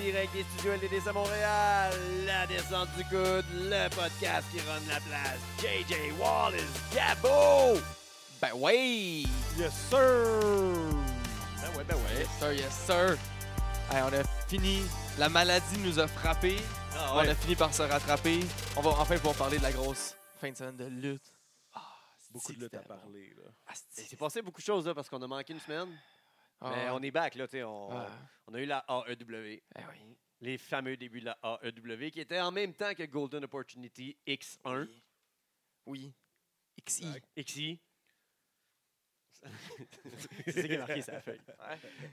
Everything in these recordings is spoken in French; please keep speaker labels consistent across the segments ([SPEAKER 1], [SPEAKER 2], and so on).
[SPEAKER 1] direct des studios LDDC à Montréal, La Descente du Coude, le podcast qui run la place, JJ Wallace Gabo!
[SPEAKER 2] Ben oui!
[SPEAKER 1] Yes, sir! Ben ouais, ben ouais.
[SPEAKER 2] Yes sir, yes sir! Hey, on a fini, la maladie nous a frappés,
[SPEAKER 1] Ah
[SPEAKER 2] on a fini par se rattraper. On va enfin pouvoir parler de la grosse fin de semaine de lutte. Ah,
[SPEAKER 3] Beaucoup
[SPEAKER 2] c'est
[SPEAKER 3] de lutte à
[SPEAKER 2] tellement-
[SPEAKER 3] parler. Là.
[SPEAKER 2] Ah,
[SPEAKER 1] Il
[SPEAKER 2] c'est-
[SPEAKER 1] s'est passé beaucoup de choses là parce qu'on a manqué une semaine.
[SPEAKER 2] Ah,
[SPEAKER 1] mais on est back là, tu sais. On,
[SPEAKER 2] ah,
[SPEAKER 1] on a E eu la AEW,
[SPEAKER 2] ben oui.
[SPEAKER 1] les fameux débuts de la AEW qui étaient en même temps que Golden Opportunity X1.
[SPEAKER 2] Oui. Oui. XI.
[SPEAKER 1] XI. c'est ça qui est marqué sur la feuille.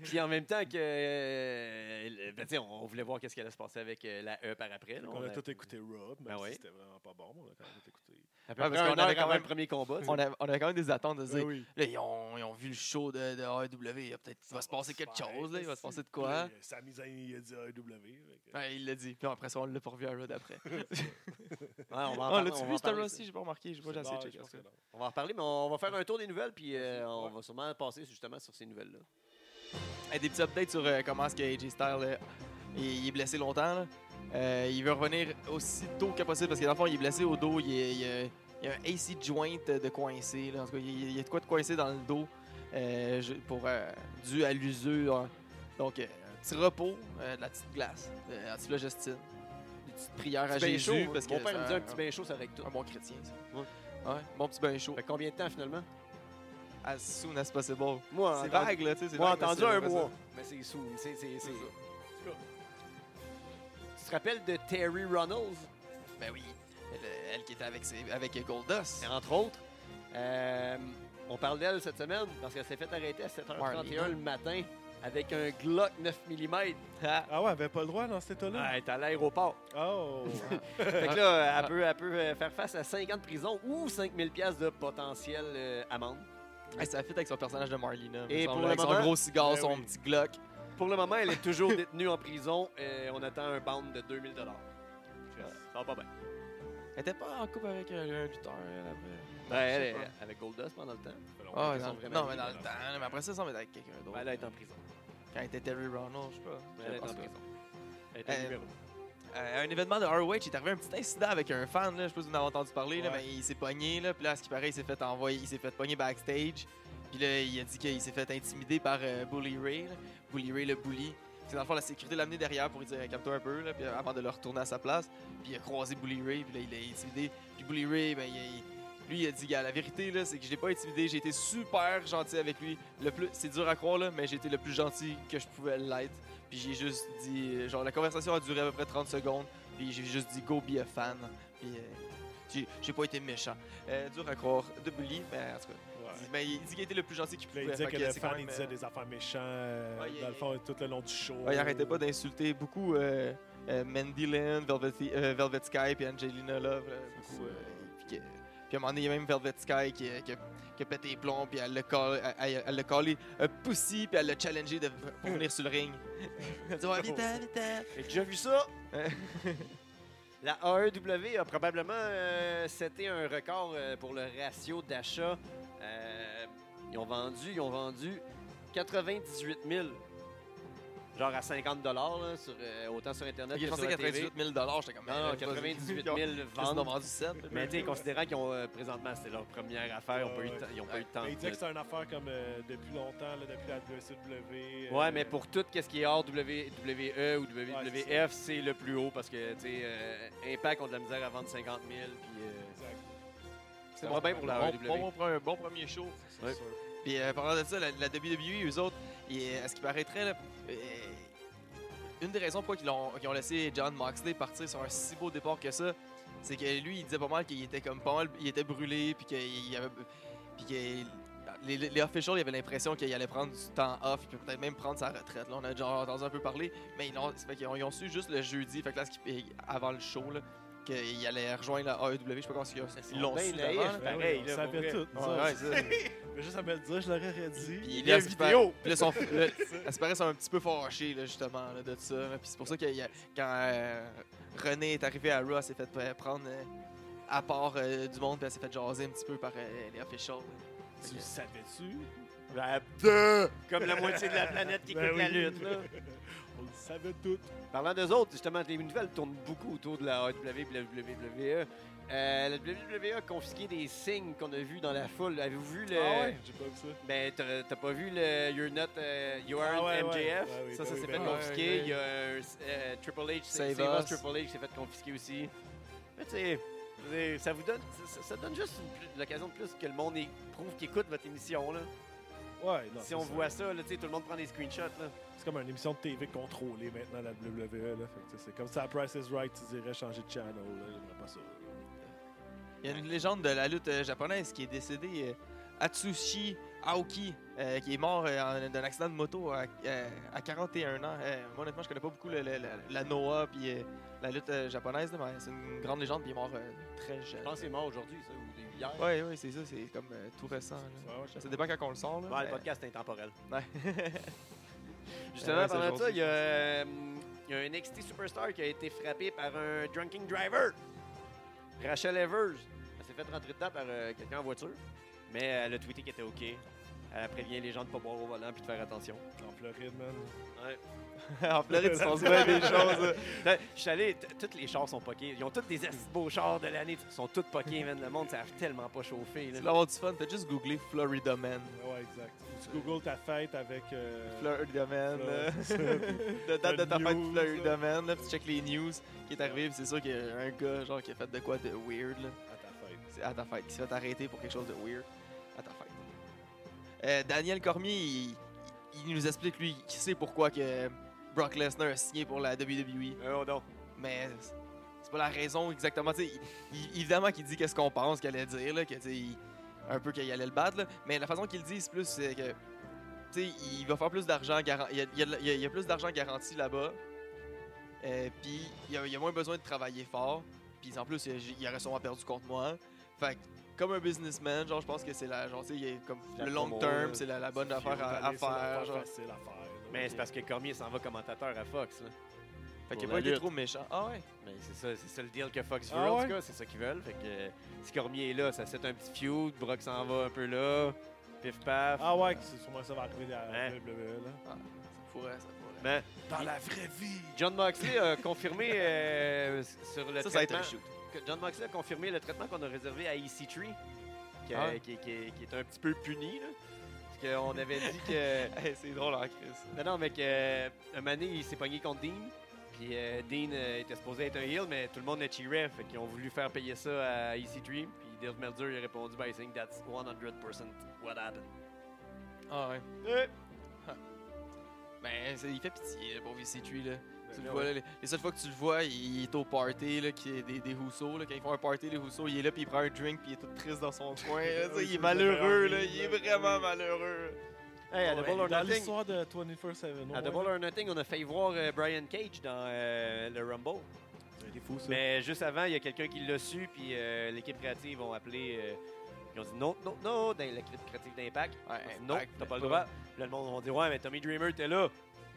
[SPEAKER 1] Puis en même temps que. euh, le- ben, tu sais, on, on voulait voir qu'est-ce qui allait se passer avec euh, la E par après. là.
[SPEAKER 3] on, a,
[SPEAKER 1] a-
[SPEAKER 3] tout écouté Rob, mais
[SPEAKER 1] Ben ouais.
[SPEAKER 3] c'était vraiment pas bon. On a quand même tout écouté.
[SPEAKER 1] à peu
[SPEAKER 2] Ouais,
[SPEAKER 1] près
[SPEAKER 2] parce
[SPEAKER 1] un
[SPEAKER 2] qu'on avait
[SPEAKER 1] heure
[SPEAKER 2] Ah, quand
[SPEAKER 1] avant
[SPEAKER 2] même-
[SPEAKER 1] le premier combat. tu sais.
[SPEAKER 2] On avait, on avait quand même des attentes de se dire,
[SPEAKER 3] oui.
[SPEAKER 2] là, ils ont, ils ont vu le show de, de AEW, il, va peut-être- il va se passer quelque chose, là, il va se passer de quoi.
[SPEAKER 3] Sa mise il a dit AEW. fait que-
[SPEAKER 2] Ouais, il l'a dit. Puis après ça, on l'a pas revu à Rod après.
[SPEAKER 1] Ouais, on va en
[SPEAKER 2] on
[SPEAKER 1] parler-
[SPEAKER 2] l'a-tu
[SPEAKER 1] on va
[SPEAKER 2] vu,
[SPEAKER 1] en
[SPEAKER 2] ce
[SPEAKER 1] parler,
[SPEAKER 2] là
[SPEAKER 1] ça.
[SPEAKER 2] aussi? J'ai pas remarqué. J'ai pas
[SPEAKER 3] Non,
[SPEAKER 2] assez
[SPEAKER 3] je
[SPEAKER 2] checké.
[SPEAKER 3] pense
[SPEAKER 2] ça.
[SPEAKER 3] que non.
[SPEAKER 1] On va en reparler, mais on on va faire un tour des nouvelles, puis euh,
[SPEAKER 3] Vas-y,
[SPEAKER 1] on
[SPEAKER 3] ouais.
[SPEAKER 1] va sûrement passer justement sur ces nouvelles-là.
[SPEAKER 2] Hey, des petits updates sur euh, comment est-ce que AJ Styles euh, il, il est blessé longtemps. là. Euh, il veut revenir aussi tôt que possible parce que dans le fond, il est blessé au dos. Il, est- il a- il a un AC joint de coincé. là. En tout cas, il, il y a de quoi de coincé dans le dos euh, je- pour, euh, dû à l'usure. hein. Donc, euh, un petit repos, euh, de la petite glace, euh, anti-phlogistique, des petites prières à
[SPEAKER 1] Petit bain
[SPEAKER 2] Jésus.
[SPEAKER 1] chaud,
[SPEAKER 2] Ah, parce que
[SPEAKER 1] Mon père
[SPEAKER 2] c'est
[SPEAKER 1] me dit un petit
[SPEAKER 2] un-
[SPEAKER 1] bain chaud, ça règle tout.
[SPEAKER 2] un bon chrétien, ça.
[SPEAKER 1] Ouais.
[SPEAKER 2] Ouais, bon petit bain chaud.
[SPEAKER 1] Fait combien de temps finalement
[SPEAKER 2] As soon as possible.
[SPEAKER 1] Moi, entendu-
[SPEAKER 2] C'est vague, là, tu sais. c'est
[SPEAKER 1] moi,
[SPEAKER 2] vague, mais
[SPEAKER 1] entendu
[SPEAKER 2] c'est
[SPEAKER 1] un
[SPEAKER 2] après ça.
[SPEAKER 1] mois. Mais c'est sous. C'est. c'est- c'est- Tu te rappelles de Terry Runnels,
[SPEAKER 2] Ben oui, elle, elle qui était avec, ses- avec Goldust.
[SPEAKER 1] entre autres? Euh, on parle d'elle cette semaine parce qu'elle s'est fait arrêter à 7h31
[SPEAKER 2] Marley.
[SPEAKER 1] le matin avec un Glock 9 mm.
[SPEAKER 3] Ah ouais, elle avait pas le droit dans cet état-là.
[SPEAKER 1] Elle est à l'aéroport.
[SPEAKER 3] Oh!
[SPEAKER 1] Fait que là, elle peut, elle peut euh, faire face à 5 ans de prison ou 5000 pièces de potentiel euh, amende.
[SPEAKER 2] Hey, ça fit avec son personnage de Marlina. me
[SPEAKER 1] Et
[SPEAKER 2] semble,
[SPEAKER 1] pour le
[SPEAKER 2] avec
[SPEAKER 1] moment-
[SPEAKER 2] son gros cigare,
[SPEAKER 3] Ben
[SPEAKER 2] son
[SPEAKER 3] oui.
[SPEAKER 2] petit Glock.
[SPEAKER 1] Pour le moment, elle est toujours détenue en prison et on attend un bond de 2000 dollars. Ça va pas bien.
[SPEAKER 2] Elle était pas en couple avec euh, un lutteur, elle, après.
[SPEAKER 1] Ben, elle
[SPEAKER 2] sais
[SPEAKER 1] est
[SPEAKER 2] pas.
[SPEAKER 1] avec Goldust pendant le temps.
[SPEAKER 2] Ah,
[SPEAKER 1] Ils
[SPEAKER 2] dans-
[SPEAKER 1] sont vraiment
[SPEAKER 2] non, mais
[SPEAKER 1] liés,
[SPEAKER 2] dans le temps, mais après ça, ça semble être avec quelqu'un d'autre.
[SPEAKER 1] Ben, elle est en prison.
[SPEAKER 2] Quand elle était Terry Ronald, je sais pas.
[SPEAKER 1] Elle
[SPEAKER 2] Je
[SPEAKER 1] est en
[SPEAKER 2] pense pas.
[SPEAKER 1] prison. Elle est en
[SPEAKER 2] Euh,
[SPEAKER 1] numéro.
[SPEAKER 2] Euh, à un événement de ROH, il est arrivé un petit incident avec un fan, là, je sais pas si vous en avez entendu parler, là,
[SPEAKER 3] Ouais.
[SPEAKER 2] mais il s'est pogné, là, puis là, à ce qui paraît, il s'est fait envoyer, il s'est fait pogner backstage, puis là, il a dit qu'il s'est fait intimider par euh, Bully Ray, là. Bully Ray le bully. C'est dans le fond, la sécurité l'a amené derrière pour lui dire calme-toi un peu, là, puis avant de le retourner à sa place, puis il a croisé Bully Ray, puis là, il l'a intimidé, puis Bully Ray, ben, il a- il- lui, il a dit, gars, la vérité, là, c'est que je l'ai pas intimidé, j'ai été super gentil avec lui. Le plus, c'est dur à croire, là, mais j'ai été le plus gentil que je pouvais l'être. Puis j'ai juste dit, euh, genre, la conversation a duré à peu près 30 secondes. Puis j'ai juste dit, go be a fan. Puis euh, j'ai- j'ai pas été méchant. Euh, dur à croire. De bully, mais en tout cas. il dit- mais il dit qu'il était le plus gentil qu'il
[SPEAKER 3] Là,
[SPEAKER 2] pouvait.
[SPEAKER 3] il disait
[SPEAKER 2] Fait
[SPEAKER 3] que
[SPEAKER 2] que
[SPEAKER 3] le
[SPEAKER 2] c'est
[SPEAKER 3] fan,
[SPEAKER 2] quand
[SPEAKER 3] il
[SPEAKER 2] même,
[SPEAKER 3] disait
[SPEAKER 2] euh,
[SPEAKER 3] des affaires méchantes euh,
[SPEAKER 2] ouais, il-
[SPEAKER 3] dans le fond tout le long du show.
[SPEAKER 2] ouais, il arrêtait pas d'insulter beaucoup euh, euh, Mandy Lynn, Velvet, euh, Velvet Sky, puis Angelina Love. là, beaucoup, euh, puis, que- puis à un moment donné, il y a même Velvet Sky qui, qui, a, qui a pété les plombs, puis elle l'a call- elle- elle l'a callé un pussy, puis elle l'a challengé de, pour venir sur le ring. Elle dit Ouais, vite, hein, vite, hein.
[SPEAKER 1] J'ai déjà vu ça. La AEW a probablement euh, c'était un record euh, pour le ratio d'achat. Euh, ils ont vendu, ils ont vendu 98 000. Genre à 50 là, sur, euh, autant sur Internet
[SPEAKER 2] Ok, je
[SPEAKER 1] que sur
[SPEAKER 2] pensais
[SPEAKER 1] la TV.
[SPEAKER 2] 98 000 j'étais comme euh,
[SPEAKER 1] Non, non, 98 000
[SPEAKER 2] Ils en ont
[SPEAKER 1] ventes.
[SPEAKER 2] vendu 7.
[SPEAKER 1] Mais tu sais, considérant qu'ils ont euh, présentement, c'était leur première affaire, ils ont pas eu le temps- ils n'ont pas eu le temps.
[SPEAKER 3] Mais il disait que
[SPEAKER 1] de-
[SPEAKER 3] c'est une affaire comme euh, depuis longtemps, là, depuis la WCW. euh,
[SPEAKER 1] Ouais, mais pour tout quest ce qui est hors W- WWE ou WWF,
[SPEAKER 3] Ouais,
[SPEAKER 1] c'est le plus haut parce que, tu sais, euh, Impact ont de la misère à vendre 50 000. Puis, euh,
[SPEAKER 3] Exact.
[SPEAKER 1] c'est pas bien pour la AEW.
[SPEAKER 2] Bon, bon, un bon premier show.
[SPEAKER 3] C'est
[SPEAKER 1] Ouais.
[SPEAKER 3] sûr.
[SPEAKER 2] Puis euh, parlant de ça, la, la WWE, eux autres, et, euh, à ce qui paraîtrait, là, euh, une des raisons pourquoi ils l'ont- qu'ils ont, laissé John Moxley partir sur un si beau départ que ça, c'est que lui, il disait pas mal qu'il était comme pas mal, il était brûlé, puis qu'il y avait. Puis que les, les officials ils avaient l'impression qu'il allait prendre du temps off, puis peut-être même prendre sa retraite. Là, on a déjà entendu un peu parler, mais ils l'ont- ça fait qu'ils ont, ils ont su juste le jeudi, fait que là, ce qui- euh, avant le show, là, qu'il allait rejoindre la AEW, je sais pas comment ils ont- ils l'ont
[SPEAKER 1] bien
[SPEAKER 2] su
[SPEAKER 1] naïfs,
[SPEAKER 2] d'avant,
[SPEAKER 3] Ben
[SPEAKER 2] là.
[SPEAKER 3] oui,
[SPEAKER 1] Pareil,
[SPEAKER 3] on
[SPEAKER 1] là, pour
[SPEAKER 3] savait
[SPEAKER 1] vrai.
[SPEAKER 3] tout. nous
[SPEAKER 2] Ouais,
[SPEAKER 3] autres.
[SPEAKER 2] ouais, c'est ça.
[SPEAKER 3] Mais juste à me le dire, je l'aurais redit.
[SPEAKER 2] Puis
[SPEAKER 1] Il y a
[SPEAKER 2] là,
[SPEAKER 1] une
[SPEAKER 2] c'est
[SPEAKER 1] vidéo.
[SPEAKER 2] Puis là, son, là, elle se paraît sont un petit peu fâchés, là, justement, là, de ça. là. Puis c'est pour ça que il y a- quand euh, René est arrivé à Raw, elle s'est fait euh, prendre euh, à part euh, du monde, puis elle s'est fait jaser un petit peu par euh, les officials. là. Fait
[SPEAKER 3] Tu
[SPEAKER 2] que-
[SPEAKER 3] le savais-tu?
[SPEAKER 1] Ben, deux! Comme la moitié de la planète qui
[SPEAKER 3] Ben
[SPEAKER 1] écoute la
[SPEAKER 3] oui.
[SPEAKER 1] lutte, là.
[SPEAKER 3] On le savait tout.
[SPEAKER 1] Parlant d'eux autres, justement, les nouvelles tournent beaucoup autour de la AEW et la WWE. Euh, la WWE a confisqué des signes qu'on a vus dans la foule. Avez-vous vu le.
[SPEAKER 3] Ah ouais, j'ai pas vu ça.
[SPEAKER 1] Ben, t'as t'as pas vu le You're Not. euh, you aren't
[SPEAKER 3] Ah ouais, ouais.
[SPEAKER 1] MJF?
[SPEAKER 3] Ah oui,
[SPEAKER 1] ça,
[SPEAKER 3] ben
[SPEAKER 1] ça
[SPEAKER 3] oui,
[SPEAKER 1] s'est
[SPEAKER 3] ben
[SPEAKER 1] fait
[SPEAKER 2] oui.
[SPEAKER 1] confisquer.
[SPEAKER 2] Ouais, ouais.
[SPEAKER 1] Il y a euh, euh, Triple H,
[SPEAKER 2] Save
[SPEAKER 1] Save, Us.
[SPEAKER 2] Us.
[SPEAKER 1] Triple H s'est fait confisquer aussi. Mais tu sais, je veux dire, ça vous donne. Ça, ça- ça donne juste une plus- l'occasion de plus que le monde é- prouve qu'il écoute votre émission. Là.
[SPEAKER 3] Ouais, non,
[SPEAKER 1] si
[SPEAKER 3] c'est
[SPEAKER 1] on
[SPEAKER 3] ça.
[SPEAKER 1] voit ça, là, tu sais, tout le monde prend des screenshots. Là.
[SPEAKER 3] C'est comme une émission de TV contrôlée maintenant, la WWE. Là. Fait que, tu sais, c'est comme ça, Price is Right, tu dirais changer de channel. Là. J'aimerais pas ça.
[SPEAKER 2] Il y a une légende de la lutte euh, japonaise qui est décédée, euh, Atsushi Aoki, euh, qui est mort euh, en- d'un accident de moto à, euh, à 41 ans. Euh, moi, honnêtement, je connais pas beaucoup le- le- la, la Noah puis euh, la lutte euh, japonaise, là, mais c'est une grande légende, puis il est mort euh, très jeune.
[SPEAKER 1] Je pense qu'il est mort aujourd'hui, ça, ou hier.
[SPEAKER 2] Ouais, ouais, c'est ça, c'est comme euh, tout récent. là.
[SPEAKER 3] Ouais, ouais, je sais
[SPEAKER 2] Ça
[SPEAKER 3] pas.
[SPEAKER 2] dépend quand on le sort. Là,
[SPEAKER 1] Ouais, le
[SPEAKER 2] mais-
[SPEAKER 1] podcast est intemporel.
[SPEAKER 2] Ouais.
[SPEAKER 1] Justement,
[SPEAKER 2] Ouais,
[SPEAKER 1] pendant
[SPEAKER 2] c'est
[SPEAKER 1] ça,
[SPEAKER 2] aujourd'hui,
[SPEAKER 1] il y, a, euh, il y a un NXT Superstar qui a été frappé par un drunken driver. Rachel Evers. Elle s'est fait rentrer dedans par euh, quelqu'un en voiture, mais euh, elle a tweeté qu'elle était OK. Elle prévient les gens de ne pas boire au volant puis de faire attention.
[SPEAKER 3] En Floride, man.
[SPEAKER 2] en Floride, il se passe bien des choses. là.
[SPEAKER 1] Là, Je suis allé, t- tous les chars sont poqués. Ils ont tous des assis beaux chars de l'année. Ils sont tous poqués, man. Le monde, ça a tellement pas chauffé.
[SPEAKER 2] Tu
[SPEAKER 1] là.
[SPEAKER 2] veux avoir du fun, t'as juste googlé Florida Man.
[SPEAKER 3] Ouais, exact. Tu googles ta fête avec. euh,
[SPEAKER 2] Florida Man.
[SPEAKER 3] Florida,
[SPEAKER 2] euh,
[SPEAKER 3] c'est ça.
[SPEAKER 2] de date de
[SPEAKER 3] Le
[SPEAKER 2] ta fête
[SPEAKER 3] news,
[SPEAKER 2] Florida
[SPEAKER 3] là.
[SPEAKER 2] Man. Là, puis tu check les news qui est arrivé. puis C'est sûr qu'il y a un gars genre, qui a fait de quoi de weird. Là.
[SPEAKER 3] À Ah, ta fête.
[SPEAKER 2] C'est à ta fête. Qui s'est fait arrêter pour quelque chose de weird. À ta fête. Euh, Daniel Cormier, il, il nous explique, lui, qui sait pourquoi que Brock Lesnar a signé pour la E. WWE.
[SPEAKER 1] Euh, oh non.
[SPEAKER 2] mais c'est- c'est pas la raison exactement. Tu sais, il- il- évidemment qu'il dit qu'est-ce qu'on pense qu'elle allait dire, là, que, tu sais, il- un peu qu'il allait le battre, là, mais la façon qu'il le dit, c'est plus c'est que tu sais, il va faire plus d'argent, garan- il y a, il y a de la- il y a- il y a plus d'argent garanti là-bas, Euh, puis il y, a- il y a moins besoin de travailler fort, puis en plus, il, y a- il aurait sûrement perdu contre moi. hein. Fait que, comme un businessman, genre, je pense que c'est la, genre, tu sais, il y a comme
[SPEAKER 1] La
[SPEAKER 2] le long
[SPEAKER 1] promo,
[SPEAKER 2] terme,
[SPEAKER 1] là.
[SPEAKER 2] c'est la, la bonne
[SPEAKER 3] C'est
[SPEAKER 2] affaire à, à
[SPEAKER 3] aller, c'est l'affaire
[SPEAKER 2] faire. Genre.
[SPEAKER 3] facile à faire.
[SPEAKER 1] Mais c'est parce que Cormier s'en va commentateur à Fox. là.
[SPEAKER 2] Fait qu'il
[SPEAKER 1] Pour la
[SPEAKER 2] a pas été
[SPEAKER 1] lutte.
[SPEAKER 2] trop méchant. Ah ouais.
[SPEAKER 1] Mais Ben, c'est ça, c'est ça le deal que Fox veut,
[SPEAKER 3] Ah
[SPEAKER 1] en
[SPEAKER 3] ouais?
[SPEAKER 1] tout cas, c'est ça qu'ils veulent. Fait que euh, si Cormier est là, ça c'est un petit feud, Brock s'en va un peu là, pif paf.
[SPEAKER 3] Ah ouais, que c'est sûrement ça va arriver à la
[SPEAKER 1] Hein?
[SPEAKER 3] WWE. Là.
[SPEAKER 2] Ah, Ça pourrait, ça pourrait.
[SPEAKER 1] Ben,
[SPEAKER 3] Dans la vraie vie!
[SPEAKER 1] John Moxley a confirmé euh, sur le
[SPEAKER 2] ça, ça va être
[SPEAKER 1] traitement.
[SPEAKER 2] un shoot.
[SPEAKER 1] que John Moxley a confirmé le traitement qu'on a réservé à E EC3, qui, a-
[SPEAKER 2] Ah ouais.
[SPEAKER 1] qui- qui- qui est un petit peu puni. Là, parce qu'on avait dit que.
[SPEAKER 2] Hey, c'est drôle en Chris.
[SPEAKER 1] Non, non, mais que euh, un moment donné, il s'est pogné contre Dean. Puis euh, Dean euh, était supposé être un heel, mais tout le monde le cheerait. Fait qu'ils ont voulu faire payer ça à EC3. Puis Dave Meltzer il a répondu by saying that's 100% what happened.
[SPEAKER 2] Ah ouais.
[SPEAKER 1] Euh,
[SPEAKER 2] Ben, c'est- il fait pitié, le pauvre VCTree, là. Tu
[SPEAKER 1] Ben
[SPEAKER 2] le
[SPEAKER 1] là,
[SPEAKER 2] vois,
[SPEAKER 1] ouais.
[SPEAKER 2] là, les, les seules fois que tu le vois, il est au party, là, qui est des, des Housseaux, là. Quand ils font un party, les Housseaux, il est là, puis il prend un drink, puis il est tout triste dans son coin. là, tu sais, il
[SPEAKER 3] c'est
[SPEAKER 2] est malheureux,
[SPEAKER 3] vraiment
[SPEAKER 2] là. Il est
[SPEAKER 3] horrible,
[SPEAKER 2] vraiment
[SPEAKER 3] oui.
[SPEAKER 2] malheureux.
[SPEAKER 1] Hey, à
[SPEAKER 2] Ouais,
[SPEAKER 1] Double or
[SPEAKER 3] Dans
[SPEAKER 1] Nothing-
[SPEAKER 3] l'histoire de 24-7,
[SPEAKER 2] Ah,
[SPEAKER 1] à Double or Nothing, on a failli voir euh, Brian Cage dans euh, le Rumble.
[SPEAKER 3] il est fou ça.
[SPEAKER 1] Mais juste avant, il y a quelqu'un qui l'a su, puis euh, l'équipe créative ont appelé. euh, ils ont dit non, non, non, dans l'équipe créative d'Impact.
[SPEAKER 2] Ouais,
[SPEAKER 1] Ils ont dit non,
[SPEAKER 2] Impact,
[SPEAKER 1] t'as pas
[SPEAKER 2] mais
[SPEAKER 1] le droit. Là, le monde va dire ouais, mais Tommy Dreamer, t'es là.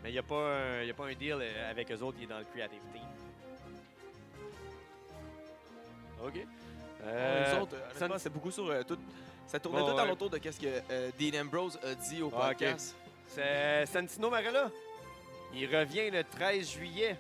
[SPEAKER 1] Mais il n'y a, pas un- il y a pas un deal euh, avec eux autres, il est dans le creative team. OK.
[SPEAKER 2] Ouais,
[SPEAKER 1] Euh,
[SPEAKER 2] les autres, euh, honnêtement,
[SPEAKER 1] ça-
[SPEAKER 2] c'est beaucoup sur euh, tout. Ça tournait
[SPEAKER 1] Bon,
[SPEAKER 2] tout à
[SPEAKER 1] ouais.
[SPEAKER 2] l'entour de qu'est-ce que euh, Dean Ambrose a dit au
[SPEAKER 1] Ah, ok.
[SPEAKER 2] podcast.
[SPEAKER 1] C'est Santino Marella. Il revient le 13 juillet.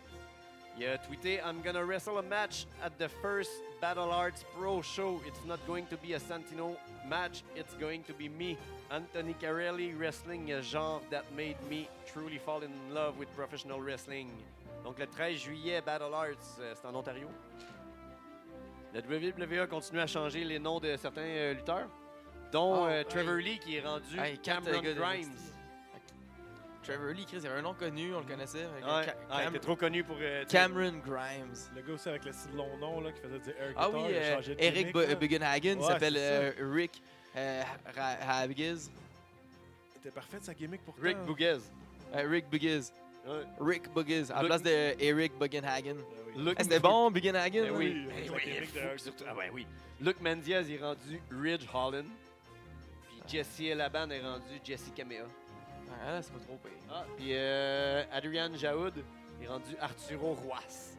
[SPEAKER 1] Il a tweeté I'm gonna wrestle a match at the first Battle Arts Pro Show. It's not going to be a Santino match, it's going to be me, Anthony Carelli, wrestling a genre that made me truly fall in love with professional wrestling. Donc le 13 juillet, Battle Arts, euh, c'est en Ontario. La WWE E continue à changer les noms de certains euh, lutteurs, dont
[SPEAKER 2] Ah,
[SPEAKER 1] euh,
[SPEAKER 2] ouais.
[SPEAKER 1] Trevor Lee qui est rendu
[SPEAKER 2] Hey, quatre,
[SPEAKER 1] Cameron
[SPEAKER 2] euh, gars de
[SPEAKER 1] Grimes.
[SPEAKER 2] NXT. Trevor Lee, Chris, il avait un nom connu, on le connaissait. avec, euh,
[SPEAKER 1] Ouais,
[SPEAKER 2] Ca-
[SPEAKER 1] ah, il
[SPEAKER 2] Cam-
[SPEAKER 1] était trop connu pour. euh, tu sais,
[SPEAKER 2] Cameron Grimes.
[SPEAKER 3] Le gars aussi avec le si long nom là, qui faisait dire Eric
[SPEAKER 2] Ah oui,
[SPEAKER 3] Guitar, il a
[SPEAKER 2] euh,
[SPEAKER 3] changé de
[SPEAKER 2] Eric
[SPEAKER 3] gimmick,
[SPEAKER 2] Bu-
[SPEAKER 3] là.
[SPEAKER 2] Bugenhagen
[SPEAKER 3] Ouais,
[SPEAKER 2] s'appelle
[SPEAKER 3] c'est
[SPEAKER 2] euh, Rick euh, Ra- Hagiz.
[SPEAKER 3] Il était parfait sa gimmick pour
[SPEAKER 1] Rick Bouguez.
[SPEAKER 2] Euh, Rick Bugiz.
[SPEAKER 1] Ouais.
[SPEAKER 2] Rick Bugiz, à la
[SPEAKER 1] Look-
[SPEAKER 2] place de Eric Bugenhagen.
[SPEAKER 3] Ben
[SPEAKER 1] Luke-
[SPEAKER 2] Ah, C'était bon, Bugenhagen?
[SPEAKER 1] Ben
[SPEAKER 2] hein?
[SPEAKER 1] oui.
[SPEAKER 3] oui,
[SPEAKER 1] Ben
[SPEAKER 3] avec la
[SPEAKER 1] oui,
[SPEAKER 3] gimmick
[SPEAKER 1] fou,
[SPEAKER 3] de Hulk.
[SPEAKER 1] surtout. Ah, ben oui. Luke Mendiaz est rendu Ridge Holland. Puis Jesse Laban est rendu Jesse Kamea.
[SPEAKER 2] Ah, là, c'est pas trop pire.
[SPEAKER 1] Ah, puis euh, Adrian Jaoud est rendu Arturo Ruas.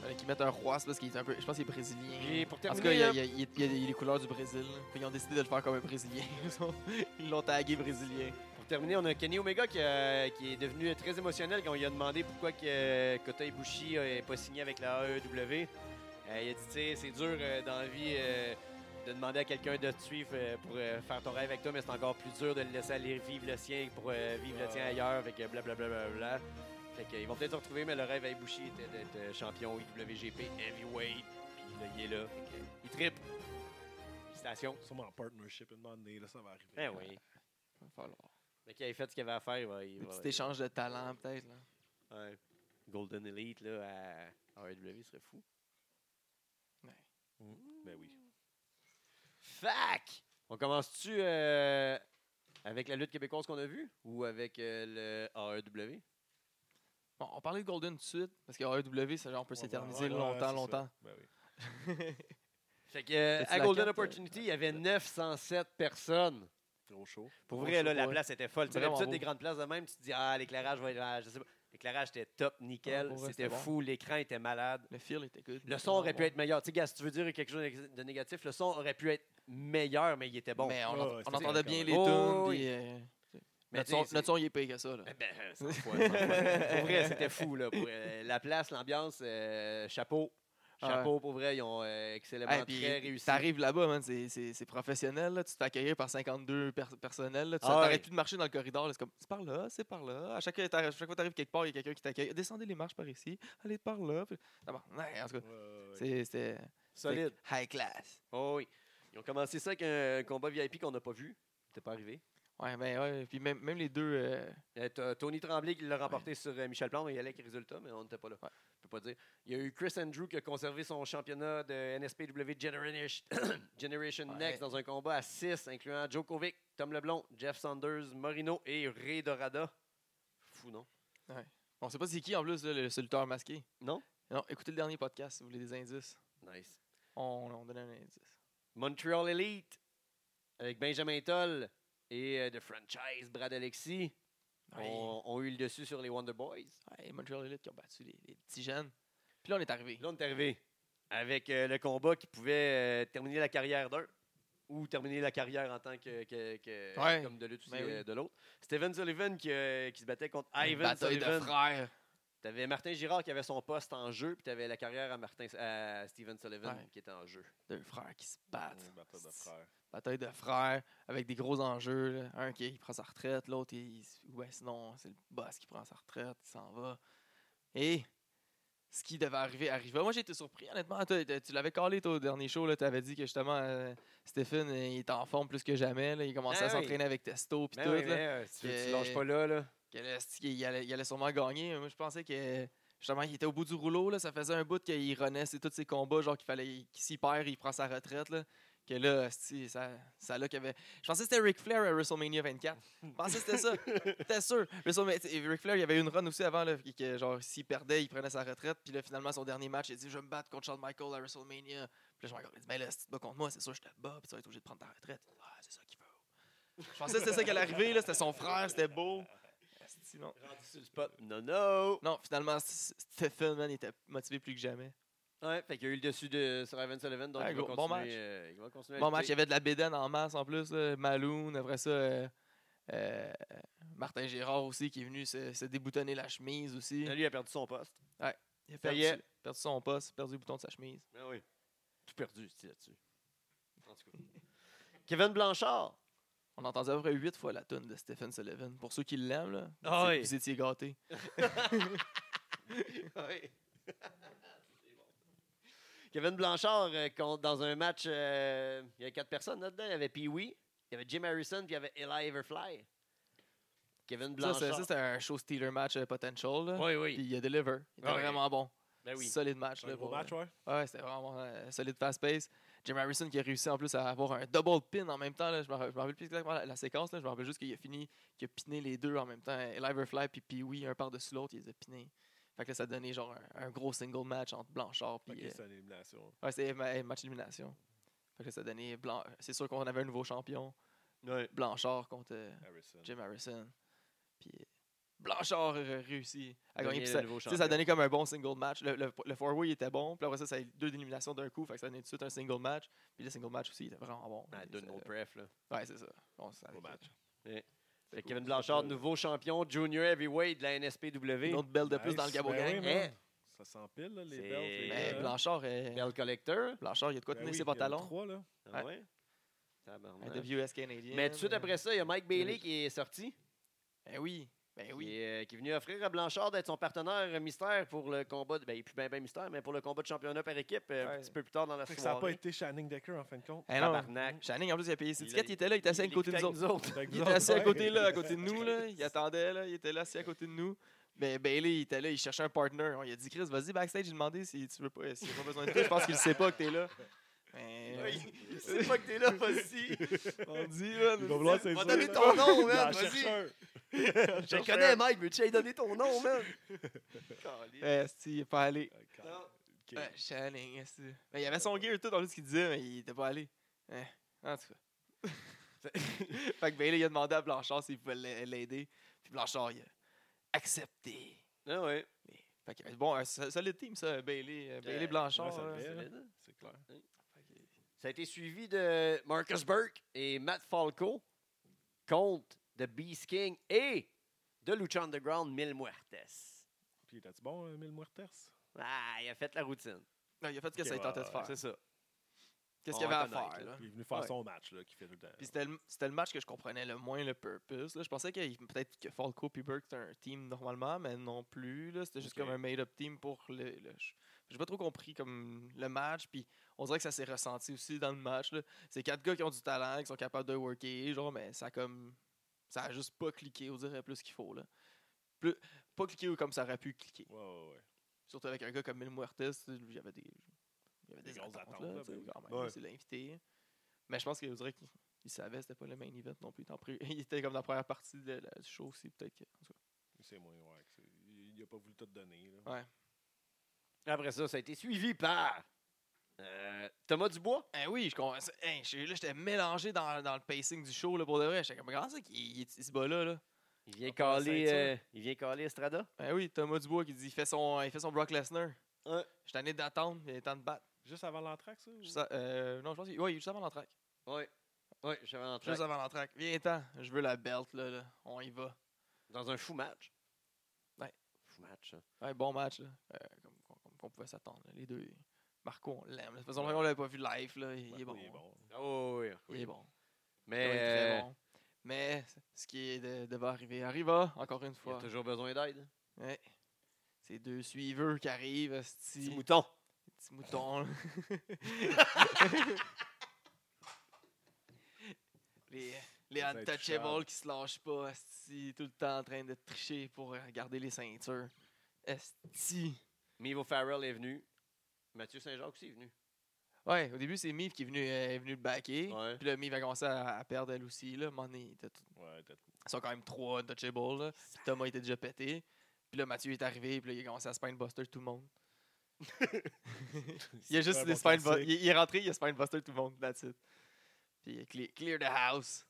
[SPEAKER 2] Fallait qu'ils mettent un roi, c'est parce qu'il est un peu. Je pense qu'il est brésilien.
[SPEAKER 1] Puis pour
[SPEAKER 2] en tout cas, il y
[SPEAKER 1] terminer,
[SPEAKER 2] a,
[SPEAKER 1] hein,
[SPEAKER 2] il y a- il y a- il y a les couleurs du Brésil. là. Fait qu'ils ont décidé de le faire comme un brésilien. Ils ont- Ils l'ont tagué brésilien.
[SPEAKER 1] pour Pour terminer, on a Kenny Omega qui, a- qui est devenu très émotionnel quand on lui a demandé pourquoi que euh, Kota Ibushi n'est pas signé avec la AEW. Euh, il a dit, tu sais, c'est dur euh, dans la vie euh, de demander à quelqu'un de te suivre euh, pour euh, faire ton rêve avec toi, mais c'est encore plus dur de le laisser aller vivre le sien pour euh, vivre le tien ailleurs, avec blablabla. Fait qu'ils vont peut-être se retrouver, mais le rêve à Ibushi était d'être euh, champion IWGP Heavyweight. Puis là, il est là. Fait que, euh, il trippe. Félicitations.
[SPEAKER 3] Sûrement en partnership, une moment donné, là, ça va arriver.
[SPEAKER 1] Ben oui.
[SPEAKER 2] va falloir.
[SPEAKER 1] Mais qu'il avait fait ce qu'il avait à faire, il va- il
[SPEAKER 2] Un
[SPEAKER 1] va-
[SPEAKER 2] petit échange de talent, peut-être. là.
[SPEAKER 1] Ouais. Golden Elite là, à AEW serait fou.
[SPEAKER 3] Ben oui.
[SPEAKER 1] Fac! On commence-tu euh, avec la lutte québécoise qu'on a vue ou avec euh, le AEW?
[SPEAKER 2] Bon, on parlait de Golden tout de suite, parce que AEW, ça, genre, on peut
[SPEAKER 3] Ouais, ouais,
[SPEAKER 2] s'éterniser
[SPEAKER 3] ouais, c'est
[SPEAKER 2] longtemps,
[SPEAKER 3] ça.
[SPEAKER 2] longtemps.
[SPEAKER 3] Ben oui.
[SPEAKER 1] Fait que, euh,
[SPEAKER 2] T'as-tu
[SPEAKER 1] à
[SPEAKER 2] la
[SPEAKER 1] Golden
[SPEAKER 2] carte, euh?
[SPEAKER 1] Opportunity, il y avait 907 personnes.
[SPEAKER 3] Gros show.
[SPEAKER 1] Pour
[SPEAKER 2] Gros
[SPEAKER 1] vrai, là,
[SPEAKER 2] show,
[SPEAKER 1] la
[SPEAKER 2] ouais.
[SPEAKER 1] place était folle. Tu sais,
[SPEAKER 2] Vraiment
[SPEAKER 1] d'habitude, des
[SPEAKER 2] beau.
[SPEAKER 1] grandes places de même, tu te dis, ah, l'éclairage va être. ah, je sais pas. L'éclairage était top,
[SPEAKER 2] Ah,
[SPEAKER 1] nickel.
[SPEAKER 2] pour vrai,
[SPEAKER 1] c'était
[SPEAKER 2] c'était bon.
[SPEAKER 1] fou, l'écran était malade.
[SPEAKER 2] Le feel était good.
[SPEAKER 1] Le son aurait pu être meilleur. Tu sais, gars, si tu veux dire quelque chose de négatif, le son aurait pu être meilleur, mais il était bon.
[SPEAKER 2] Mais on,
[SPEAKER 3] Ouais,
[SPEAKER 2] ent-
[SPEAKER 3] ouais,
[SPEAKER 2] on
[SPEAKER 3] c'était
[SPEAKER 2] entendait
[SPEAKER 3] quand
[SPEAKER 2] bien
[SPEAKER 3] même.
[SPEAKER 2] les
[SPEAKER 1] Oh,
[SPEAKER 2] tunes,
[SPEAKER 1] oui.
[SPEAKER 2] puis, euh,
[SPEAKER 1] Mais
[SPEAKER 2] notre,
[SPEAKER 1] tu sais,
[SPEAKER 2] son,
[SPEAKER 1] c'est-
[SPEAKER 2] notre son, il est pire que ça. Là.
[SPEAKER 1] Eh Ben, cent fois, cent fois. pour vrai, c'était fou. Là, pour, euh, la place, l'ambiance, euh, chapeau. Chapeau, pour vrai, ils ont euh, excellemment
[SPEAKER 2] Hey, puis
[SPEAKER 1] très réussi.
[SPEAKER 2] T'arrives là-bas, man, c'est- c'est c'est professionnel. là, Tu te fais accueillir par 52 pers- personnels. là, Tu
[SPEAKER 1] Ah ouais.
[SPEAKER 2] t'arrêtes plus de marcher dans le corridor. là, C'est comme, c'est par là, c'est par là. À chaque, fois que t'arri- chaque fois que t'arrives quelque part, il y a quelqu'un qui t'accueille. Descendez les marches par ici, allez par là. puis- Ah bon, ouais, en tout cas,
[SPEAKER 3] Ouais, ouais, ouais.
[SPEAKER 2] c'est- c'était
[SPEAKER 1] Solide.
[SPEAKER 2] c'était high class.
[SPEAKER 1] Oh oui. Ils ont commencé ça avec un combat VIP qu'on n'a pas vu. C'était pas arrivé.
[SPEAKER 2] Ouais, ben ouais. Puis même, même les deux. euh,
[SPEAKER 1] Euh, t'as Tony Tremblay qui l'a remporté sur euh, Michel Plante. Il allait avec le résultat, mais on n'était pas là.
[SPEAKER 2] Ouais.
[SPEAKER 1] Je peux pas dire. Il y a eu Chris Andrew qui a conservé son championnat de NSPW Generation, Generation
[SPEAKER 2] Ouais.
[SPEAKER 1] Next dans un combat à 6, incluant Joe Kovic, Tom Leblon, Jeff Sanders, Morino et Ray Dorada. Fou, non?
[SPEAKER 2] on sait pas c'est qui en plus, là, le ce lutteur masqué.
[SPEAKER 1] Non?
[SPEAKER 2] Non, écoutez le dernier podcast si vous voulez des indices.
[SPEAKER 1] Nice.
[SPEAKER 2] On, on donnait un indice.
[SPEAKER 1] Montreal Elite avec Benjamin Toll et euh, The Franchise Brad Alexis ont, ont eu le dessus sur les Wonder Boys.
[SPEAKER 2] Ouais, Montreal Elite qui ont battu les, les petits jeunes. Puis là, on est arrivé.
[SPEAKER 1] Là, on est arrivé avec euh, le combat qui pouvait euh, terminer la carrière d'un ou terminer la carrière en tant que, que- que-
[SPEAKER 2] Ouais.
[SPEAKER 1] comme de l'autre aussi,
[SPEAKER 2] Ben oui.
[SPEAKER 1] euh, de l'autre. Steven Sullivan qui, euh, qui se battait contre
[SPEAKER 2] Une
[SPEAKER 1] Ivan
[SPEAKER 2] bataille de
[SPEAKER 1] Sullivan.
[SPEAKER 2] frères.
[SPEAKER 1] T'avais Martin Girard qui avait son poste en jeu, puis t'avais la carrière à Martin à Steven Sullivan
[SPEAKER 2] Ouais.
[SPEAKER 1] qui était en jeu.
[SPEAKER 2] Deux frères qui se battent.
[SPEAKER 3] Ouais, bataille de frères.
[SPEAKER 2] Bataille de frères avec des gros enjeux. là. Un qui il prend sa retraite, l'autre, il, il- ouais, sinon, c'est le boss qui prend sa retraite, il s'en va. Et ce qui devait arriver arriva. Moi, j'ai été surpris, honnêtement. Toi, t- tu l'avais calé, toi, au dernier show. Tu avais dit que justement, euh, Stephen, euh, il est en forme plus que jamais. là. Il commençait
[SPEAKER 1] Ah
[SPEAKER 2] à
[SPEAKER 1] oui.
[SPEAKER 2] s'entraîner avec Testo. Puis
[SPEAKER 1] Mais
[SPEAKER 2] tout.
[SPEAKER 1] oui,
[SPEAKER 2] là.
[SPEAKER 1] mais, euh, si tu, veux, tu
[SPEAKER 2] que-
[SPEAKER 1] lâches pas là, là.
[SPEAKER 2] que là, c'est-tu qu'il allait, il allait sûrement gagner. Moi, je pensais que justement, il était au bout du rouleau. Là, ça faisait un bout qu'il renaissait tous ses combats, genre qu'il fallait qu'il s'y perd, il prend sa retraite. Là. Que là, c'est-tu, ça, ça là qu'il avait. Je pensais que c'était Ric Flair à WrestleMania 24. Je pensais que c'était ça. C'était sûr. WrestleMania- tu sais, Ric Flair, il y avait eu une run aussi avant, là, qui- que genre, s'il perdait, il prenait sa retraite. Puis là, finalement, son dernier match, il a dit Je vais me battre contre Shawn Michael à WrestleMania. Puis là, je me dit Ben là, si tu te bats contre moi, c'est sûr, je te bats, puis tu vas être obligé de prendre ta retraite. Ah, c'est ça qu'il veut. Je pensais que c'était ça qui allait arriver, là. C'était son frère, c'était beau. Asti, non.
[SPEAKER 1] Rendu sur le spot. Non, non!
[SPEAKER 2] Non, finalement, S- S- Stephen, man, il était motivé plus que jamais.
[SPEAKER 1] Ouais, fait qu'il y a eu le dessus de sur Ivan Sullivan, donc
[SPEAKER 2] Ouais,
[SPEAKER 1] il, va
[SPEAKER 2] gros-
[SPEAKER 1] continuer,
[SPEAKER 2] bon match.
[SPEAKER 1] euh, il va continuer à
[SPEAKER 2] Bon
[SPEAKER 1] lutter.
[SPEAKER 2] match, il y avait de la bédaine en masse en plus. là. Maloon, après ça, euh, euh, Martin Gérard aussi qui est venu se, se déboutonner la chemise aussi.
[SPEAKER 1] Là, lui, il a perdu son poste.
[SPEAKER 2] Il a
[SPEAKER 1] ça y
[SPEAKER 2] perdu,
[SPEAKER 1] est.
[SPEAKER 2] perdu son poste, perdu le bouton de sa chemise.
[SPEAKER 1] Ah oui. Tout perdu, c'est là-dessus. En tout cas. Kevin Blanchard.
[SPEAKER 2] On a entendu à peu près huit fois la tonne de Stephen Sullivan. Pour ceux qui l'aiment, là,
[SPEAKER 1] Ah
[SPEAKER 2] vous,
[SPEAKER 1] oui.
[SPEAKER 2] vous étiez gâtés.
[SPEAKER 1] oui. Kevin Blanchard, euh, contre- dans un match, euh, il y avait quatre personnes là-dedans. Il y avait Pee-Wee, il y avait Jim Harrison, puis il y avait Eli Everfly. Kevin
[SPEAKER 2] Ça,
[SPEAKER 1] Blanchard.
[SPEAKER 2] c'est- ça, c'était un show stealer match euh, potential. là.
[SPEAKER 1] oui,
[SPEAKER 2] Puis
[SPEAKER 1] oui.
[SPEAKER 2] il a deliver. Il était
[SPEAKER 1] Ah oui.
[SPEAKER 2] vraiment bon.
[SPEAKER 1] Ben oui.
[SPEAKER 2] Solide match.
[SPEAKER 3] Un
[SPEAKER 2] là,
[SPEAKER 3] gros
[SPEAKER 2] pour,
[SPEAKER 3] match, ouais.
[SPEAKER 2] Ouais, c'était vraiment euh, solide fast pace. Jim Harrison qui a réussi en plus à avoir un double pin en même temps. Là. Je me ra- je me rappelle plus exactement la, la séquence. Là. Je me rappelle juste qu'il a fini, qu'il a piné les deux en même temps. Liverfly puis Pee-Wee, un par-dessus l'autre, il les a pinés. Fait que là, ça donnait genre un, un gros single match entre Blanchard puis.
[SPEAKER 3] Ok,
[SPEAKER 2] euh,
[SPEAKER 3] c'est une élimination.
[SPEAKER 2] ouais, c'était ma- match élimination. Fait que là, ça donnait. Blan- C'est sûr qu'on avait un nouveau champion.
[SPEAKER 1] Ouais.
[SPEAKER 2] Blanchard contre euh,
[SPEAKER 3] Harrison.
[SPEAKER 2] Jim Harrison. Puis euh, Blanchard a réussi à
[SPEAKER 1] Donner
[SPEAKER 2] gagner. Puis
[SPEAKER 1] le
[SPEAKER 2] ça,
[SPEAKER 1] nouveau
[SPEAKER 2] tu sais, ça a donné comme un bon single match. Le, le, le four-way était bon. Puis après ça, ça a eu deux éliminations d'un coup. Fait que ça a donné tout de suite un single match. Puis le single match aussi, il était vraiment bon.
[SPEAKER 1] Ah,
[SPEAKER 2] Puis
[SPEAKER 1] Donald
[SPEAKER 2] ça-
[SPEAKER 1] Pref, là.
[SPEAKER 2] ouais, c'est ça. Bon, ça-
[SPEAKER 3] Gros match.
[SPEAKER 1] Ouais. Fait que Kevin Blanchard, nouveau champion junior heavyweight de la
[SPEAKER 2] Une
[SPEAKER 1] NSPW.
[SPEAKER 2] autre belle de plus
[SPEAKER 3] Nice.
[SPEAKER 2] dans le Gabo
[SPEAKER 3] Ben oui,
[SPEAKER 2] Gang.
[SPEAKER 3] man.
[SPEAKER 1] Hein?
[SPEAKER 3] Ça s'empile, là, les Ben
[SPEAKER 1] C'est-
[SPEAKER 3] belts.
[SPEAKER 1] Ben,
[SPEAKER 2] Ben, Blanchard, euh,
[SPEAKER 1] Bell Collector.
[SPEAKER 2] Blanchard, il y a de quoi tenir ses pantalons.
[SPEAKER 3] Trois, là.
[SPEAKER 1] Ah ouais? Tabarnak.
[SPEAKER 2] Un WS canadien.
[SPEAKER 1] Mais tout de suite après ça, il y a Mike Bailey qui est sorti.
[SPEAKER 2] Ben oui. Ben oui.
[SPEAKER 1] Qui, est, euh, qui est venu offrir à Blanchard d'être son partenaire euh, mystère pour le combat. De, ben, il est plus bien ben mystère, mais pour le combat de championnat par équipe euh,
[SPEAKER 2] Ouais.
[SPEAKER 1] un petit peu plus tard dans la
[SPEAKER 3] Fait
[SPEAKER 1] soirée.
[SPEAKER 3] que ça n'a pas été Shanning Decker, en fin de compte.
[SPEAKER 2] Eh non.
[SPEAKER 1] Tabarnak.
[SPEAKER 2] Channing, en plus, il a payé ses
[SPEAKER 1] Il
[SPEAKER 2] tickets.
[SPEAKER 1] a-
[SPEAKER 2] Il était là, il était assis à côté de
[SPEAKER 1] de
[SPEAKER 2] nous autres.
[SPEAKER 3] Fait que
[SPEAKER 2] Il
[SPEAKER 3] vous
[SPEAKER 2] était assis à
[SPEAKER 3] autres,
[SPEAKER 2] côté
[SPEAKER 3] ouais.
[SPEAKER 2] là, à côté de nous, là. Il attendait, là. Il était là, assis à côté de nous. Mais Bailey, il était là, il cherchait un partner. On lui a dit, Chris, vas-y backstage, il demandait si tu veux pas, s'il a pas besoin de toi. Je pense qu'il sait pas que t'es là. Mais,
[SPEAKER 1] Ouais, il- il sait pas que t'es là, vas-y.
[SPEAKER 2] on dit, là.
[SPEAKER 3] Il va vouloir
[SPEAKER 2] on
[SPEAKER 3] s'insérer,
[SPEAKER 2] va donner
[SPEAKER 3] là.
[SPEAKER 2] ton nom, man,
[SPEAKER 3] La
[SPEAKER 2] vas-y.
[SPEAKER 3] chercheur.
[SPEAKER 1] Je le connais, Mike, mais tu as donné ton nom, man.
[SPEAKER 2] Eh, si, il est pas allé.
[SPEAKER 1] Non.
[SPEAKER 3] Ok.
[SPEAKER 2] Ouais, Channing, est-ce que- Mais il avait son gear et tout, en plus, ce qu'il disait, mais il était pas allé. Eh, en tout cas. fait que Bailey, il a demandé à Blanchard s'il pouvait l'a- l'aider. Puis Blanchard, il a accepté.
[SPEAKER 1] Ah ouais.
[SPEAKER 2] Mais, fait que, bon, un sol- solide team, ça, Bailey, euh, Bailey
[SPEAKER 1] Ouais,
[SPEAKER 2] Blanchard.
[SPEAKER 3] ça
[SPEAKER 2] là.
[SPEAKER 3] devait.
[SPEAKER 1] C'est clair. Ça a été suivi de Marcus Burke et Matt Falco contre The Beast King et de Lucha Underground Mil Muertes.
[SPEAKER 3] Puis, t'as-tu bon, euh, Mil Muertes?
[SPEAKER 1] Ah, il a fait la routine.
[SPEAKER 2] Non, il a fait ce que
[SPEAKER 3] Ok,
[SPEAKER 2] ça il
[SPEAKER 3] ouais,
[SPEAKER 2] tentait de
[SPEAKER 3] ouais,
[SPEAKER 2] faire.
[SPEAKER 1] C'est ça.
[SPEAKER 2] Qu'est-ce
[SPEAKER 1] On
[SPEAKER 2] qu'il y avait à
[SPEAKER 1] va être
[SPEAKER 2] faire,
[SPEAKER 1] honnête,
[SPEAKER 2] là.
[SPEAKER 3] Il est venu faire
[SPEAKER 2] Ouais.
[SPEAKER 3] son match, là, qui fait tout le temps.
[SPEAKER 1] euh.
[SPEAKER 2] Puis c'était le, c'était le match que je comprenais le moins le purpose. là. Je pensais que il- peut-être que Falco et Burke c'était un team normalement, mais non plus. là. C'était juste
[SPEAKER 3] Ok.
[SPEAKER 2] comme un made-up team pour le. le je- j'ai pas trop compris comme le match, puis on dirait que ça s'est ressenti aussi dans le match. là. C'est quatre gars qui ont du talent, qui sont capables de worker, genre, mais ça a comme. Ça a juste pas cliqué, on dirait plus qu'il faut. Là. Plus, pas cliqué comme ça aurait pu cliquer.
[SPEAKER 3] Ouais, ouais, ouais.
[SPEAKER 2] Surtout avec un gars comme Mil Muertes, lui, il y avait des, il y avait
[SPEAKER 3] Des
[SPEAKER 2] des,
[SPEAKER 3] grosses
[SPEAKER 2] attentes,
[SPEAKER 3] attentes,
[SPEAKER 2] là,
[SPEAKER 3] là,
[SPEAKER 2] tu
[SPEAKER 3] ben
[SPEAKER 2] sais,
[SPEAKER 3] oui.
[SPEAKER 2] quand même, là,
[SPEAKER 3] Ouais.
[SPEAKER 2] c'est l'invité. Mais je pense qu'il dirait qu'il il savait que c'était pas le main event non plus. Il était en pré- Il était comme dans la première partie de la- du show aussi, peut-être. que- en tout cas.
[SPEAKER 3] C'est moins, ouais. que c'est- Il n'a pas voulu tout donner, là.
[SPEAKER 1] Après ça, ça a été suivi par euh, Thomas Dubois.
[SPEAKER 2] Eh oui, je comprends. ça. Hey, je- là, j'étais mélangé dans, dans le pacing du show là, pour de vrai. J'étais comme, comment ça qu'il il, il se bat là, là?
[SPEAKER 1] Il vient
[SPEAKER 2] Ah, pour la
[SPEAKER 1] caler,
[SPEAKER 2] ceinture.
[SPEAKER 1] euh, il vient caler Estrada.
[SPEAKER 2] Eh oui, Thomas Dubois qui dit il fait son, il fait son Brock Lesnar.
[SPEAKER 1] Ouais.
[SPEAKER 2] Je suis tanné d'attendre, il est temps de battre.
[SPEAKER 3] Juste avant l'entraque, ça? ou-
[SPEAKER 2] Juste à- euh, non, je pense qu'il ouais, il est juste avant l'entraque.
[SPEAKER 1] Oui. Oui, je vais entrer
[SPEAKER 2] Juste avant l'entraque. Viens, temps, je veux la belt, là, là. On y va.
[SPEAKER 1] dans un fou match.
[SPEAKER 2] Ouais.
[SPEAKER 1] Fou match. hein.
[SPEAKER 2] Un bon match, là. Euh, comme, comme- comme on pouvait s'attendre. là. Les deux. Marco, on l'aime. là. De toute façon, on l'avait pas vu live. Là. Il,
[SPEAKER 3] Marco,
[SPEAKER 2] est bon, hein.
[SPEAKER 3] Il est bon.
[SPEAKER 1] Ah oui, oui,
[SPEAKER 2] Il
[SPEAKER 1] oui.
[SPEAKER 2] est bon. Il
[SPEAKER 1] Mais
[SPEAKER 2] est
[SPEAKER 1] euh,
[SPEAKER 2] très bon. Mais ce qui est de, devait arriver arriva, encore une
[SPEAKER 1] il a
[SPEAKER 2] fois.
[SPEAKER 1] toujours besoin d'aide.
[SPEAKER 2] Ouais. Ces deux suiveurs qui arrivent,
[SPEAKER 1] Petit
[SPEAKER 2] petit,
[SPEAKER 1] mouton.
[SPEAKER 2] petit mouton. là. les les
[SPEAKER 3] Les
[SPEAKER 2] untouchables
[SPEAKER 3] intouchables.
[SPEAKER 2] qui se lâchent pas, esti, tout le temps en train de tricher pour euh, garder les ceintures. Esti.
[SPEAKER 1] Mivo Farrell est venu. Mathieu Saint-Jacques aussi est venu.
[SPEAKER 2] Ouais, au début, c'est Miv qui est venu, euh, est venu le backer.
[SPEAKER 1] Ouais.
[SPEAKER 2] Puis là, Miv a commencé à, à perdre elle aussi. Là. À un moment donné, il était tout-
[SPEAKER 3] Ouais, t'as-
[SPEAKER 2] ils sont quand même trois untouchables. Là. Puis Thomas était déjà pété. Puis là, Mathieu est arrivé. Puis là, il a commencé à spinebuster tout le monde. il a
[SPEAKER 3] pas
[SPEAKER 2] juste
[SPEAKER 3] un
[SPEAKER 2] des
[SPEAKER 3] bon
[SPEAKER 2] spinebuster.
[SPEAKER 3] classique.
[SPEAKER 2] Il, il est rentré, il a spinebuster tout le monde. That's it. Puis il a clear, clear the house.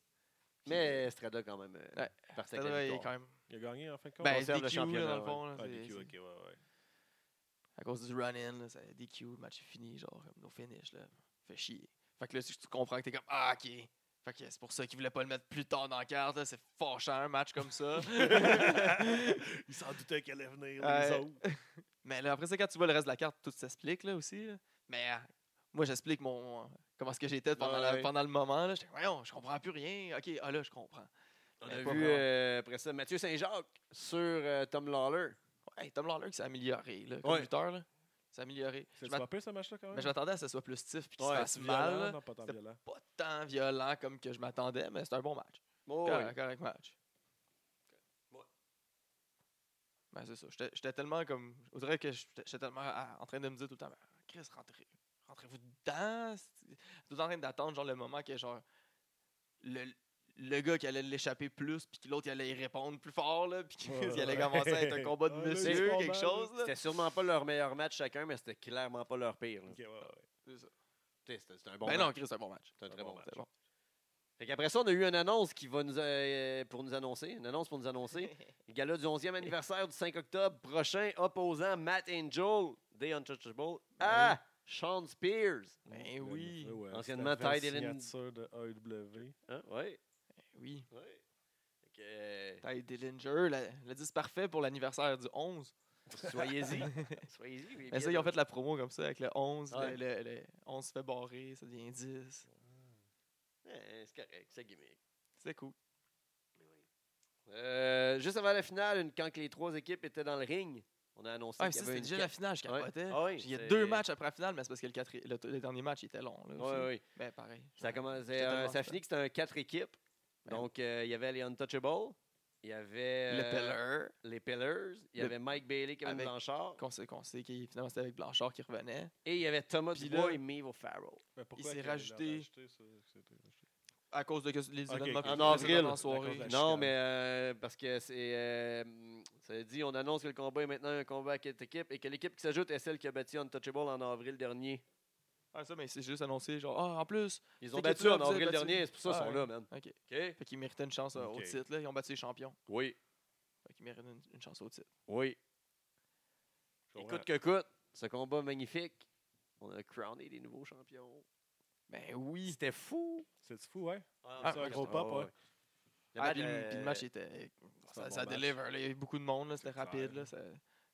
[SPEAKER 1] Mais Estrada quand même. euh,
[SPEAKER 2] Ouais.
[SPEAKER 1] par sa
[SPEAKER 2] C'est vrai, il est
[SPEAKER 1] victoire.
[SPEAKER 2] quand même.
[SPEAKER 3] Il a gagné, en fin de compte?
[SPEAKER 2] Ben, DQ,
[SPEAKER 1] conserve le
[SPEAKER 2] là,
[SPEAKER 1] championnat,
[SPEAKER 2] dans le
[SPEAKER 1] ouais.
[SPEAKER 2] fond. là,
[SPEAKER 3] Ah,
[SPEAKER 2] c'est-
[SPEAKER 3] DQ,
[SPEAKER 2] c'est-
[SPEAKER 3] ok, ouais, ouais.
[SPEAKER 2] À cause du run-in, là, ça- DQ, le match est fini, genre, comme no finish, là. Fait chier. Fait que là, tu tu comprends que t'es comme, ah, ok. Fait que c'est pour ça qu'ils voulaient pas le mettre plus tard dans la carte, là. C'est fâchant, un match comme ça.
[SPEAKER 3] Il s'en doutait qu'elle allait venir,
[SPEAKER 2] Ouais.
[SPEAKER 3] les autres.
[SPEAKER 2] Mais là, après ça, quand tu vois le reste de la carte, tout s'explique, là, aussi. là. Mais euh, moi, j'explique mon. euh, Comment est-ce que j'étais pendant, la-
[SPEAKER 1] Ouais.
[SPEAKER 2] pendant le moment, là. J'étais, voyons, je comprends plus rien. Ok, ah, là, je comprends.
[SPEAKER 1] On
[SPEAKER 2] Mais
[SPEAKER 1] a
[SPEAKER 2] pas
[SPEAKER 1] vu
[SPEAKER 2] vraiment.
[SPEAKER 1] euh, après ça Mathieu Saint-Jacques sur euh, Tom Lawler.
[SPEAKER 2] Ouais, Tom Lawler qui s'est amélioré, là, comme
[SPEAKER 1] Ouais.
[SPEAKER 2] lutteur, là. Il s'est amélioré. Je
[SPEAKER 3] C'est
[SPEAKER 2] m'att-
[SPEAKER 3] pas pire, ce match-là, quand même?
[SPEAKER 2] Mais je m'attendais à ce que ce soit plus stiff puis qu'il
[SPEAKER 1] Ouais, hein.
[SPEAKER 2] se
[SPEAKER 3] C'est
[SPEAKER 2] fasse
[SPEAKER 3] violent,
[SPEAKER 2] mal. là.
[SPEAKER 3] Non, pas tant
[SPEAKER 2] C'était-
[SPEAKER 3] violent.
[SPEAKER 2] Pas tant violent comme que je m'attendais, mais c'est un bon match.
[SPEAKER 1] Oh,
[SPEAKER 2] Correct,
[SPEAKER 1] oui.
[SPEAKER 2] correct match.
[SPEAKER 1] Ouais.
[SPEAKER 2] Ben, c'est ça. J'étais- J'étais tellement comme. On dirait que j'étais j'étais tellement à- en train de me dire tout le temps, Ben, Chris, rentrez, rentrez-vous dedans. c'est- Tout en train d'attendre genre le moment que genre le, le gars qui allait l'échapper plus, puis que l'autre il allait y répondre plus fort, là, puis qu'il
[SPEAKER 3] Ouais,
[SPEAKER 2] allait
[SPEAKER 3] ouais.
[SPEAKER 2] commencer à être un combat de
[SPEAKER 3] Ah, là, il se
[SPEAKER 2] monsieur,
[SPEAKER 3] prend
[SPEAKER 2] quelque
[SPEAKER 3] mal,
[SPEAKER 2] chose. là.
[SPEAKER 1] C'était sûrement pas leur meilleur match chacun, mais c'était clairement pas leur pire. là.
[SPEAKER 3] Ok, ouais, ouais.
[SPEAKER 2] C'est ça.
[SPEAKER 1] T'sais, C'était c'était un bon
[SPEAKER 2] ben non,
[SPEAKER 1] match.
[SPEAKER 2] Chris, c'est un bon match.
[SPEAKER 1] C'était un très bon match.
[SPEAKER 2] C'est bon.
[SPEAKER 1] Fait qu'après ça, on a eu une annonce qui va nous, euh, pour nous annoncer. Une annonce pour nous annoncer. Le gala du 11e anniversaire du 5 octobre prochain, opposant Matt Angel, des Untouchables, à Sean Spears.
[SPEAKER 2] Ben oui.
[SPEAKER 3] Le- ouais,
[SPEAKER 1] Anciennement,
[SPEAKER 3] c'était la
[SPEAKER 1] Ty Dillon.
[SPEAKER 3] signature de AEW.
[SPEAKER 1] Hein? Ouais.
[SPEAKER 2] Oui.
[SPEAKER 1] ouais. que, euh,
[SPEAKER 2] Ty Dillinger, la- le 10 parfait pour l'anniversaire du 11.
[SPEAKER 1] soyez-y. soyez-y. oui,
[SPEAKER 2] Mais
[SPEAKER 1] bien
[SPEAKER 2] ça, ils ont
[SPEAKER 1] sûr.
[SPEAKER 2] fait la promo comme ça avec le 11. le-
[SPEAKER 1] Ouais.
[SPEAKER 2] Le, le 11 se fait barrer, ça devient 10.
[SPEAKER 1] Eh, c'est correct, c'est gimmick. Ben
[SPEAKER 2] C'est cool.
[SPEAKER 1] Euh, juste avant la finale, une- quand que les trois équipes étaient dans le ring, on a annoncé
[SPEAKER 2] Ah, mais
[SPEAKER 1] qu'il
[SPEAKER 2] ça,
[SPEAKER 1] y avait
[SPEAKER 2] c'était
[SPEAKER 1] une
[SPEAKER 2] déjà la finale, je capotais.
[SPEAKER 1] Ah oui,
[SPEAKER 2] Il y a
[SPEAKER 1] c'est-
[SPEAKER 2] deux matchs après la finale, mais c'est parce que le, quatri- le, le dernier match il était long. Là, aussi.
[SPEAKER 1] Oui, oui.
[SPEAKER 2] Ben, pareil.
[SPEAKER 1] Ça a,
[SPEAKER 2] J'étais
[SPEAKER 1] commencé, euh,
[SPEAKER 2] tellement
[SPEAKER 1] ça a
[SPEAKER 2] fier.
[SPEAKER 1] fini que c'était un quatre équipes.
[SPEAKER 2] Ben
[SPEAKER 1] Donc, euh, il y avait les Untouchables, il y avait
[SPEAKER 2] Le
[SPEAKER 1] euh,
[SPEAKER 2] Peller,
[SPEAKER 1] les Pillars, il y
[SPEAKER 2] Le-
[SPEAKER 1] avait Mike Bailey, Kevin
[SPEAKER 2] Avec-
[SPEAKER 1] Blanchard,
[SPEAKER 2] qu'on sait, qu'on sait qu'il finalement c'était avec Blanchard qui revenait.
[SPEAKER 1] et il y avait Thomas
[SPEAKER 2] Puis
[SPEAKER 1] Dubois
[SPEAKER 2] là-
[SPEAKER 1] et Mavel Farrell.
[SPEAKER 3] Mais
[SPEAKER 2] s'est
[SPEAKER 3] qu'elle l'a
[SPEAKER 2] rajouté-
[SPEAKER 3] rajouté, ça, que c'était rajouté?
[SPEAKER 2] À cause de que- les
[SPEAKER 3] Ok,
[SPEAKER 2] événements
[SPEAKER 3] ok.
[SPEAKER 2] que-
[SPEAKER 1] En
[SPEAKER 2] les événements
[SPEAKER 1] avril.
[SPEAKER 2] dans la
[SPEAKER 3] À cause de
[SPEAKER 2] soirée.
[SPEAKER 3] la
[SPEAKER 1] Non,
[SPEAKER 3] chicane.
[SPEAKER 1] mais euh, parce que c'est. euh, ça dit, on annonce que le combat est maintenant un combat à quatre équipes et que l'équipe qui s'ajoute est celle qui a battu Untouchable en avril dernier.
[SPEAKER 2] Ah, ça, mais c'est juste annoncé, genre, ah, en plus.
[SPEAKER 1] Ils
[SPEAKER 2] Cette
[SPEAKER 1] ont battu
[SPEAKER 2] équipe-là,
[SPEAKER 1] en
[SPEAKER 2] vous avez
[SPEAKER 1] avril
[SPEAKER 2] battu.
[SPEAKER 1] dernier, c'est pour ça qu'ils
[SPEAKER 2] Ah,
[SPEAKER 1] sont
[SPEAKER 2] ouais.
[SPEAKER 1] là, man.
[SPEAKER 2] OK.
[SPEAKER 1] OK?
[SPEAKER 2] Fait qu'ils méritaient une chance euh, au
[SPEAKER 3] Ok.
[SPEAKER 2] titre, là. Ils ont battu les champions.
[SPEAKER 1] Oui,
[SPEAKER 2] Fait qu'ils méritent une, une chance au titre.
[SPEAKER 1] oui.
[SPEAKER 3] Je comprends.
[SPEAKER 1] Écoute que coûte, ce combat magnifique, on a crowné des nouveaux champions.
[SPEAKER 2] Ben oui.
[SPEAKER 1] C'était fou.
[SPEAKER 3] C'est fou, ouais?
[SPEAKER 2] Ah,
[SPEAKER 3] c'est un gros pop, ouais.
[SPEAKER 1] Le
[SPEAKER 2] Ah,
[SPEAKER 1] match,
[SPEAKER 2] puis, le-
[SPEAKER 1] euh,
[SPEAKER 2] puis le match était. Ça,
[SPEAKER 3] un bon
[SPEAKER 2] ça
[SPEAKER 3] match.
[SPEAKER 2] deliver. là. Il y avait beaucoup de monde, là, c'était
[SPEAKER 3] C'est clair,
[SPEAKER 2] rapide.
[SPEAKER 3] là.
[SPEAKER 2] Là, ça-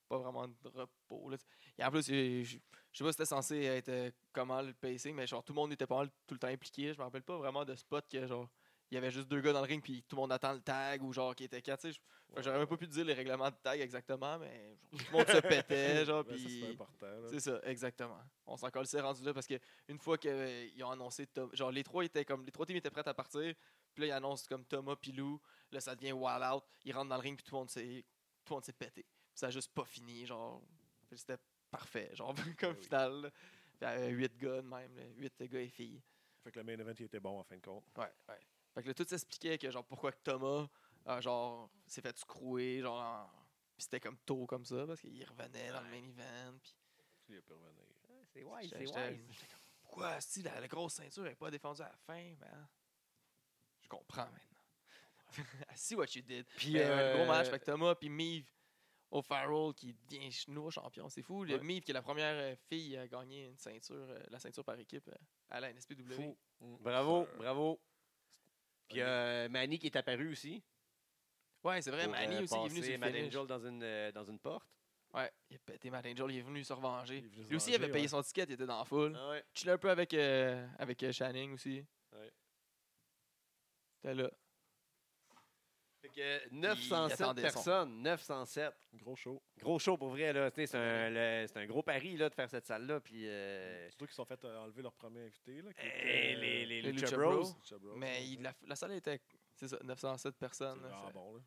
[SPEAKER 2] pas vraiment de repos. là. Et en plus, euh, je je sais pas si c'était censé être euh, comment le pacing, mais genre tout le monde était pas mal tout le temps impliqué. Je me rappelle pas vraiment de spot que genre. Il y avait juste deux gars dans le ring, puis tout le monde attend le tag ou genre qui était quatre. tu sais, je-
[SPEAKER 3] Ouais,
[SPEAKER 2] J'aurais même pas pu te dire les règlements de tag exactement, mais genre, tout le monde se pétait. genre,
[SPEAKER 3] Ouais, ça, c'est
[SPEAKER 2] puis-
[SPEAKER 3] pas important, là.
[SPEAKER 2] c'est ça, exactement. On s'en colle, c'est rendu là parce que une fois qu'ils ont annoncé Tom- genre les trois étaient comme les trois teams étaient prêts à partir, puis là ils annoncent comme Thomas Pilou, là ça devient wild out, ils rentrent dans le ring puis tout le monde s'est tout le monde s'est pété. Puis ça a juste pas fini, genre Puis c'était parfait, genre comme
[SPEAKER 3] Ben oui.
[SPEAKER 2] final. là. Puis, euh, huit gars de même, là, huit gars et filles.
[SPEAKER 3] Fait que le main event, il était bon, en fin de compte.
[SPEAKER 2] Ouais, ouais. Fait que là, tout s'expliquait que genre pourquoi que Thomas euh, genre s'est fait scrouer, genre en- puis c'était comme tôt comme ça parce qu'il revenait dans le main event puis
[SPEAKER 3] Il a pu revenir.
[SPEAKER 1] euh, C'est wise,
[SPEAKER 2] J'étais-
[SPEAKER 1] c'est
[SPEAKER 2] j'étais-
[SPEAKER 1] wise.
[SPEAKER 2] j'étais comme, Pourquoi, si la, la grosse ceinture n'est pas défendue à la fin, man? Je comprends maintenant. I see what you did.
[SPEAKER 1] Puis,
[SPEAKER 2] Mais, ouais, le gros match,
[SPEAKER 1] euh,
[SPEAKER 2] fait que Thomas puis Mive O'Farrell qui devient ch- nouveau champion, c'est fou. Le
[SPEAKER 1] Ouais.
[SPEAKER 2] Mive qui est la première euh, fille à gagner une ceinture, euh, la ceinture par équipe euh, à la NSPW.
[SPEAKER 1] fou.
[SPEAKER 2] Mm.
[SPEAKER 1] Bravo,
[SPEAKER 3] Ça-
[SPEAKER 1] bravo. Puis euh, Manny qui est apparu aussi.
[SPEAKER 2] Ouais, c'est vrai,
[SPEAKER 1] pour,
[SPEAKER 2] Manny
[SPEAKER 1] euh,
[SPEAKER 2] aussi il est venu
[SPEAKER 1] passer
[SPEAKER 2] sur le
[SPEAKER 1] Mad
[SPEAKER 2] finish.
[SPEAKER 1] Angel dans une, euh, dans une porte.
[SPEAKER 2] Ouais, il a pété Mad Angel, il est venu se revenger.
[SPEAKER 3] Il est venu se
[SPEAKER 2] Lui aussi, il
[SPEAKER 3] venger,
[SPEAKER 2] avait payé
[SPEAKER 3] ouais.
[SPEAKER 2] son ticket, il était dans la foule.
[SPEAKER 1] Ah ouais.
[SPEAKER 2] chillais un peu avec, euh, avec euh, Channing aussi.
[SPEAKER 1] Ouais.
[SPEAKER 2] T'es là.
[SPEAKER 1] Fait que 907
[SPEAKER 2] attendait son-
[SPEAKER 1] personnes, 907.
[SPEAKER 3] Gros show.
[SPEAKER 1] Gros show pour vrai, là. Tu sais, C'est un, le- c'est un gros pari là, de faire cette salle-là. Puis euh,
[SPEAKER 3] Surtout qu'ils se sont fait euh, enlever leur premier invité, là. qui
[SPEAKER 1] eh,
[SPEAKER 3] était,
[SPEAKER 1] les,
[SPEAKER 3] euh,
[SPEAKER 1] les,
[SPEAKER 2] les
[SPEAKER 1] Lucha
[SPEAKER 2] Lucha
[SPEAKER 1] Bros.
[SPEAKER 2] Bros.
[SPEAKER 3] Lucha Bros,
[SPEAKER 2] Mais il- la, hein, la salle était, c'est ça, 907
[SPEAKER 3] C'est
[SPEAKER 2] personnes. là,
[SPEAKER 3] vraiment
[SPEAKER 2] c'est-
[SPEAKER 3] bon, là.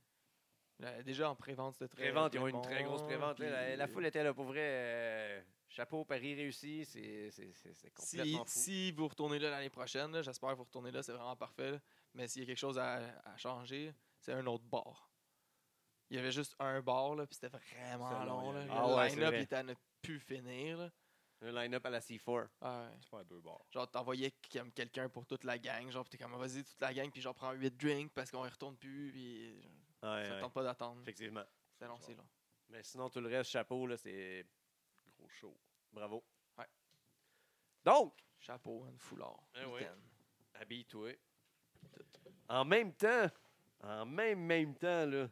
[SPEAKER 2] là, déjà en prévente, c'était très
[SPEAKER 1] Prévente, ils ont
[SPEAKER 2] très
[SPEAKER 1] eu une très
[SPEAKER 2] bon,
[SPEAKER 1] grosse prévente. là. La,
[SPEAKER 2] puis-
[SPEAKER 1] la foule était là pour vrai. euh, chapeau, pari réussi. C'est c'est- c'est- c'est
[SPEAKER 2] Si,
[SPEAKER 1] complètement fou.
[SPEAKER 2] si vous retournez là l'année prochaine, là, j'espère que vous retournez là, c'est vraiment parfait. là. Mais s'il y a quelque chose à, à changer, c'est un autre bar. Il y avait juste un bar, là, puis c'était vraiment
[SPEAKER 3] C'était long,
[SPEAKER 2] long.
[SPEAKER 3] il y avait-
[SPEAKER 2] là.
[SPEAKER 1] Ah
[SPEAKER 2] le
[SPEAKER 1] ouais, c'est
[SPEAKER 2] line-up
[SPEAKER 1] vrai.
[SPEAKER 2] était à ne plus finir. là.
[SPEAKER 1] Un line-up à la C4.
[SPEAKER 2] Ah ouais.
[SPEAKER 3] Tu fais deux bars.
[SPEAKER 2] Genre, t'envoyais comme quelqu'un pour toute la gang. Genre, pis t'es comme, vas-y, toute la gang, puis genre, prends 8 drinks parce qu'on y retourne plus, puis genre,
[SPEAKER 1] Ouais,
[SPEAKER 2] ça
[SPEAKER 1] ouais.
[SPEAKER 2] tente pas d'attendre.
[SPEAKER 1] Effectivement.
[SPEAKER 2] C'est long, c'est long.
[SPEAKER 1] Mais sinon, tout le reste, chapeau, là, c'est
[SPEAKER 3] Gros show.
[SPEAKER 1] bravo.
[SPEAKER 2] Ouais.
[SPEAKER 1] Donc,
[SPEAKER 2] Chapeau, un foulard.
[SPEAKER 1] Eh oui.
[SPEAKER 2] mitaine.
[SPEAKER 1] habille-toi. En même temps, en même, même temps, là,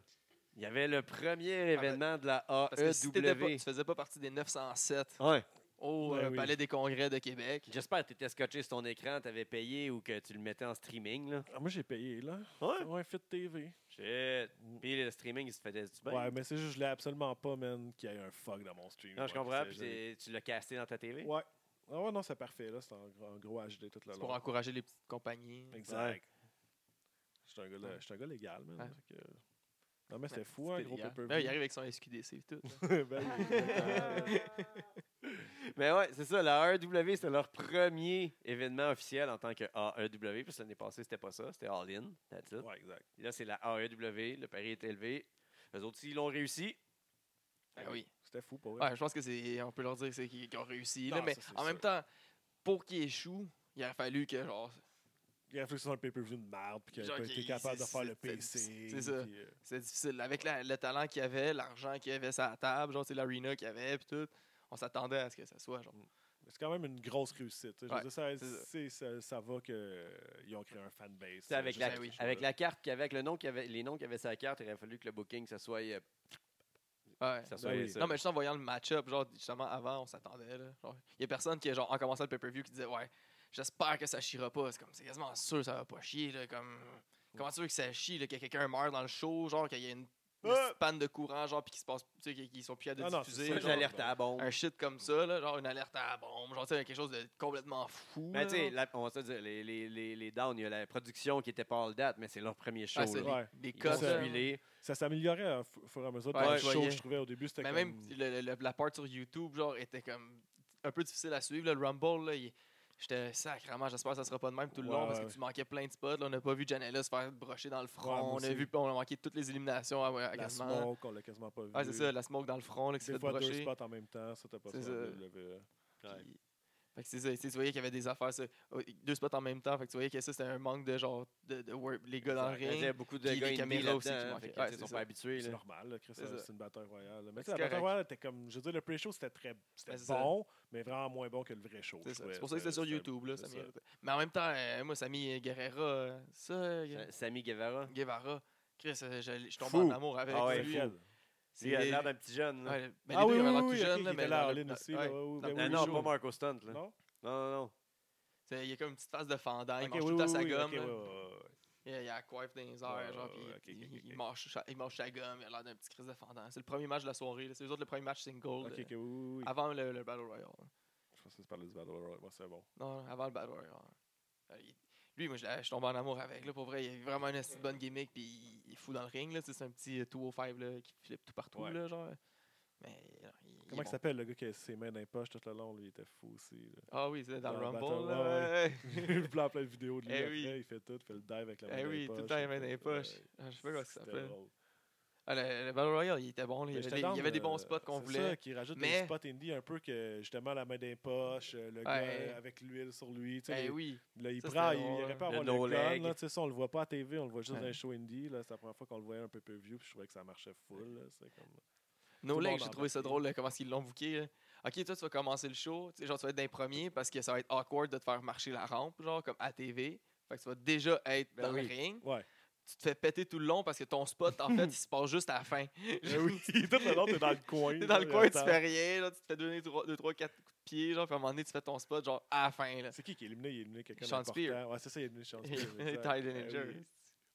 [SPEAKER 1] il y avait le premier
[SPEAKER 2] ben,
[SPEAKER 1] événement de la
[SPEAKER 2] Parce
[SPEAKER 3] Euh,
[SPEAKER 2] que si t'étais pas,
[SPEAKER 1] AEW.
[SPEAKER 2] tu faisais pas partie des 907
[SPEAKER 1] Ouais.
[SPEAKER 2] au
[SPEAKER 3] Ah. Ben
[SPEAKER 2] euh,
[SPEAKER 3] oui.
[SPEAKER 2] Palais des Congrès de Québec,
[SPEAKER 1] J'espère que tu étais scotché sur ton écran, tu avais payé ou que tu le mettais en streaming. Là.
[SPEAKER 3] Ah, moi, j'ai payé, là.
[SPEAKER 1] Ouais.
[SPEAKER 3] Ouais, Fit TV.
[SPEAKER 1] Shit. Puis le streaming, il se faisait du bien.
[SPEAKER 3] Ouais, mais c'est juste, je voulais absolument pas, man, qu'il y ait un fuck dans mon stream.
[SPEAKER 1] non, je
[SPEAKER 3] Ouais,
[SPEAKER 1] comprends.
[SPEAKER 3] c'est-
[SPEAKER 1] Puis c'est- tu l'as casté dans ta TV.
[SPEAKER 3] Ouais. Ah ouais, non, c'est parfait, là. C'est en, gros- en gros HD tout le
[SPEAKER 2] c'est pour
[SPEAKER 3] long.
[SPEAKER 2] encourager les petites compagnies.
[SPEAKER 3] Exact. Je suis un, gars de-
[SPEAKER 2] Ouais.
[SPEAKER 3] j'étais un gars légal, man.
[SPEAKER 2] Ouais.
[SPEAKER 3] fait que- Non, mais c'était fou,
[SPEAKER 2] C'était
[SPEAKER 3] un gros
[SPEAKER 2] légal.
[SPEAKER 3] pay-per-view.
[SPEAKER 2] Ben, il arrive avec son SQDC et tout. là.
[SPEAKER 1] Ah,
[SPEAKER 3] Ben oui, exactement.
[SPEAKER 1] Mais Ben ouais, c'est ça. La AEW, c'était leur premier événement officiel en tant que AEW. Puis l'année passée, c'était pas ça. C'était All In. That's it.
[SPEAKER 3] Ouais, exact.
[SPEAKER 1] Là, c'est la AEW. Le pari est élevé. Les autres, ils l'ont réussi.
[SPEAKER 2] Ben oui.
[SPEAKER 3] C'était fou, pour vrai.
[SPEAKER 2] Ouais, je pense que c'est, on peut leur dire c'est qu'ils qu'ils ont réussi. là,
[SPEAKER 3] Non,
[SPEAKER 2] mais
[SPEAKER 3] ça, c'est
[SPEAKER 2] en même
[SPEAKER 3] sûr.
[SPEAKER 2] temps, pour qu'ils échouent, il aurait fallu que genre
[SPEAKER 3] Il a fait sur un pay-per-view de merde, puis qu'il
[SPEAKER 2] Genre
[SPEAKER 3] a pas été
[SPEAKER 2] qu'il-
[SPEAKER 3] capable de
[SPEAKER 2] c'est-
[SPEAKER 3] faire le
[SPEAKER 2] c'est-
[SPEAKER 3] PC.
[SPEAKER 2] c'est ça.
[SPEAKER 3] puis, euh,
[SPEAKER 2] C'était difficile. Avec la- le talent qu'il y avait, l'argent qu'il y avait sur la table, genre, c'est l'arena qu'il y avait, puis tout, on s'attendait à ce que ça soit, genre,
[SPEAKER 3] C'est quand même une grosse réussite. tu sais. Je veux
[SPEAKER 2] Ouais,
[SPEAKER 3] dire, ça,
[SPEAKER 2] c'est ça.
[SPEAKER 3] c'est- ça- ça va qu'ils ont créé un fanbase.
[SPEAKER 1] C'est avec,
[SPEAKER 3] juste
[SPEAKER 1] la,
[SPEAKER 2] Ah oui.
[SPEAKER 3] ce
[SPEAKER 1] avec
[SPEAKER 3] show-là.
[SPEAKER 1] la carte, qu'il y avait, avec le nom qu'il y avait, les noms qu'il y avait sur la carte, il aurait fallu que le booking, ça soit. euh,
[SPEAKER 2] Ouais.
[SPEAKER 1] ça soit
[SPEAKER 3] oui.
[SPEAKER 1] ça.
[SPEAKER 2] Ben Non, mais juste en voyant le match-up, genre, justement, avant, on s'attendait. là. Genre, Il y a personne qui, genre, en commençant le pay-per-view, qui disait, ouais, j'espère que ça chiera pas. C'est comme, c'est quasiment sûr que ça va pas chier. Là, comme, comment tu veux que ça chie, là, que quelqu'un meurt dans le show, genre, qu'il y a une, une
[SPEAKER 3] Ah!
[SPEAKER 2] petite panne de courant, genre, puis qu'ils se passe, tu sais, qu'ils- qu'ils sont plus à de
[SPEAKER 3] Ah non,
[SPEAKER 2] diffuser.
[SPEAKER 3] c'est
[SPEAKER 1] Une
[SPEAKER 3] ça,
[SPEAKER 2] genre,
[SPEAKER 1] alerte à la bombe.
[SPEAKER 2] un shit comme ça, là, genre, une alerte à la bombe, genre, tu sais, quelque chose de complètement fou.
[SPEAKER 1] Mais
[SPEAKER 2] là.
[SPEAKER 1] Ben, tu sais, la- on va se dire, les, les, les, les Downs, il y a la production qui était pas all date, mais c'est leur premier show.
[SPEAKER 2] Ah, c'est
[SPEAKER 1] là.
[SPEAKER 2] les,
[SPEAKER 3] Ouais.
[SPEAKER 2] les
[SPEAKER 1] Ils
[SPEAKER 2] cuts,
[SPEAKER 1] ont
[SPEAKER 3] cotes,
[SPEAKER 2] là.
[SPEAKER 1] suivi.
[SPEAKER 3] Ça s'améliorait hein, au fur et à mesure.
[SPEAKER 2] Ouais,
[SPEAKER 3] dans le
[SPEAKER 2] je
[SPEAKER 3] show,
[SPEAKER 2] voyais.
[SPEAKER 3] je trouvais au début, c'était
[SPEAKER 2] Mais
[SPEAKER 3] comme...
[SPEAKER 2] même le- le- la part sur YouTube, genre, était comme un peu difficile à suivre. là. Le Rumble, là, il- j'étais sacrément, j'espère que ça sera pas de même tout le
[SPEAKER 3] Ouais,
[SPEAKER 2] long parce
[SPEAKER 3] ouais.
[SPEAKER 2] que tu manquais plein de spots. là. On n'a pas vu Janela se faire brocher dans le
[SPEAKER 3] Ouais,
[SPEAKER 2] front.
[SPEAKER 3] moi
[SPEAKER 2] on a
[SPEAKER 3] aussi.
[SPEAKER 2] vu, on a manqué toutes les éliminations à, à
[SPEAKER 3] la
[SPEAKER 2] quasiment.
[SPEAKER 3] smoke, on l'a quasiment pas vu.
[SPEAKER 2] Ouais, c'est ça, la smoke dans le front là, qui s'est
[SPEAKER 3] Des
[SPEAKER 2] fait
[SPEAKER 3] fois, deux
[SPEAKER 2] brocher.
[SPEAKER 3] spots en même temps, ça, t'as pas ça.
[SPEAKER 2] C'est
[SPEAKER 3] à
[SPEAKER 2] ça.
[SPEAKER 3] WWE.
[SPEAKER 1] Ouais.
[SPEAKER 2] Puis- Fait que c'est ça, tu sais, tu voyais qu'il y avait des affaires, ça. Oh, deux spots en même temps, fait que tu voyais que ça c'était un manque de genre de, de work, les gars dans le
[SPEAKER 1] Il y
[SPEAKER 2] ring.
[SPEAKER 1] a beaucoup de
[SPEAKER 2] puis
[SPEAKER 1] gars
[SPEAKER 2] les
[SPEAKER 1] indie
[SPEAKER 2] caméras aussi qui
[SPEAKER 1] là-dedans, hein,
[SPEAKER 2] manquaient.
[SPEAKER 1] fait que, tu sais,
[SPEAKER 2] Ouais,
[SPEAKER 1] Ils sont
[SPEAKER 2] c'est
[SPEAKER 1] pas
[SPEAKER 2] ça.
[SPEAKER 1] habitués.
[SPEAKER 3] C'est
[SPEAKER 1] là.
[SPEAKER 3] normal, là, Chris,
[SPEAKER 2] C'est ça.
[SPEAKER 3] c'est une bataille royale. Mais tu sais,
[SPEAKER 2] C'est
[SPEAKER 3] la bataille
[SPEAKER 2] correct.
[SPEAKER 3] royale était comme. Je veux dire, le pre-show, c'était très. C'était
[SPEAKER 2] Ben, c'est ça.
[SPEAKER 3] bon, mais vraiment moins bon que le vrai show.
[SPEAKER 2] C'est
[SPEAKER 3] je
[SPEAKER 2] ça.
[SPEAKER 3] trouvais.
[SPEAKER 2] C'est pour ça que c'était sur YouTube, là,
[SPEAKER 3] c'est
[SPEAKER 2] ça
[SPEAKER 3] ça.
[SPEAKER 2] méritait. Mais en même temps, euh, moi, Samy Guerrera, euh, ça, euh,
[SPEAKER 1] Sa- Sammy Guevara.
[SPEAKER 2] Guevara. Chris, euh, je, je tombe
[SPEAKER 1] Fou.
[SPEAKER 2] en amour avec
[SPEAKER 1] Ah ouais,
[SPEAKER 2] lui.
[SPEAKER 1] fou.
[SPEAKER 2] C'est-
[SPEAKER 1] Il a l'air d'un petit jeune. là.
[SPEAKER 2] Ouais, ben,
[SPEAKER 3] Ah
[SPEAKER 2] les
[SPEAKER 3] oui,
[SPEAKER 2] deux,
[SPEAKER 3] oui,
[SPEAKER 2] ils avaient
[SPEAKER 3] oui,
[SPEAKER 2] l'air tout
[SPEAKER 3] ok,
[SPEAKER 2] jeunes,
[SPEAKER 3] il
[SPEAKER 2] là,
[SPEAKER 3] était
[SPEAKER 2] mais
[SPEAKER 3] là,
[SPEAKER 2] dans
[SPEAKER 3] en
[SPEAKER 2] le-
[SPEAKER 3] ligne aussi.
[SPEAKER 2] ouais.
[SPEAKER 3] là, ouais, ouais,
[SPEAKER 2] Dans-
[SPEAKER 3] ben
[SPEAKER 1] Ah
[SPEAKER 3] oui,
[SPEAKER 1] non,
[SPEAKER 3] oui,
[SPEAKER 1] pas
[SPEAKER 3] oui.
[SPEAKER 1] Marco Stunt. Là. Non,
[SPEAKER 3] Non?
[SPEAKER 1] non, non.
[SPEAKER 2] C'est- Il y a comme une petite face de fendant, il
[SPEAKER 3] Ok,
[SPEAKER 2] mange
[SPEAKER 3] oui,
[SPEAKER 2] tout à
[SPEAKER 3] oui,
[SPEAKER 2] sa
[SPEAKER 3] oui,
[SPEAKER 2] gomme.
[SPEAKER 3] ok,
[SPEAKER 2] là.
[SPEAKER 3] ouais, ouais, ouais.
[SPEAKER 2] Il y a- il y a la coiffe dans les airs,
[SPEAKER 3] Ouais,
[SPEAKER 2] genre,
[SPEAKER 3] ouais,
[SPEAKER 2] puis
[SPEAKER 3] ouais, ok,
[SPEAKER 2] il,
[SPEAKER 3] ok, ok,
[SPEAKER 2] il
[SPEAKER 3] ok.
[SPEAKER 2] mange, sa- il mange sa gomme, il a l'air d'un petit Chris de fendant. C'est le premier match de la soirée, là. c'est eux autres le premier match single
[SPEAKER 3] Ok,
[SPEAKER 2] euh,
[SPEAKER 3] ok, oui, oui, oui.
[SPEAKER 2] avant le, le Battle Royale.
[SPEAKER 3] Je pensais que tu parlais du Battle Royale. Ouais, c'est bon.
[SPEAKER 2] Non, avant le Battle Royale. Euh, il- Lui, moi, je l'ai- je tombe en amour avec. Là, pour vrai, il a vraiment une assez bonne gimmick. Puis il- il est fou dans le ring. là, tu sais, C'est un petit euh, 205 là, qui flippe tout partout.
[SPEAKER 3] Ouais.
[SPEAKER 2] Là, genre. Mais non, il- il est
[SPEAKER 3] Comment il
[SPEAKER 2] bon.
[SPEAKER 3] s'appelle le gars qui a ses mains dans les poches tout le long? là, Il était fou aussi. là.
[SPEAKER 2] Ah oui, c'est
[SPEAKER 3] Dans
[SPEAKER 2] dans, le
[SPEAKER 3] le
[SPEAKER 2] Rumble.
[SPEAKER 3] Battle
[SPEAKER 2] là,
[SPEAKER 3] Royale.
[SPEAKER 2] ouais.
[SPEAKER 3] Il plein plein de vidéos de lui.
[SPEAKER 2] Eh
[SPEAKER 3] après,
[SPEAKER 2] oui.
[SPEAKER 3] Il fait tout, il fait le dive avec la main
[SPEAKER 2] Eh
[SPEAKER 3] dans
[SPEAKER 2] oui,
[SPEAKER 3] les
[SPEAKER 2] tout le
[SPEAKER 3] poches,
[SPEAKER 2] temps, il
[SPEAKER 3] il
[SPEAKER 2] met dans
[SPEAKER 3] fait
[SPEAKER 2] les
[SPEAKER 3] tout, ouais.
[SPEAKER 2] poches. Ah, Je sais pas comment ça
[SPEAKER 3] C'était
[SPEAKER 2] s'appelle.
[SPEAKER 3] drôle.
[SPEAKER 2] Ah, le, le Battle Royale, il était bon. là, Il y
[SPEAKER 3] Mais
[SPEAKER 2] avait,
[SPEAKER 3] j'étais
[SPEAKER 2] des, il y
[SPEAKER 3] down,
[SPEAKER 2] avait des bons
[SPEAKER 3] euh,
[SPEAKER 2] spots qu'on
[SPEAKER 3] c'est
[SPEAKER 2] voulait.
[SPEAKER 3] ça, qui rajoute
[SPEAKER 2] mais-
[SPEAKER 3] des spots indie un peu que justement la main d'un poche, le
[SPEAKER 2] Ouais.
[SPEAKER 3] gars avec l'huile sur lui. tu sais,
[SPEAKER 2] Eh
[SPEAKER 3] les-
[SPEAKER 2] oui.
[SPEAKER 3] Là, il
[SPEAKER 2] Ça,
[SPEAKER 3] prend,
[SPEAKER 2] c'était
[SPEAKER 3] il
[SPEAKER 2] drôle.
[SPEAKER 3] aurait pas
[SPEAKER 1] Le
[SPEAKER 3] avoir
[SPEAKER 1] no
[SPEAKER 3] le
[SPEAKER 1] leg.
[SPEAKER 3] gun. Là, tu sais, ça, on le voit pas à TV, on le voit juste dans
[SPEAKER 2] Ouais.
[SPEAKER 3] les shows indie. là, C'est la première fois qu'on le voyait un peu peu vieux, puis je trouvais que ça marchait full. là, c'est comme-
[SPEAKER 2] No
[SPEAKER 3] Tout le
[SPEAKER 2] Leg,
[SPEAKER 3] monde
[SPEAKER 2] j'ai
[SPEAKER 3] a
[SPEAKER 2] trouvé ça
[SPEAKER 3] embarqué.
[SPEAKER 2] drôle, là, comment ils l'ont booké. là. Ok, toi, tu vas commencer le show. tu sais, Genre, tu vas être d'un premier parce que ça va être awkward de te faire marcher la rampe, genre, comme à TV. Fait que tu vas déjà être
[SPEAKER 1] Ben
[SPEAKER 2] dans
[SPEAKER 1] oui.
[SPEAKER 2] le ring.
[SPEAKER 3] Ouais.
[SPEAKER 2] Tu te fais péter tout le long parce que ton spot, en fait, il se passe juste à la fin.
[SPEAKER 3] Mais Ben oui, tout le long, t'es dans le coin.
[SPEAKER 2] T'es dans le
[SPEAKER 3] là,
[SPEAKER 2] coin, tu
[SPEAKER 3] attends.
[SPEAKER 2] fais rien, genre, tu te fais donner 2, 3, 4 coups de pied, genre, puis à un moment donné, tu fais ton spot, genre, à la fin, là.
[SPEAKER 3] C'est qui qui est éliminé Il a éliminé quelqu'un
[SPEAKER 2] Sean
[SPEAKER 3] d'important.
[SPEAKER 2] Spear.
[SPEAKER 3] Ouais, c'est ça, il a éliminé Sean Spear.
[SPEAKER 2] Ty
[SPEAKER 3] exact. Eh
[SPEAKER 2] Dillinger.
[SPEAKER 3] oui,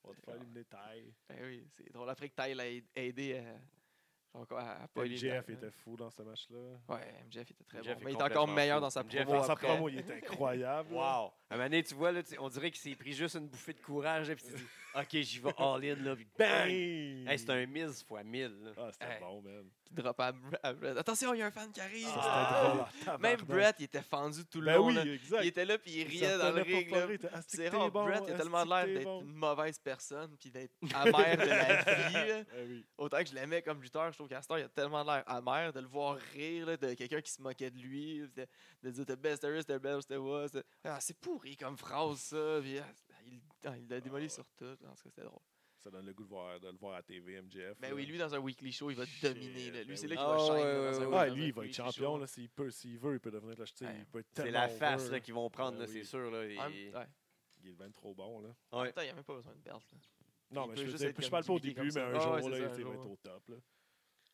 [SPEAKER 3] On te fait éliminer Ty.
[SPEAKER 2] Ben oui, c'est drôle. Après que Ty l'a aid- aidé à, genre, quoi, à, à polir la-
[SPEAKER 3] Ben, Jeff était fou dans ce match-là.
[SPEAKER 2] Ouais, MJF était très
[SPEAKER 1] MJF
[SPEAKER 2] bon.
[SPEAKER 1] est
[SPEAKER 2] Mais il était encore
[SPEAKER 1] complètement
[SPEAKER 2] meilleur
[SPEAKER 1] fou.
[SPEAKER 2] dans sa
[SPEAKER 1] MJF,
[SPEAKER 2] promo.
[SPEAKER 3] Dans sa
[SPEAKER 2] après.
[SPEAKER 3] promo, il était incroyable. là.
[SPEAKER 1] Wow! À un moment donné, tu vois, là, tu- on dirait qu'il s'est pris juste une bouffée de courage, là, puis il s'est dit Ok, j'y vais all-in, là, puis bang!
[SPEAKER 3] Hey!
[SPEAKER 1] Hey, c'est un 1000 fois 1000. là.
[SPEAKER 3] Ah, c'était
[SPEAKER 2] Hey.
[SPEAKER 3] bon, man.
[SPEAKER 2] qui drop à, Br- à Brett. Attention, il y a un fan qui arrive.
[SPEAKER 3] Ça,
[SPEAKER 1] Ah,
[SPEAKER 3] c'était
[SPEAKER 2] Ah!
[SPEAKER 3] drôle, en tabarnak.
[SPEAKER 2] Même Brett, il était fendu tout le
[SPEAKER 3] Ben
[SPEAKER 2] long.
[SPEAKER 3] oui,
[SPEAKER 2] là.
[SPEAKER 3] exact.
[SPEAKER 2] Il était là, puis il
[SPEAKER 3] Il
[SPEAKER 2] riait
[SPEAKER 3] se
[SPEAKER 2] dans le
[SPEAKER 3] retenait
[SPEAKER 2] ring.
[SPEAKER 3] pas
[SPEAKER 2] là.
[SPEAKER 3] pour parler, il était, Asti
[SPEAKER 2] C'est
[SPEAKER 3] que t'es
[SPEAKER 2] rare,
[SPEAKER 3] bon,
[SPEAKER 2] Brett, il a
[SPEAKER 3] asti
[SPEAKER 2] tellement
[SPEAKER 3] que
[SPEAKER 2] l'air
[SPEAKER 3] t'es
[SPEAKER 2] d'être
[SPEAKER 3] bon.
[SPEAKER 2] une mauvaise personne, puis d'être amer de la vie. là.
[SPEAKER 3] Eh oui.
[SPEAKER 2] Autant que je l'aimais comme lutteur, je trouve qu'à ce temps, il a tellement l'air amer de le voir rire là, de quelqu'un qui se moquait de lui, de, de dire The best there is, the best there was. Ah, c'est pourri comme phrase, ça. puis, ah, il ah, il l'a démoli
[SPEAKER 3] ouais.
[SPEAKER 2] sur tout. En tout cas, c'était drôle.
[SPEAKER 3] Ça donne le goût de, voir, de le voir à TV, MJF.
[SPEAKER 2] Ben
[SPEAKER 3] là.
[SPEAKER 2] oui, lui, dans un weekly show, il va
[SPEAKER 3] Shit,
[SPEAKER 2] dominer. là. Lui,
[SPEAKER 3] ben
[SPEAKER 2] c'est
[SPEAKER 3] oui.
[SPEAKER 2] là qu'il va
[SPEAKER 1] Ah,
[SPEAKER 2] shine.
[SPEAKER 1] ouais,
[SPEAKER 2] là,
[SPEAKER 1] ouais,
[SPEAKER 2] dans un-
[SPEAKER 1] ouais.
[SPEAKER 2] dans
[SPEAKER 3] Ah,
[SPEAKER 2] un
[SPEAKER 3] lui, il va être
[SPEAKER 2] weekly
[SPEAKER 3] champion.
[SPEAKER 2] show.
[SPEAKER 3] là, S'il peut, s'il veut, il peut devenir. Là, je sais,
[SPEAKER 2] Ouais.
[SPEAKER 3] il peut être
[SPEAKER 1] C'est
[SPEAKER 3] tellement
[SPEAKER 1] la face
[SPEAKER 3] over.
[SPEAKER 1] là, qu'ils vont prendre,
[SPEAKER 3] Ben
[SPEAKER 1] là,
[SPEAKER 3] oui.
[SPEAKER 1] c'est sûr. Là,
[SPEAKER 2] En
[SPEAKER 1] et-
[SPEAKER 2] même- Ah, ouais.
[SPEAKER 3] Il est bien trop bon. Là.
[SPEAKER 2] En
[SPEAKER 1] Ouais.
[SPEAKER 2] même temps, il n'y a même pas besoin de belt. là.
[SPEAKER 3] Non,
[SPEAKER 2] Il
[SPEAKER 3] mais
[SPEAKER 2] peut
[SPEAKER 3] je, veux
[SPEAKER 2] juste
[SPEAKER 3] dire,
[SPEAKER 2] être
[SPEAKER 3] je
[SPEAKER 2] comme
[SPEAKER 3] parle pas au
[SPEAKER 2] Jimmy
[SPEAKER 3] début,
[SPEAKER 2] comme
[SPEAKER 3] mais
[SPEAKER 2] ça.
[SPEAKER 3] un
[SPEAKER 2] Ouais,
[SPEAKER 3] jour,
[SPEAKER 2] ouais, c'est
[SPEAKER 3] là,
[SPEAKER 2] ça,
[SPEAKER 3] il
[SPEAKER 2] un
[SPEAKER 3] était bien
[SPEAKER 2] jour.
[SPEAKER 3] au top. Là.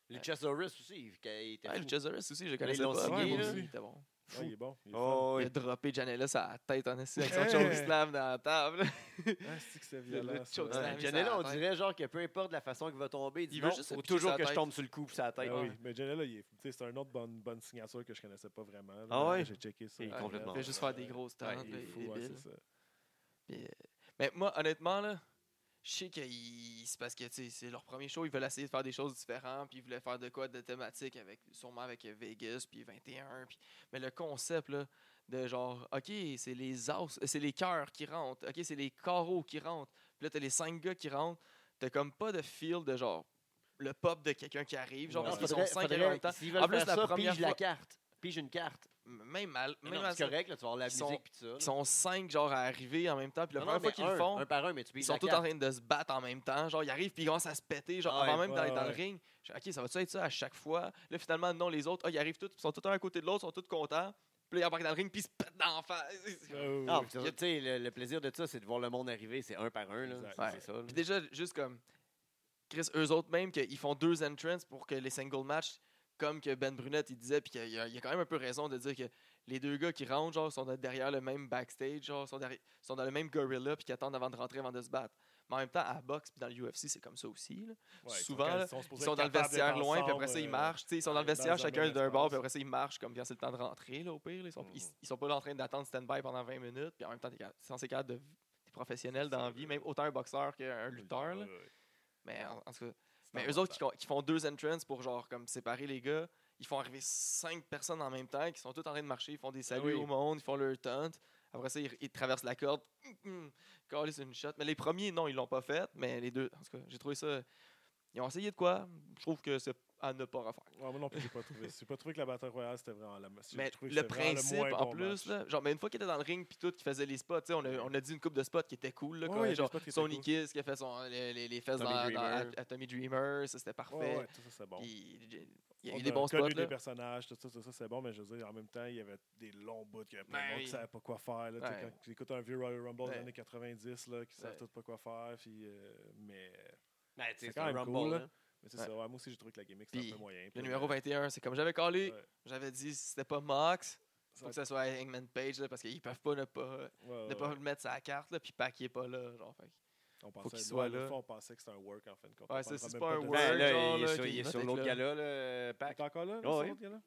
[SPEAKER 1] Luchasaurus aussi, il- il était
[SPEAKER 2] Ouais,
[SPEAKER 1] fou.
[SPEAKER 2] Luchasaurus aussi, je le
[SPEAKER 1] ils
[SPEAKER 2] connaissais
[SPEAKER 1] l'ont
[SPEAKER 2] pas.
[SPEAKER 1] signé,
[SPEAKER 2] mais
[SPEAKER 1] là.
[SPEAKER 2] aussi, il était bon.
[SPEAKER 3] Ouais, il est bon. Il est fun.
[SPEAKER 1] Oh,
[SPEAKER 2] Il
[SPEAKER 1] oui.
[SPEAKER 2] a droppé Janela sa tête en essai avec son
[SPEAKER 3] Hey!
[SPEAKER 2] choke slam dans la table.
[SPEAKER 3] Ah, c'est que c'est
[SPEAKER 2] Le- le
[SPEAKER 3] violent. ça.
[SPEAKER 2] choke
[SPEAKER 1] Ouais,
[SPEAKER 2] slam.
[SPEAKER 3] Ouais.
[SPEAKER 2] mis
[SPEAKER 1] Janela,
[SPEAKER 2] sa
[SPEAKER 1] on
[SPEAKER 2] tête.
[SPEAKER 1] dirait genre que peu importe la façon qu'il va tomber, il dit
[SPEAKER 2] Il veut
[SPEAKER 1] non,
[SPEAKER 2] juste
[SPEAKER 1] faut
[SPEAKER 2] se pitcher
[SPEAKER 1] toujours
[SPEAKER 2] sa
[SPEAKER 1] que je
[SPEAKER 2] tête.
[SPEAKER 1] tombe sur le cou puis sa tête.
[SPEAKER 3] Ah oui,
[SPEAKER 2] Ouais.
[SPEAKER 3] mais Janela, il est- tu sais, c'est une autre bonne, bonne signature que je connaissais pas vraiment. là.
[SPEAKER 1] Ah ouais?
[SPEAKER 3] J'ai checké ça.
[SPEAKER 1] Il est
[SPEAKER 3] Ouais,
[SPEAKER 1] complètement
[SPEAKER 2] Il fait juste faire des
[SPEAKER 3] Ouais,
[SPEAKER 2] grosses tentes.
[SPEAKER 3] il est fou, ouais, c'est ça.
[SPEAKER 2] Mais moi, honnêtement, là, je sais que ils- c'est parce que tu sais, c'est leur premier show, ils veulent essayer de faire des choses différentes, puis ils voulaient faire de quoi de thématique, avec, sûrement avec Vegas, puis 21. puis- Mais le concept là, de genre, OK, c'est les os, c'est les cœurs qui rentrent, OK, c'est les carreaux qui rentrent, puis là, t'as les cinq gars qui rentrent, t'as comme pas de feel de genre le pop de quelqu'un qui arrive, genre,
[SPEAKER 3] Ouais.
[SPEAKER 2] parce qu'ils sont
[SPEAKER 1] Faudrait-
[SPEAKER 2] cinq
[SPEAKER 1] faudrait-
[SPEAKER 2] en même temps.
[SPEAKER 1] S'ils veulent
[SPEAKER 2] En plus,
[SPEAKER 1] faire
[SPEAKER 2] la
[SPEAKER 1] ça,
[SPEAKER 2] première
[SPEAKER 1] pige la
[SPEAKER 2] fois-
[SPEAKER 1] carte. Pige une carte.
[SPEAKER 2] Même mal,
[SPEAKER 1] Mais
[SPEAKER 2] même
[SPEAKER 1] non,
[SPEAKER 2] à
[SPEAKER 1] C'est
[SPEAKER 2] ça,
[SPEAKER 1] correct, là, tu vas avoir la
[SPEAKER 2] Ils sont-
[SPEAKER 1] musique puis tout ça. là.
[SPEAKER 2] ils sont cinq genre à arriver en même temps, puis la
[SPEAKER 1] Non,
[SPEAKER 2] première
[SPEAKER 1] non,
[SPEAKER 2] fois
[SPEAKER 1] mais
[SPEAKER 2] qu'ils
[SPEAKER 1] un,
[SPEAKER 2] le font,
[SPEAKER 1] Un par un, mais tu
[SPEAKER 2] Ils
[SPEAKER 1] piges
[SPEAKER 2] sont
[SPEAKER 1] la
[SPEAKER 2] tous
[SPEAKER 1] carte.
[SPEAKER 2] en train de se battre en même temps. Genre, ils arrivent puis ils commencent à se péter, genre,
[SPEAKER 1] Ah ouais,
[SPEAKER 2] avant même d'aller
[SPEAKER 3] ouais,
[SPEAKER 2] dans le
[SPEAKER 3] ouais.
[SPEAKER 2] ring. Je suis, ok, ça va-tu être ça à chaque fois? Là, finalement, non, les autres, ah, ils arrivent tous, ils sont tous un à côté de l'autre, ils sont tous contents. Puis Puis là, il embarque dans le ring, puis il se pète dans la face.
[SPEAKER 3] Oh,
[SPEAKER 1] Ah,
[SPEAKER 3] oui.
[SPEAKER 1] tu sais, le, le plaisir de ça, c'est de voir le monde arriver, c'est un par un. là.
[SPEAKER 3] Exact.
[SPEAKER 1] C'est
[SPEAKER 2] Ouais.
[SPEAKER 1] c'est ça. là.
[SPEAKER 2] Puis déjà, juste comme Chris, eux autres même, qu'ils font deux entrances pour que les single matchs, comme que Ben Brunette, il disait, puis qu'il y a, il y a quand même un peu raison de dire que les deux gars qui rentrent, genre, sont derrière le même backstage, genre, sont, derri- sont dans le même gorilla, puis qui attendent avant de rentrer, avant de se battre. Mais en même temps, à la boxe, puis dans le UFC, c'est comme ça aussi. là.
[SPEAKER 3] Ouais, ils sont
[SPEAKER 2] souvent,
[SPEAKER 3] quand-
[SPEAKER 2] là,
[SPEAKER 3] sont
[SPEAKER 2] Ils
[SPEAKER 3] supposés
[SPEAKER 2] sont
[SPEAKER 3] être
[SPEAKER 2] dans le
[SPEAKER 3] capables d'être
[SPEAKER 2] vestiaire loin, puis après ça,
[SPEAKER 3] ensemble,
[SPEAKER 2] ils
[SPEAKER 3] euh,
[SPEAKER 2] marchent. Tu sais, Ils sont dans le
[SPEAKER 3] dans un
[SPEAKER 2] vestiaire, chacun
[SPEAKER 3] même
[SPEAKER 2] d'un bord,
[SPEAKER 3] espace.
[SPEAKER 2] puis après ça, ils marchent comme quand c'est le temps de rentrer, là, au pire. là. Ils, sont, ils-
[SPEAKER 3] Mhm.
[SPEAKER 2] ils sont pas là en train d'attendre stand-by pendant 20 minutes, puis en même temps, t'es ca- t'es censé être capable de. T'es professionnel dans la vie, même autant un boxeur qu'un lutteur. là.
[SPEAKER 3] euh, Ouais, ouais.
[SPEAKER 2] Mais en, en tout cas,
[SPEAKER 3] C'est
[SPEAKER 2] mais eux autres qui, con- qui font deux entrances pour genre comme séparer les gars, ils font arriver cinq personnes en même temps qui sont toutes en train de marcher, ils font des saluts
[SPEAKER 1] oui.
[SPEAKER 2] au monde, ils font leur tente. Après ça, ils, ils traversent la corde. Calé, c'est une shot. Mais les premiers, non, ils l'ont pas fait. Mais les deux, en tout cas, j'ai trouvé ça. Ils ont essayé de quoi Je trouve que c'est à ne pas refaire.
[SPEAKER 3] Ouais, moi non plus, j'ai pas trouvé. J'ai pas trouvé que la bataille royale, c'était vraiment la j'ai
[SPEAKER 2] Mais
[SPEAKER 3] trouvé que
[SPEAKER 2] le
[SPEAKER 3] c'était vraiment
[SPEAKER 2] principe,
[SPEAKER 3] moins
[SPEAKER 2] en
[SPEAKER 3] bon match.
[SPEAKER 2] plus, là, genre, mais une fois qu'il était dans le ring, puis tout, qui faisait les spots, tu sais, on a, on a dit une coupe de spots qui était cool, là,
[SPEAKER 3] Ouais,
[SPEAKER 2] quoi,
[SPEAKER 3] ouais, des
[SPEAKER 2] genre
[SPEAKER 3] spots qui étaient
[SPEAKER 2] Sony
[SPEAKER 3] cool.
[SPEAKER 2] Kiss qui a fait son, les, les- les fesses
[SPEAKER 1] Tommy
[SPEAKER 2] dans, dans-
[SPEAKER 1] Dreamer.
[SPEAKER 2] à, à Tommy Dreamer, ça c'était parfait.
[SPEAKER 3] Ouais, ouais, tout ça, c'est bon.
[SPEAKER 2] Puis, Il y a
[SPEAKER 3] On
[SPEAKER 2] eu des bons spots.
[SPEAKER 3] connu des
[SPEAKER 2] Là.
[SPEAKER 3] personnages, tout ça, tout ça, c'est bon, mais je veux dire, en même temps, il y avait des longs bouts qu'il y avait plein de
[SPEAKER 2] Ben
[SPEAKER 3] monde
[SPEAKER 2] oui.
[SPEAKER 3] qui savait pas quoi faire. Là, tu sais,
[SPEAKER 2] Ouais.
[SPEAKER 3] Quand tu écoutes un vieux Royal Rumble des
[SPEAKER 2] Ouais.
[SPEAKER 3] années 90, là, qui savent
[SPEAKER 2] Ouais.
[SPEAKER 3] tout pas quoi faire, puis, euh, mais,
[SPEAKER 1] Ben, tu sais,
[SPEAKER 3] c'est
[SPEAKER 1] c'est un
[SPEAKER 3] quand même
[SPEAKER 1] Rumble.
[SPEAKER 3] cool, là.
[SPEAKER 1] hein.
[SPEAKER 3] mais c'est
[SPEAKER 2] Ouais.
[SPEAKER 3] ça. ouais, moi aussi, j'ai trouvé que la gimmick, c'était
[SPEAKER 2] Puis,
[SPEAKER 3] un peu moyen.
[SPEAKER 2] Le
[SPEAKER 3] puis,
[SPEAKER 2] numéro
[SPEAKER 3] euh,
[SPEAKER 2] 21, c'est comme j'avais callé.
[SPEAKER 3] ouais,
[SPEAKER 2] J'avais dit si c'était pas Mox,
[SPEAKER 3] ça-
[SPEAKER 2] faut que ça soit Hangman Page là, parce qu'ils peuvent pas ne pas,
[SPEAKER 3] ouais,
[SPEAKER 2] ne pas
[SPEAKER 3] Ah ouais.
[SPEAKER 2] le mettre sur la carte. Là, puis Pac il est pas là. Genre, fait que-
[SPEAKER 3] On
[SPEAKER 2] qu'il
[SPEAKER 3] pensait,
[SPEAKER 2] soit
[SPEAKER 3] ouais, dans le
[SPEAKER 2] là.
[SPEAKER 3] fond, on pensait que c'était un work, en fin de compte.
[SPEAKER 2] Ouais,
[SPEAKER 3] On
[SPEAKER 2] c'est-
[SPEAKER 3] parlera
[SPEAKER 2] c'est
[SPEAKER 3] même
[SPEAKER 2] pas un
[SPEAKER 3] de-
[SPEAKER 2] work.
[SPEAKER 1] Ben, là,
[SPEAKER 2] genre,
[SPEAKER 1] il est
[SPEAKER 2] là,
[SPEAKER 1] sur,
[SPEAKER 2] qui
[SPEAKER 1] il est
[SPEAKER 2] va
[SPEAKER 1] sur
[SPEAKER 2] être
[SPEAKER 1] l'autre
[SPEAKER 2] là.
[SPEAKER 1] gala, là, euh, Pac.
[SPEAKER 3] T'es encore là, le
[SPEAKER 1] Ouais,
[SPEAKER 3] son, gars-là?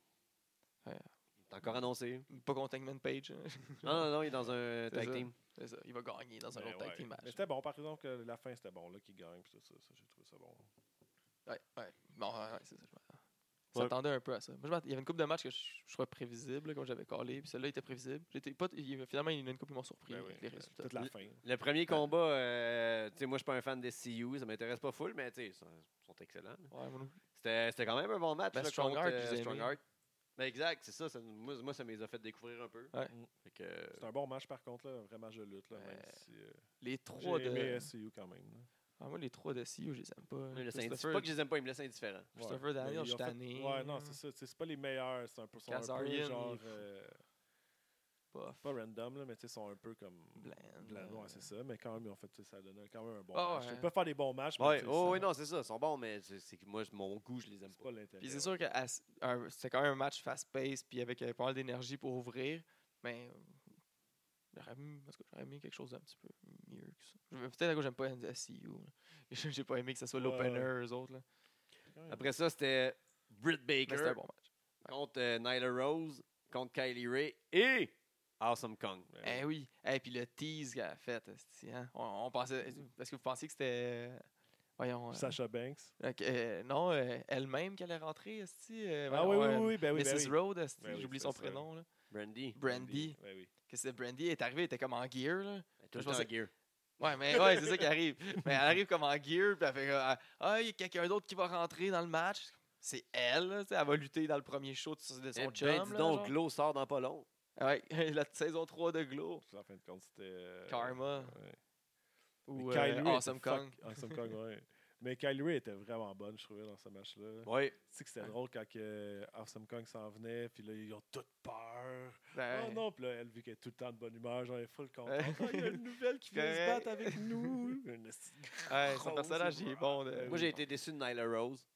[SPEAKER 1] T'as encore annoncé.
[SPEAKER 2] pas contre Hangman Page. hein.
[SPEAKER 1] Non, non, non, il est dans un tag
[SPEAKER 2] ça.
[SPEAKER 1] team.
[SPEAKER 2] C'est ça, il va gagner dans un
[SPEAKER 3] Ben
[SPEAKER 2] autre tag
[SPEAKER 3] ouais.
[SPEAKER 2] team
[SPEAKER 3] Mais
[SPEAKER 2] match.
[SPEAKER 3] c'était bon, par exemple, que la fin, c'était bon, là, qui gagne, puis tout ça, ça, j'ai trouvé ça bon.
[SPEAKER 2] Ouais, ouais. Bon, ouais, ouais, c'est ça. je m'en-
[SPEAKER 1] Ouais.
[SPEAKER 2] J'attendais un peu à ça. Moi, je m'att- il y avait une coupe de match que je, je trouvais prévisible, là, comme j'avais callé. Puis celle-là était prévisible. J'étais pas, il- finalement, il y en a une coupe qui m'ont surpris
[SPEAKER 3] Ben
[SPEAKER 2] avec
[SPEAKER 3] oui,
[SPEAKER 2] les résultats.
[SPEAKER 3] toute la fin.
[SPEAKER 1] Le premier combat, euh, tu sais, moi, je suis pas un fan des CU, ça m'intéresse pas full, mais tu sais, ils sont- ils sont excellents. là.
[SPEAKER 2] Ouais, moi non plus.
[SPEAKER 1] C'était c'était quand même un bon match.
[SPEAKER 2] Ben,
[SPEAKER 1] là,
[SPEAKER 2] Strong
[SPEAKER 1] contre,
[SPEAKER 2] Heart,
[SPEAKER 1] euh,
[SPEAKER 2] je les ai
[SPEAKER 1] Strong
[SPEAKER 2] aimés.
[SPEAKER 1] Heart. Ben, exact, c'est ça, ça- Moi, moi, ça me les a fait découvrir un peu.
[SPEAKER 2] Ouais.
[SPEAKER 1] Fait que-
[SPEAKER 3] C'est un bon match, par contre, là, un vrai match de lutte, là, même
[SPEAKER 2] Euh,
[SPEAKER 3] si... euh,
[SPEAKER 2] Les
[SPEAKER 3] J'ai
[SPEAKER 2] trois de.
[SPEAKER 3] aimé euh, SCU quand même. là.
[SPEAKER 2] Ah, moi, les trois de CU, je les aime pas. hein.
[SPEAKER 1] Mais le Saint- C'est
[SPEAKER 2] Christopher-
[SPEAKER 1] pas que je les aime pas, ils me laissent indifférent.
[SPEAKER 2] Christopher
[SPEAKER 3] Ouais.
[SPEAKER 2] Daniel,
[SPEAKER 3] Ils ont
[SPEAKER 2] je suis
[SPEAKER 3] fait-
[SPEAKER 2] tanné.
[SPEAKER 3] Ouais, non, c'est ça. tu sais, C'est pas les meilleurs. C'est un peu, sont un peu
[SPEAKER 2] Kazarian,
[SPEAKER 3] genre.
[SPEAKER 2] il-
[SPEAKER 3] euh,
[SPEAKER 2] Bof.
[SPEAKER 3] pas random, là, mais tu sais, sont un peu comme.
[SPEAKER 2] Bland,
[SPEAKER 3] bland,
[SPEAKER 2] euh.
[SPEAKER 3] ouais, c'est ça. Mais quand même, ils ont fait, tu sais, ça donne quand même un bon
[SPEAKER 2] Ah,
[SPEAKER 3] match.
[SPEAKER 2] ouais.
[SPEAKER 3] Ils peuvent faire des bons matchs. mais
[SPEAKER 1] Ouais,
[SPEAKER 3] tu sais,
[SPEAKER 1] oh,
[SPEAKER 3] ça-
[SPEAKER 1] oui, non, c'est ça, ils sont bons, mais c'est c'est que moi, je- mon goût, je les aime
[SPEAKER 3] C'est
[SPEAKER 1] pas.
[SPEAKER 3] pas l'intérêt.
[SPEAKER 2] Puis c'est
[SPEAKER 3] ouais.
[SPEAKER 2] sûr que à s- un- c'était quand même un match fast-paced, puis avec euh, pas mal d'énergie pour ouvrir. Mais euh, j'aurais aimé, parce que j'aurais aimé quelque chose d'un petit peu mieux que ça. Je- Peut-être que j'aime pas NSCU. là. J'ai pas aimé que ce soit
[SPEAKER 3] Ouais,
[SPEAKER 2] l'opener,
[SPEAKER 3] ouais.
[SPEAKER 2] eux autres. Là.
[SPEAKER 3] Quand même.
[SPEAKER 1] Après ça, c'était Britt
[SPEAKER 2] Mais c'était
[SPEAKER 1] Baker
[SPEAKER 2] un bon match.
[SPEAKER 1] contre euh, Nyla Rose, contre Kylie Ray et Awesome Kong.
[SPEAKER 3] Ouais,
[SPEAKER 2] Eh oui. Et puis le tease qu'elle a fait, esti, hein. on, on pensait.
[SPEAKER 3] Mm.
[SPEAKER 2] Est-ce que vous pensiez que c'était. euh, Voyons. euh,
[SPEAKER 3] Sasha Banks.
[SPEAKER 2] ok, euh, non, euh, elle-même qu'elle est rentrée, esti, euh,
[SPEAKER 3] Ah
[SPEAKER 2] voyons,
[SPEAKER 3] oui, oui,
[SPEAKER 2] euh,
[SPEAKER 3] oui, ben oui. ben
[SPEAKER 2] Mrs.
[SPEAKER 3] oui.
[SPEAKER 2] Rhodes, esti,
[SPEAKER 3] Ben oui,
[SPEAKER 2] j'oublie
[SPEAKER 3] c'est
[SPEAKER 2] son
[SPEAKER 3] ça.
[SPEAKER 2] prénom. Là.
[SPEAKER 1] Brandy.
[SPEAKER 2] Brandy.
[SPEAKER 3] Ben oui.
[SPEAKER 2] que c'est Brandy est arrivée, elle était comme en gear. Là.
[SPEAKER 1] Tout le
[SPEAKER 2] Je
[SPEAKER 1] temps
[SPEAKER 2] pensais-
[SPEAKER 1] gear.
[SPEAKER 2] Ouais, mais ouais, c'est ça qui arrive. Mais elle arrive comme en gear, puis elle fait comme, Ah, il y a quelqu'un d'autre qui va rentrer dans le match. C'est elle, là, tu sais, elle va lutter dans le premier show de de
[SPEAKER 1] Eh
[SPEAKER 2] son chum.
[SPEAKER 1] ben, dis
[SPEAKER 2] là,
[SPEAKER 1] donc,
[SPEAKER 2] genre.
[SPEAKER 1] Glow sort dans pas long.
[SPEAKER 2] Ouais, la saison 3 de Glow.
[SPEAKER 3] En fin de compte, c'était. euh,
[SPEAKER 2] Karma.
[SPEAKER 3] ouais.
[SPEAKER 2] Ou
[SPEAKER 3] Mais Kylie
[SPEAKER 2] euh,
[SPEAKER 3] Ray était
[SPEAKER 2] Awesome
[SPEAKER 3] fuck-
[SPEAKER 2] Kong.
[SPEAKER 3] Awesome Kong, ouais. Mais Kylie Ray était vraiment bonne, je trouvais, dans ce match-là.
[SPEAKER 1] Oui.
[SPEAKER 3] Tu sais que c'était drôle quand que Awesome Kong s'en venait, puis là, ils ont toutes peur.
[SPEAKER 2] Ben,
[SPEAKER 3] Oh non, puis là, elle, vu qu'elle est tout le temps de bonne humeur, genre, elle est full contente.
[SPEAKER 2] Ouais.
[SPEAKER 3] Ah, il y a une nouvelle qui vient se
[SPEAKER 2] Correct.
[SPEAKER 3] battre avec nous. Une esti-
[SPEAKER 1] Oh,
[SPEAKER 2] ouais, son
[SPEAKER 3] Rose,
[SPEAKER 2] personnage,
[SPEAKER 3] c'est
[SPEAKER 2] il est
[SPEAKER 3] vrai.
[SPEAKER 2] bon. de-
[SPEAKER 3] Euh,
[SPEAKER 1] Moi, j'ai été déçu de Nyla Rose.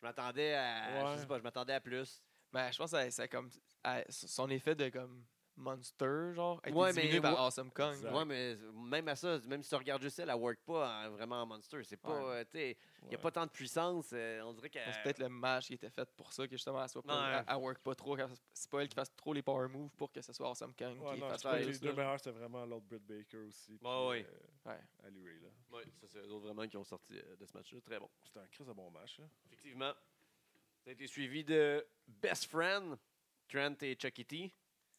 [SPEAKER 1] Je m'attendais à.
[SPEAKER 3] Ouais.
[SPEAKER 1] Je sais pas, je m'attendais à plus.
[SPEAKER 2] Ben, je pense que ça- ça comme, à- son effet de comme monster, genre, a été
[SPEAKER 1] Ouais,
[SPEAKER 2] diminué
[SPEAKER 1] mais
[SPEAKER 2] par
[SPEAKER 1] ouais.
[SPEAKER 2] Awesome Kong.
[SPEAKER 3] Exact.
[SPEAKER 1] Ouais, mais même à ça, même si tu regardes juste elle, elle work pas en- vraiment en monster. C'est pas.
[SPEAKER 2] Ouais.
[SPEAKER 1] euh, tu sais, il n'y a
[SPEAKER 3] Ouais.
[SPEAKER 1] pas tant de puissance. euh, on dirait qu'elle.
[SPEAKER 2] Mais C'est peut-être le match qui était fait pour ça, que justement, elle soit pas,
[SPEAKER 1] Ouais.
[SPEAKER 2] elle- elle work pas trop. qu'elle- C'est pas elle qui fasse trop les power moves pour que ce soit Awesome Kang
[SPEAKER 3] Ouais,
[SPEAKER 2] qui
[SPEAKER 3] non, je
[SPEAKER 2] fasse
[SPEAKER 1] pas
[SPEAKER 3] trouve
[SPEAKER 2] trop
[SPEAKER 3] que
[SPEAKER 1] les
[SPEAKER 3] les
[SPEAKER 2] juste,
[SPEAKER 3] deux
[SPEAKER 2] là.
[SPEAKER 3] meilleurs, c'était vraiment l'autre Britt Baker aussi. puis,
[SPEAKER 1] ouais.
[SPEAKER 3] euh,
[SPEAKER 2] Ouais.
[SPEAKER 3] Ali Ray, là.
[SPEAKER 1] Ouais, ça, c'est eux autres vraiment qui ont sorti euh, de ce match-là. Très bon.
[SPEAKER 3] C'était un crise de bon match, là.
[SPEAKER 1] Effectivement. Ça a été suivi de Best Friend, Trent et Chuck E. T,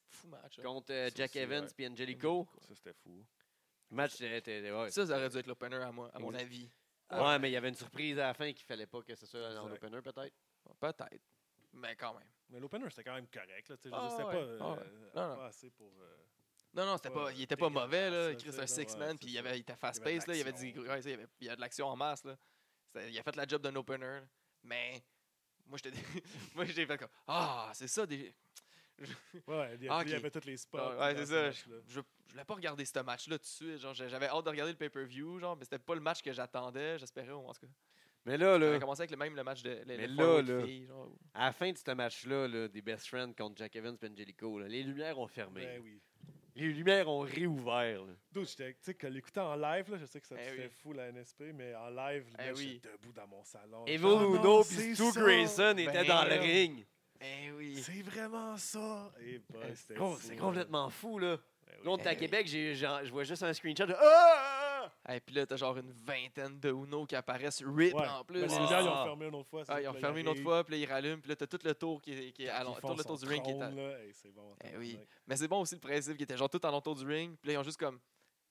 [SPEAKER 2] Fou match. là.
[SPEAKER 1] contre euh,
[SPEAKER 3] Ça
[SPEAKER 1] Jack
[SPEAKER 3] aussi,
[SPEAKER 1] Evans
[SPEAKER 3] ouais.
[SPEAKER 1] puis Angelico.
[SPEAKER 3] Ça, c'était fou.
[SPEAKER 1] Match euh, était. Ouais,
[SPEAKER 2] Ça, ça aurait dû être l'opener à, moi, à mon
[SPEAKER 1] Exact.
[SPEAKER 2] avis.
[SPEAKER 1] ouais, mais il y avait une surprise à la fin qu'il fallait pas que ce soit dans
[SPEAKER 3] Exact.
[SPEAKER 1] l'opener, peut-être.
[SPEAKER 2] Peut-être. Mais quand même.
[SPEAKER 3] Mais l'opener, c'était quand même correct, là. Tu sais, je veux
[SPEAKER 2] Ah,
[SPEAKER 3] dire, c'était
[SPEAKER 2] ouais.
[SPEAKER 3] pas, euh,
[SPEAKER 2] Ah, ouais. Non, non.
[SPEAKER 3] pas assez pour. euh,
[SPEAKER 2] Non, non, c'était
[SPEAKER 3] Ouais,
[SPEAKER 2] pas, il était pas
[SPEAKER 3] dégueulasse,
[SPEAKER 2] mauvais. Là.
[SPEAKER 3] ça,
[SPEAKER 2] Chris,
[SPEAKER 3] c'est
[SPEAKER 2] un
[SPEAKER 3] ça, ouais,
[SPEAKER 2] six-man,
[SPEAKER 3] c'est
[SPEAKER 2] puis il,
[SPEAKER 3] ça.
[SPEAKER 2] avait, il était
[SPEAKER 3] Il y avait de
[SPEAKER 2] fast-paced. là, Il, y avait dit,
[SPEAKER 3] l'action.
[SPEAKER 2] ouais, ça, il, y avait, il y a de l'action en masse. Là. C'était- Il a fait la job d'un opener. Mais moi, j'étais moi, j'ai fait comme Ah, c'est ça. Des...
[SPEAKER 3] Ouais, il y, a-
[SPEAKER 2] Ah,
[SPEAKER 3] il y
[SPEAKER 2] ok.
[SPEAKER 3] avait tous les spots.
[SPEAKER 2] Ouais, ouais,
[SPEAKER 3] dans
[SPEAKER 2] c'est
[SPEAKER 3] ce
[SPEAKER 2] ça.
[SPEAKER 3] match-là.
[SPEAKER 2] Je, je voulais pas regarder ce match-là tout de suite. Genre, j'avais hâte de regarder le pay-per-view, genre, mais c'était pas le match que j'attendais, j'espérais, ou en tout cas.
[SPEAKER 1] Mais là,
[SPEAKER 2] On
[SPEAKER 1] là,
[SPEAKER 2] avait commencé avec le même le match de le-
[SPEAKER 1] Mais
[SPEAKER 2] le
[SPEAKER 1] là,
[SPEAKER 2] forward
[SPEAKER 1] là.
[SPEAKER 2] filles, genre, où-
[SPEAKER 1] à la fin de ce match-là, là, des best friends contre Jack Evans et Angelico, là, les lumières ont fermé.
[SPEAKER 3] Ben oui.
[SPEAKER 1] Les lumières ont réouvert. là.
[SPEAKER 3] Dude, j'étais- tu sais, que l'écouter en live, là, je sais que ça
[SPEAKER 2] Eh
[SPEAKER 3] c'était
[SPEAKER 2] oui.
[SPEAKER 3] fou la NSP, mais en live, là,
[SPEAKER 2] Eh oui.
[SPEAKER 3] j'étais debout dans mon salon.
[SPEAKER 1] Evil
[SPEAKER 3] J'étais, Oh non,
[SPEAKER 1] Uno
[SPEAKER 3] c'est
[SPEAKER 1] puis Stu
[SPEAKER 3] ça!
[SPEAKER 1] Grayson étaient
[SPEAKER 2] Ben
[SPEAKER 1] dans le
[SPEAKER 2] là.
[SPEAKER 1] ring.
[SPEAKER 2] Eh oui.
[SPEAKER 3] C'est vraiment ça! Et boy, c'était
[SPEAKER 1] C'est con-
[SPEAKER 3] fou, hein.
[SPEAKER 1] c'est
[SPEAKER 3] là.
[SPEAKER 1] complètement fou, là.
[SPEAKER 3] Ben oui.
[SPEAKER 1] Là, on est à
[SPEAKER 2] Eh oui.
[SPEAKER 1] Québec, j'ai- j'en- je vois juste un screenshot de Ah!
[SPEAKER 2] Et puis là, t'as genre une vingtaine de Uno qui apparaissent RIP
[SPEAKER 3] Ouais.
[SPEAKER 2] en
[SPEAKER 3] Ben,
[SPEAKER 2] plus.
[SPEAKER 3] les
[SPEAKER 1] Ah.
[SPEAKER 3] lumières, ils ont fermé une autre fois. c'est
[SPEAKER 2] Ah, ils
[SPEAKER 3] ça,
[SPEAKER 2] ont
[SPEAKER 3] là,
[SPEAKER 2] fermé une autre
[SPEAKER 3] arrivent,
[SPEAKER 2] fois, puis là, ils rallument, puis là, t'as tout le tour qui est, qui est à
[SPEAKER 3] ils
[SPEAKER 2] l'en-
[SPEAKER 3] font
[SPEAKER 2] tout le
[SPEAKER 3] son
[SPEAKER 2] tour du ring qui est à-
[SPEAKER 3] trône, là. Hey, c'est bon.
[SPEAKER 2] Eh oui.
[SPEAKER 3] tabarnak.
[SPEAKER 2] Mais c'est bon aussi le principe qui était genre tout en autour du ring, puis là, ils ont juste comme,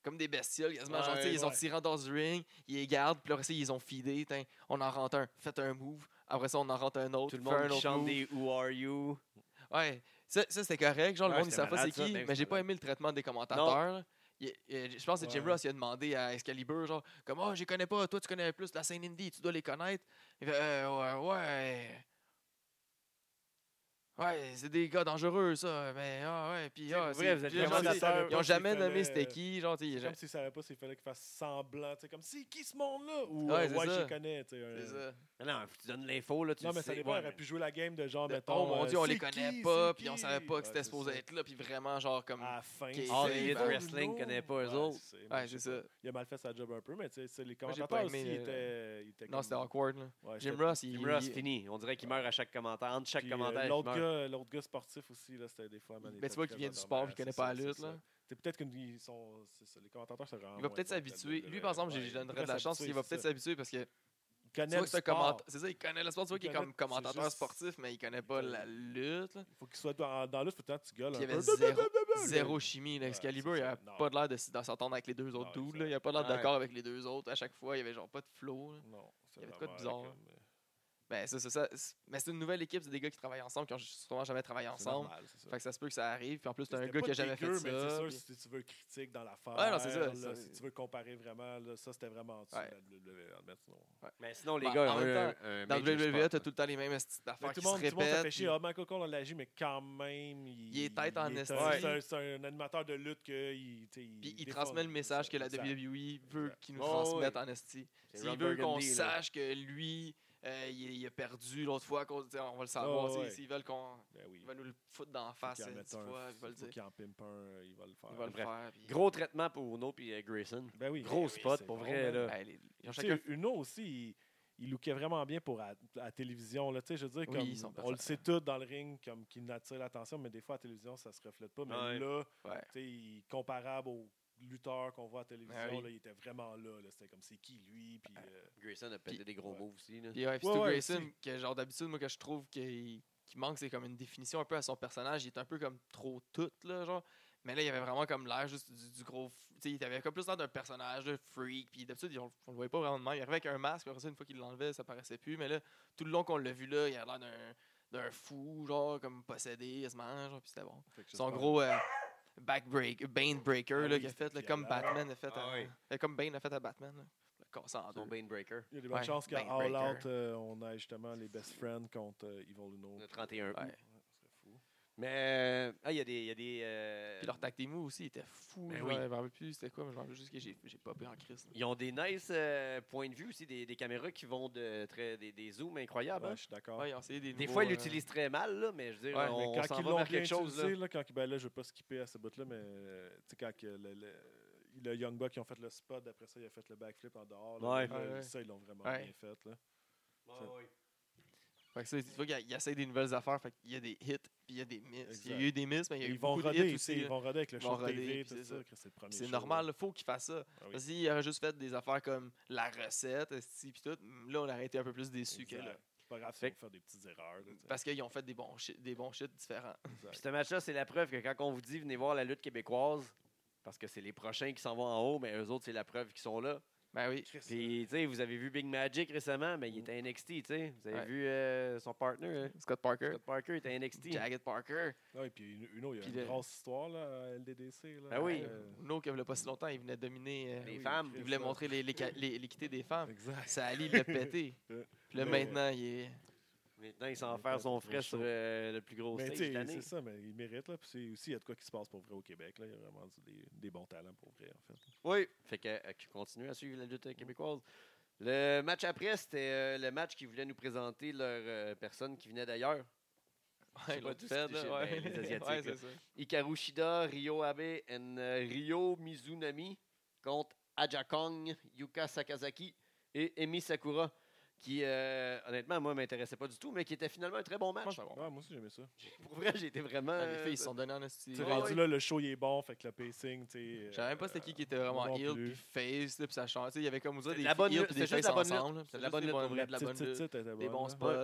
[SPEAKER 2] comme des bestioles, quasiment. genre,
[SPEAKER 1] Ouais,
[SPEAKER 2] tu sais, ils ont
[SPEAKER 3] ouais.
[SPEAKER 2] tiré en dehors du ring, ils les gardent, puis là, après ça, ils ont feedé. tiens, On en rentre un, faites un move. Après ça, on en rentre un autre.
[SPEAKER 1] Tout le
[SPEAKER 2] fais un
[SPEAKER 1] monde qui
[SPEAKER 2] autre
[SPEAKER 1] chante
[SPEAKER 2] move.
[SPEAKER 1] des Who Are You?
[SPEAKER 2] Ouais, ça, ça c'était correct. Genre,
[SPEAKER 1] Ouais,
[SPEAKER 2] le monde, ils
[SPEAKER 1] c'était
[SPEAKER 2] savent pas c'est
[SPEAKER 1] malade, ça.
[SPEAKER 2] qui,
[SPEAKER 1] Ben,
[SPEAKER 2] mais
[SPEAKER 1] c'est
[SPEAKER 2] j'ai pas aimé le traitement des commentateurs. là. Il- il- je pense que c'est Jim
[SPEAKER 3] Ouais.
[SPEAKER 2] Ross il a demandé à Excalibur, genre, comme, oh, je les connais pas, toi, tu connais plus la scène indie, tu dois les connaître. Il fait, Euh, ouais, ouais. Ouais, c'est des gars dangereux, ça, mais, ah, ouais, puis,
[SPEAKER 1] C'est pour
[SPEAKER 2] ah, c'est-
[SPEAKER 1] vrai, vous êtes
[SPEAKER 2] puis là,
[SPEAKER 1] vraiment
[SPEAKER 2] genre,
[SPEAKER 1] des-
[SPEAKER 2] c'est- Ils ont jamais nommé c'était qui, genre, tu sais,
[SPEAKER 3] Comme s'ils savaient pas s'il fallait qu'ils fassent semblant, tu sais, comme c'est qui ce monde-là? Ou
[SPEAKER 2] Ouais,
[SPEAKER 3] euh,
[SPEAKER 2] c'est
[SPEAKER 3] ouais,
[SPEAKER 2] ça.
[SPEAKER 3] je les connais, tu sais.
[SPEAKER 2] c'est
[SPEAKER 3] euh,
[SPEAKER 2] ça.
[SPEAKER 1] Non, non, faut que tu donnes l'info, là, tu
[SPEAKER 3] Non,
[SPEAKER 1] le
[SPEAKER 3] mais ça
[SPEAKER 1] sais.
[SPEAKER 3] dépend,
[SPEAKER 1] Ouais,
[SPEAKER 3] on aurait
[SPEAKER 1] mais-
[SPEAKER 3] pu jouer la game de genre,
[SPEAKER 2] De-
[SPEAKER 3] mettons.
[SPEAKER 2] Oh mon
[SPEAKER 3] euh,
[SPEAKER 2] dieu, on
[SPEAKER 3] c'est
[SPEAKER 2] les connaît
[SPEAKER 3] qui,
[SPEAKER 2] pas,
[SPEAKER 3] c'est
[SPEAKER 2] puis on
[SPEAKER 3] qui?
[SPEAKER 2] savait pas que
[SPEAKER 3] Ouais,
[SPEAKER 2] c'était
[SPEAKER 3] c'est
[SPEAKER 2] supposé
[SPEAKER 3] ça. Ah,
[SPEAKER 2] être là, puis vraiment, genre, comme.
[SPEAKER 3] À la fin,
[SPEAKER 2] qu'ils
[SPEAKER 1] All
[SPEAKER 2] savent,
[SPEAKER 1] Elite
[SPEAKER 2] hein.
[SPEAKER 1] Wrestling connaît pas eux
[SPEAKER 3] Ouais,
[SPEAKER 1] autres.
[SPEAKER 3] c'est- moi,
[SPEAKER 2] Ouais,
[SPEAKER 3] je
[SPEAKER 2] c'est
[SPEAKER 3] sais
[SPEAKER 2] ça.
[SPEAKER 3] pas. Il a mal fait sa job un peu, mais tu sais, c'est les
[SPEAKER 2] Moi, j'ai pas
[SPEAKER 3] commentateurs aussi,
[SPEAKER 2] aimé,
[SPEAKER 3] ils
[SPEAKER 2] euh,
[SPEAKER 3] étaient. ils étaient
[SPEAKER 2] Non,
[SPEAKER 3] comme-
[SPEAKER 2] c'était awkward, là.
[SPEAKER 3] Ouais,
[SPEAKER 2] Jim
[SPEAKER 3] c'était-
[SPEAKER 2] Ross, il.
[SPEAKER 1] Jim Ross,
[SPEAKER 2] il-
[SPEAKER 1] fini. On dirait qu'il meurt à chaque commentaire. Entre chaque
[SPEAKER 3] Puis, euh,
[SPEAKER 1] commentaire, il
[SPEAKER 3] L'autre
[SPEAKER 1] meurt.
[SPEAKER 3] gars, l'autre gars sportif aussi, là, c'était des fois. man, il
[SPEAKER 2] Mais
[SPEAKER 3] était
[SPEAKER 2] tu vois qu'il
[SPEAKER 3] très
[SPEAKER 2] vient du
[SPEAKER 3] endormant,
[SPEAKER 2] sport, il
[SPEAKER 3] c'est
[SPEAKER 2] connaît
[SPEAKER 3] ça,
[SPEAKER 2] pas la
[SPEAKER 3] c'est
[SPEAKER 2] lutte,
[SPEAKER 3] ça.
[SPEAKER 2] là.
[SPEAKER 3] C'est peut-être qu'ils sont. c'est ça, les commentateurs se rendent.
[SPEAKER 2] Il va peut-être s'habituer. Lui, par exemple, j'ai- je donnerais de la chance. Il va peut-être s'habituer parce que tu
[SPEAKER 3] Il connaît
[SPEAKER 2] vois
[SPEAKER 3] le
[SPEAKER 2] que c'est un
[SPEAKER 3] sport.
[SPEAKER 2] commenta- C'est ça, il connaît le sport. Tu vois
[SPEAKER 3] Il
[SPEAKER 2] qu'il est
[SPEAKER 3] connaît-
[SPEAKER 2] comme
[SPEAKER 3] c'est
[SPEAKER 2] commentateur
[SPEAKER 3] juste-
[SPEAKER 2] sportif, mais il connaît pas
[SPEAKER 3] Il
[SPEAKER 2] la lutte. là.
[SPEAKER 3] Il faut qu'il soit dans, dans la lutte, faut que tu gueules
[SPEAKER 2] Puis
[SPEAKER 3] un
[SPEAKER 2] il y avait
[SPEAKER 3] peu.
[SPEAKER 2] zéro-
[SPEAKER 3] Blablabla.
[SPEAKER 2] Zéro chimie. là,
[SPEAKER 3] Ouais,
[SPEAKER 2] Excalibur,
[SPEAKER 3] c'est
[SPEAKER 2] il a
[SPEAKER 3] ça. Non.
[SPEAKER 2] pas de l'air de s- de s'entendre avec les deux autres
[SPEAKER 3] Non,
[SPEAKER 2] dudes. là. Il a pas l'air
[SPEAKER 1] Ouais.
[SPEAKER 2] d'accord avec les deux autres à chaque fois. Il y avait genre pas de flow. là.
[SPEAKER 3] Non, c'est
[SPEAKER 2] Il y avait de quoi de
[SPEAKER 3] vraiment
[SPEAKER 2] bizarre.
[SPEAKER 3] comme, euh,
[SPEAKER 2] Ben, ça, ça, ça, c'est- Mais c'est une nouvelle équipe. C'est des gars qui travaillent ensemble, qui ont souvent jamais travaillé
[SPEAKER 3] c'est
[SPEAKER 2] ensemble.
[SPEAKER 3] normal, c'est ça.
[SPEAKER 2] Fait que ça se peut que ça arrive. Puis en plus, c'est un
[SPEAKER 3] C'était
[SPEAKER 2] gars
[SPEAKER 3] pas
[SPEAKER 2] qui a jamais
[SPEAKER 3] dégueu,
[SPEAKER 2] fait
[SPEAKER 3] mais C'est
[SPEAKER 2] ça.
[SPEAKER 3] sûr,
[SPEAKER 2] puis-
[SPEAKER 3] si tu veux critique dans l'affaire.
[SPEAKER 2] Ouais, non, c'est ça,
[SPEAKER 3] là,
[SPEAKER 2] ça,
[SPEAKER 3] Si
[SPEAKER 2] c'est-
[SPEAKER 3] tu veux comparer vraiment, là, ça, c'était vraiment en dessous
[SPEAKER 2] Ouais.
[SPEAKER 3] de la WWE, en mettre, sinon.
[SPEAKER 1] Mais sinon, les
[SPEAKER 2] Bah,
[SPEAKER 1] gars
[SPEAKER 2] en
[SPEAKER 1] ont eu
[SPEAKER 2] même
[SPEAKER 1] un, euh,
[SPEAKER 2] temps,
[SPEAKER 1] un
[SPEAKER 2] Dans le
[SPEAKER 1] major
[SPEAKER 2] WWE, t'as
[SPEAKER 1] spot.
[SPEAKER 2] tout le temps les mêmes esti
[SPEAKER 3] Mais
[SPEAKER 2] affaires
[SPEAKER 3] tout
[SPEAKER 2] qui
[SPEAKER 3] le
[SPEAKER 2] se
[SPEAKER 3] monde, tout le monde s'en fait
[SPEAKER 2] répètent.
[SPEAKER 3] chier.
[SPEAKER 2] puis-
[SPEAKER 3] Ah, Michael Cole, on l'a mais quand même. Il,
[SPEAKER 2] est tête en
[SPEAKER 3] il est un-
[SPEAKER 2] esti.
[SPEAKER 3] C'est un, c'est un animateur de lutte que. Il, tu sais,
[SPEAKER 2] Puis il
[SPEAKER 3] défend,
[SPEAKER 2] transmet le
[SPEAKER 3] c'est
[SPEAKER 2] message
[SPEAKER 3] ça,
[SPEAKER 2] que la E
[SPEAKER 3] exact.
[SPEAKER 2] WWE veut
[SPEAKER 3] Exact.
[SPEAKER 2] qu'il nous
[SPEAKER 1] Oh,
[SPEAKER 2] transmette en esti.
[SPEAKER 1] C'est
[SPEAKER 2] S'il
[SPEAKER 1] Ron
[SPEAKER 2] veut qu'on
[SPEAKER 1] Burgundy, là.
[SPEAKER 2] sache que lui, euh, il, il a perdu l'autre fois, à cause- t'sais, on va le savoir.
[SPEAKER 3] Oh,
[SPEAKER 2] t'sais,
[SPEAKER 3] ouais.
[SPEAKER 2] S'ils veulent qu'on
[SPEAKER 3] Ben oui.
[SPEAKER 2] ils veulent nous le foutre d'en face
[SPEAKER 3] Faut qu'il en
[SPEAKER 2] euh,
[SPEAKER 3] mette
[SPEAKER 2] dix
[SPEAKER 3] un,
[SPEAKER 2] fois, ils
[SPEAKER 3] faut
[SPEAKER 2] veulent le dire.
[SPEAKER 3] qu'il en pimpe un, il va le faire.
[SPEAKER 2] Ils veulent le
[SPEAKER 1] Bref.
[SPEAKER 2] faire. puis-
[SPEAKER 1] Gros traitement pour Uno puis euh, Grayson.
[SPEAKER 3] Ben oui.
[SPEAKER 1] Gros
[SPEAKER 3] Ben oui,
[SPEAKER 1] spot,
[SPEAKER 3] c'est
[SPEAKER 1] pour
[SPEAKER 3] bon,
[SPEAKER 1] vrai,
[SPEAKER 3] man.
[SPEAKER 1] là.
[SPEAKER 2] Ben, les- ils ont
[SPEAKER 3] Tu
[SPEAKER 2] chacun-
[SPEAKER 3] sais, Uno aussi, il, il lookait vraiment bien pour à, à la télévision. Là, Tu sais, je veux dire,
[SPEAKER 2] Oui,
[SPEAKER 3] comme,
[SPEAKER 2] ils sont
[SPEAKER 3] on le
[SPEAKER 2] parfaits.
[SPEAKER 3] sait tous dans le ring, comme qu'il attire l'attention, mais des fois à la télévision, ça se reflète pas. Mais
[SPEAKER 1] Ouais.
[SPEAKER 3] là,
[SPEAKER 2] Ouais.
[SPEAKER 3] tu sais, il- comparable au lutteur qu'on voit à la télévision,
[SPEAKER 2] Ah oui.
[SPEAKER 3] là, il était vraiment là. là. C'était comme c'est qui lui, puis euh,
[SPEAKER 1] Grayson a pété
[SPEAKER 2] Puis-
[SPEAKER 1] des gros
[SPEAKER 3] ouais.
[SPEAKER 1] moves aussi. Là.
[SPEAKER 2] Puis ouais, puis
[SPEAKER 3] Ouais,
[SPEAKER 2] Stu
[SPEAKER 3] ouais,
[SPEAKER 2] Grayson,
[SPEAKER 3] aussi.
[SPEAKER 2] que genre d'habitude, moi, que je trouve qu'il qu'il manque, c'est comme une définition un peu à son personnage. Il est un peu comme trop tout, là, genre. Mais là, il avait vraiment comme l'air juste du, du gros. f- Tu sais, il avait comme plus l'air d'un personnage, de freak. Puis d'habitude, ils- on, on le voyait pas vraiment de même. Il arrivait avec un masque, puis après ça, une fois qu'il l'enlevait, ça paraissait plus. Mais là, tout le long qu'on l'a vu là, il a l'air d'un d'un fou, genre, comme possédé, quasiment, genre, puis c'était bon.
[SPEAKER 3] fait que
[SPEAKER 2] Son
[SPEAKER 3] j'espère-
[SPEAKER 2] gros euh, backbreak, Bane Breaker,
[SPEAKER 3] Ah
[SPEAKER 2] là,
[SPEAKER 3] oui,
[SPEAKER 2] qu'il a fait, là,
[SPEAKER 3] c'était
[SPEAKER 2] comme
[SPEAKER 3] violent.
[SPEAKER 2] Batman a fait.
[SPEAKER 1] Ah
[SPEAKER 2] à-
[SPEAKER 1] oui.
[SPEAKER 2] euh, comme Bane a fait à Batman, là. Le cassant en
[SPEAKER 1] Son
[SPEAKER 2] deux.
[SPEAKER 1] Banebreaker.
[SPEAKER 3] Il y a des bonnes
[SPEAKER 2] Ouais,
[SPEAKER 3] chances qu'à
[SPEAKER 2] Bane
[SPEAKER 3] All
[SPEAKER 2] Breaker.
[SPEAKER 3] Out, euh, on a justement les best friends contre euh, Evil Uno.
[SPEAKER 1] Le 31.
[SPEAKER 2] Ouais.
[SPEAKER 3] C'est fou.
[SPEAKER 1] Mais euh, ah, il y a des. il Y a des euh,
[SPEAKER 2] Puis leur tag team move aussi était fou.
[SPEAKER 1] Ben
[SPEAKER 2] je
[SPEAKER 1] oui.
[SPEAKER 2] m'en- je m'en rappelle plus c'était quoi, mais je m'en rappelle juste que j'ai j'ai popé en crise. là.
[SPEAKER 1] ils ont des nice euh, points de vue aussi, des, des caméras qui vont de très, des, des zooms incroyables.
[SPEAKER 3] Ouais,
[SPEAKER 1] hein.
[SPEAKER 3] je suis d'accord.
[SPEAKER 2] Ouais, ils ont essayé des
[SPEAKER 1] Des
[SPEAKER 2] nouveaux,
[SPEAKER 1] fois, ils
[SPEAKER 2] euh,
[SPEAKER 1] l'utilisent très mal, là, mais je veux dire,
[SPEAKER 2] Ouais, mais
[SPEAKER 1] on,
[SPEAKER 3] Ah, quand
[SPEAKER 1] s'en
[SPEAKER 3] ils
[SPEAKER 1] va
[SPEAKER 3] l'ont
[SPEAKER 1] vers
[SPEAKER 3] bien
[SPEAKER 1] quelque chose. Là.
[SPEAKER 3] utilisé, là, quand, ben là, je ne veux pas skipper à ce bout-là, mais euh, tu sais, quand que le, le, le Young Buck, ils ont fait le spot, après ça, il a fait le backflip en dehors. là,
[SPEAKER 1] Ouais.
[SPEAKER 3] là,
[SPEAKER 2] Ouais, ouais.
[SPEAKER 3] Ça, ils l'ont vraiment
[SPEAKER 2] Ouais.
[SPEAKER 3] bien fait. Là.
[SPEAKER 2] Fait que ça, tu vois qu'ils essayent des nouvelles affaires. Fait qu'il y a des hits, puis il y a des misses. Il y a
[SPEAKER 3] Exact.
[SPEAKER 2] eu des misses, mais il y a eu
[SPEAKER 3] Ils vont
[SPEAKER 2] beaucoup de
[SPEAKER 3] roder
[SPEAKER 2] hits
[SPEAKER 3] aussi,
[SPEAKER 2] aussi.
[SPEAKER 3] ils
[SPEAKER 2] là.
[SPEAKER 3] vont roder avec le
[SPEAKER 2] Ils
[SPEAKER 3] show
[SPEAKER 2] vont roder,
[SPEAKER 3] TV,
[SPEAKER 2] puis
[SPEAKER 3] tout
[SPEAKER 2] c'est
[SPEAKER 3] ça.
[SPEAKER 2] ça.
[SPEAKER 3] que C'est le premier
[SPEAKER 2] C'est
[SPEAKER 3] show,
[SPEAKER 2] normal,
[SPEAKER 3] là.
[SPEAKER 2] il faut qu'ils fassent ça.
[SPEAKER 3] Ah oui.
[SPEAKER 2] Parce qu'ils auraient juste fait des affaires comme la recette, esti, puis tout. Là, on aurait été un peu plus déçus que
[SPEAKER 3] Exact.
[SPEAKER 2] là.
[SPEAKER 3] C'est pas grave
[SPEAKER 1] Fait
[SPEAKER 3] si
[SPEAKER 1] que-
[SPEAKER 3] on fait des petites erreurs. là, tu sais.
[SPEAKER 2] Parce qu'ils ont fait des bons shit, des bons shit différents.
[SPEAKER 1] Puis
[SPEAKER 3] Exact.
[SPEAKER 1] ce match-là, c'est la preuve que quand on vous dit venez voir la lutte québécoise, parce que c'est les prochains qui s'en vont en haut, mais eux autres, c'est la preuve qu'ils sont là.
[SPEAKER 2] Ben oui.
[SPEAKER 3] Chris,
[SPEAKER 1] Puis, tu sais, vous avez vu Big Magic récemment, mais il était à
[SPEAKER 3] Mm.
[SPEAKER 1] NXT, tu sais. Vous avez
[SPEAKER 2] Ouais.
[SPEAKER 1] vu euh, son partner, hein,
[SPEAKER 2] Scott Parker.
[SPEAKER 1] Scott Parker, était à NXT.
[SPEAKER 2] Jagged Parker.
[SPEAKER 3] euh, ouais, puis une- une autre, il y a
[SPEAKER 2] puis
[SPEAKER 3] une
[SPEAKER 2] le-
[SPEAKER 3] grosse histoire là, à LDDC. Là,
[SPEAKER 1] Ah oui.
[SPEAKER 3] Euh, ben
[SPEAKER 2] Uno, qui, il y a pas si longtemps, il venait dominer. euh,
[SPEAKER 1] Les
[SPEAKER 3] oui,
[SPEAKER 1] femmes.
[SPEAKER 2] il
[SPEAKER 3] Chris,
[SPEAKER 2] voulait
[SPEAKER 3] là.
[SPEAKER 2] montrer les- les ca- les- l'équité des femmes.
[SPEAKER 3] Exact.
[SPEAKER 2] Ça Ali l'a pété.
[SPEAKER 3] Ouais.
[SPEAKER 2] Puis là,
[SPEAKER 3] Mais-
[SPEAKER 2] maintenant, il est.
[SPEAKER 1] Maintenant, il s'en faire son frais sur euh, le plus gros
[SPEAKER 3] Mais tu
[SPEAKER 1] stage de
[SPEAKER 3] sais,
[SPEAKER 1] l'année.
[SPEAKER 3] c'est ça, mais il mérite. Là, puis c'est aussi, il y a de quoi qui se passe pour vrai au Québec. Là, il y a vraiment du- des, des bons talents pour vrai, en fait.
[SPEAKER 1] Oui. Fait que euh, que continue à suivre la
[SPEAKER 3] Mm.
[SPEAKER 1] lutte québécoise. Le match après, c'était euh, le match qui voulait nous présenter leur euh, personne qui venait d'ailleurs. pas
[SPEAKER 2] Ouais, l'autre
[SPEAKER 1] tous
[SPEAKER 2] Fed,
[SPEAKER 1] cliché,
[SPEAKER 2] là, ouais.
[SPEAKER 1] ben, les Asiatiques,
[SPEAKER 2] Ouais,
[SPEAKER 1] là.
[SPEAKER 2] c'est ça.
[SPEAKER 1] Hikaru Shida, Ryo Abe et Ryo Mizunami contre Ajakong, Yuka Sakazaki et Emi Sakura, qui, euh, honnêtement, moi, m'intéressait pas du tout, mais qui était finalement un très bon match.
[SPEAKER 2] Moi, je suis bon.
[SPEAKER 3] Ouais, moi aussi, j'aimais ça.
[SPEAKER 1] Pour vrai, j'ai été vraiment...
[SPEAKER 2] Ah, les filles, ils
[SPEAKER 1] euh,
[SPEAKER 2] se sont donnés en hostie.
[SPEAKER 3] Tu sais,
[SPEAKER 1] Ouais,
[SPEAKER 3] rendu
[SPEAKER 1] ouais.
[SPEAKER 3] là, le show il est bon, fait que le pacing, tu sais. euh,
[SPEAKER 2] Je savais même pas c'était qui qui était vraiment
[SPEAKER 3] non
[SPEAKER 2] heel
[SPEAKER 3] plus.
[SPEAKER 2] puis face, là, puis ça change. Tu sais, Il y avait comme vous dire
[SPEAKER 1] C'était
[SPEAKER 2] des
[SPEAKER 1] de la bonne
[SPEAKER 2] heel
[SPEAKER 1] lutte,
[SPEAKER 2] puis des
[SPEAKER 1] c'était juste
[SPEAKER 2] faces
[SPEAKER 1] de la bonne lutte.
[SPEAKER 2] ensemble. là. C'était de la
[SPEAKER 1] C'était
[SPEAKER 2] bonne
[SPEAKER 1] juste des bonnes
[SPEAKER 2] lutte,
[SPEAKER 3] La
[SPEAKER 2] de la bonne
[SPEAKER 3] petite
[SPEAKER 2] lutte,
[SPEAKER 3] titre était bonne.
[SPEAKER 2] des bons
[SPEAKER 3] là.
[SPEAKER 2] spots.
[SPEAKER 3] Ouais,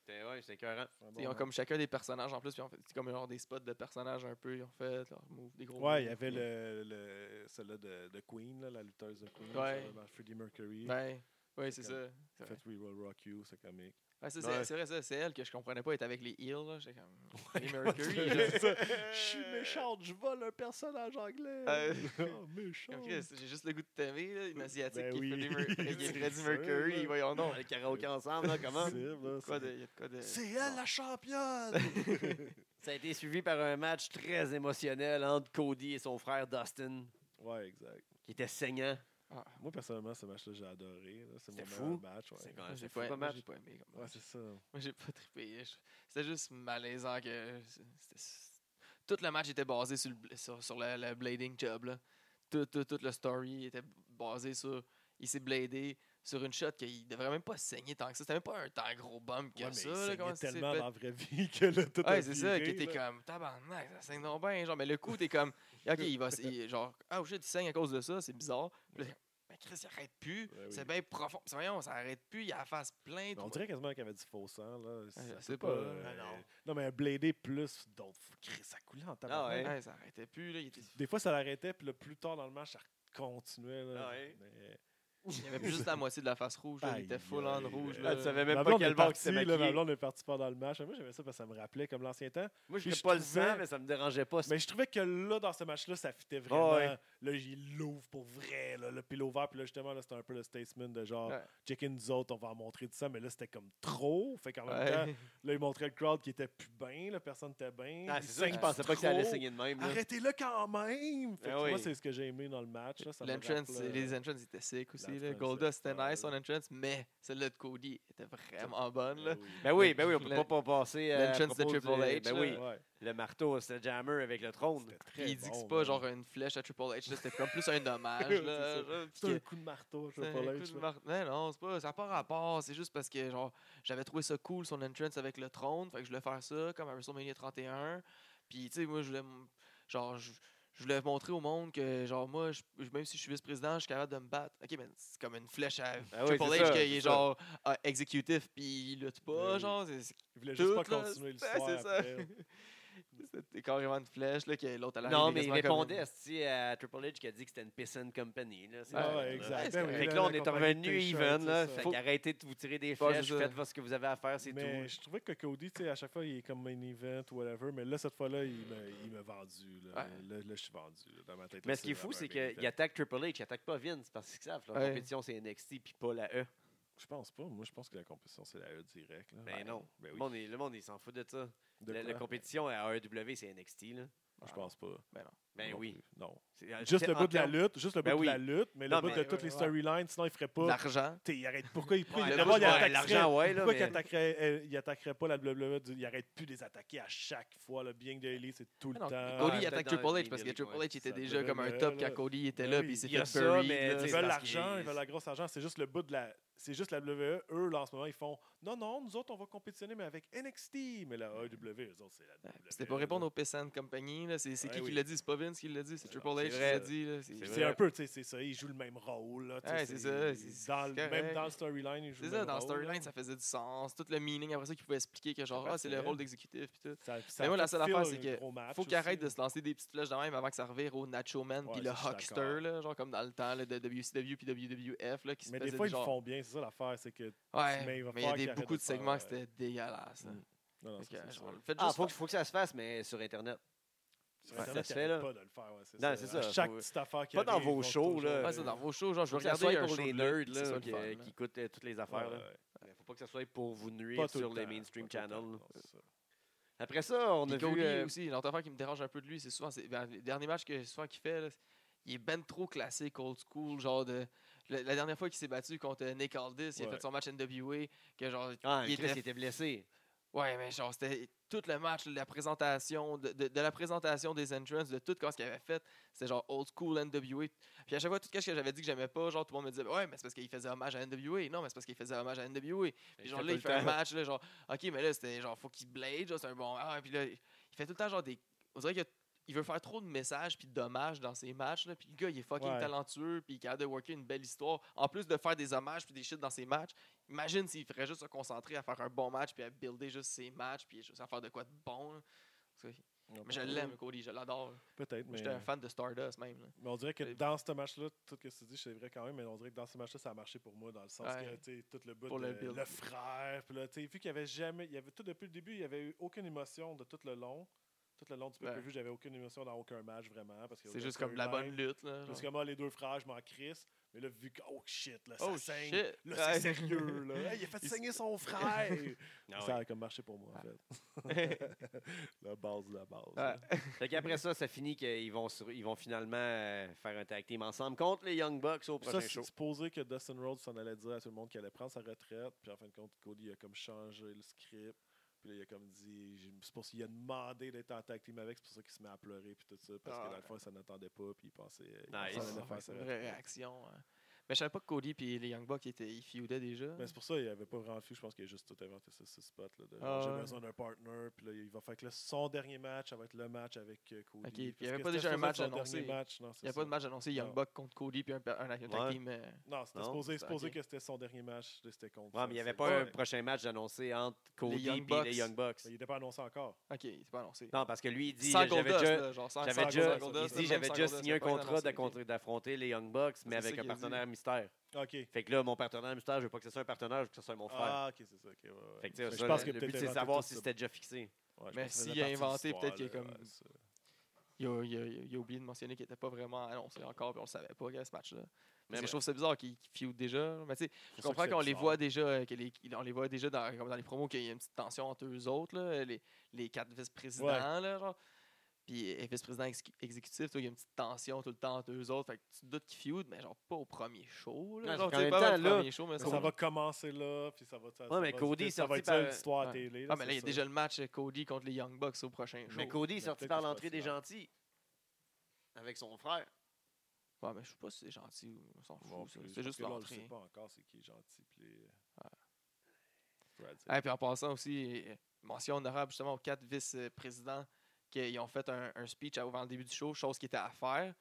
[SPEAKER 1] c'était- Ouais, c'était écœurant.
[SPEAKER 3] c'est un
[SPEAKER 2] Ils
[SPEAKER 3] bon
[SPEAKER 2] ont comme chacun des personnages en plus, puis ils ont fait- c'est comme genre des spots de personnages un peu, ils ont fait leurs moves, des gros
[SPEAKER 3] Ouais, il
[SPEAKER 2] moves.
[SPEAKER 3] y avait le, le- celle-là de, de Queen, là, la lutteuse de Queen,
[SPEAKER 2] Ouais.
[SPEAKER 3] celle-là, ben, Freddie Mercury.
[SPEAKER 2] Ouais, ouais, c'est
[SPEAKER 3] C'est
[SPEAKER 2] ça.
[SPEAKER 3] comme-
[SPEAKER 2] c'est
[SPEAKER 3] Fait We Will Rock You, c'est comique.
[SPEAKER 2] Ouais, ça,
[SPEAKER 1] Ouais.
[SPEAKER 2] c'est c'est vrai, ça, c'est elle que je comprenais pas, elle était avec les heels, là. J'étais comme. les Mercury, là.
[SPEAKER 3] C'est ça. Je suis méchante, je vole un personnage anglais.
[SPEAKER 2] Euh.
[SPEAKER 3] Oh, méchant.
[SPEAKER 2] Comme Chris, j'ai juste le goût de t'aimer, là, une asiatique
[SPEAKER 3] Ben
[SPEAKER 2] qui
[SPEAKER 3] oui.
[SPEAKER 2] est Freddie Mer- qui est
[SPEAKER 3] C'est
[SPEAKER 2] Freddie
[SPEAKER 3] sûr,
[SPEAKER 2] Mercury,
[SPEAKER 3] là.
[SPEAKER 2] voyons
[SPEAKER 1] On
[SPEAKER 2] donc.
[SPEAKER 1] a le karaoké ensemble, là, comment?
[SPEAKER 3] Possible, là, c'est-
[SPEAKER 2] Quoi de- y a de quoi de-
[SPEAKER 3] C'est elle la championne!
[SPEAKER 1] Ça a été suivi par un match très émotionnel entre Cody et son frère Dustin,
[SPEAKER 3] ouais, exact.
[SPEAKER 1] qui était saignant.
[SPEAKER 2] Ah,
[SPEAKER 3] Moi, personnellement, ce match-là, j'ai adoré. là. C'est mon
[SPEAKER 1] C'était
[SPEAKER 3] meilleur
[SPEAKER 1] fou.
[SPEAKER 3] match. Ouais,
[SPEAKER 1] C'est quand
[SPEAKER 2] moi,
[SPEAKER 1] même
[SPEAKER 2] j'ai
[SPEAKER 1] c'est
[SPEAKER 2] pas,
[SPEAKER 1] fou comme
[SPEAKER 2] moi,
[SPEAKER 1] match.
[SPEAKER 2] j'ai pas aimé. comme
[SPEAKER 3] ouais
[SPEAKER 2] match.
[SPEAKER 3] c'est ça.
[SPEAKER 2] Moi, j'ai pas trippé. Je- C'était juste malaisant que. c'était- Tout le match était basé sur le, bl- sur, sur le, le blading job. Là. Tout, tout, tout le story était basé sur. Il s'est bladé sur une shot qu'il devrait même pas saigner tant que ça. C'était même pas un tant gros bump que
[SPEAKER 3] Ouais, mais
[SPEAKER 2] ça.
[SPEAKER 3] il
[SPEAKER 2] là,
[SPEAKER 3] saignait
[SPEAKER 2] comment ça s'est
[SPEAKER 3] tellement
[SPEAKER 2] fait?
[SPEAKER 3] dans la vraie vie que là, tout a
[SPEAKER 2] Ouais, c'est ça, qui
[SPEAKER 3] viré,
[SPEAKER 2] était
[SPEAKER 3] là.
[SPEAKER 2] comme tabarnak, ça saigne donc bien. Genre, mais le coup, t'es comme, ok, il va. s- il- genre, ah, shit, il saigne à cause de ça, c'est bizarre. Puis là, mais Chris, il arrête plus.
[SPEAKER 3] Ouais,
[SPEAKER 2] C'est
[SPEAKER 3] oui.
[SPEAKER 2] bien profond. Puis voyons, ça arrête plus, il a la face pleine.
[SPEAKER 3] Mais On dirait quasiment qu'il y avait du faux sang, là. Ça
[SPEAKER 2] je
[SPEAKER 3] peut
[SPEAKER 2] sais pas, là.
[SPEAKER 1] Ah,
[SPEAKER 3] euh,
[SPEAKER 1] non.
[SPEAKER 3] non. mais un bladé plus d'autres. Chris, ça coulait en tabac.
[SPEAKER 1] ouais.
[SPEAKER 2] Ah Ouais, ça arrêtait plus, là. Il était
[SPEAKER 3] Des fois, ça l'arrêtait, puis là, plus tard dans le match, ça continuait. Là.
[SPEAKER 1] Ah ouais.
[SPEAKER 3] Mais- euh,
[SPEAKER 2] Il y avait plus juste la moitié de la face rouge. là. Il était
[SPEAKER 3] Aïe,
[SPEAKER 2] full en
[SPEAKER 3] aïe,
[SPEAKER 2] rouge.
[SPEAKER 3] aïe.
[SPEAKER 2] Là.
[SPEAKER 1] Ah, tu savais même
[SPEAKER 3] Ma
[SPEAKER 1] pas
[SPEAKER 3] blonde
[SPEAKER 1] quel
[SPEAKER 3] est
[SPEAKER 1] bord qui s'est
[SPEAKER 3] partie, là,
[SPEAKER 1] maquillé.
[SPEAKER 3] Ma blonde est partie pendant le match. Ah, Moi, j'aimais ça parce que ça me rappelait comme l'ancien temps.
[SPEAKER 1] Moi, je
[SPEAKER 3] Puis
[SPEAKER 1] n'ai
[SPEAKER 3] je
[SPEAKER 1] pas le
[SPEAKER 3] trouvais-
[SPEAKER 1] sang, mais ça me dérangeait pas.
[SPEAKER 3] Mais je trouvais que là, dans ce match-là, ça fitait vraiment.
[SPEAKER 1] Ah ouais.
[SPEAKER 3] Là, il l'ouvre pour vrai. Là, là, puis l'ouvert, puis là, justement, là, c'était un peu le statement de genre,
[SPEAKER 2] Ouais.
[SPEAKER 3] check-in nous autres, on va en montrer du sang. Mais là, c'était comme trop. Fait qu'en même temps,
[SPEAKER 2] Ouais.
[SPEAKER 3] Là, il montrait le crowd qui était plus bien, là, personne n'était bien.
[SPEAKER 1] Ah,
[SPEAKER 3] il
[SPEAKER 1] c'est ça, je
[SPEAKER 3] saigne
[SPEAKER 1] pensais pas que ça allait
[SPEAKER 3] trop.
[SPEAKER 1] saigner de même. là.
[SPEAKER 3] Arrêtez-le quand même! Fait que
[SPEAKER 1] Ah oui.
[SPEAKER 3] Moi, c'est ce que j'ai aimé dans le match. là, ça me euh,
[SPEAKER 2] L'entrance,
[SPEAKER 3] rappelait-
[SPEAKER 2] les entrances étaient sick aussi. Là.
[SPEAKER 3] l'entrance,
[SPEAKER 2] Golda, c'était
[SPEAKER 3] ouais,
[SPEAKER 2] nice son
[SPEAKER 3] là.
[SPEAKER 2] entrance, mais celle-là de Cody était vraiment bonne. Là.
[SPEAKER 3] Ah
[SPEAKER 1] Ben oui, ben oui, on peut
[SPEAKER 2] Le-
[SPEAKER 1] pas pas passer à
[SPEAKER 2] l'entrance de
[SPEAKER 1] propos du-
[SPEAKER 2] Triple H,
[SPEAKER 1] Ben
[SPEAKER 2] là.
[SPEAKER 1] oui,
[SPEAKER 3] Ouais,
[SPEAKER 1] le marteau, c'est le jammer avec le trône.
[SPEAKER 3] c'était très
[SPEAKER 2] Puis il dit que
[SPEAKER 3] bon,
[SPEAKER 2] c'est pas
[SPEAKER 3] là.
[SPEAKER 2] genre une flèche à Triple H, là, c'était comme plus un
[SPEAKER 3] C'est
[SPEAKER 2] hommage. là,
[SPEAKER 3] ça.
[SPEAKER 2] genre, puis
[SPEAKER 3] C'est un
[SPEAKER 2] que-
[SPEAKER 3] coup de marteau, je
[SPEAKER 2] c'est
[SPEAKER 3] sais
[SPEAKER 2] un
[SPEAKER 3] pas
[SPEAKER 2] coup
[SPEAKER 3] l'âge.
[SPEAKER 2] de mar- Mais non, c'est pas, ça n'a pas rapport, c'est juste parce que genre j'avais trouvé ça cool son entrance avec le trône, fait que je voulais faire ça comme à WrestleMania 31. Puis tu sais moi je voulais m- genre je, je voulais montrer au monde que genre moi je- je- même si je suis vice-président, je suis capable de me battre. OK, mais c'est comme une flèche à
[SPEAKER 1] Ah oui,
[SPEAKER 2] Triple
[SPEAKER 1] c'est ça,
[SPEAKER 2] H qui
[SPEAKER 1] c'est
[SPEAKER 2] est
[SPEAKER 1] ça.
[SPEAKER 2] genre ah, exécutif puis il lutte
[SPEAKER 3] Ben
[SPEAKER 2] pas
[SPEAKER 3] oui.
[SPEAKER 2] genre c'est- c'est
[SPEAKER 3] Il voulait juste pas
[SPEAKER 2] tout, là,
[SPEAKER 3] continuer
[SPEAKER 2] c'est-
[SPEAKER 3] l'histoire.
[SPEAKER 2] c'est ça.
[SPEAKER 3] après.
[SPEAKER 2] C'était carrément une flèche là que l'autre allait
[SPEAKER 1] Non, mais il répondait esti, à Triple H qui a dit que c'était une pissant company. Là, c'est
[SPEAKER 2] Ah
[SPEAKER 1] vrai,
[SPEAKER 3] Ouais,
[SPEAKER 1] là.
[SPEAKER 3] exact.
[SPEAKER 2] c'est
[SPEAKER 3] Ben oui,
[SPEAKER 1] Fait que
[SPEAKER 3] la
[SPEAKER 1] là, on est
[SPEAKER 3] compagnie de
[SPEAKER 1] revenu
[SPEAKER 3] t-shirts,
[SPEAKER 1] even.
[SPEAKER 3] c'est
[SPEAKER 1] Là,
[SPEAKER 3] ça.
[SPEAKER 1] fait
[SPEAKER 2] Faut-
[SPEAKER 1] qu'arrêtez de vous tirer des
[SPEAKER 2] Ouais, c'est
[SPEAKER 1] flèches,
[SPEAKER 2] ça.
[SPEAKER 1] faites votre- ce que vous avez à faire, c'est
[SPEAKER 3] Mais
[SPEAKER 1] tout.
[SPEAKER 3] je trouvais que Cody, tu sais, à chaque fois, il est comme main event, whatever. Mais là, cette fois-là, il m'a- il m'a vendu. Là,
[SPEAKER 2] Ouais.
[SPEAKER 3] Là, là, je suis vendu. là, dans ma tête,
[SPEAKER 1] Mais
[SPEAKER 3] là,
[SPEAKER 1] ce qui est fou,
[SPEAKER 3] vraiment
[SPEAKER 1] c'est
[SPEAKER 3] un main
[SPEAKER 1] qu'il
[SPEAKER 3] event.
[SPEAKER 1] attaque Triple H, il attaque pas Vince, parce qu'ils savent, leur
[SPEAKER 2] Ouais.
[SPEAKER 1] compétition, c'est NXT, puis pas la
[SPEAKER 3] Ben
[SPEAKER 1] E.
[SPEAKER 3] Je pense pas. Moi, je pense que la compétition, c'est la E direct. là.
[SPEAKER 1] Ben
[SPEAKER 3] Ouais.
[SPEAKER 1] non.
[SPEAKER 3] Ben
[SPEAKER 1] Le
[SPEAKER 3] oui.
[SPEAKER 1] monde, est- le monde, il s'en fout de ça.
[SPEAKER 3] De
[SPEAKER 1] La, la
[SPEAKER 3] quoi?
[SPEAKER 1] compétition à AEW, c'est NXT. Là.
[SPEAKER 3] Je pense pas.
[SPEAKER 1] Ben
[SPEAKER 3] Non
[SPEAKER 1] oui. Euh,
[SPEAKER 3] plus. Non.
[SPEAKER 1] C'est-
[SPEAKER 3] Juste le
[SPEAKER 1] en
[SPEAKER 3] bout de la
[SPEAKER 1] termes-
[SPEAKER 3] lutte, juste le bout
[SPEAKER 1] Ben
[SPEAKER 3] de la lutte, mais
[SPEAKER 1] Non,
[SPEAKER 3] le bout
[SPEAKER 1] mais-
[SPEAKER 3] de toutes les
[SPEAKER 2] ouais.
[SPEAKER 3] storylines, sinon il ferait pas.
[SPEAKER 2] l'argent.
[SPEAKER 3] T'sais, il arrête. Pourquoi il pourquoi
[SPEAKER 2] Ouais,
[SPEAKER 3] il-
[SPEAKER 2] le
[SPEAKER 3] d'abord,
[SPEAKER 2] bout
[SPEAKER 3] il
[SPEAKER 2] de- ouais,
[SPEAKER 3] attaquerait-
[SPEAKER 1] l'argent, ouais, là,
[SPEAKER 3] Pourquoi
[SPEAKER 1] mais-
[SPEAKER 3] qu'il attaquerait, euh, il attaquerait pas la WWE du- Il arrête plus de les attaquer à chaque fois, le bien de Elite, c'est tout le
[SPEAKER 2] Non,
[SPEAKER 3] temps.
[SPEAKER 1] Ah Cody, il
[SPEAKER 2] Cody attaque
[SPEAKER 1] attaque
[SPEAKER 2] Triple
[SPEAKER 1] dans les
[SPEAKER 2] H parce que
[SPEAKER 1] délires,
[SPEAKER 2] Triple
[SPEAKER 1] ouais.
[SPEAKER 2] H était
[SPEAKER 3] Ça
[SPEAKER 2] déjà
[SPEAKER 3] devait
[SPEAKER 2] comme un
[SPEAKER 3] le-
[SPEAKER 2] top quand
[SPEAKER 3] le-
[SPEAKER 2] Cody était
[SPEAKER 3] Ben
[SPEAKER 2] là
[SPEAKER 3] oui,
[SPEAKER 2] puis il s'est
[SPEAKER 1] il y a
[SPEAKER 2] fait
[SPEAKER 1] ça, mais,
[SPEAKER 2] buried.
[SPEAKER 1] tu
[SPEAKER 2] là.
[SPEAKER 1] sais,
[SPEAKER 3] Ils
[SPEAKER 1] parce
[SPEAKER 3] veulent
[SPEAKER 1] qu'il-
[SPEAKER 3] l'argent, ils veulent la grosse argent. C'est juste le bout de la. C'est juste la WWE. Eux, là, en ce moment, ils font Non, non, nous autres, on va compétitionner, mais avec NXT. Mais la AEW, eux autres, c'est la E,
[SPEAKER 2] Ouais,
[SPEAKER 3] WWE.
[SPEAKER 2] puis C'était pour répondre aux Pissant Company. là. C'est c'est
[SPEAKER 3] Ouais,
[SPEAKER 2] qui qui
[SPEAKER 3] Ben oui.
[SPEAKER 2] l'a dit? C'est pas Vince qui l'a dit, c'est Triple
[SPEAKER 3] c'est
[SPEAKER 2] H qui
[SPEAKER 1] vrai.
[SPEAKER 2] l'a dit. là. C'est-
[SPEAKER 1] C'est
[SPEAKER 3] C'est un peu, tu sais, c'est ça. Ils jouent le même rôle. Là, tu sais,
[SPEAKER 2] Ouais, c'est ça, c'est-
[SPEAKER 3] dans le-
[SPEAKER 2] c'est
[SPEAKER 3] même
[SPEAKER 2] correct.
[SPEAKER 3] dans le storyline, ils jouent
[SPEAKER 2] C'est
[SPEAKER 3] le
[SPEAKER 2] ça,
[SPEAKER 3] même
[SPEAKER 2] dans
[SPEAKER 3] rôle, là.
[SPEAKER 2] Storyline, ça faisait du sens. Tout le meaning après ça qu'il pouvait expliquer que genre,
[SPEAKER 3] Ça
[SPEAKER 2] ah, c'est le
[SPEAKER 3] passait.
[SPEAKER 2] rôle d'exécutif. puis tout.
[SPEAKER 3] Ça, ça
[SPEAKER 2] Mais moi, la
[SPEAKER 3] fait
[SPEAKER 2] seule affaire,
[SPEAKER 3] feel
[SPEAKER 2] c'est que
[SPEAKER 3] gros match
[SPEAKER 2] Faut qu'il arrête de
[SPEAKER 3] Ah, aussi. euh,
[SPEAKER 2] se lancer des petites flèches de même avant que ça revire au Nacho Man puis
[SPEAKER 3] Ouais,
[SPEAKER 2] le
[SPEAKER 3] ça, je suis
[SPEAKER 2] Huckster,
[SPEAKER 3] d'accord.
[SPEAKER 2] là, genre comme dans le temps là, de WCW puis WWF là, qui se
[SPEAKER 3] Mais des
[SPEAKER 2] faisaient
[SPEAKER 3] fois,
[SPEAKER 2] du
[SPEAKER 3] ils le
[SPEAKER 2] genre-
[SPEAKER 3] font bien, c'est ça l'affaire. C'est que.
[SPEAKER 2] Ouais,
[SPEAKER 3] mais il va
[SPEAKER 2] mais il y a
[SPEAKER 3] falloir
[SPEAKER 2] des,
[SPEAKER 3] qu'il arrête
[SPEAKER 2] beaucoup
[SPEAKER 3] de
[SPEAKER 2] de segments que
[SPEAKER 3] faire, euh,
[SPEAKER 2] c'était dégueulasse. là.
[SPEAKER 3] Mm. Non, non,
[SPEAKER 2] Fait
[SPEAKER 3] ça,
[SPEAKER 2] que,
[SPEAKER 3] c'est
[SPEAKER 2] genre,
[SPEAKER 3] sûr.
[SPEAKER 2] faites
[SPEAKER 1] Ah,
[SPEAKER 2] juste
[SPEAKER 1] faut, que- faut que ça se fasse, mais sur Internet.
[SPEAKER 3] Sur
[SPEAKER 1] Ouais,
[SPEAKER 3] Internet,
[SPEAKER 1] ça se
[SPEAKER 3] ils
[SPEAKER 1] fait,
[SPEAKER 3] arrêtent
[SPEAKER 1] là.
[SPEAKER 3] pas de le faire. Ouais, c'est
[SPEAKER 1] Non,
[SPEAKER 3] ça.
[SPEAKER 1] c'est
[SPEAKER 3] À
[SPEAKER 1] ça,
[SPEAKER 3] chaque
[SPEAKER 1] faut-
[SPEAKER 3] petite affaire qui
[SPEAKER 1] pas dans
[SPEAKER 3] arrive,
[SPEAKER 1] vos
[SPEAKER 3] ils font
[SPEAKER 1] shows,
[SPEAKER 3] toujours,
[SPEAKER 1] là.
[SPEAKER 3] ouais,
[SPEAKER 2] Ouais, c'est dans vos shows, genre, je veux regarder
[SPEAKER 1] Euh, ça soit
[SPEAKER 2] un
[SPEAKER 1] pour
[SPEAKER 2] show
[SPEAKER 1] les
[SPEAKER 2] de lutte,
[SPEAKER 1] nerds
[SPEAKER 2] puis que ce
[SPEAKER 1] là,
[SPEAKER 2] soit le
[SPEAKER 1] qui,
[SPEAKER 2] fun, hein.
[SPEAKER 1] euh,
[SPEAKER 2] là.
[SPEAKER 1] qui écoutent euh, toutes les affaires.
[SPEAKER 3] ouais,
[SPEAKER 1] là.
[SPEAKER 3] ouais.
[SPEAKER 1] Mais faut pas que ça soit pour vous nuire
[SPEAKER 3] Pas tout
[SPEAKER 1] sur
[SPEAKER 3] le
[SPEAKER 1] les
[SPEAKER 3] temps,
[SPEAKER 1] mainstream
[SPEAKER 3] pas tout le temps,
[SPEAKER 1] channels.
[SPEAKER 3] non, c'est ça.
[SPEAKER 1] Après ça, on a
[SPEAKER 2] Puis
[SPEAKER 1] vu.
[SPEAKER 2] Cody
[SPEAKER 1] euh,
[SPEAKER 2] aussi, l'autre affaire qui me dérange un peu de lui, c'est souvent, c'est, ben, le dernier match que souvent qu'il fait, là, il est ben trop classique, old school, genre de. La, la dernière fois qu'il s'est battu contre euh, Nick Aldis, il a
[SPEAKER 3] Ouais.
[SPEAKER 2] fait son match NWA, que genre,
[SPEAKER 1] Ah,
[SPEAKER 2] il
[SPEAKER 1] Chris, il
[SPEAKER 2] était-
[SPEAKER 1] était blessé.
[SPEAKER 2] ouais, mais genre, c'était tout le match, la présentation, de, de- de la présentation des entrances, de tout ce qu'il avait fait, c'était genre old school NWA. Puis à chaque fois, tout ce que j'avais dit que j'aimais pas, genre, tout le monde me disait, ouais, mais c'est parce qu'il faisait hommage à NWA. Non, mais c'est parce qu'il faisait hommage à NWA. Puis genre là, il fait un match, là, genre, OK, mais là, c'était genre, faut qu'il blade, là, c'est un bon. Ah, puis là, il fait tout le temps, genre, des. On dirait qu'il veut faire trop de messages puis d'hommages dans ses matchs, là. Puis le gars, il est fucking
[SPEAKER 3] Ouais.
[SPEAKER 2] talentueux, puis il est capable de worker une belle histoire. En plus de faire des hommages puis des shit dans ses matchs, imagine s'il ferait juste se concentrer à faire un bon match puis à builder juste ses matchs puis juste à faire de quoi de bon, là. En tout cas, Mais je l'aime, Cody, je l'adore.
[SPEAKER 3] Peut-être, mais,
[SPEAKER 2] J'étais un fan de Stardust, même. là.
[SPEAKER 3] mais on dirait que
[SPEAKER 2] J'ai-
[SPEAKER 3] dans ce match-là, tout ce que tu dis, c'est vrai quand même, mais on dirait que dans ce match-là, ça a marché pour moi, dans le sens que,
[SPEAKER 2] Ouais.
[SPEAKER 3] tu sais, tout le bout
[SPEAKER 2] Pour
[SPEAKER 3] de
[SPEAKER 2] le build.
[SPEAKER 3] frère, puis là, tu sais, vu qu'il y avait jamais, il y avait tout depuis le début, il y avait eu aucune émotion de tout le long. Tout le long du
[SPEAKER 2] Ouais.
[SPEAKER 3] pay-per-view, j'avais aucune émotion dans aucun match, vraiment. parce que
[SPEAKER 2] C'est juste comme la bonne lutte, là.
[SPEAKER 3] Parce que
[SPEAKER 2] genre.
[SPEAKER 3] moi, ah, les deux frères, je m'en crisse. Mais là, vu que, oh shit, là, ça
[SPEAKER 2] Oh
[SPEAKER 3] saigne.
[SPEAKER 2] shit!
[SPEAKER 3] Là, c'est
[SPEAKER 2] Ouais.
[SPEAKER 3] sérieux, là. Hey, il a fait
[SPEAKER 2] Il s-
[SPEAKER 3] saigner son frère.
[SPEAKER 1] Ah
[SPEAKER 3] ça
[SPEAKER 1] ouais.
[SPEAKER 3] a comme marché pour moi,
[SPEAKER 1] Ouais.
[SPEAKER 3] en fait. la base de la base.
[SPEAKER 2] Ouais.
[SPEAKER 3] là.
[SPEAKER 1] Fait qu'après ça, ça finit qu'ils vont, sur- ils vont finalement euh, faire un tag team ensemble contre les Young Bucks au prochain
[SPEAKER 3] Ça, c'est
[SPEAKER 1] show.
[SPEAKER 3] supposé que Dustin Rhodes s'en allait dire à tout le monde qu'il allait prendre sa retraite. Puis en fin de compte, Cody a comme changé le script. Puis là, il a comme dit, j'ai- c'est pour ça qu'il a demandé d'être en tag team avec. C'est pour ça qu'il se met à pleurer. Puis tout ça. Parce que
[SPEAKER 2] Ah.
[SPEAKER 3] dans le fond, ça n'attendait pas. Puis il pensait il
[SPEAKER 1] Nice.
[SPEAKER 3] pensait qu'il allait
[SPEAKER 2] Ah,
[SPEAKER 3] faire
[SPEAKER 2] c'est
[SPEAKER 3] sa
[SPEAKER 2] une
[SPEAKER 3] retraite.
[SPEAKER 2] vraie réaction. hein. Mais je savais pas que Cody et les Young Bucks étaient, ils feudaient déjà.
[SPEAKER 3] Mais c'est pour ça qu'il avait pas vraiment fou. Je pense qu'il a juste tout inventé ce, ce spot. Là, de,
[SPEAKER 2] Ah
[SPEAKER 3] genre, J'ai
[SPEAKER 2] ouais.
[SPEAKER 3] besoin d'un partner. Puis là, il va faire que là, son dernier match, ça va être le match avec euh, Cody.
[SPEAKER 2] Ok, puis il y
[SPEAKER 3] parce
[SPEAKER 2] avait
[SPEAKER 3] que
[SPEAKER 2] pas
[SPEAKER 3] c'était
[SPEAKER 2] déjà un
[SPEAKER 3] supposé être
[SPEAKER 2] match
[SPEAKER 3] son
[SPEAKER 2] annoncé.
[SPEAKER 3] dernier match, non,
[SPEAKER 2] Il
[SPEAKER 3] c'est
[SPEAKER 2] n'y
[SPEAKER 3] ça.
[SPEAKER 2] a
[SPEAKER 3] Ah.
[SPEAKER 2] pas de match annoncé Young
[SPEAKER 3] Non.
[SPEAKER 2] Bucks contre Cody puis un, per- un, un
[SPEAKER 1] Ouais.
[SPEAKER 2] tag team. euh,
[SPEAKER 3] Non, c'était
[SPEAKER 1] Non,
[SPEAKER 3] supposé,
[SPEAKER 2] c'est ça,
[SPEAKER 3] supposé
[SPEAKER 2] ok.
[SPEAKER 3] que c'était son dernier match. là, C'était contre.
[SPEAKER 1] Ouais, mais il n'y avait
[SPEAKER 3] c'est-
[SPEAKER 1] pas
[SPEAKER 3] Ouais.
[SPEAKER 1] un prochain match annoncé entre
[SPEAKER 2] Les
[SPEAKER 1] Cody
[SPEAKER 2] Young
[SPEAKER 1] et
[SPEAKER 2] Bucks.
[SPEAKER 1] les Young Bucks.
[SPEAKER 3] Mais Il n'était pas annoncé encore.
[SPEAKER 2] Ok, c'est pas annoncé.
[SPEAKER 1] Non, parce que lui, il dit
[SPEAKER 2] Sans
[SPEAKER 1] j'avais
[SPEAKER 2] Goldust,
[SPEAKER 1] déjà,
[SPEAKER 2] là, genre, sans-
[SPEAKER 1] j'avais
[SPEAKER 2] sans
[SPEAKER 1] déjà,
[SPEAKER 2] Goldust,
[SPEAKER 1] il
[SPEAKER 2] même
[SPEAKER 1] dit j'avais
[SPEAKER 2] sans
[SPEAKER 1] déjà
[SPEAKER 2] Goldust,
[SPEAKER 1] signé
[SPEAKER 2] il
[SPEAKER 1] un
[SPEAKER 2] a pas été
[SPEAKER 1] contrat
[SPEAKER 2] annoncé,
[SPEAKER 1] d'a-
[SPEAKER 2] ok.
[SPEAKER 1] contre- d'affronter les Young Bucks, mais
[SPEAKER 2] C'est ça
[SPEAKER 1] avec un
[SPEAKER 2] qu'il a dit.
[SPEAKER 1] partenaire mystère.
[SPEAKER 3] Ok.
[SPEAKER 1] Fait que là, mon partenaire mystère, je veux pas que ce soit un partenaire, je veux que ce soit mon frère.
[SPEAKER 3] Ah, ok, c'est ça. ok, ouais, ouais.
[SPEAKER 1] Fait que, tu
[SPEAKER 3] Mais
[SPEAKER 1] sais,
[SPEAKER 3] je
[SPEAKER 1] ça,
[SPEAKER 3] pense
[SPEAKER 1] le-
[SPEAKER 3] que
[SPEAKER 1] le
[SPEAKER 3] peut-être
[SPEAKER 1] but, c'est de
[SPEAKER 3] inventé
[SPEAKER 1] savoir
[SPEAKER 3] tout
[SPEAKER 1] si
[SPEAKER 3] ça.
[SPEAKER 1] c'était déjà fixé.
[SPEAKER 3] Ouais, je
[SPEAKER 2] Mais
[SPEAKER 3] pense que ça faisait
[SPEAKER 2] s'il a
[SPEAKER 3] partie de
[SPEAKER 2] inventé,
[SPEAKER 3] l'histoire,
[SPEAKER 2] peut-être qu'il y a
[SPEAKER 3] là,
[SPEAKER 2] comme-
[SPEAKER 3] ouais, ça.
[SPEAKER 2] Il, a, il a- il a oublié de mentionner qu'il n'était pas vraiment annoncé encore puis on le savait pas, gars, ce match-là.
[SPEAKER 1] Mais
[SPEAKER 2] Parce que
[SPEAKER 1] bref.
[SPEAKER 2] je trouve ça bizarre qu'ils qu'ils feudent déjà. Mais tu sais,
[SPEAKER 3] C'est
[SPEAKER 2] je
[SPEAKER 3] sûr que
[SPEAKER 2] comprends
[SPEAKER 3] c'est
[SPEAKER 2] qu'on les
[SPEAKER 3] bizarre.
[SPEAKER 2] voit déjà, euh, que les- on les voit déjà dans, comme dans les promos qu'il y a une petite tension entre eux autres, là, les, les quatre vice-présidents, là, genre. Puis euh, vice-président ex- exécutif, tu vois, il y a une petite tension tout le temps entre eux autres. Fait que tu te doutes qu'ils feudent, mais genre pas au premier show. Là,
[SPEAKER 1] Ouais, c'est
[SPEAKER 2] genre, tu
[SPEAKER 1] qu'en
[SPEAKER 2] sais, pas
[SPEAKER 1] même
[SPEAKER 2] avant
[SPEAKER 1] temps,
[SPEAKER 2] le
[SPEAKER 1] là,
[SPEAKER 2] premier show, mais
[SPEAKER 3] Mais
[SPEAKER 2] ça
[SPEAKER 3] Ça va commencer là, puis ça va. ça- ça
[SPEAKER 1] mais
[SPEAKER 3] va-
[SPEAKER 1] Cody est
[SPEAKER 3] ça va
[SPEAKER 1] sorti
[SPEAKER 3] être ça
[SPEAKER 1] par-
[SPEAKER 3] l'histoire à
[SPEAKER 2] Ouais.
[SPEAKER 3] télé. là,
[SPEAKER 2] Ah, mais là,
[SPEAKER 3] c'est
[SPEAKER 2] il y a
[SPEAKER 3] ça.
[SPEAKER 2] déjà le match euh, Cody contre les Young Bucks au prochain show.
[SPEAKER 1] Mais Cody est
[SPEAKER 3] Mais
[SPEAKER 1] sorti
[SPEAKER 3] peut-être
[SPEAKER 1] par
[SPEAKER 3] que c'est pas
[SPEAKER 1] l'entrée des
[SPEAKER 3] final.
[SPEAKER 1] gentils avec son frère.
[SPEAKER 2] Ouais, Ah, mais je sais pas si c'est gentil ou on s'en fout.
[SPEAKER 3] Bon,
[SPEAKER 2] ça.
[SPEAKER 3] plus,
[SPEAKER 2] c'est
[SPEAKER 3] parce
[SPEAKER 2] juste
[SPEAKER 3] que là, on le sait
[SPEAKER 2] l'entrée.
[SPEAKER 3] pas encore c'est qui est gentil. Puis les... Brad, c'est-
[SPEAKER 2] Et puis en passant aussi, euh, mention honorable justement aux quatre vice-présidents qui ont fait un, un speech avant le début du show, chose qui était à faire.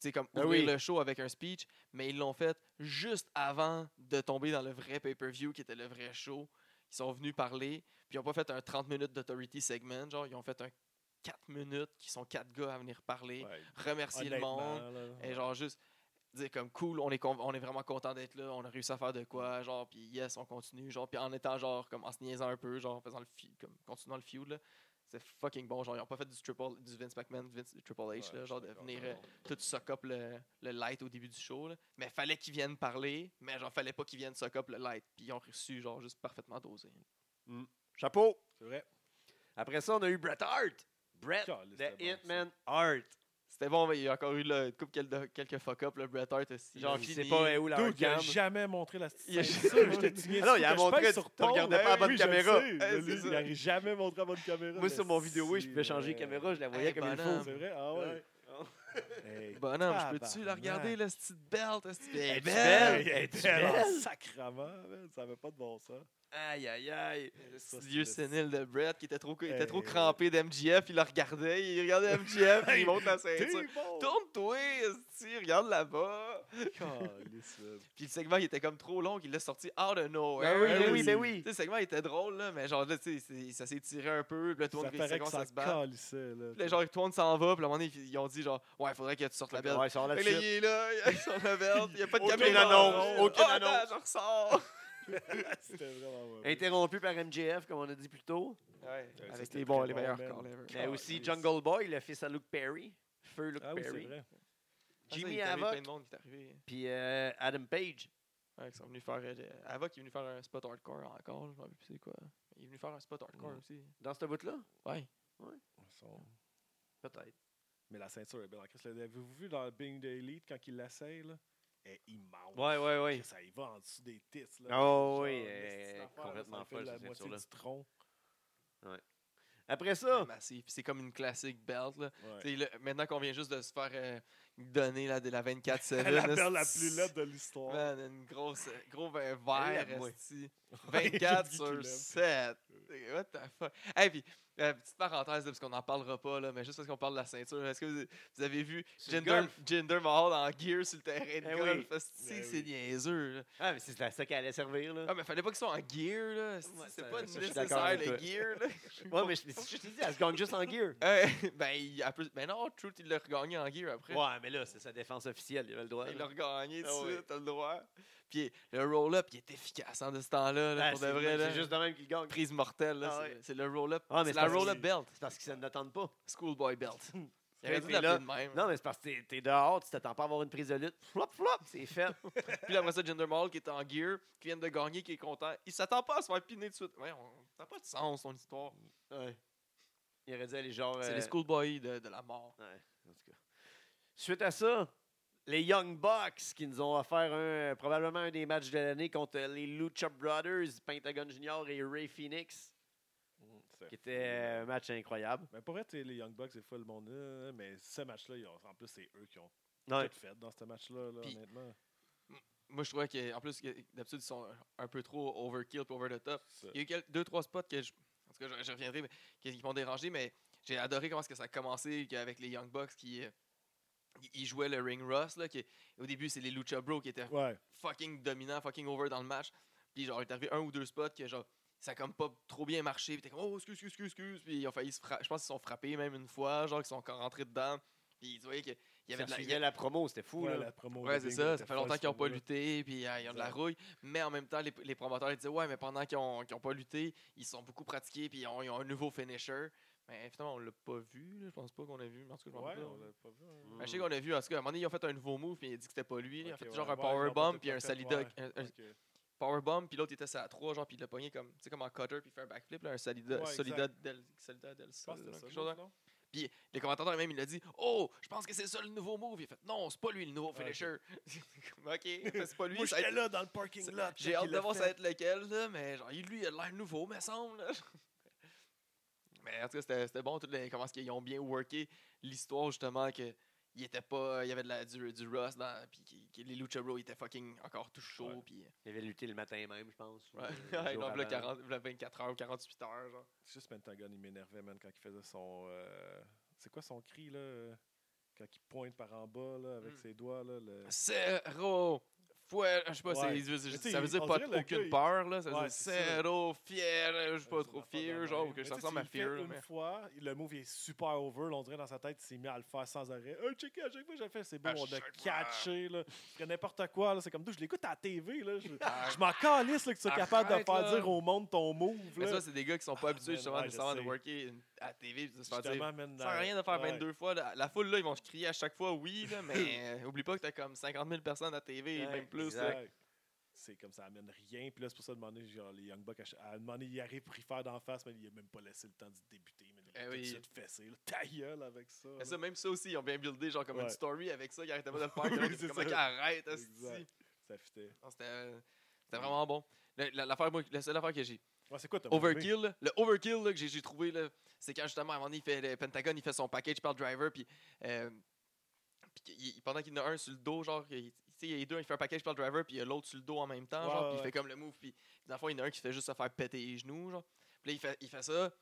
[SPEAKER 2] Tu sais, comme
[SPEAKER 1] Ah
[SPEAKER 2] ouvrir
[SPEAKER 1] oui.
[SPEAKER 2] le show avec un speech, mais ils l'ont fait juste avant de tomber dans le vrai pay-per-view qui était le vrai show. Ils sont venus parler, puis ils n'ont pas fait un 30 minutes d'autority segment, genre ils ont fait un 4 minutes qui sont quatre gars à venir parler,
[SPEAKER 3] ouais,
[SPEAKER 2] remercier le
[SPEAKER 3] honnêtement,
[SPEAKER 2] monde.
[SPEAKER 3] là,
[SPEAKER 2] Et genre juste dire comme cool, on est, con- on est vraiment content d'être là, on a réussi à faire de quoi, genre, puis yes, on continue, genre, puis en étant genre, comme en se niaisant un peu, genre, en faisant le feud, comme continuant le feud, là, c'est fucking bon, genre, ils ont pas fait du, triple, du Vince McMahon, du Vince- du Triple H,
[SPEAKER 3] ouais,
[SPEAKER 2] là, genre, de
[SPEAKER 3] d'accord,
[SPEAKER 2] venir
[SPEAKER 3] non,
[SPEAKER 2] euh,
[SPEAKER 3] non.
[SPEAKER 2] tout suck up le, le light au début du show, là, mais fallait qu'ils viennent parler, mais genre, fallait pas qu'ils viennent suck up le light, puis ils ont reçu, genre, juste parfaitement dosé.
[SPEAKER 1] Chapeau!
[SPEAKER 3] C'est vrai.
[SPEAKER 1] Après ça, on a eu Bret Hart. Bret,
[SPEAKER 3] Caliste,
[SPEAKER 1] the
[SPEAKER 3] c'était bon,
[SPEAKER 1] Hitman Hart.
[SPEAKER 2] C'était bon, mais il y a encore eu, là, une couple quel- quelques fuck-up, le Bret Hart aussi, genre,
[SPEAKER 1] Genre, je
[SPEAKER 2] fini.
[SPEAKER 1] sais pas où la
[SPEAKER 3] Dude, il a
[SPEAKER 1] webcam.
[SPEAKER 3] jamais montré la
[SPEAKER 2] Il a-
[SPEAKER 3] ceinture. je te tiens
[SPEAKER 1] Ah non,
[SPEAKER 3] dessus
[SPEAKER 1] il a
[SPEAKER 3] que je
[SPEAKER 1] montré, tu-
[SPEAKER 3] pèse sur
[SPEAKER 1] t'en
[SPEAKER 3] pause.
[SPEAKER 1] regardais pas à
[SPEAKER 3] Eh
[SPEAKER 1] bonne
[SPEAKER 3] oui, je le
[SPEAKER 1] caméra.
[SPEAKER 3] sais,
[SPEAKER 2] Eh,
[SPEAKER 3] lui,
[SPEAKER 2] c'est
[SPEAKER 3] Il
[SPEAKER 2] ça.
[SPEAKER 3] n'a jamais montré à bonne caméra.
[SPEAKER 1] Moi, sur mon vidéo, oui, je pouvais
[SPEAKER 3] peux
[SPEAKER 1] changer de caméra, je la voyais
[SPEAKER 2] Hey,
[SPEAKER 1] comme il
[SPEAKER 2] bonhomme.
[SPEAKER 1] faut.
[SPEAKER 3] C'est vrai? Ah ouais. Hey,
[SPEAKER 2] Bonhomme, je peux-tu la
[SPEAKER 3] tabarnak.
[SPEAKER 2] regarder, la petite belt? la petite-
[SPEAKER 1] Elle
[SPEAKER 2] Elle
[SPEAKER 1] est
[SPEAKER 2] est
[SPEAKER 1] belle.
[SPEAKER 2] belle!
[SPEAKER 3] Hey, elle
[SPEAKER 1] Es-tu
[SPEAKER 3] était en
[SPEAKER 1] belle?
[SPEAKER 3] sacrament, man, ça avait pas de bon sens.
[SPEAKER 1] Aïe, aïe, aïe.
[SPEAKER 3] Ça, c'est
[SPEAKER 2] Dieu
[SPEAKER 3] le-
[SPEAKER 2] sénile de Brett qui était trop, il était trop
[SPEAKER 3] Hey.
[SPEAKER 2] crampé d'MGF, il le regardait, il regardait MGF, puis
[SPEAKER 3] Hey,
[SPEAKER 2] il monte la
[SPEAKER 3] T'es
[SPEAKER 2] ceinture.
[SPEAKER 3] bon!
[SPEAKER 2] Tourne-toi, esti, regarde là-bas.
[SPEAKER 3] Calisse, man.
[SPEAKER 2] Puis le segment, il était comme trop long, qu'il l'a sorti out of nowhere.
[SPEAKER 1] Ben oui,
[SPEAKER 3] Ben
[SPEAKER 1] ben
[SPEAKER 3] oui.
[SPEAKER 1] oui, ben
[SPEAKER 2] Tu
[SPEAKER 1] oui.
[SPEAKER 2] sais, le segment, il était drôle, là, mais genre, là, tu sais, c'est- ça s'est tiré un peu, puis là, tout le
[SPEAKER 3] Ça
[SPEAKER 2] monde le
[SPEAKER 3] paraît
[SPEAKER 2] second,
[SPEAKER 3] que
[SPEAKER 2] ça
[SPEAKER 3] ça
[SPEAKER 2] se bat.
[SPEAKER 3] calissait, là.
[SPEAKER 2] Puis là, genre, tout le monde s'en va, puis à un moment donné, ils ils ont dit, genre, ouais, faudrait que tu sortes la belle.
[SPEAKER 1] Ouais, sort
[SPEAKER 2] Fait
[SPEAKER 1] là
[SPEAKER 2] que là, il est là, il a son belt, il n'y a pas de
[SPEAKER 1] Aucune
[SPEAKER 2] caméra.
[SPEAKER 1] annonce,
[SPEAKER 2] Oh,
[SPEAKER 1] aucune
[SPEAKER 2] attends,
[SPEAKER 1] annonce.
[SPEAKER 2] je ressors.
[SPEAKER 3] C'était vraiment mauvais.
[SPEAKER 1] Interrompu par MJF, comme on a dit plus tôt.
[SPEAKER 2] Ouais,
[SPEAKER 3] ça,
[SPEAKER 2] avec
[SPEAKER 3] c'était
[SPEAKER 2] les, bons,
[SPEAKER 3] très
[SPEAKER 2] les
[SPEAKER 3] bon,
[SPEAKER 2] meilleurs
[SPEAKER 3] man.
[SPEAKER 2] calls ever.
[SPEAKER 1] Mais
[SPEAKER 3] Ah,
[SPEAKER 1] aussi
[SPEAKER 3] oui.
[SPEAKER 1] Jungle Boy, le fils à Luke Perry. Feu Luke
[SPEAKER 3] Ah oui, c'est
[SPEAKER 1] Perry.
[SPEAKER 3] vrai.
[SPEAKER 1] Jimmy
[SPEAKER 2] Havoc. Ah, Il y a plein
[SPEAKER 1] Havoc,
[SPEAKER 2] de monde qui est arrivé.
[SPEAKER 1] puis euh, Adam Page.
[SPEAKER 2] Ouais, qui sont venus faire. euh, Havoc est venu faire un spot hardcore encore. là, Je m'en rappelle plus c'est quoi. Il est venu faire un spot hardcore
[SPEAKER 1] Mm.
[SPEAKER 2] aussi.
[SPEAKER 1] Dans ce bout-là?
[SPEAKER 2] Ouais.
[SPEAKER 3] Ils sont-
[SPEAKER 1] Peut-être.
[SPEAKER 3] Mais la ceinture est belle en Christ. Avez-vous vu dans Bing the Elite quand il l'essaye, là? Elle est immense.
[SPEAKER 1] Ouais, ouais, ouais.
[SPEAKER 3] Chris, Ça y va en dessous des tits,
[SPEAKER 1] Oh,
[SPEAKER 3] là. Genre,
[SPEAKER 1] oui,
[SPEAKER 3] une
[SPEAKER 1] elle
[SPEAKER 3] petite
[SPEAKER 1] est
[SPEAKER 3] affaire, là,
[SPEAKER 1] complètement
[SPEAKER 3] ça fait
[SPEAKER 1] folle,
[SPEAKER 3] La
[SPEAKER 1] cette
[SPEAKER 3] moitié
[SPEAKER 1] ceinture-là.
[SPEAKER 3] du tronc.
[SPEAKER 1] Après
[SPEAKER 2] C'est
[SPEAKER 1] ça,
[SPEAKER 2] Massif. C'est comme une classique belt. Là.
[SPEAKER 3] Ah! Ouais.
[SPEAKER 2] Tu sais, là, maintenant qu'on vient juste de se faire euh, donner la, de la 24 7
[SPEAKER 3] la perle la plus laide de l'histoire.
[SPEAKER 2] Man, une grosse, euh, gros vin
[SPEAKER 1] Elle
[SPEAKER 2] vert,
[SPEAKER 1] l'a, moi.
[SPEAKER 2] esti.
[SPEAKER 3] Ouais,
[SPEAKER 2] 24
[SPEAKER 3] j'ai oublié
[SPEAKER 2] sur
[SPEAKER 3] qu'il
[SPEAKER 2] 7. What the fuck? Hey, puis, euh, petite parenthèse, là, parce qu'on n'en parlera pas, là, mais juste parce qu'on parle de la ceinture, est-ce que vous, vous avez vu
[SPEAKER 1] Sur le
[SPEAKER 2] Jinder,
[SPEAKER 1] golf.
[SPEAKER 2] Jinder Mahal en gear sur le terrain de
[SPEAKER 1] Eh
[SPEAKER 2] golf?
[SPEAKER 1] oui.
[SPEAKER 2] esti,
[SPEAKER 3] Eh
[SPEAKER 2] c'est
[SPEAKER 3] oui.
[SPEAKER 2] niaiseux. là.
[SPEAKER 1] ah, mais c'est à ça qu'elle allait servir. Là.
[SPEAKER 2] Ah, mais fallait pas qu'ils soient en gear, là. esti,
[SPEAKER 1] Ouais,
[SPEAKER 2] c'est
[SPEAKER 1] ça- ça,
[SPEAKER 2] pas
[SPEAKER 1] je suis d'accord
[SPEAKER 2] nécessaire,
[SPEAKER 1] avec
[SPEAKER 2] le
[SPEAKER 1] toi.
[SPEAKER 2] gear, là. Je sais
[SPEAKER 1] ouais,
[SPEAKER 2] pas.
[SPEAKER 1] mais je, je te dis, elle se gagne juste en gear.
[SPEAKER 2] Ouais, ben, il- elle peut- ben non, Truth, il l'a regagné en gear après.
[SPEAKER 1] Ouais, mais là, c'est sa défense officielle, il avait le droit.
[SPEAKER 2] Il
[SPEAKER 1] là.
[SPEAKER 2] l'a regagné,
[SPEAKER 1] Ah
[SPEAKER 2] tu
[SPEAKER 1] oui.
[SPEAKER 2] sais, t'as le droit. Puis le roll-up, il est efficace en de ce temps-là, là,
[SPEAKER 1] Ah,
[SPEAKER 2] pour
[SPEAKER 1] c'est
[SPEAKER 2] de
[SPEAKER 1] le
[SPEAKER 2] vrai.
[SPEAKER 1] même-
[SPEAKER 2] là.
[SPEAKER 1] C'est juste de même qu'il gagne.
[SPEAKER 2] prise mortelle. là,
[SPEAKER 1] Ah
[SPEAKER 2] c'est-
[SPEAKER 1] ouais.
[SPEAKER 2] C'est le roll-up.
[SPEAKER 1] Ah, mais
[SPEAKER 2] c'est
[SPEAKER 1] c'est
[SPEAKER 2] la
[SPEAKER 1] parce
[SPEAKER 2] roll-up
[SPEAKER 3] que-
[SPEAKER 2] belt.
[SPEAKER 1] C'est parce qu'ils ne l'attendent pas.
[SPEAKER 2] Schoolboy belt. Il
[SPEAKER 1] Ouais,
[SPEAKER 2] aurait dû
[SPEAKER 1] mais
[SPEAKER 2] l'appeler
[SPEAKER 1] là-
[SPEAKER 2] de même.
[SPEAKER 1] Non, mais c'est parce que t'es- t'es dehors, tu t'attends pas à avoir une prise de lutte. Flop, flop, c'est fait.
[SPEAKER 2] Puis là, après ça, Jinder Mahal qui est en gear, qui vient de gagner, qui est content. Il s'attend pas à se faire piner tout de suite. Ouais, on... Ça n'a pas de sens, son histoire.
[SPEAKER 1] Ouais. Il aurait dû aller genre.
[SPEAKER 2] C'est
[SPEAKER 1] euh,
[SPEAKER 2] les schoolboys de, de la mort.
[SPEAKER 1] Ouais, en tout cas. Suite à ça, les Young Bucks qui nous ont offert un, euh, probablement un des matchs de l'année contre les Lucha Brothers, Pentagon Junior et Ray Phoenix,
[SPEAKER 3] Mm, c'est-
[SPEAKER 1] qui était euh, un match incroyable.
[SPEAKER 3] Mais Ben, pour vrai, t'sais, les Young Bucks, des fois, le monde. euh, mais ce match-là, ils ont- en plus, c'est eux qui ont
[SPEAKER 1] Ouais.
[SPEAKER 3] tout fait dans ce match-là, là,
[SPEAKER 2] Puis-
[SPEAKER 3] honnêtement.
[SPEAKER 2] Moi, je trouvais qu'en plus, que d'habitude, ils sont un peu trop overkill puis over the top.
[SPEAKER 3] Ça.
[SPEAKER 2] Il y a eu quel- deux, trois spots que je. En tout cas, je, je reviendrai, mais qui, qui m'ont dérangé, mais j'ai adoré comment est-ce que ça a commencé avec les Young Bucks qui. euh, ils- ils jouaient le ring rust. Là, qui, au début, c'est les Lucha Bros qui étaient
[SPEAKER 3] Ouais.
[SPEAKER 2] fucking dominant, fucking over dans le match. Puis genre, il est arrivé un ou deux spots que genre, ça a comme pas trop bien marché. Puis t'es comme, oh, excuse, excuse, excuse, excuse. Puis ils ont failli se frapper. Je pense qu'ils se sont frappés même une fois, genre, qu'ils sont encore rentrés dedans. Puis tu voyais qu'il y avait de la. il y a-
[SPEAKER 1] la promo, c'était fou.
[SPEAKER 3] Ouais,
[SPEAKER 1] là.
[SPEAKER 3] la promo.
[SPEAKER 2] Ouais,
[SPEAKER 3] de
[SPEAKER 2] c'est
[SPEAKER 3] Bing
[SPEAKER 2] ça.
[SPEAKER 3] était
[SPEAKER 2] Ça fait
[SPEAKER 3] folle,
[SPEAKER 2] longtemps
[SPEAKER 3] ce
[SPEAKER 2] qu'ils n'ont pas
[SPEAKER 3] combat-là.
[SPEAKER 2] lutté, puis euh, ils ont de la
[SPEAKER 3] Exact.
[SPEAKER 2] rouille. Mais en même temps, les, les promoteurs ils disaient, ouais, mais pendant qu'ils n'ont pas lutté, ils se sont beaucoup pratiqués, puis ils ont, ils ont un nouveau finisher. Mais finalement, on l'a pas vu. là. Je pense pas qu'on a vu. Mais en tout cas, je m'en
[SPEAKER 3] Ouais,
[SPEAKER 2] rappelle,
[SPEAKER 3] on
[SPEAKER 2] on-
[SPEAKER 3] l'a pas vu. hein.
[SPEAKER 1] Mm.
[SPEAKER 2] ben, je sais qu'on a vu, en tout cas, à un moment donné, ils ont fait un nouveau move, puis ils ont dit que c'était pas lui. ils ont
[SPEAKER 3] Ok,
[SPEAKER 2] fait
[SPEAKER 3] ouais,
[SPEAKER 2] genre
[SPEAKER 3] ouais, ils
[SPEAKER 2] un
[SPEAKER 3] l'ont
[SPEAKER 2] powerbomb,
[SPEAKER 3] pas
[SPEAKER 2] puis un
[SPEAKER 3] fait,
[SPEAKER 2] salida,
[SPEAKER 3] ouais.
[SPEAKER 2] un- un-
[SPEAKER 3] Ok.
[SPEAKER 2] powerbomb, puis l'autre il était sur la 3, genre, puis il l'a pogné comme, tu sais, comme en cutter, puis il fait un backflip, là, un solida,
[SPEAKER 3] Ouais,
[SPEAKER 2] solida del, solida del sol, là, quelque chose. là. Le commentateur même, il a dit, oh, je pense que c'est ça le nouveau move. Il a fait, non, c'est pas lui le nouveau
[SPEAKER 3] Ouais,
[SPEAKER 2] finisher. Comme, ok, mais c'est pas lui.
[SPEAKER 3] Ah, Moi,
[SPEAKER 2] ça va
[SPEAKER 3] j'étais
[SPEAKER 2] être-
[SPEAKER 3] là dans le parking
[SPEAKER 2] ça-
[SPEAKER 3] lot.
[SPEAKER 2] J'ai hâte de voir ça va être lequel, là, mais genre, lui, il a l'air nouveau, me semble. là. mais en tout cas, c'était- c'était bon, tout le- comment est-ce qu'ils ont bien worké l'histoire, justement, que. Il était pas. Il y avait de la, du, du rust dans. Puis qui- qui- les Lucha Bros étaient fucking encore tout chauds.
[SPEAKER 3] Ouais.
[SPEAKER 2] Puis
[SPEAKER 1] Il avait lutté le matin même, je pense. ou,
[SPEAKER 2] Ouais,
[SPEAKER 1] euh, le
[SPEAKER 2] ouais,
[SPEAKER 1] jour
[SPEAKER 2] non, v'là
[SPEAKER 1] avant.
[SPEAKER 2] 40 v'là 24 heures ou 48 heures, genre.
[SPEAKER 3] C'est juste Pentagon, il m'énervait, man, quand il faisait son. euh, C'est quoi son cri, là euh, Quand il pointe par en bas, là, avec
[SPEAKER 2] Mm.
[SPEAKER 3] ses doigts, là. le-
[SPEAKER 2] Zéro fois, je sais pas,
[SPEAKER 3] Ouais.
[SPEAKER 2] c'est- c'est-
[SPEAKER 3] Mais tu
[SPEAKER 2] ça
[SPEAKER 3] sais,
[SPEAKER 2] veut dire
[SPEAKER 3] on
[SPEAKER 2] pas
[SPEAKER 3] dirait le
[SPEAKER 2] aucune
[SPEAKER 3] gars, il-
[SPEAKER 2] peur, là. Ça veut
[SPEAKER 3] Ouais,
[SPEAKER 2] dire
[SPEAKER 3] c'est ça.
[SPEAKER 2] zéro fier, je suis
[SPEAKER 3] Ouais,
[SPEAKER 2] pas
[SPEAKER 3] c'est
[SPEAKER 2] trop
[SPEAKER 3] une affaire de
[SPEAKER 2] fier,
[SPEAKER 3] même.
[SPEAKER 2] genre, ou
[SPEAKER 3] Mais
[SPEAKER 2] que
[SPEAKER 3] tu
[SPEAKER 2] ça
[SPEAKER 3] sais,
[SPEAKER 2] ressemble
[SPEAKER 3] tu
[SPEAKER 2] à
[SPEAKER 3] le fais
[SPEAKER 2] fear.
[SPEAKER 3] Une
[SPEAKER 2] mais-
[SPEAKER 3] fois, le move est super over. là, On dirait dans sa tête, il s'est mis à le faire sans arrêt. Hey, check, à chaque fois, j'ai fait, c'est bon,
[SPEAKER 2] À
[SPEAKER 3] on a
[SPEAKER 2] chaque fois.
[SPEAKER 3] catché. Là. Je ferais n'importe quoi. là, C'est comme, d'où je l'écoute à la TV. Là. Je,
[SPEAKER 2] Ah,
[SPEAKER 3] je m'en calisse là, que tu sois capable de
[SPEAKER 2] Arrête,
[SPEAKER 3] faire
[SPEAKER 2] là.
[SPEAKER 3] dire au monde ton move.
[SPEAKER 2] Mais
[SPEAKER 3] Là.
[SPEAKER 2] ça, c'est des gars qui sont pas
[SPEAKER 3] Ah,
[SPEAKER 2] habitués,
[SPEAKER 3] man,
[SPEAKER 2] justement,
[SPEAKER 3] ouais,
[SPEAKER 2] nécessairement
[SPEAKER 3] je
[SPEAKER 2] de
[SPEAKER 3] sais.
[SPEAKER 2] worker une- à la TV, puis de se faire dire.
[SPEAKER 3] Justement, man,
[SPEAKER 2] Sans rien de faire
[SPEAKER 3] ouais.
[SPEAKER 2] 22 fois, la, la foule, là, ils vont crier à chaque fois oui, là, mais euh, oublie pas que t'as comme 50 000 personnes à TV,
[SPEAKER 1] Ouais,
[SPEAKER 2] même plus.
[SPEAKER 1] exact.
[SPEAKER 2] là.
[SPEAKER 3] Ouais. C'est comme ça amène rien. Puis là, c'est pour ça de demander, genre, les Young Bucks, à ch- à demander, il arrive pour y faire d'en face, mais il a même pas laissé le temps de débuter. Mais il
[SPEAKER 2] Eh
[SPEAKER 3] a tout
[SPEAKER 2] oui.
[SPEAKER 3] de suite fessé. là. Ta gueule avec ça.
[SPEAKER 2] Mais
[SPEAKER 3] là.
[SPEAKER 2] ça, même ça aussi, ils ont bien buildé, genre, comme une
[SPEAKER 3] Ouais.
[SPEAKER 2] story avec ça, ils arrêtaient pas de le faire.
[SPEAKER 3] Oui,
[SPEAKER 2] que là,
[SPEAKER 3] c'est
[SPEAKER 2] c'est comme,
[SPEAKER 3] ça.
[SPEAKER 2] ok, arrête,
[SPEAKER 3] Exact.
[SPEAKER 2] hostie.
[SPEAKER 3] Ça fitait.
[SPEAKER 2] Non, C'était euh, c'était vraiment bon. Le- la, l'affaire, moi, la seule affaire que j'ai.
[SPEAKER 3] Ouais, c'est quoi, t'as pas aimé?
[SPEAKER 2] Overkill, là, le overkill là, que j'ai j'ai trouvé, là, c'est quand justement, à un moment donné, il fait, le Pentagon, il fait son package par le driver, puis euh, puis qu'il- il- pendant qu'il en a un sur le dos, genre, il, tu sais, il y a les deux, il fait un package par le driver, puis il y a l'autre sur le dos en même temps,
[SPEAKER 3] Ouais,
[SPEAKER 2] genre, puis il
[SPEAKER 3] ouais.
[SPEAKER 2] fait comme le move, puis dans le fond, il y en a un qui fait juste se faire péter les genoux, genre. Puis là, il fait, il fait ça.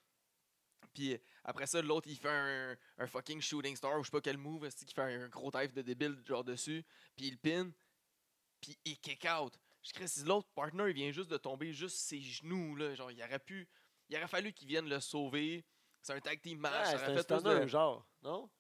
[SPEAKER 2] Puis après ça, l'autre, il fait un, un fucking shooting star, ou je sais pas quel move, qui fait un gros dive de débile, genre, dessus puis il pin, puis il kick out. Je crée si l'autre partner il vient juste de tomber juste ses genoux là, genre il aurait pu, il aurait fallu qu'il vienne le sauver. C'est un tag team match,
[SPEAKER 1] Ouais,
[SPEAKER 2] ça
[SPEAKER 1] Ah, c'est
[SPEAKER 2] aurait
[SPEAKER 1] un
[SPEAKER 2] fait plus
[SPEAKER 1] stunner,
[SPEAKER 2] de-
[SPEAKER 1] genre, non?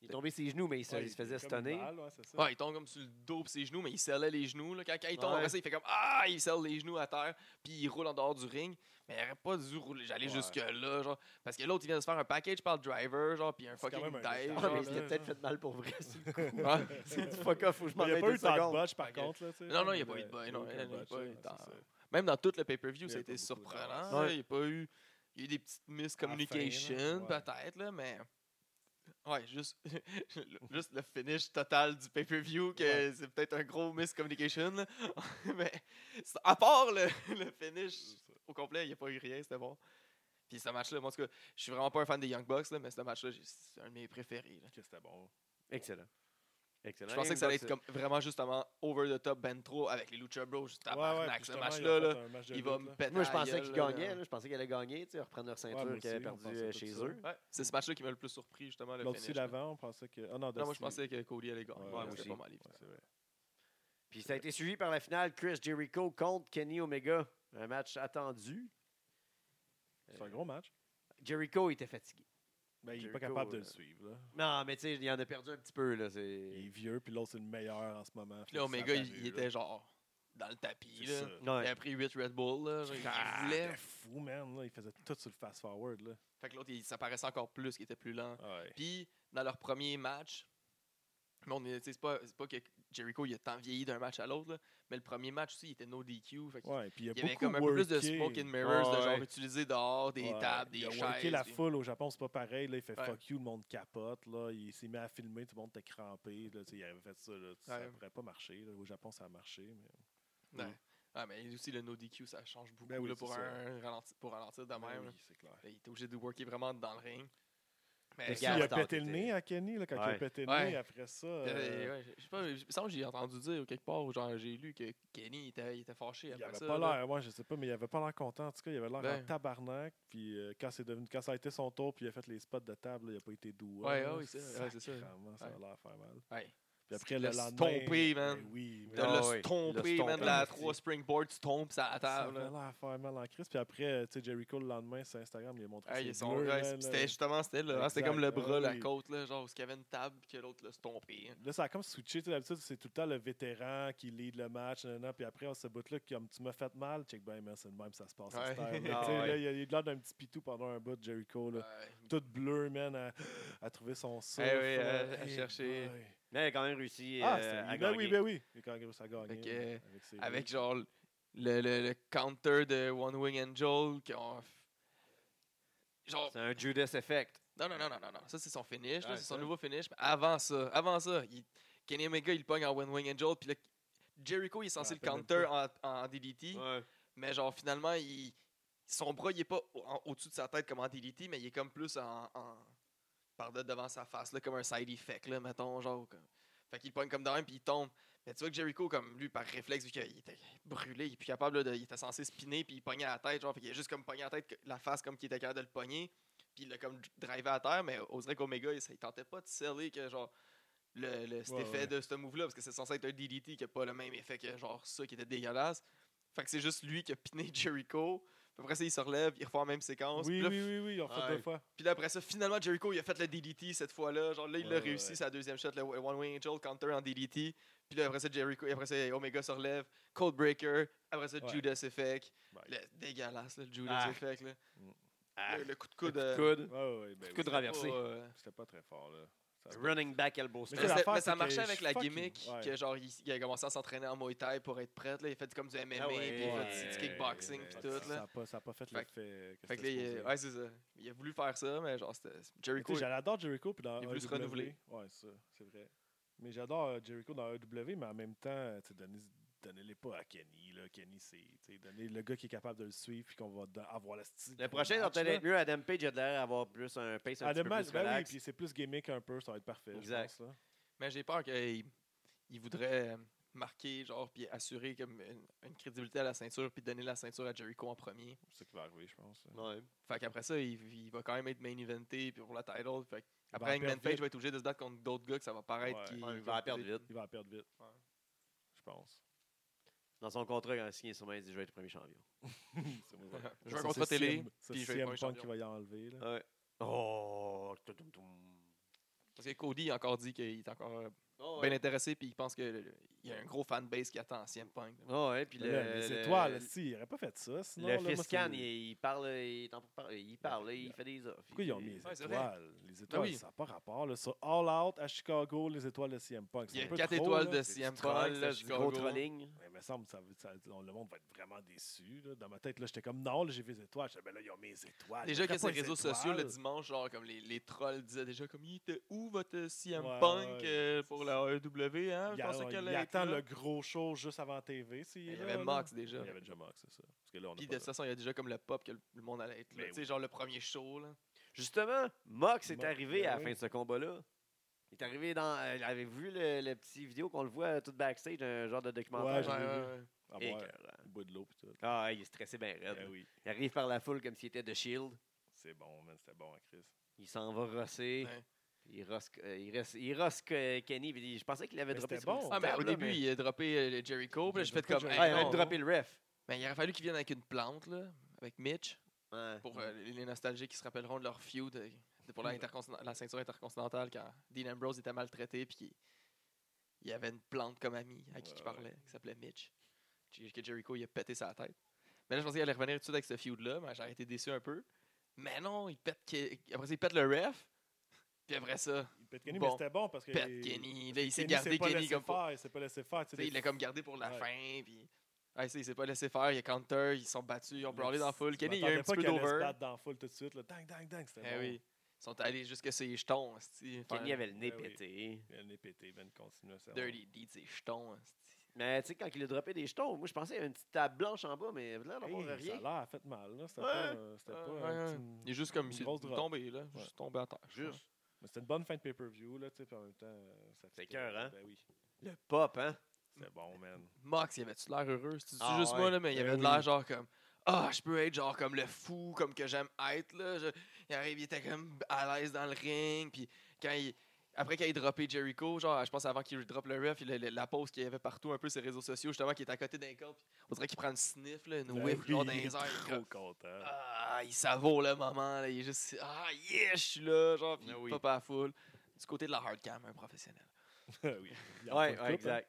[SPEAKER 1] Il est tombé ses genoux, mais il se,
[SPEAKER 3] Ouais,
[SPEAKER 1] il se faisait
[SPEAKER 3] comme une
[SPEAKER 1] stunner.
[SPEAKER 3] balle, ouais, c'est ça.
[SPEAKER 2] Ouais, il tombe comme sur le dos pis ses genoux, mais il serrait les genoux. Là. Quand, quand il tombe,
[SPEAKER 1] Ouais.
[SPEAKER 2] après ça, il fait comme Ah Il serre les genoux à terre, puis il roule en dehors du ring. Mais il aurait pas dû rouler. J'allais
[SPEAKER 3] Ouais.
[SPEAKER 2] jusque-là, genre. Parce que l'autre, il vient de se faire un package par le driver, genre, puis un
[SPEAKER 3] C'est quand
[SPEAKER 2] fucking
[SPEAKER 3] même un
[SPEAKER 2] dive.
[SPEAKER 1] Ah,
[SPEAKER 3] genre,
[SPEAKER 1] mais
[SPEAKER 2] Genre,
[SPEAKER 1] il s'était
[SPEAKER 3] là,
[SPEAKER 1] peut-être
[SPEAKER 3] genre.
[SPEAKER 1] fait mal pour vrai. sur le coup.
[SPEAKER 2] là. Ouais.
[SPEAKER 1] C'est du fuck off, faut que je
[SPEAKER 3] Mais
[SPEAKER 1] m'en
[SPEAKER 3] Il n'y a
[SPEAKER 1] aille
[SPEAKER 3] pas
[SPEAKER 1] deux
[SPEAKER 3] eu tant de
[SPEAKER 1] secondes.
[SPEAKER 3] botch, par
[SPEAKER 2] Ok.
[SPEAKER 3] contre. Là, tu sais.
[SPEAKER 2] Non, non, il n'y a
[SPEAKER 3] Mais-
[SPEAKER 2] pas eu de bug.
[SPEAKER 3] il y
[SPEAKER 2] Non,
[SPEAKER 3] eu
[SPEAKER 2] il y
[SPEAKER 3] aucun
[SPEAKER 2] en a
[SPEAKER 3] botch,
[SPEAKER 2] pas eu
[SPEAKER 3] ouais,
[SPEAKER 2] tant.
[SPEAKER 3] c'est ça.
[SPEAKER 2] Même dans tout le
[SPEAKER 3] Il
[SPEAKER 2] pay-per-view,
[SPEAKER 3] y a
[SPEAKER 2] ça a
[SPEAKER 3] pas beaucoup
[SPEAKER 2] été
[SPEAKER 3] de
[SPEAKER 2] surprenant.
[SPEAKER 1] danse.
[SPEAKER 2] là. Il n'y a pas eu. Il y a eu des petites miscommunications,
[SPEAKER 3] ouais.
[SPEAKER 2] peut-être, là, mais. Ouais, juste, juste le finish total du pay-per-view, que
[SPEAKER 3] Ouais.
[SPEAKER 2] c'est peut-être un gros miscommunication. là. mais c'est- à part le, le finish au complet, il n'y a pas eu rien, c'était bon. Puis ce match-là, moi, en tout cas, je suis vraiment pas un fan des Young Bucks, là, mais ce match-là, j'ai- c'est un de mes préférés. là.
[SPEAKER 3] Que C'était bon.
[SPEAKER 1] Excellent. Excellent.
[SPEAKER 2] Je pensais que ça allait être
[SPEAKER 1] Young
[SPEAKER 2] comme vraiment justement over the top, ben trop, avec les Lucha Bros, juste tabarnak,
[SPEAKER 3] puis
[SPEAKER 2] ce
[SPEAKER 3] justement,
[SPEAKER 2] match-là.
[SPEAKER 3] il a
[SPEAKER 2] là.
[SPEAKER 3] fait un match de
[SPEAKER 2] Il va
[SPEAKER 3] lutte,
[SPEAKER 2] me
[SPEAKER 3] là.
[SPEAKER 2] péter
[SPEAKER 1] Bucks. Moi, je
[SPEAKER 2] la
[SPEAKER 1] pensais
[SPEAKER 2] gueule,
[SPEAKER 1] qu'ils
[SPEAKER 2] là.
[SPEAKER 1] gagnaient. là. Je pensais qu'ils allaient gagner, tu sais, reprendre leur
[SPEAKER 3] moi
[SPEAKER 1] ceinture
[SPEAKER 3] aussi,
[SPEAKER 1] qu'ils avaient
[SPEAKER 3] on
[SPEAKER 1] perdue
[SPEAKER 3] pensait
[SPEAKER 1] euh,
[SPEAKER 3] tout
[SPEAKER 1] chez
[SPEAKER 3] ça.
[SPEAKER 1] eux.
[SPEAKER 2] Ouais, c'est ce match-là qui m'a le plus surpris, justement, le
[SPEAKER 3] L'autre
[SPEAKER 2] finish,
[SPEAKER 3] aussi
[SPEAKER 2] là.
[SPEAKER 3] d'avant, on pensait que. Ah non,
[SPEAKER 2] Non, moi, je
[SPEAKER 3] Dusty.
[SPEAKER 2] pensais que Cody allait gagner.
[SPEAKER 3] Ouais,
[SPEAKER 2] Ouais,
[SPEAKER 3] moi
[SPEAKER 2] moi,
[SPEAKER 1] aussi.
[SPEAKER 2] pas mal évident.
[SPEAKER 3] Ouais, c'est vrai.
[SPEAKER 1] Puis ça a été suivi par la finale Chris Jericho contre Kenny Omega. Un match attendu. Euh,
[SPEAKER 3] C'est un gros match.
[SPEAKER 1] Jericho était fatigué.
[SPEAKER 3] Mais il n'est
[SPEAKER 1] Jericho,
[SPEAKER 3] pas capable de
[SPEAKER 1] euh,
[SPEAKER 3] le suivre. là.
[SPEAKER 1] Non, mais tu sais, il en a perdu un petit peu. Là, c'est-
[SPEAKER 3] Il est vieux, puis l'autre, c'est le meilleur en ce moment.
[SPEAKER 2] Puis là, Omega, il, il était
[SPEAKER 3] était
[SPEAKER 2] genre dans le tapis. Là.
[SPEAKER 1] Ouais.
[SPEAKER 2] Il a pris 8 Red Bull. Là, genre, il
[SPEAKER 3] Ah,
[SPEAKER 2] voulait.
[SPEAKER 3] c'était fou, man. Là. Il faisait tout sur le fast-forward. là.
[SPEAKER 2] Fait que l'autre, il- ça paraissait encore plus qu'il était plus lent.
[SPEAKER 3] Ouais.
[SPEAKER 2] Puis, dans leur premier match, mais on est- tu sais, c'est pas, c'est pas que Jericho il a tant vieilli d'un match à l'autre, là, mais le premier match aussi, il était no DQ. Fait qu'il-
[SPEAKER 3] Ouais, puis il y a
[SPEAKER 2] il y
[SPEAKER 3] beaucoup
[SPEAKER 2] avait comme un peu plus de
[SPEAKER 3] worké.
[SPEAKER 2] smoke and mirrors, de
[SPEAKER 1] Ouais.
[SPEAKER 2] genre utiliser dehors des
[SPEAKER 3] Ouais,
[SPEAKER 2] tables, des
[SPEAKER 3] il a
[SPEAKER 2] chaises.
[SPEAKER 3] worké la
[SPEAKER 2] puis-
[SPEAKER 3] foule au Japon, c'est pas pareil. Là, il fait
[SPEAKER 2] Ouais.
[SPEAKER 3] fuck you, le monde capote. Là, il s'est mis à filmer, tout le monde était crampé. Là, tu sais, il avait fait ça. là, Ça
[SPEAKER 2] Ouais.
[SPEAKER 3] pourrait pas marcher. là. Au Japon, ça a marché. Mais...
[SPEAKER 2] Ouais.
[SPEAKER 1] Mm.
[SPEAKER 2] Ah, mais aussi, le no DQ, ça change beaucoup
[SPEAKER 3] Ben oui,
[SPEAKER 2] là,
[SPEAKER 3] c'est
[SPEAKER 2] pour,
[SPEAKER 3] ça.
[SPEAKER 2] un, ralenti- pour ralentir de
[SPEAKER 3] Ben
[SPEAKER 2] même. là.
[SPEAKER 3] oui, c'est clair.
[SPEAKER 2] Là, Il était obligé de worker vraiment dans le ring. Mais
[SPEAKER 1] Le
[SPEAKER 3] Aussi,
[SPEAKER 2] ça-
[SPEAKER 3] il
[SPEAKER 1] gars,
[SPEAKER 3] a
[SPEAKER 1] Bastard
[SPEAKER 3] pété le
[SPEAKER 1] était-
[SPEAKER 3] nez à Kenny là, quand il
[SPEAKER 1] Ouais.
[SPEAKER 3] a pété le
[SPEAKER 2] Eh, Ouais.
[SPEAKER 3] nez après ça.
[SPEAKER 2] Euh,
[SPEAKER 3] euh,
[SPEAKER 2] ouais, je sais pas, il me semble que j'ai entendu dire quelque part, ou genre j'ai lu que Kenny était, il était fâché
[SPEAKER 3] Il
[SPEAKER 2] après
[SPEAKER 3] avait
[SPEAKER 2] ça.
[SPEAKER 3] pas
[SPEAKER 2] là.
[SPEAKER 3] l'air, moi je sais pas, mais il avait pas l'air content. En tout cas, il avait l'air
[SPEAKER 2] Ben.
[SPEAKER 3] en tabarnak. Puis euh, quand, c'est devenu, quand ça a été son tour, puis il a fait les spots de table, là, il a pas été doux.
[SPEAKER 2] Ouais,
[SPEAKER 3] là.
[SPEAKER 2] ouais, oui, c'est- ouais, c'est ça.
[SPEAKER 3] Sacrément, ça a
[SPEAKER 2] Ouais.
[SPEAKER 3] l'air à faire mal.
[SPEAKER 2] Ouais.
[SPEAKER 3] Puis après,
[SPEAKER 2] Il
[SPEAKER 3] le
[SPEAKER 2] a se
[SPEAKER 3] lendemain.
[SPEAKER 2] tompé, man.
[SPEAKER 3] ben Oui,
[SPEAKER 2] De
[SPEAKER 1] Ah
[SPEAKER 2] le
[SPEAKER 3] man.
[SPEAKER 1] ouais,
[SPEAKER 2] stomper,
[SPEAKER 1] le
[SPEAKER 2] man, de
[SPEAKER 1] stomper,
[SPEAKER 2] la
[SPEAKER 1] merci.
[SPEAKER 2] 3 springboards, tu tombes sur la
[SPEAKER 3] Ça
[SPEAKER 2] table.
[SPEAKER 3] avait
[SPEAKER 2] là.
[SPEAKER 3] l'air à faire mal en crise. Puis après, euh, tu sais, Jericho, le lendemain, sur Instagram, il a montré
[SPEAKER 2] Ouais,
[SPEAKER 3] ses
[SPEAKER 2] Ah, ils sont-
[SPEAKER 3] bleus,
[SPEAKER 2] ouais,
[SPEAKER 3] là,
[SPEAKER 2] c'est- C'était
[SPEAKER 3] hein, là.
[SPEAKER 2] justement c'était là, hein, c'était
[SPEAKER 3] Exact.
[SPEAKER 2] comme le
[SPEAKER 3] Ah
[SPEAKER 2] bras, la
[SPEAKER 3] oui.
[SPEAKER 2] côte, là, genre, où il y avait une table, puis que l'autre l'a stompé. hein.
[SPEAKER 3] Là, ça a comme switché. tu sais, D'habitude, c'est tout le temps le vétéran qui lead le match. nan, nan, puis après, on se bout là, comme tu m'as fait mal. Check ben, man, c'est le même, ça se passe. à cette
[SPEAKER 2] Ouais.
[SPEAKER 3] heure-là.
[SPEAKER 1] Ah,
[SPEAKER 3] Tu sais, là,
[SPEAKER 1] ouais.
[SPEAKER 3] Il a il a l'air d'un petit pitou pendant un bout de Jericho. Là.
[SPEAKER 2] Ouais.
[SPEAKER 3] Tout bleu, man, à, à trouver son souffle.
[SPEAKER 2] oui, euh,
[SPEAKER 3] là.
[SPEAKER 2] à
[SPEAKER 3] Hey
[SPEAKER 2] chercher.
[SPEAKER 3] boy.
[SPEAKER 1] Mais il a quand même réussi
[SPEAKER 3] Ah,
[SPEAKER 1] euh,
[SPEAKER 3] c'est-
[SPEAKER 1] à
[SPEAKER 3] ben
[SPEAKER 1] gagner.
[SPEAKER 3] oui, ben oui. Et quand Gros a gagné.
[SPEAKER 2] Fait que,
[SPEAKER 3] là, avec ses
[SPEAKER 2] Avec genre le, le, le counter de One Wing Angel qui ont. Genre,
[SPEAKER 1] C'est un Judas Effect.
[SPEAKER 2] Non, non, non, non, non, non. Ça, c'est son finish. là,
[SPEAKER 3] Ouais,
[SPEAKER 2] c'est son
[SPEAKER 3] ça.
[SPEAKER 2] nouveau finish. Mais avant ça, avant ça, il- Kenny Omega, il pogne en One Wing Angel. Puis là, Jericho, il est censé
[SPEAKER 3] Ouais,
[SPEAKER 2] le
[SPEAKER 3] rappelle
[SPEAKER 2] counter en, en DDT.
[SPEAKER 1] Ouais.
[SPEAKER 2] Mais genre, finalement, il, son bras, il est pas au- en- au-dessus de sa tête comme en DDT, mais il est comme plus en. en- par là devant sa face, là, comme un side effect, là, mettons. Genre, comme- Fait qu'il pogne comme dans un, puis il tombe. Mais tu vois que Jericho, comme lui, par réflexe, vu qu'il était brûlé, il est plus capable là, de. Il était censé spinner, puis il pognait à la tête, genre, fait qu'il a juste comme pogné à la tête, que- la face comme qu'il était capable de le pogner, puis il l'a comme dr- drivé à terre, mais on dirait qu'Omega, il, il tentait pas de sceller que, genre, le, le- cet
[SPEAKER 3] Ouais,
[SPEAKER 2] effet
[SPEAKER 3] ouais.
[SPEAKER 2] de ce move-là, parce que c'est censé être un DDT qui a pas le même effet que, genre, ça qui était dégueulasse. Fait que c'est juste lui qui a piné Jericho. Puis Après ça, il se relève, il refait la même séquence.
[SPEAKER 3] Oui,
[SPEAKER 2] puis,
[SPEAKER 3] oui,
[SPEAKER 2] là,
[SPEAKER 3] oui, oui, on fait
[SPEAKER 1] Ouais.
[SPEAKER 3] deux fois.
[SPEAKER 2] puis là, après ça, finalement, Jericho, il a fait le DDT cette fois-là. Genre là, il
[SPEAKER 3] Ouais,
[SPEAKER 2] l'a
[SPEAKER 3] ouais,
[SPEAKER 2] réussi,
[SPEAKER 3] ouais.
[SPEAKER 2] sa deuxième shot, le One Way Angel counter en DDT. Puis là, après ça, Jericho, et après ça, Omega se relève, Cold Breaker. Après ça,
[SPEAKER 3] Ouais.
[SPEAKER 2] Judas Effect.
[SPEAKER 3] Bye.
[SPEAKER 2] Le, dégueulasse, là, le Judas
[SPEAKER 1] Ah.
[SPEAKER 2] Effect. Là.
[SPEAKER 1] Ah,
[SPEAKER 2] Le, le coup de
[SPEAKER 1] coup
[SPEAKER 2] coude.
[SPEAKER 1] de
[SPEAKER 2] euh,
[SPEAKER 1] coude.
[SPEAKER 3] Ouais, ouais, ouais, ben
[SPEAKER 1] Coup de
[SPEAKER 3] oui.
[SPEAKER 2] pas,
[SPEAKER 1] renversé.
[SPEAKER 2] euh,
[SPEAKER 3] C'était pas très fort, là. Ça-
[SPEAKER 1] Running back elbow
[SPEAKER 3] Mais
[SPEAKER 2] Mais,
[SPEAKER 1] strike.
[SPEAKER 3] c'est
[SPEAKER 2] ça-
[SPEAKER 3] l'affaire,
[SPEAKER 2] mais ça
[SPEAKER 3] c'est que
[SPEAKER 2] marchait
[SPEAKER 3] je
[SPEAKER 2] avec la
[SPEAKER 3] fucking-
[SPEAKER 2] gimmick
[SPEAKER 3] ouais.
[SPEAKER 2] que genre il, il a commencé à s'entraîner en Muay Thai pour être prêt. Là. Il a fait
[SPEAKER 3] Ah
[SPEAKER 2] comme du MMA,
[SPEAKER 1] ouais,
[SPEAKER 2] puis il a
[SPEAKER 1] ouais,
[SPEAKER 2] fait du- du kickboxing,
[SPEAKER 1] ouais,
[SPEAKER 2] puis
[SPEAKER 3] ça-
[SPEAKER 2] tout.
[SPEAKER 3] Ça
[SPEAKER 2] Là.
[SPEAKER 3] a pas, ça a pas fait
[SPEAKER 2] Fait que-
[SPEAKER 3] l'effet que
[SPEAKER 2] Fait que là,
[SPEAKER 3] c'était
[SPEAKER 2] il,
[SPEAKER 3] supposé.
[SPEAKER 2] ouais, c'est ça. Il a voulu faire ça, mais genre, c'était
[SPEAKER 3] Mais tu
[SPEAKER 2] Jericho.
[SPEAKER 3] sais, J'adore Jericho, puis dans
[SPEAKER 2] il a voulu se
[SPEAKER 3] AEW.
[SPEAKER 2] renouveler.
[SPEAKER 3] Ouais, ça, c'est vrai. Mais j'adore euh, Jericho dans AEW, mais en même temps, tu sais, donnez- donnez-les pas à Kenny. Là. Kenny, c'est tu sais, donnez le gars qui est capable de le suivre, puis qu'on va don- avoir la style.
[SPEAKER 1] Le prochain, ça peut être mieux. Adam Page a de l'air d'avoir plus un pace un
[SPEAKER 3] Ah,
[SPEAKER 1] petit
[SPEAKER 3] le
[SPEAKER 1] peu
[SPEAKER 3] match,
[SPEAKER 1] plus
[SPEAKER 3] ben oui,
[SPEAKER 1] relax.
[SPEAKER 3] puis c'est plus gimmick un peu, ça va être parfait.
[SPEAKER 1] Exact.
[SPEAKER 3] Exact. Je pense, là.
[SPEAKER 2] Mais j'ai peur qu'il il voudrait euh, marquer, genre, puis assurer comme une, une crédibilité à la ceinture, puis donner la ceinture à Jericho en premier.
[SPEAKER 3] C'est ce qui va arriver, je pense. là.
[SPEAKER 1] Ouais.
[SPEAKER 2] Fait qu'après ça, il, il va quand même être main eventé puis pour la title. Fait
[SPEAKER 3] Il
[SPEAKER 2] après,
[SPEAKER 3] va en
[SPEAKER 2] Hangman
[SPEAKER 3] perdre
[SPEAKER 2] Page va être obligé de se battre contre d'autres gars que ça va paraître
[SPEAKER 3] Ouais.
[SPEAKER 2] qu'il
[SPEAKER 1] Ouais, il va la perdre vite.
[SPEAKER 3] Il va en perdre vite.
[SPEAKER 2] Ouais.
[SPEAKER 3] Je pense.
[SPEAKER 1] Dans son contrat, quand il a signé, sûrement, il dit Je vais être premier champion.
[SPEAKER 3] C'est vrai.
[SPEAKER 2] Je vais
[SPEAKER 3] Ça,
[SPEAKER 2] contre
[SPEAKER 3] c'est
[SPEAKER 2] télé,
[SPEAKER 3] CM- ça,
[SPEAKER 2] puis je
[SPEAKER 3] c'est
[SPEAKER 2] vais
[SPEAKER 3] CM
[SPEAKER 2] être pas un
[SPEAKER 3] Punk qui
[SPEAKER 2] champion.
[SPEAKER 3] va y enlever. Là.
[SPEAKER 1] Ouais. Oh. tum, tum, tum.
[SPEAKER 2] Parce que Cody a encore dit qu'il est encore euh,
[SPEAKER 1] Oh,
[SPEAKER 2] bien
[SPEAKER 1] ouais.
[SPEAKER 2] intéressé, puis il pense qu'il y a un gros fanbase qui attend CM Punk. là.
[SPEAKER 1] Oh, ouais, puis
[SPEAKER 3] Puis là,
[SPEAKER 1] le-
[SPEAKER 3] les
[SPEAKER 1] le-
[SPEAKER 3] étoiles, si, il aurait pas fait ça. Sinon,
[SPEAKER 1] le
[SPEAKER 3] là, moi,
[SPEAKER 1] fiscal,
[SPEAKER 3] c'est-
[SPEAKER 1] il, il parle, il, t'en parle, il parle, il fait des offres.
[SPEAKER 3] Pourquoi ils ont mis les
[SPEAKER 2] Ouais, c'est vrai. Ben
[SPEAKER 3] étoiles Les étoiles,
[SPEAKER 2] oui.
[SPEAKER 3] ça n'a pas rapport. Là. Sur All Out à Chicago, les étoiles de CM Punk. C'est
[SPEAKER 2] Il y
[SPEAKER 3] un
[SPEAKER 2] a
[SPEAKER 3] peu
[SPEAKER 2] 4
[SPEAKER 3] trop,
[SPEAKER 2] étoiles
[SPEAKER 3] là.
[SPEAKER 2] de CM Punk
[SPEAKER 1] là,
[SPEAKER 2] à
[SPEAKER 1] du gros
[SPEAKER 2] Chicago.
[SPEAKER 1] trolling.
[SPEAKER 3] Mais il me semble que ça, ça- le monde va être vraiment déçu. là. Dans ma tête, là, j'étais comme non, là, j'ai vu les étoiles. J'étais, ben là, ils ont mis les étoiles.
[SPEAKER 2] Déjà
[SPEAKER 3] Mettrais pas
[SPEAKER 2] que sur les
[SPEAKER 3] les
[SPEAKER 2] réseaux sociaux le
[SPEAKER 3] étoiles.
[SPEAKER 2] dimanche, genre comme les, les trolls disaient déjà comme il était où votre CM
[SPEAKER 3] Ouais,
[SPEAKER 2] Punk
[SPEAKER 3] ouais.
[SPEAKER 2] euh, pour la AEW, hein?
[SPEAKER 3] Il,
[SPEAKER 2] Je pensais
[SPEAKER 3] a-
[SPEAKER 2] qu'elle
[SPEAKER 3] il
[SPEAKER 2] allait être
[SPEAKER 3] attend
[SPEAKER 2] là.
[SPEAKER 3] le gros show juste avant TV. s'il
[SPEAKER 2] Il y
[SPEAKER 3] est
[SPEAKER 2] avait
[SPEAKER 3] là,
[SPEAKER 2] Mox
[SPEAKER 3] là.
[SPEAKER 2] déjà.
[SPEAKER 3] Il y avait déjà Mox, c'est ça. Parce que là, on a
[SPEAKER 2] Puis
[SPEAKER 3] pas
[SPEAKER 2] de toute
[SPEAKER 3] ça.
[SPEAKER 2] façon, il y a déjà comme le pop que le le monde allait être là.
[SPEAKER 3] Mais
[SPEAKER 2] Tu sais, genre le premier show là.
[SPEAKER 1] Justement, Mox est
[SPEAKER 3] Mox,
[SPEAKER 1] arrivé
[SPEAKER 3] ben
[SPEAKER 1] à la
[SPEAKER 3] oui.
[SPEAKER 1] fin de ce combat-là. Il est arrivé dans. euh, Avez-vous vu le, le petit vidéo qu'on le voit euh, tout backstage, un genre de
[SPEAKER 3] Ouais,
[SPEAKER 1] documentaire?
[SPEAKER 3] j'ai
[SPEAKER 2] Ouais,
[SPEAKER 3] vu.
[SPEAKER 2] ouais, ouais.
[SPEAKER 3] Ah, ouais,
[SPEAKER 1] Écœurant.
[SPEAKER 3] au bout de l'eau, puis tout.
[SPEAKER 1] Ah, il est stressé bien raide.
[SPEAKER 3] Ben oui,
[SPEAKER 1] Il arrive par la foule comme s'il était de Shield.
[SPEAKER 3] c'est bon, man, c'était bon, hein, Chris.
[SPEAKER 1] E Il s'en va rosser.
[SPEAKER 2] Ouais.
[SPEAKER 1] Il rosse euh, il reste- il rosse, euh, Kenny. puis il- Je pensais qu'il avait
[SPEAKER 3] Mais
[SPEAKER 1] droppé
[SPEAKER 3] Ben, c'était bon.
[SPEAKER 1] sur le Ben
[SPEAKER 2] Ah, mais
[SPEAKER 1] table,
[SPEAKER 2] au
[SPEAKER 1] là,
[SPEAKER 2] début,
[SPEAKER 1] mais-
[SPEAKER 2] il a droppé euh, le Jericho. Puis là,
[SPEAKER 3] J'ai
[SPEAKER 2] j'ai fait
[SPEAKER 3] droppé
[SPEAKER 2] comme.
[SPEAKER 3] Jericho.
[SPEAKER 1] Ah,
[SPEAKER 2] hey,
[SPEAKER 1] il avait
[SPEAKER 2] non.
[SPEAKER 1] droppé le ref.
[SPEAKER 2] Mais il aurait fallu qu'il vienne avec une plante là, avec Mitch,
[SPEAKER 1] Ouais.
[SPEAKER 2] pour euh, les nostalgiques qui se rappelleront de leur feud euh, de- pour la, intercontinent- la ceinture intercontinentale quand Dean Ambrose était maltraité. Puis qu'il- il y avait une plante comme ami à qui
[SPEAKER 3] Ouais,
[SPEAKER 2] il parlait, qui s'appelait Mitch. J- Que Jericho, il a pété sa tête. Mais là, je pensais qu'il allait revenir tout de suite avec ce feud-là. Mais j'aurais été déçu un peu. Mais non, il pète. Ke- Après ça, il pète le ref. Puis après ça.
[SPEAKER 3] Il pète Kenny, mais
[SPEAKER 2] Bon.
[SPEAKER 3] c'était bon parce que.
[SPEAKER 2] pète Kenny. Là, il s'est
[SPEAKER 3] Kenny
[SPEAKER 2] gardé
[SPEAKER 3] pas
[SPEAKER 2] Kenny
[SPEAKER 3] laissé
[SPEAKER 2] comme pour-
[SPEAKER 3] faire, Il s'est pas laissé faire. tu sais,
[SPEAKER 2] tu sais,
[SPEAKER 3] des
[SPEAKER 2] Il l'a comme gardé pour la
[SPEAKER 3] Ouais.
[SPEAKER 2] fin. Puis... Ah, tu sais, il s'est pas laissé faire. Il a counter. Ils se sont battus. Ils ont
[SPEAKER 3] Là,
[SPEAKER 2] brawlé dans la foule.
[SPEAKER 3] tu
[SPEAKER 2] Kenny, il y a eu un
[SPEAKER 3] m'attendais pas
[SPEAKER 2] petit
[SPEAKER 3] qu'il
[SPEAKER 2] peu
[SPEAKER 3] allait se
[SPEAKER 2] d'over.
[SPEAKER 3] battre dans la foule tout de suite. Là. Dang, dang, dang. C'était
[SPEAKER 2] Eh
[SPEAKER 3] bon.
[SPEAKER 2] oui. Ils sont allés jusqu'à ses jetons. esti, faire
[SPEAKER 1] Kenny avait le nez
[SPEAKER 3] Ben oui.
[SPEAKER 1] pété.
[SPEAKER 3] Mais Elle est pété, ben, continue. c'est bon.
[SPEAKER 2] Dirty Deed, ses jetons. esti.
[SPEAKER 1] Mais tu sais, quand il a droppé des jetons, moi je pensais qu'il y avait une petite table blanche en bas, mais là, on
[SPEAKER 3] Hey,
[SPEAKER 1] voit
[SPEAKER 3] ça a
[SPEAKER 1] rien.
[SPEAKER 3] l'air fait mal. là. C'était
[SPEAKER 1] Ouais.
[SPEAKER 3] pas, euh, c'était
[SPEAKER 2] Ouais,
[SPEAKER 3] pas
[SPEAKER 2] ouais,
[SPEAKER 3] un
[SPEAKER 2] ouais.
[SPEAKER 3] petit-
[SPEAKER 2] Il est juste comme.
[SPEAKER 3] Une
[SPEAKER 2] Il s'est
[SPEAKER 3] grosse drop.
[SPEAKER 2] tombé, là.
[SPEAKER 3] Ouais.
[SPEAKER 2] Juste tombé à terre.
[SPEAKER 1] Juste
[SPEAKER 3] Mais c'était une bonne fin de pay-per-view, là, tu sais, puis en même temps. euh, ça
[SPEAKER 1] C'est
[SPEAKER 3] fitait,
[SPEAKER 1] cœur, hein?
[SPEAKER 3] Ben oui.
[SPEAKER 1] le pop, hein?
[SPEAKER 3] C'était bon, man.
[SPEAKER 2] Mox, il avait-tu l'air heureux? C'est
[SPEAKER 1] Ah
[SPEAKER 2] juste
[SPEAKER 1] ouais.
[SPEAKER 2] moi, là, mais il
[SPEAKER 3] Ben
[SPEAKER 2] avait de
[SPEAKER 3] oui.
[SPEAKER 2] l'air genre comme Ah, je peux être genre comme le fou, comme que j'aime être. Là. Je- il arrive, il était comme à l'aise dans le ring. Puis quand il. Après qu'il ait droppé Jericho, genre, je pense avant qu'il drop le ref, il a- la, la pause qu'il y avait partout un peu sur les réseaux sociaux, justement, qui est à côté d'un corps, puis on dirait qu'il prend une sniff, là, une
[SPEAKER 3] Ben
[SPEAKER 2] whiff, genre,
[SPEAKER 3] oui,
[SPEAKER 2] dans
[SPEAKER 3] il
[SPEAKER 2] les
[SPEAKER 3] est
[SPEAKER 2] airs. il est
[SPEAKER 3] trop
[SPEAKER 2] comme,
[SPEAKER 3] content.
[SPEAKER 2] Ah, il savoure le moment, là, il est juste, ah, yeah, je suis là, genre, puis
[SPEAKER 3] Ah
[SPEAKER 1] Ben
[SPEAKER 2] il
[SPEAKER 1] oui.
[SPEAKER 2] pop à la foule. Du côté de la hardcam, un professionnel.
[SPEAKER 3] oui. Il en faut
[SPEAKER 1] Ouais, ouais,
[SPEAKER 3] une coupe, hein.
[SPEAKER 1] exact.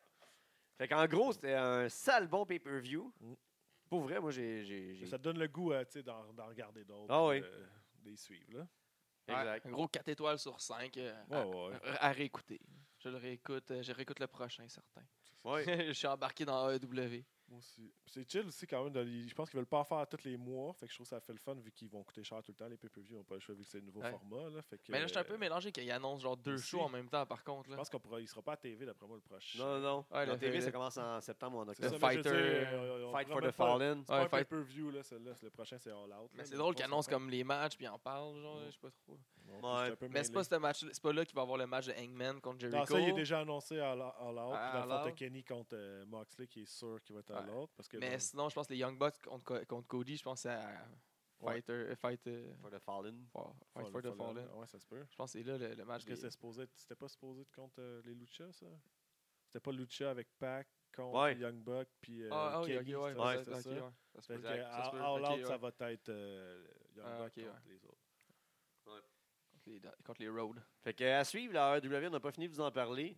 [SPEAKER 1] Fait qu'en gros, c'était un sale bon pay-per-view.
[SPEAKER 3] Mm.
[SPEAKER 1] Pour vrai, moi j'ai. j'ai- j'ai-
[SPEAKER 3] Ça te donne le goût, euh, tu sais, d'en d'en regarder d'autres.
[SPEAKER 1] Ah oui.
[SPEAKER 3] puis de- de les suivre, là.
[SPEAKER 2] Ouais,
[SPEAKER 1] Exact.
[SPEAKER 2] un gros 4 étoiles sur 5
[SPEAKER 1] Ah,
[SPEAKER 3] Ouais, ouais.
[SPEAKER 2] à, à réécouter. Je le réécoute, euh, je réécoute le prochain, certain.
[SPEAKER 1] Ouais.
[SPEAKER 2] je suis embarqué dans E AEW.
[SPEAKER 3] Moi aussi. Puis C'est chill aussi quand même. de- ils- je pense qu'ils veulent pas en faire tous les mois. Fait que je trouve que ça fait le fun vu qu'ils vont coûter cher tout le temps. Les pay-per-views n'ont pas le choix vu que c'est le nouveau
[SPEAKER 2] Ouais.
[SPEAKER 3] format. Là, fait que,
[SPEAKER 2] Mais là, je suis un peu
[SPEAKER 3] euh,
[SPEAKER 2] mélangé qu'il annonce genre deux
[SPEAKER 3] aussi.
[SPEAKER 2] shows en même temps, par contre.
[SPEAKER 3] Je
[SPEAKER 2] Là.
[SPEAKER 3] pense qu'on pourra, il sera pas à TV d'après moi le prochain.
[SPEAKER 1] Non, non, non.
[SPEAKER 2] Ouais,
[SPEAKER 1] la
[SPEAKER 2] le-
[SPEAKER 1] TV,
[SPEAKER 2] le-
[SPEAKER 1] ça commence en septembre ou en
[SPEAKER 3] C'est
[SPEAKER 1] octobre.
[SPEAKER 2] The
[SPEAKER 3] ça, mais je veux
[SPEAKER 2] Fighter, euh,
[SPEAKER 3] dire, on- on- on
[SPEAKER 1] Fight
[SPEAKER 3] pourra
[SPEAKER 1] for the
[SPEAKER 3] même pas-
[SPEAKER 1] Fallen.
[SPEAKER 3] C'est pas
[SPEAKER 2] Ouais,
[SPEAKER 3] un
[SPEAKER 2] Fight-
[SPEAKER 3] pay-per-view, là, celui-là. c'est- Le prochain, c'est All Out.
[SPEAKER 2] Mais c'est drôle qu'il annonce comme les matchs, puis il en parle, genre, je sais pas trop.
[SPEAKER 1] Ouais.
[SPEAKER 2] Mais c'est pas ce match c'est pas là qu'il va y avoir le match de Hangman contre Jericho.
[SPEAKER 3] Non, ça, il est déjà annoncé à All All Out.
[SPEAKER 2] À
[SPEAKER 3] Dans le
[SPEAKER 2] All
[SPEAKER 3] fond, t'as
[SPEAKER 2] Out.
[SPEAKER 3] Kenny contre euh, Moxley qui est sûr qu'il va être à
[SPEAKER 2] Ouais.
[SPEAKER 3] All Out. Parce que
[SPEAKER 2] Mais
[SPEAKER 3] dans-
[SPEAKER 2] sinon, je pense que les Young Bucks contre, Co- contre Cody, je pense que c'est à
[SPEAKER 3] Ouais.
[SPEAKER 2] Fighter, euh, Fight, euh,
[SPEAKER 1] For the Fallen.
[SPEAKER 2] for- Fight
[SPEAKER 3] Fall-
[SPEAKER 2] for the
[SPEAKER 3] Fallen,
[SPEAKER 2] Fallen.
[SPEAKER 3] Ouais, ça se peut.
[SPEAKER 2] Je pense que c'est là le, le match.
[SPEAKER 3] Parce que
[SPEAKER 2] des-
[SPEAKER 3] c'est supposé être- c'était pas supposé être contre euh, les Lucha, ça C'était pas Lucha avec Pac contre
[SPEAKER 1] Ouais.
[SPEAKER 3] Young Buck puis euh,
[SPEAKER 2] Ah, ah oui,
[SPEAKER 3] Kenny.
[SPEAKER 2] ok, ouais,
[SPEAKER 3] c'était-
[SPEAKER 1] ouais,
[SPEAKER 3] c'était
[SPEAKER 2] ok,
[SPEAKER 3] ça.
[SPEAKER 2] ouais. Ça se
[SPEAKER 3] Fait
[SPEAKER 2] peut,
[SPEAKER 3] que,
[SPEAKER 2] ça se
[SPEAKER 3] à-
[SPEAKER 2] peut,
[SPEAKER 3] All
[SPEAKER 2] ok,
[SPEAKER 3] Out, ça
[SPEAKER 2] ouais.
[SPEAKER 3] va être euh, Young
[SPEAKER 2] Ah,
[SPEAKER 3] Buck
[SPEAKER 2] ok,
[SPEAKER 3] contre les autres.
[SPEAKER 2] Contre les, contre les Road.
[SPEAKER 1] Fait que à suivre, la RW, on n'a pas fini de vous en parler.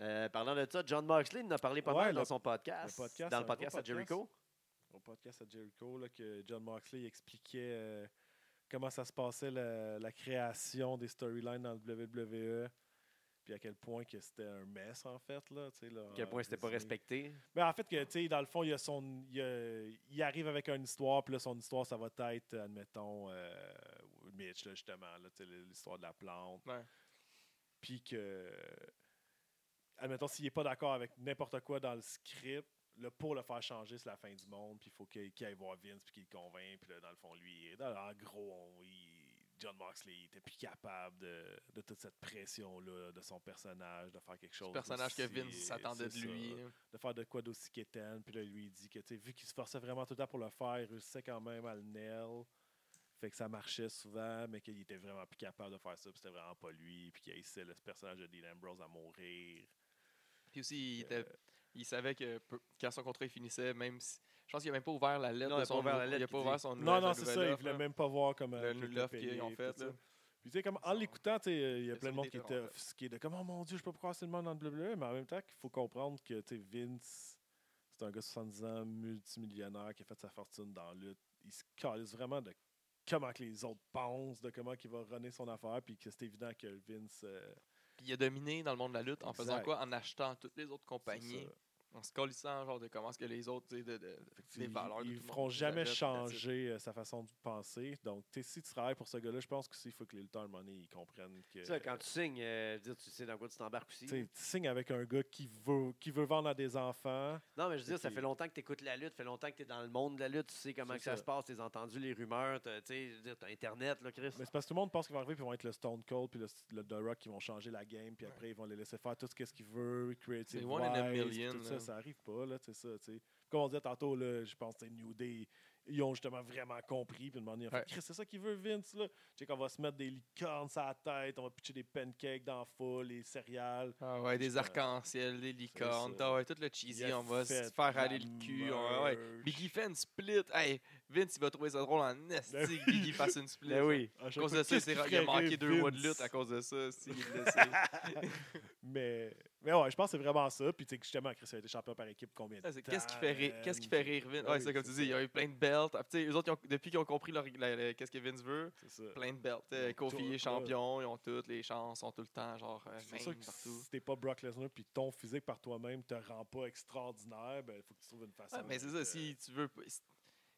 [SPEAKER 1] Euh, parlant de ça, John Moxley nous en a parlé pas
[SPEAKER 3] Ouais,
[SPEAKER 1] mal dans
[SPEAKER 3] le-
[SPEAKER 1] son podcast.
[SPEAKER 3] le podcast,
[SPEAKER 1] dans
[SPEAKER 3] c'est
[SPEAKER 1] le
[SPEAKER 3] un
[SPEAKER 1] podcast
[SPEAKER 3] gros
[SPEAKER 1] à Jericho.
[SPEAKER 3] Au podcast à Jericho, là, que John Moxley expliquait euh, comment ça se passait la, la création des storylines dans le WWE. Puis à quel point que c'était un mess, en fait. Là, tu sais, là,
[SPEAKER 1] À quel
[SPEAKER 3] en
[SPEAKER 1] point c'était pas
[SPEAKER 3] résumé.
[SPEAKER 1] respecté.
[SPEAKER 3] Ben, en fait, que, tu sais, dans le fond, il, y a son, il, y a- il arrive avec une histoire, puis là, son histoire, ça va être, admettons, euh, Mitch, là, justement, là, tu sais, l'histoire de la plante.
[SPEAKER 2] Ouais.
[SPEAKER 3] Puis que, admettons, s'il n'est pas d'accord avec n'importe quoi dans le script, là, pour le faire changer, c'est la fin du monde, puis il faut qu'il qu'il aille voir Vince, puis qu'il le convainc, puis là, dans le fond, lui, il est- dans- en gros, on- il- John Moxley il était plus capable de, de toute cette pression-là, de son personnage, de faire quelque chose.
[SPEAKER 2] Le personnage que
[SPEAKER 3] d'aussi-
[SPEAKER 2] Vince s'attendait de
[SPEAKER 3] c'est ça
[SPEAKER 2] lui.
[SPEAKER 3] de faire de quoi d'aussi quétaine. Puis là, lui, il dit que, tu sais, vu qu'il se forçait vraiment tout le temps pour le faire, il réussissait quand même à le nail. Fait que ça marchait souvent, mais qu'il était vraiment plus capable de faire ça, puis c'était vraiment pas lui, puis qu'il haïssait le personnage de Dean Ambrose à mourir.
[SPEAKER 2] Puis aussi, il,
[SPEAKER 3] Euh,
[SPEAKER 2] était- il savait que peu- quand son contrat il finissait, même si. Je pense qu'il n'a même pas ouvert la lettre.
[SPEAKER 1] Non, il a
[SPEAKER 2] de
[SPEAKER 1] pas
[SPEAKER 2] son
[SPEAKER 1] ouvert la
[SPEAKER 2] nouveau-
[SPEAKER 1] lettre
[SPEAKER 2] Il a
[SPEAKER 1] qu'il
[SPEAKER 2] pas
[SPEAKER 1] dit.
[SPEAKER 2] ouvert son
[SPEAKER 3] Non,
[SPEAKER 2] sa
[SPEAKER 3] non, c'est
[SPEAKER 2] nouvelle
[SPEAKER 3] ça, il
[SPEAKER 2] offre,
[SPEAKER 3] voulait euh,
[SPEAKER 2] là.
[SPEAKER 3] même pas voir comment.
[SPEAKER 2] Le-
[SPEAKER 3] tout
[SPEAKER 2] l'offre
[SPEAKER 3] était payé,
[SPEAKER 2] qu'ils ont
[SPEAKER 3] puis
[SPEAKER 2] faite,
[SPEAKER 3] E tout ça.
[SPEAKER 2] là.
[SPEAKER 3] Puis tu sais, comme en l'écoutant, tu sais, il y a
[SPEAKER 2] Le
[SPEAKER 3] plein de
[SPEAKER 2] son
[SPEAKER 3] monde
[SPEAKER 2] des
[SPEAKER 3] qui
[SPEAKER 2] deux
[SPEAKER 3] était
[SPEAKER 2] rondelles.
[SPEAKER 3] offusqué de comme, oh mon Dieu, je peux pas croire c'est le monde dans le WWE, mais en même temps, il faut comprendre que tu sais, Vince, c'est un gars de 70 ans, multimillionnaire, qui a fait sa fortune dans la lutte. Il se calisse vraiment de comment que les autres pensent, de comment il va runner son affaire, puis que c'est évident que Vince. euh,
[SPEAKER 2] Puis il a dominé dans le monde de la lutte en faisant
[SPEAKER 3] Exact.
[SPEAKER 2] quoi En achetant toutes les autres
[SPEAKER 3] c'est
[SPEAKER 2] compagnies,
[SPEAKER 3] ça.
[SPEAKER 2] en se collissant genre de comment ce que les autres, tu sais, de, de- des
[SPEAKER 3] Ils-
[SPEAKER 2] valeurs. de
[SPEAKER 3] Ils
[SPEAKER 2] tout
[SPEAKER 3] ne
[SPEAKER 2] le
[SPEAKER 3] feront
[SPEAKER 2] monde, de la
[SPEAKER 3] jamais
[SPEAKER 2] lutte, that's it.
[SPEAKER 3] changer euh, sa façon de penser. Donc, tu sais, si tu travailles pour ce gars-là, je pense qu'il faut que les lutteurs, à un moment donné, ils comprennent que.
[SPEAKER 1] Tu sais, quand tu signes, euh, je veux dire, tu sais dans quoi tu t'embarques aussi.
[SPEAKER 3] tu sais, tu signes avec un gars qui veut, qui veut vendre à des enfants.
[SPEAKER 1] Non, mais je veux dire, ça
[SPEAKER 3] Puis-
[SPEAKER 1] fait longtemps que tu écoutes la lutte, fait longtemps que tu es dans le monde de la lutte, tu sais comment
[SPEAKER 3] C'est
[SPEAKER 1] que ça,
[SPEAKER 3] ça.
[SPEAKER 1] se passe, tu as entendu les rumeurs, t'as- tu sais, je veux dire, t'as Internet, là, Chris.
[SPEAKER 3] Mais c'est parce que tout le monde pense qu'ils vont arriver puis ils vont être le Stone Cold puis le, le The Rock qui vont changer la game puis après ils vont les laisser faire tout ce qu'est-ce qu'ils veulent, creative
[SPEAKER 2] C'est one in
[SPEAKER 3] wise,
[SPEAKER 2] a
[SPEAKER 3] puis
[SPEAKER 2] million,
[SPEAKER 3] tout ça,
[SPEAKER 2] là.
[SPEAKER 3] ça arrive pas là, c'est ça, tu sais. Comme on disait tantôt là, je pense que New Day ils ont justement vraiment compris puis demandé
[SPEAKER 2] Ouais.
[SPEAKER 3] Chris, c'est ça qu'il veut Vince là. Tu sais qu'on va se mettre des licornes sur la tête, on va pitcher des pancakes dans la foule, les céréales.
[SPEAKER 2] Ah ouais, des
[SPEAKER 3] Justement.
[SPEAKER 2] arcs-en-ciel, des licornes,
[SPEAKER 3] ça.
[SPEAKER 2] ah ouais, tout le cheesy,
[SPEAKER 3] Il a
[SPEAKER 2] on va se
[SPEAKER 3] fait
[SPEAKER 2] faire
[SPEAKER 3] la
[SPEAKER 2] aller le cul. on- ouais.
[SPEAKER 3] merch.
[SPEAKER 2] Biggie fait une split. Hey, Vince, il va trouver ça drôle en
[SPEAKER 3] Ben
[SPEAKER 2] esti
[SPEAKER 3] oui.
[SPEAKER 2] que Biggie fasse une split.
[SPEAKER 3] À
[SPEAKER 2] À
[SPEAKER 3] chaque
[SPEAKER 2] cause
[SPEAKER 3] fois,
[SPEAKER 2] de ça,
[SPEAKER 3] qu'est-ce
[SPEAKER 2] c'est
[SPEAKER 3] qui
[SPEAKER 2] ra- il a
[SPEAKER 3] ferait
[SPEAKER 2] manqué
[SPEAKER 3] rire
[SPEAKER 2] deux mois de
[SPEAKER 3] Vince?
[SPEAKER 2] lutte à cause de ça. si, il le sait.
[SPEAKER 3] Mais, mais ouais, je pense que c'est vraiment ça. Puis tu sais que justement, Chris a été champion par équipe combien de
[SPEAKER 2] Ah,
[SPEAKER 3] temps?
[SPEAKER 2] c'est- Qu'est-ce qui fait rire, qu'est-ce qui fait rire Vince?
[SPEAKER 3] Ah
[SPEAKER 2] Ouais,
[SPEAKER 3] oui,
[SPEAKER 2] c'est comme
[SPEAKER 3] c'est
[SPEAKER 2] tu dis, il y a eu plein de belts. Ah, tu sais, eux autres, ils ont- depuis qu'ils ont compris leur- la- la- qu'est-ce que Vince veut,
[SPEAKER 3] C'est ça.
[SPEAKER 2] plein de belts.
[SPEAKER 3] Ils
[SPEAKER 2] Euh,
[SPEAKER 3] ont tout,
[SPEAKER 2] Kofi
[SPEAKER 3] ouais.
[SPEAKER 2] est champion, ils ont toutes les chances, ils sont tout le temps genre euh,
[SPEAKER 3] C'est sûr
[SPEAKER 2] main
[SPEAKER 3] que
[SPEAKER 2] partout.
[SPEAKER 3] si t'es pas Brock Lesnar puis ton physique par toi-même te rend pas extraordinaire, ben il faut que tu trouves une façon.
[SPEAKER 2] Ah, mais c'est
[SPEAKER 3] de-
[SPEAKER 2] ça, si tu veux. p- si-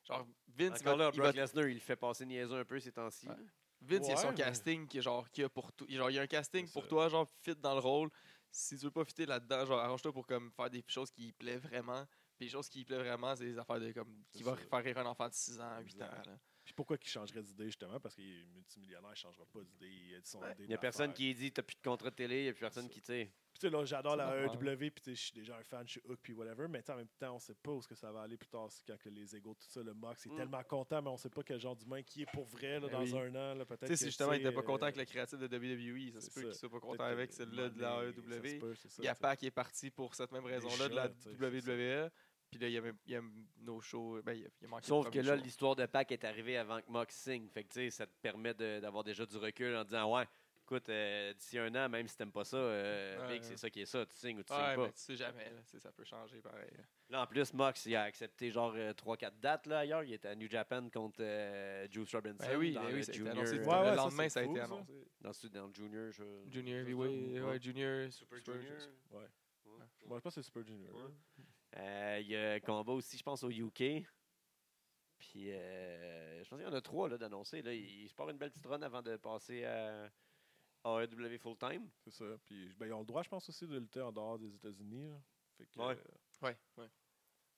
[SPEAKER 2] Genre, Vince, il
[SPEAKER 1] Encore
[SPEAKER 2] va-
[SPEAKER 1] là,
[SPEAKER 2] il va
[SPEAKER 1] Brock Lesnar, il le fait passer niaiseux un peu ces temps-ci.
[SPEAKER 2] Ouais. Vince, il y a
[SPEAKER 3] Ouais,
[SPEAKER 2] son
[SPEAKER 3] mais-
[SPEAKER 2] casting qui est genre qui a pour tout. Genre, il y a un casting
[SPEAKER 3] C'est
[SPEAKER 2] pour
[SPEAKER 3] ça.
[SPEAKER 2] toi, genre fit dans le rôle. Si tu veux pas fitter là-dedans, genre arrange-toi pour comme faire des choses qui lui plaît vraiment. Puis les choses qui lui plaît vraiment, c'est des affaires de comme qui
[SPEAKER 3] C'est
[SPEAKER 2] va
[SPEAKER 3] ça.
[SPEAKER 2] faire rire un enfant de 6 ans, 8 ans.
[SPEAKER 3] Exact.
[SPEAKER 2] là.
[SPEAKER 3] Puis pourquoi qu'il changerait d'idée justement Parce qu'il est multimillionnaire, il changera pas d'idée. euh, Il a dit son idée
[SPEAKER 1] Il n'y a personne qui dit, t'as plus de contrat de télé, il n'y a plus personne
[SPEAKER 3] ça.
[SPEAKER 1] qui, tu sais.
[SPEAKER 3] Puis tu sais, là, j'adore
[SPEAKER 2] C'est
[SPEAKER 3] la
[SPEAKER 2] normal.
[SPEAKER 3] AEW, puis tu sais, je suis déjà un fan, je suis hook, puis whatever. Mais tu sais, en même temps, on sait pas où ce que ça va aller plus tard. C'est quand que les égaux, tout ça, le Mox, il est
[SPEAKER 1] Mm.
[SPEAKER 3] tellement content, mais on sait pas quel genre d'humain qui est pour vrai là,
[SPEAKER 2] Ben
[SPEAKER 3] dans
[SPEAKER 2] oui.
[SPEAKER 3] un an. là,
[SPEAKER 2] Tu
[SPEAKER 3] Peut-être.
[SPEAKER 2] sais,
[SPEAKER 3] que,
[SPEAKER 2] si justement il était pas content
[SPEAKER 3] euh,
[SPEAKER 2] avec le créatif de WWE, ça se
[SPEAKER 3] c'est
[SPEAKER 2] peut
[SPEAKER 3] ça.
[SPEAKER 2] qu'il soit
[SPEAKER 3] peut-être
[SPEAKER 2] pas content avec
[SPEAKER 3] que
[SPEAKER 2] celle-là de la
[SPEAKER 3] Money, ça se
[SPEAKER 2] AEW.
[SPEAKER 3] peut, c'est ça,
[SPEAKER 2] Il y a
[SPEAKER 3] tu sais.
[SPEAKER 2] Pac qui est parti pour cette même raison-là de la
[SPEAKER 3] chats, tu sais, c'est
[SPEAKER 2] WWE. Puis là, il aime, il aime nos shows. Ben, il a, il a manqué le
[SPEAKER 1] Sauf que
[SPEAKER 2] premier
[SPEAKER 1] là,
[SPEAKER 2] show.
[SPEAKER 1] l'histoire de Pac est arrivée avant que Mox signe. Fait que, tu sais, ça te permet de- d'avoir déjà du recul en disant, ouais, écoute, euh, d'ici un an, même si t'aimes pas ça, euh,
[SPEAKER 2] Ouais,
[SPEAKER 1] Vic,
[SPEAKER 2] ouais.
[SPEAKER 1] c'est ça qui est ça, tu signes ou tu
[SPEAKER 2] Ouais,
[SPEAKER 1] signes pas.
[SPEAKER 2] mais tu sais jamais, là, tu sais, ça peut changer pareil. là.
[SPEAKER 1] Là, en plus, Mox, il a accepté genre 3-4 dates là, ailleurs. Il était à New Japan contre euh, Juice Robinson.
[SPEAKER 2] Ben oui,
[SPEAKER 1] dans
[SPEAKER 2] ben
[SPEAKER 1] le
[SPEAKER 2] oui, ça a été
[SPEAKER 1] junior,
[SPEAKER 2] annoncé.
[SPEAKER 1] euh,
[SPEAKER 3] Ouais, ouais,
[SPEAKER 2] le
[SPEAKER 3] ça,
[SPEAKER 2] lendemain,
[SPEAKER 3] c'est
[SPEAKER 2] ça a
[SPEAKER 3] fou,
[SPEAKER 2] été
[SPEAKER 3] ça.
[SPEAKER 2] annoncé.
[SPEAKER 1] dans, ce- dans le Junior.
[SPEAKER 3] Mm.
[SPEAKER 1] je-
[SPEAKER 2] Junior,
[SPEAKER 1] je-
[SPEAKER 2] heavyweight, ouais,
[SPEAKER 1] ouais.
[SPEAKER 2] Junior,
[SPEAKER 1] Super
[SPEAKER 2] Super
[SPEAKER 1] Junior.
[SPEAKER 3] Ouais.
[SPEAKER 1] Ouais.
[SPEAKER 3] Moi, je pense que c'est Super Junior.
[SPEAKER 1] Ouais. Euh, Il y a un combat aussi, je pense, au UK. Puis, euh, je pense qu'il y en a trois là, d'annoncer. Là. Il il se part une belle petite run avant de passer à AEW Full Time.
[SPEAKER 3] C'est ça. Puis ben, ils ont le droit, je pense, aussi de lutter en dehors des États-Unis. là. Fait que,
[SPEAKER 1] Ouais.
[SPEAKER 3] euh,
[SPEAKER 2] Ouais, ouais.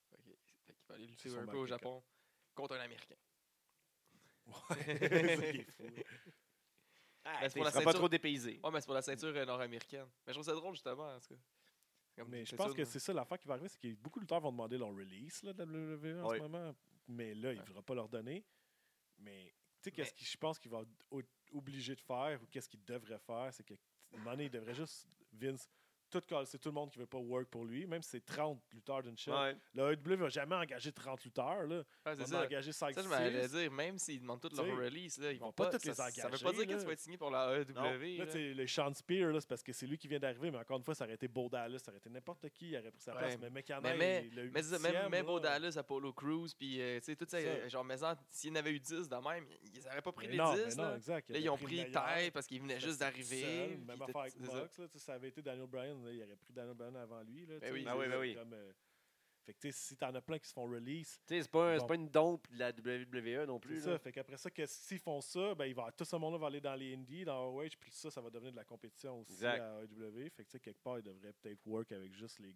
[SPEAKER 2] Fait que- fait qu'il va aller lutter
[SPEAKER 3] sont
[SPEAKER 2] un peu
[SPEAKER 3] marqués
[SPEAKER 2] au Japon contre un Américain.
[SPEAKER 3] ouais, c'est qui est fou.
[SPEAKER 1] Ah, tu sais, il
[SPEAKER 2] Ben, pour la
[SPEAKER 1] sera pas
[SPEAKER 2] ceinture-
[SPEAKER 1] trop dépaysé.
[SPEAKER 2] Ouais, mais c'est pour la ceinture euh, nord-américaine. Mais je trouve ça drôle, justement, en tout cas. Comme
[SPEAKER 3] Mais je
[SPEAKER 2] ceinture
[SPEAKER 3] pense que
[SPEAKER 2] de-
[SPEAKER 3] c'est ça l'affaire qui va arriver, c'est que beaucoup de lutteurs vont demander leur release là, de la WWE en
[SPEAKER 1] Ouais.
[SPEAKER 3] ce moment. Mais là, il ne
[SPEAKER 2] Ouais.
[SPEAKER 3] voudra pas leur donner. Mais tu sais, qu'est-ce
[SPEAKER 2] Mais-
[SPEAKER 3] que je pense qu'il va o- obliger de faire ou qu'est-ce qu'il devrait faire, c'est que à un moment donné, il devrait juste Vince tout coller, c'est tout le monde qui veut pas work pour lui, même si c'est 30 lutteurs d'une chaîne.
[SPEAKER 1] Ouais.
[SPEAKER 3] Le AEW va jamais engager 30 lutteurs. Là.
[SPEAKER 2] Ouais,
[SPEAKER 3] Il
[SPEAKER 2] c'est
[SPEAKER 3] va en
[SPEAKER 2] ça.
[SPEAKER 3] engager 5
[SPEAKER 2] Ça, je m'allais dire, même s'ils demandent toutes leur
[SPEAKER 3] Tu sais,
[SPEAKER 2] release, là, ils
[SPEAKER 3] vont
[SPEAKER 2] vont
[SPEAKER 3] pas
[SPEAKER 2] pas.
[SPEAKER 3] toutes les
[SPEAKER 2] ça, ça veut pas
[SPEAKER 3] engager,
[SPEAKER 2] dire que
[SPEAKER 3] là.
[SPEAKER 2] tu vas être signé pour la AEW.
[SPEAKER 3] Là,
[SPEAKER 2] là.
[SPEAKER 3] tu sais, le Sean Spear, là, c'est parce que c'est lui qui vient d'arriver, mais encore une fois, ça aurait été Bo Dallas, ça aurait été n'importe qui, il aurait pris sa
[SPEAKER 2] Ouais.
[SPEAKER 3] place. Mais Mekana,
[SPEAKER 2] Mais- mais-
[SPEAKER 3] il- le
[SPEAKER 2] Mais c'est ça,
[SPEAKER 3] huitième,
[SPEAKER 2] même, même Bo
[SPEAKER 3] là.
[SPEAKER 2] Dallas, Apollo Crews, puis euh, tu sais, tout ça,
[SPEAKER 3] C'est ça.
[SPEAKER 2] euh, genre, mais en- s'il y en avait eu 10 de même, ils n'auraient pas pris
[SPEAKER 3] Mais
[SPEAKER 2] les
[SPEAKER 3] non,
[SPEAKER 2] 10.
[SPEAKER 3] mais non,
[SPEAKER 2] là.
[SPEAKER 3] exact, il
[SPEAKER 2] Là,
[SPEAKER 3] aurait
[SPEAKER 2] ils ont
[SPEAKER 3] le
[SPEAKER 2] pris
[SPEAKER 3] meilleur.
[SPEAKER 2] taille parce qu'ils venaient
[SPEAKER 3] Parce
[SPEAKER 2] juste
[SPEAKER 3] que c'est
[SPEAKER 2] d'arriver.
[SPEAKER 3] seul,
[SPEAKER 2] puis
[SPEAKER 3] Même
[SPEAKER 2] t'as-
[SPEAKER 3] affaire avec
[SPEAKER 2] c'est ça.
[SPEAKER 3] Mox, là, tu sais, ça avait été Daniel Bryan, là, il aurait pris Daniel Bryan avant lui. Là, tu sais,
[SPEAKER 2] oui.
[SPEAKER 1] Ah oui,
[SPEAKER 3] c'est
[SPEAKER 1] ben oui.
[SPEAKER 3] comme, euh, fait que tu sais, si t'en as plein qui se font release,
[SPEAKER 1] Tu sais, c'est pas, un-
[SPEAKER 3] Bon.
[SPEAKER 1] c'est pas une dompe de la WWE non
[SPEAKER 3] c'est
[SPEAKER 1] plus.
[SPEAKER 3] ça.
[SPEAKER 1] là.
[SPEAKER 3] Fait qu'après ça, que s'ils font ça, ben, il va, tout ce monde-là va aller dans les indies, dans ROH, puis ça, ça va devenir de la compétition aussi
[SPEAKER 1] Exact.
[SPEAKER 3] à AEW. Fait que tu sais, quelque part, ils devraient peut-être work avec juste les.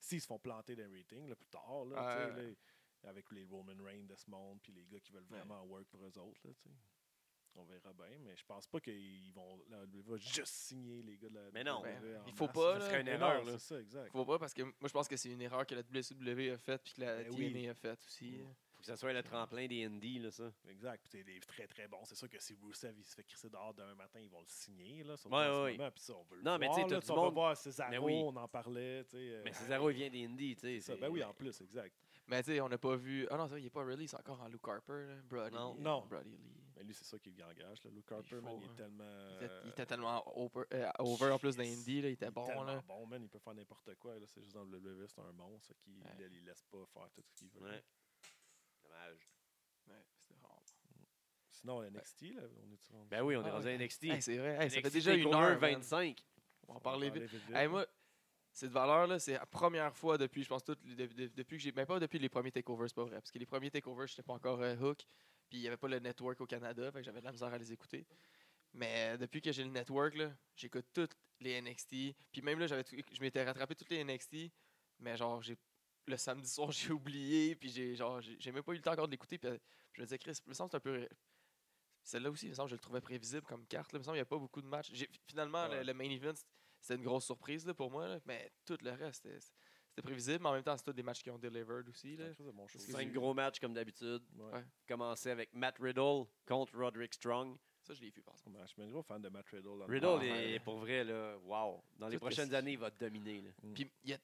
[SPEAKER 3] S'ils se font planter des ratings là, plus tard, là, tu sais,
[SPEAKER 2] Ouais.
[SPEAKER 3] là, avec les Roman Reigns de ce monde, puis les gars qui veulent
[SPEAKER 2] Ouais.
[SPEAKER 3] vraiment work pour eux autres. Là, tu sais. on verra bien, mais je pense pas qu'ils vont. La AEW va juste signer les gars de la
[SPEAKER 1] Mais non.
[SPEAKER 3] WWE en
[SPEAKER 2] Il faut
[SPEAKER 3] masse,
[SPEAKER 2] pas,
[SPEAKER 3] là.
[SPEAKER 2] là.
[SPEAKER 1] serait une
[SPEAKER 3] Mais non,
[SPEAKER 1] erreur, là.
[SPEAKER 3] C'est ça, exact.
[SPEAKER 2] Faut pas parce que moi je pense que c'est une erreur que la WCW a faite puis que la
[SPEAKER 3] Ben
[SPEAKER 2] TNA
[SPEAKER 3] oui.
[SPEAKER 2] a faite aussi.
[SPEAKER 3] Mm.
[SPEAKER 1] Faut que ça soit le tremplin des Indies, là, ça.
[SPEAKER 3] Exact. Puis c'est très très bon. C'est sûr que si Rusev il se fait crisser dehors demain matin, ils vont le signer. Là, surtout
[SPEAKER 1] Ouais,
[SPEAKER 3] en ce
[SPEAKER 1] ouais,
[SPEAKER 3] moment. Puis ça, on veut le
[SPEAKER 1] Non, mais tu sais,
[SPEAKER 3] voir,
[SPEAKER 1] t'as
[SPEAKER 3] là.
[SPEAKER 1] du
[SPEAKER 3] on va
[SPEAKER 1] monde-
[SPEAKER 3] voir Cesaro,
[SPEAKER 1] Mais oui.
[SPEAKER 3] on en parlait. tu sais, euh,
[SPEAKER 1] Mais Cesaro, il vient des Indies, tu sais.
[SPEAKER 3] ça.
[SPEAKER 1] c'est-
[SPEAKER 3] Ben oui, en plus, exact.
[SPEAKER 2] Mais tu sais, on n'a pas vu. Ah non, c'est vrai, il n'est pas release encore en Luke Harper. là. Brody.
[SPEAKER 1] Non.
[SPEAKER 3] Non.
[SPEAKER 2] Brody Lee.
[SPEAKER 3] Mais lui, c'est ça qui l'engage. là. Luke Harper,
[SPEAKER 2] faut,
[SPEAKER 3] man, il
[SPEAKER 2] hein.
[SPEAKER 3] est tellement.
[SPEAKER 2] Il était, il était tellement over, euh, over en plus dans Indy, là, il était
[SPEAKER 3] il est
[SPEAKER 2] bon.
[SPEAKER 3] tellement
[SPEAKER 2] Là.
[SPEAKER 3] bon, man. Il peut faire n'importe quoi. là. C'est juste dans le WWE, c'est un monstre qui
[SPEAKER 2] Ouais.
[SPEAKER 3] il, il laisse pas faire tout ce qu'il veut.
[SPEAKER 1] Ouais. Dommage.
[SPEAKER 2] Ouais, c'était vraiment bon.
[SPEAKER 3] Sinon, NXT, là, on est sur.
[SPEAKER 1] Ben oui, on est
[SPEAKER 2] Ah
[SPEAKER 1] rendu
[SPEAKER 2] ouais.
[SPEAKER 1] à NXT.
[SPEAKER 2] Hey, c'est vrai, hey, ça fait
[SPEAKER 1] NXT
[SPEAKER 2] déjà une
[SPEAKER 1] Takeover
[SPEAKER 2] heure. man.
[SPEAKER 1] 25.
[SPEAKER 2] On va en parler vite.
[SPEAKER 3] vite.
[SPEAKER 2] Hey, moi, cette valeur-là, c'est la première fois depuis, je pense, tout, le- de- de- depuis que j'ai. Mais pas depuis les premiers takeovers, c'est pas vrai. Parce que les premiers takeovers, je n'étais pas encore euh, hook. Puis il n'y avait pas le network au Canada. Fait que j'avais de la misère à les écouter. Mais euh, depuis que j'ai le network, là, j'écoute toutes les NXT. Puis même là, j'avais tout- je m'étais rattrapé toutes les NXT. Mais genre, j'ai le samedi soir, j'ai oublié. Puis j'ai genre, j'ai j'ai même pas eu le temps encore de l'écouter. Puis euh, je me disais, Chris, il me semble que c'est un peu. Celle-là aussi, il me semble que je le trouvais prévisible comme carte. Là. Il me semble qu'il n'y a pas beaucoup de matchs. J'ai- Finalement, le-
[SPEAKER 3] Ouais.
[SPEAKER 2] le main event, c'était une grosse surprise là, pour moi, là, mais tout le reste, c'était c'était prévisible, mais en même temps, c'est tous des matchs qui ont delivered aussi. Là.
[SPEAKER 3] bon show.
[SPEAKER 2] Excuse-moi.
[SPEAKER 1] Cinq gros matchs comme d'habitude.
[SPEAKER 3] Ouais.
[SPEAKER 2] Ouais.
[SPEAKER 1] Commencé avec Matt Riddle contre Roderick Strong.
[SPEAKER 2] Ça, je l'ai vu, par exemple.
[SPEAKER 3] Je suis un gros fan de Matt Riddle. dans le
[SPEAKER 1] Riddle
[SPEAKER 3] monde.
[SPEAKER 2] Ah,
[SPEAKER 1] est
[SPEAKER 2] ouais.
[SPEAKER 1] pour vrai là, wow. Dans les
[SPEAKER 2] Tout
[SPEAKER 1] prochaines
[SPEAKER 2] est-
[SPEAKER 1] années, il va dominer. là.
[SPEAKER 3] Mm.
[SPEAKER 2] Puis il, y a-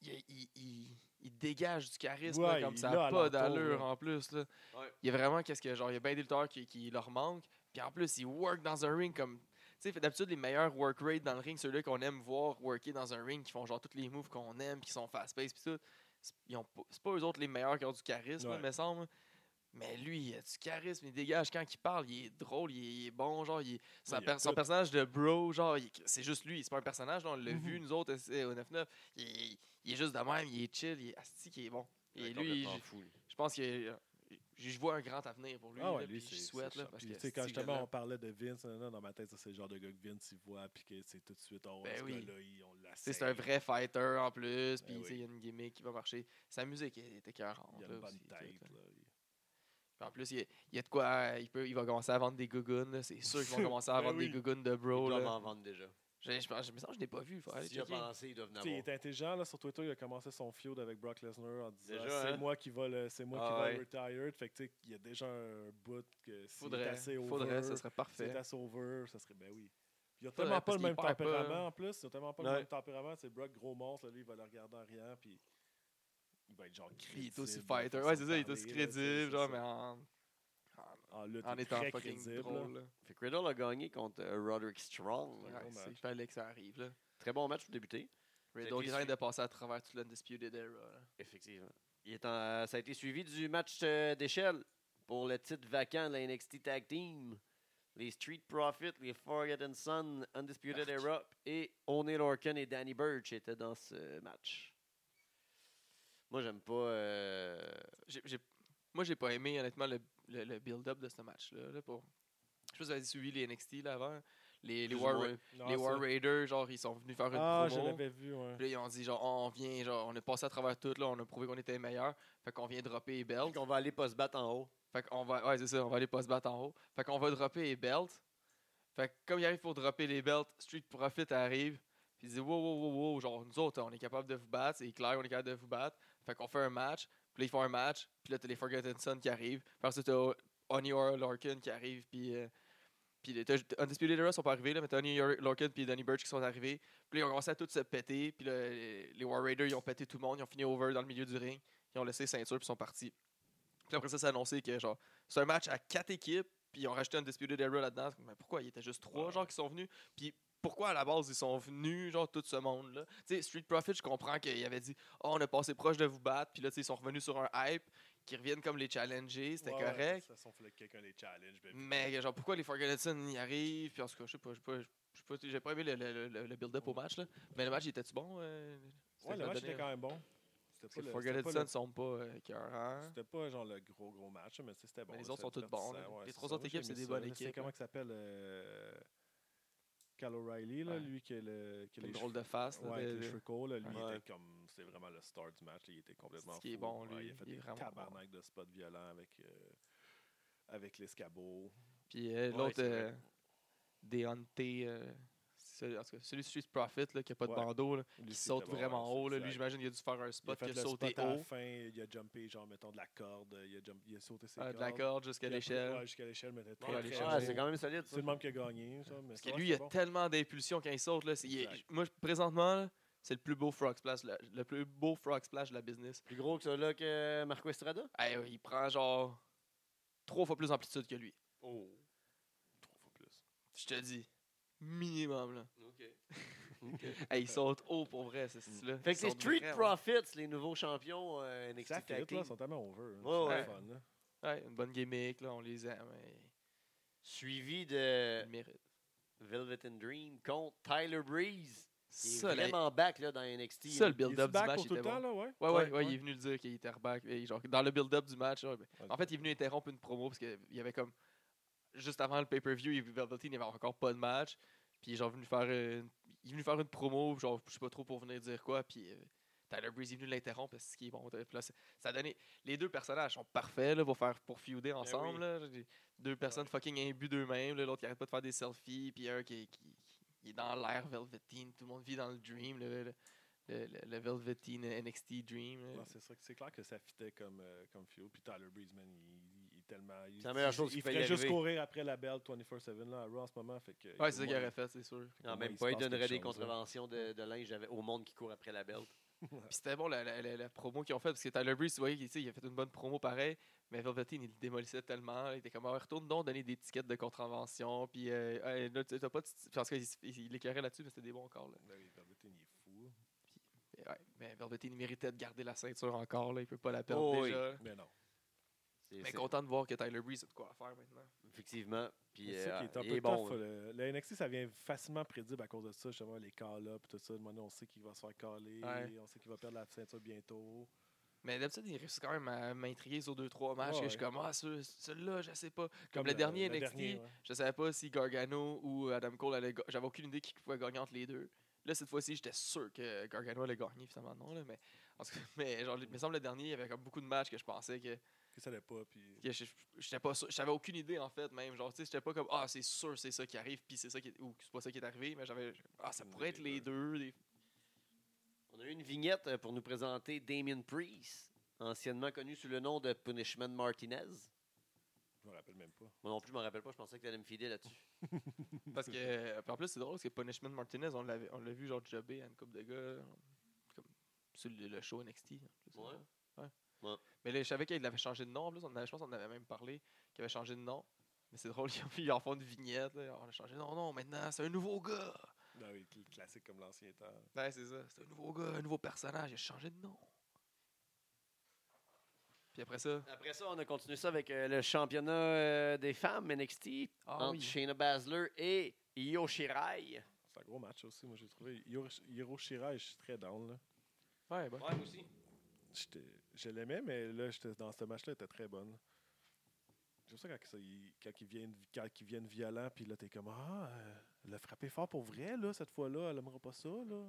[SPEAKER 2] il y a- il- il- il dégage du charisme
[SPEAKER 3] Ouais,
[SPEAKER 2] là, comme
[SPEAKER 3] il
[SPEAKER 2] ça,
[SPEAKER 3] l'a
[SPEAKER 2] a
[SPEAKER 3] à
[SPEAKER 2] pas
[SPEAKER 3] l'entour,
[SPEAKER 2] d'allure
[SPEAKER 3] là.
[SPEAKER 2] en plus. Là.
[SPEAKER 1] Ouais.
[SPEAKER 2] Il y a vraiment qu'est-ce que genre, il y a bien des lutteurs qui, qui leur manquent, puis en plus, ils work dans un ring comme. Tu sais, fait d'habitude, les meilleurs work rates dans le ring, ceux-là qu'on aime voir worker dans un ring, qui font genre tous les moves qu'on aime, puis qui sont fast-paced, puis tout. c'est- ils ont pas- C'est pas eux autres les meilleurs qui ont du charisme, là,
[SPEAKER 3] Ouais.
[SPEAKER 2] me semble. Mais lui, il a du charisme, il dégage quand il parle, il est drôle, il est, il est bon, genre, il est- sa
[SPEAKER 3] il a
[SPEAKER 2] per- son
[SPEAKER 3] tout.
[SPEAKER 2] personnage de bro, genre, il- c'est juste lui, c'est pas un personnage, là, on l'a
[SPEAKER 3] Mhm.
[SPEAKER 2] vu, nous autres, euh, au 9-9, il, est- il est juste de même, il est chill, il est asti, il est bon.
[SPEAKER 1] Il
[SPEAKER 2] Et
[SPEAKER 1] est
[SPEAKER 2] lui,
[SPEAKER 1] complètement
[SPEAKER 2] je-
[SPEAKER 1] fou. lui.
[SPEAKER 2] je pense que euh, je je vois un grand avenir pour lui,
[SPEAKER 3] Ah ouais,
[SPEAKER 2] là,
[SPEAKER 3] lui,
[SPEAKER 2] puis
[SPEAKER 3] c'est.
[SPEAKER 2] je
[SPEAKER 3] c'est
[SPEAKER 2] souhaite, là,
[SPEAKER 3] sharp.
[SPEAKER 2] parce
[SPEAKER 3] Puis,
[SPEAKER 2] que
[SPEAKER 3] tu sais,
[SPEAKER 2] asti
[SPEAKER 3] quand
[SPEAKER 2] que
[SPEAKER 3] justement
[SPEAKER 2] là-
[SPEAKER 3] on parlait de Vince, nan, nan, dans ma tête, ça, c'est le genre de gars que Vince il voit, puis que c'est tout de suite, oh,
[SPEAKER 2] Ben
[SPEAKER 3] ce
[SPEAKER 2] oui.
[SPEAKER 3] gars-là, il- on l'a
[SPEAKER 2] tu sais, c'est un vrai fighter en plus, puis
[SPEAKER 3] Ben
[SPEAKER 2] tu sais, il y a une gimmick qui va marcher. Sa musique elle est écœurante.
[SPEAKER 3] Il a
[SPEAKER 2] là,
[SPEAKER 3] une bonne
[SPEAKER 2] aussi, tout, là.
[SPEAKER 3] tête. là.
[SPEAKER 2] Puis en plus, il y a, il y a de quoi. euh, Il, peut, il va commencer à vendre des gougounes. là, C'est sûr qu'ils vont commencer à
[SPEAKER 3] Ben
[SPEAKER 2] vendre
[SPEAKER 3] oui.
[SPEAKER 2] des gougounes de
[SPEAKER 1] Il
[SPEAKER 2] bro.
[SPEAKER 1] doit
[SPEAKER 2] Là.
[SPEAKER 1] m'en vendre déjà.
[SPEAKER 2] Je, je, pense- je me sens que je n'ai pas vu. Faut aller
[SPEAKER 1] Si j'ai
[SPEAKER 2] checker.
[SPEAKER 1] pensé, il doit venir
[SPEAKER 3] Tu sais, il est intelligent. Là, sur Twitter, il a commencé son feud avec Brock Lesnar en disant
[SPEAKER 1] Déjà,
[SPEAKER 3] C'est
[SPEAKER 1] hein?
[SPEAKER 3] moi qui va le, c'est moi
[SPEAKER 1] Ah
[SPEAKER 3] qui
[SPEAKER 1] ouais.
[SPEAKER 3] va retired. Fait que, tu sais, il y a déjà un bout que s'il est
[SPEAKER 2] Faudrait,
[SPEAKER 3] assez over,
[SPEAKER 2] faudrait, ça serait
[SPEAKER 3] s'il est
[SPEAKER 2] parfait.
[SPEAKER 3] assez over, ça serait. Ben oui. Il a
[SPEAKER 2] Faudrait,
[SPEAKER 3] tellement pas
[SPEAKER 2] parce
[SPEAKER 3] le même
[SPEAKER 2] qu'il perd pas,
[SPEAKER 3] tempérament
[SPEAKER 2] hein.
[SPEAKER 3] en plus. Il a tellement pas le
[SPEAKER 1] Ouais.
[SPEAKER 3] même tempérament. C'est Brock, gros monstre. là, lui, il va le regarder en riant. Puis il va être genre crédible.
[SPEAKER 2] Il est aussi
[SPEAKER 3] de
[SPEAKER 2] fighter.
[SPEAKER 3] façon
[SPEAKER 2] Ouais,
[SPEAKER 3] de
[SPEAKER 2] c'est ça, il est aussi
[SPEAKER 3] parler, là, tu sais, c'est
[SPEAKER 2] crédible, genre,
[SPEAKER 3] ça.
[SPEAKER 2] mais en,
[SPEAKER 3] En lutte,
[SPEAKER 2] en
[SPEAKER 3] il est
[SPEAKER 2] étant
[SPEAKER 3] très
[SPEAKER 2] fucking
[SPEAKER 3] crédible. là.
[SPEAKER 2] drôle. Là.
[SPEAKER 1] Fait que Riddle a gagné contre euh, Roderick Strong.
[SPEAKER 3] Ouais.
[SPEAKER 2] Ouais,
[SPEAKER 3] gros
[SPEAKER 2] c'est-
[SPEAKER 3] match.
[SPEAKER 2] fallait que ça arrive. Là.
[SPEAKER 1] Très bon match pour débuter.
[SPEAKER 2] Riddle,
[SPEAKER 1] été
[SPEAKER 2] il vient
[SPEAKER 1] su-
[SPEAKER 2] de passer à travers toute l'Undisputed Era. là.
[SPEAKER 1] Effectivement. Il est en- euh, ça a été suivi du match euh, d'échelle pour le titre vacant de la NXT Tag Team. Les Street Profits, les Forgotten Sun, Undisputed
[SPEAKER 2] Arc.
[SPEAKER 1] Era et O'Neill Orton et Danny Burch étaient dans ce match. Moi, j'aime pas. euh,
[SPEAKER 2] J'ai- j'ai- moi, j'ai pas aimé, honnêtement, le, le- le build-up de ce match-là. là, pour... Je sais pas si vous avez suivi les NXT là, avant. Les, les,
[SPEAKER 1] plus ou
[SPEAKER 2] War,
[SPEAKER 1] moins.
[SPEAKER 3] Non,
[SPEAKER 2] les
[SPEAKER 3] ça-
[SPEAKER 2] War Raiders, genre, ils sont venus faire une
[SPEAKER 3] Ah, je
[SPEAKER 2] promo.
[SPEAKER 3] l'avais vu. ouais.
[SPEAKER 2] Puis là, ils ont dit, genre, on vient, genre, on est passé à travers tout, là, on a prouvé qu'on était les meilleurs. Fait qu'on vient dropper les belts.
[SPEAKER 1] Donc, on va aller pas se battre en haut.
[SPEAKER 2] Fait qu'on va, ouais, c'est ça, on va aller pas se battre en haut. Fait qu'on va dropper les belts. Fait que comme il arrive pour dropper les belts, Street Profit arrive. Puis il dit, wow, wow, wow, wow, genre, nous autres, on est capable de vous battre. C'est clair, on est capable de vous battre. Fait qu'on fait un match. Puis là, ils font un match. Puis là, t'as les Forgotten Son qui arrivent. Puis ensuite, t'as Oni Larkin qui arrive. Puis. euh, puis les- t'as- Undisputed Era sont pas arrivés, là, mais t'as Oni Larkin puis Danny Burch qui sont arrivés. Puis là, ils ont commencé à tous se péter. Puis là, les les War Raiders, ils ont pété tout le monde. Ils ont fini over dans le milieu du ring. Ils ont laissé ceinture, puis sont partis. Puis après ça, c'est annoncé que, genre, c'est un match à quatre équipes, puis ils ont rajouté un Disputed Era là-dedans. Mais pourquoi il était juste trois,
[SPEAKER 3] Ouais.
[SPEAKER 2] genre, qui sont venus? Puis pourquoi à la base ils sont venus, genre, tout ce monde-là? Tu sais, Street Profit, je comprends qu'il avait dit, oh, on a passé proche de vous battre, puis là, tu sais, ils sont revenus sur un hype, qui reviennent comme les challenger, c'était
[SPEAKER 3] Ouais, ouais,
[SPEAKER 2] correct.
[SPEAKER 3] De toute façon, il fallait que quelqu'un les challenge. ben,
[SPEAKER 2] Mais genre, pourquoi les Forgotten y arrivent? Puis en tout cas, je sais pas, je sais pas, je sais pas, j'ai pas aimé le, le- le- le build-up au match, là. Mais le match, il était-tu bon? euh,
[SPEAKER 3] Ouais,
[SPEAKER 2] Stéphane
[SPEAKER 3] le match
[SPEAKER 2] Denis?
[SPEAKER 3] était quand même bon. C'était
[SPEAKER 2] Parce que
[SPEAKER 3] le-
[SPEAKER 2] les
[SPEAKER 3] c'était
[SPEAKER 2] Forgotten
[SPEAKER 3] pas le-
[SPEAKER 2] ne sont pas euh, écœurants.
[SPEAKER 3] C'était pas genre le gros gros match, mais tu sais, c'était bon.
[SPEAKER 2] les
[SPEAKER 3] là,
[SPEAKER 2] autres sont
[SPEAKER 3] c'était
[SPEAKER 2] toutes bonnes, là.
[SPEAKER 3] divertissant,
[SPEAKER 2] Les
[SPEAKER 3] c'est
[SPEAKER 2] trois
[SPEAKER 3] ça.
[SPEAKER 2] autres
[SPEAKER 3] Moi,
[SPEAKER 2] équipes,
[SPEAKER 3] j'ai
[SPEAKER 2] c'est
[SPEAKER 3] aimé
[SPEAKER 2] des
[SPEAKER 3] ça,
[SPEAKER 2] bonnes
[SPEAKER 3] là. C'est
[SPEAKER 2] équipes,
[SPEAKER 3] comment il s'appelle euh, Cal O'Reilly, là,
[SPEAKER 2] Ouais.
[SPEAKER 3] lui qui est le. Qui a
[SPEAKER 2] Une
[SPEAKER 3] les
[SPEAKER 2] drôle
[SPEAKER 3] cheveux-
[SPEAKER 2] de face. là,
[SPEAKER 3] Ouais,
[SPEAKER 2] de-
[SPEAKER 3] avec les
[SPEAKER 2] de-
[SPEAKER 3] cheveux courts, là, lui, il
[SPEAKER 2] Ouais.
[SPEAKER 3] était comme. C'est vraiment le star du match, là, il était complètement.
[SPEAKER 2] Ce qui est
[SPEAKER 3] fou.
[SPEAKER 2] bon,
[SPEAKER 3] Ouais,
[SPEAKER 2] lui,
[SPEAKER 3] Il a fait
[SPEAKER 2] il est
[SPEAKER 3] des
[SPEAKER 2] vraiment bon.
[SPEAKER 3] tabarnak de spots violents avec. euh, Avec l'escabeau.
[SPEAKER 2] Puis euh,
[SPEAKER 1] Ouais,
[SPEAKER 2] l'autre,
[SPEAKER 1] c'est vrai.
[SPEAKER 2] euh, Deontay, euh, celui, en tout cas, celui de Street Profit, là, qui a pas de
[SPEAKER 3] Ouais.
[SPEAKER 2] bandeau, là,
[SPEAKER 3] Lui,
[SPEAKER 2] qui
[SPEAKER 3] c'était
[SPEAKER 2] saute
[SPEAKER 3] bon, ouais,
[SPEAKER 2] vraiment haut. Là.
[SPEAKER 3] exact.
[SPEAKER 2] Lui, j'imagine, il a dû faire un
[SPEAKER 3] il a
[SPEAKER 2] spot,
[SPEAKER 3] fait
[SPEAKER 2] qui a
[SPEAKER 3] le
[SPEAKER 2] sauté
[SPEAKER 3] spot à la
[SPEAKER 2] haut, euh,
[SPEAKER 3] fin, il a jumpé, genre, mettons, de la corde, il a, jump- il a sauté ses
[SPEAKER 2] euh,
[SPEAKER 3] cordes.
[SPEAKER 2] de la corde jusqu'à
[SPEAKER 3] puis après,
[SPEAKER 2] l'échelle.
[SPEAKER 3] ouais, jusqu'à l'échelle, mais était
[SPEAKER 2] Pour
[SPEAKER 3] très,
[SPEAKER 2] aller
[SPEAKER 3] très
[SPEAKER 2] chercher.
[SPEAKER 1] Ah,
[SPEAKER 3] haut.
[SPEAKER 1] c'est quand même solide. ça.
[SPEAKER 3] C'est le même qui a gagné. Ça, mais
[SPEAKER 2] Parce
[SPEAKER 3] ça
[SPEAKER 2] que
[SPEAKER 3] va,
[SPEAKER 2] lui, il
[SPEAKER 3] c'était
[SPEAKER 2] a
[SPEAKER 3] bon.
[SPEAKER 2] tellement d'impulsion quand il saute. Là, c'est- il est-
[SPEAKER 3] Exact.
[SPEAKER 2] moi, je- présentement, là, C'est le plus beau frog splash, le, le plus beau frog splash de la business.
[SPEAKER 1] Plus gros que celui-là que Marco Estrada?
[SPEAKER 2] Eh oui, il prend genre trois fois plus d'amplitude que lui.
[SPEAKER 3] Oh. Trois fois plus.
[SPEAKER 2] Je te dis. Minimum, là.
[SPEAKER 1] OK.
[SPEAKER 2] Eh, ils sautent haut pour vrai, ces
[SPEAKER 3] Mm.
[SPEAKER 2] là
[SPEAKER 1] Fait que c'est Street Profits, les nouveaux champions euh, NXT
[SPEAKER 3] Ça
[SPEAKER 1] Tag
[SPEAKER 3] fait
[SPEAKER 1] Team.
[SPEAKER 3] là, sont tellement over. hein.
[SPEAKER 1] Ouais,
[SPEAKER 2] ouais.
[SPEAKER 3] C'est le fun, là.
[SPEAKER 2] Ouais, une bonne gimmick, là, on les aime. eh,
[SPEAKER 1] Suivi
[SPEAKER 2] Ils
[SPEAKER 3] Euh,
[SPEAKER 1] de
[SPEAKER 2] le méritent.
[SPEAKER 1] Velvet and Dream contre Tyler Breeze. Il est
[SPEAKER 2] Ça, la-
[SPEAKER 1] vraiment back là, dans NXT.
[SPEAKER 2] ça, le
[SPEAKER 3] Il est
[SPEAKER 2] build-up du
[SPEAKER 3] back
[SPEAKER 2] match
[SPEAKER 3] pour tout
[SPEAKER 2] était
[SPEAKER 3] le temps, là,
[SPEAKER 2] bon.
[SPEAKER 3] ouais.
[SPEAKER 2] Ouais, ouais, ouais, il est venu le dire qu'il était reback. Et genre, dans le build-up du match, genre, ben, en fait, il est venu interrompre une promo parce qu'il y avait comme. Juste avant le pay-per-view, il- Velveteen, il n'y avait encore pas de match. Puis, genre, venu faire une, il est venu faire une promo, genre, je sais pas trop pour venir dire quoi. Puis, euh, Tyler Breeze est venu l'interrompre parce qu'il est bon. Puis là, ça- ça a donné. Les deux personnages sont parfaits là, pour, faire, pour feuder ensemble. là. J'ai- Deux personnes fucking imbues d'eux-mêmes. là, L'autre qui arrête pas de faire des selfies. Puis, un qui, qui- qui est dans l'air Velveteen. Tout le monde vit dans le dream. Le, le, le- le- le Velveteen NXT Dream. là.
[SPEAKER 3] Non, c'est sûr que c'est clair que ça fitait comme, euh, comme Fuel. Puis Tyler Breeze, man, il, il est tellement. il-
[SPEAKER 1] C'est la meilleure
[SPEAKER 3] il-
[SPEAKER 1] chose qui
[SPEAKER 3] Il
[SPEAKER 1] peut y
[SPEAKER 3] ferait juste
[SPEAKER 1] arriver.
[SPEAKER 3] courir après la belle 24-7 là, à Raw en ce moment. Fait que,
[SPEAKER 2] Ouais, c'est ça
[SPEAKER 3] au
[SPEAKER 2] qu'il
[SPEAKER 3] moins-
[SPEAKER 2] aurait fait, c'est sûr.
[SPEAKER 1] Non,
[SPEAKER 3] Au moins,
[SPEAKER 1] même
[SPEAKER 3] il se
[SPEAKER 1] pas, il
[SPEAKER 3] passe
[SPEAKER 1] donnerait
[SPEAKER 3] quelque
[SPEAKER 1] des
[SPEAKER 3] chose, là.
[SPEAKER 1] contraventions de, de linge avec- au monde qui court après la belt.
[SPEAKER 2] Puis c'était bon la, la- la- la promo qu'ils ont faite, parce que Tyler Breeze, vous voyez, tu sais, il a fait une bonne promo pareil, mais Velveteen, il le démolissait tellement. Il était comme, Ah, retourne donc donner des tickets de contravention. Puis euh, Ah, là, tu- t'as pas de sti- Puis en tout cas, il, s- il- il éclairait là-dessus, mais c'était des bons corps. Là.
[SPEAKER 3] Ben oui, Velveteen, il est fou.
[SPEAKER 2] Mais, ouais, mais Velveteen il méritait de garder la ceinture encore. Là. Il peut pas la perdre
[SPEAKER 1] Oh oui.
[SPEAKER 2] déjà.
[SPEAKER 3] Mais non.
[SPEAKER 1] C'est-
[SPEAKER 2] Mais
[SPEAKER 1] c'est-
[SPEAKER 2] content de voir que Tyler Breeze a de quoi faire maintenant.
[SPEAKER 1] Effectivement. Puis,
[SPEAKER 3] C'est ça qui
[SPEAKER 1] euh,
[SPEAKER 3] est un
[SPEAKER 1] il
[SPEAKER 3] peu
[SPEAKER 1] est bon.
[SPEAKER 3] tough.
[SPEAKER 1] là.
[SPEAKER 3] Le, le NXT, ça vient facilement prédire à cause de ça, justement, les call-ups, tout ça. Maintenant, on sait qu'il va se faire caler,
[SPEAKER 2] Ouais.
[SPEAKER 3] on sait qu'il va perdre la ceinture bientôt.
[SPEAKER 2] Mais d'habitude, il réussit quand même à m'intriguer sur deux, trois matchs.
[SPEAKER 3] Ouais,
[SPEAKER 2] et je suis
[SPEAKER 3] ouais.
[SPEAKER 2] comme, ah, ce- celui-là, je sais pas. Comme, le,
[SPEAKER 3] le-
[SPEAKER 2] dernier
[SPEAKER 3] le
[SPEAKER 2] NXT,
[SPEAKER 3] dernier, ouais.
[SPEAKER 2] je savais pas si Gargano ou Adam Cole allaient. ga- J'avais aucune idée qui pouvait gagner entre les deux. Là, cette fois-ci, j'étais sûr que Gargano allait gagner, finalement, non. Là, mais, en tout cas, mais genre, il me semble le dernier, il y avait comme beaucoup de matchs que je pensais que.
[SPEAKER 3] Que ça l'est pas. Puis...
[SPEAKER 2] que je- j'étais pas sûr- J'avais aucune idée, en fait, même. Genre, tu sais, j'étais pas comme, ah, c'est sûr, c'est ça qui arrive, puis c'est ça qui. est- Ou c'est pas ça qui est arrivé, mais j'avais. Ah, ça
[SPEAKER 3] Aucune
[SPEAKER 2] pourrait être
[SPEAKER 3] idée des
[SPEAKER 2] les deux. des-
[SPEAKER 1] On a eu une vignette euh, pour nous présenter Damien Priest, anciennement connu sous le nom de Punishment Martinez.
[SPEAKER 3] Je me rappelle même pas.
[SPEAKER 1] Moi non plus, je m'en rappelle pas, je pensais que tu allais me filer là-dessus.
[SPEAKER 2] Parce que, euh, puis en plus, c'est drôle parce que Punishment Martinez, on l'avait- on l'a vu genre jobber à une coupe de gars, euh, comme sur le, le show NXT. hein, je sais
[SPEAKER 1] Ouais.
[SPEAKER 2] pas. Ouais.
[SPEAKER 1] Ouais.
[SPEAKER 2] Mais là, je savais qu'il avait changé de nom. En plus, on avait, je pense qu'on en avait même parlé qu'il avait changé de nom. Mais c'est drôle, ils ont fait- ils en font une vignette. là, on a changé de nom. Non, maintenant, c'est un nouveau gars.
[SPEAKER 3] Non, Ben oui, cl- classique comme l'ancien temps.
[SPEAKER 2] Ouais, c'est ça. C'est un nouveau gars, un nouveau personnage. Il a changé de nom. Puis après ça,
[SPEAKER 1] Après ça, on a continué ça avec euh, le championnat euh, des femmes NXT
[SPEAKER 2] ah
[SPEAKER 1] entre
[SPEAKER 2] oui.
[SPEAKER 1] Shayna Baszler et Io Shirai.
[SPEAKER 3] C'est un gros match aussi, moi, j'ai trouvé. Hiro Hiro Shirai, je suis très down. Là.
[SPEAKER 2] Ouais, bon.
[SPEAKER 1] aussi.
[SPEAKER 3] J'étais- Je l'aimais, mais là, j'étais- dans ce match-là, elle était très bonne. J'aime ça quand, ça- ils- quand ils, viennent, quand ils viennent violents, puis là, t'es comme Ah, euh, elle a frappé fort pour vrai, là, cette fois-là, elle aimera pas ça, là.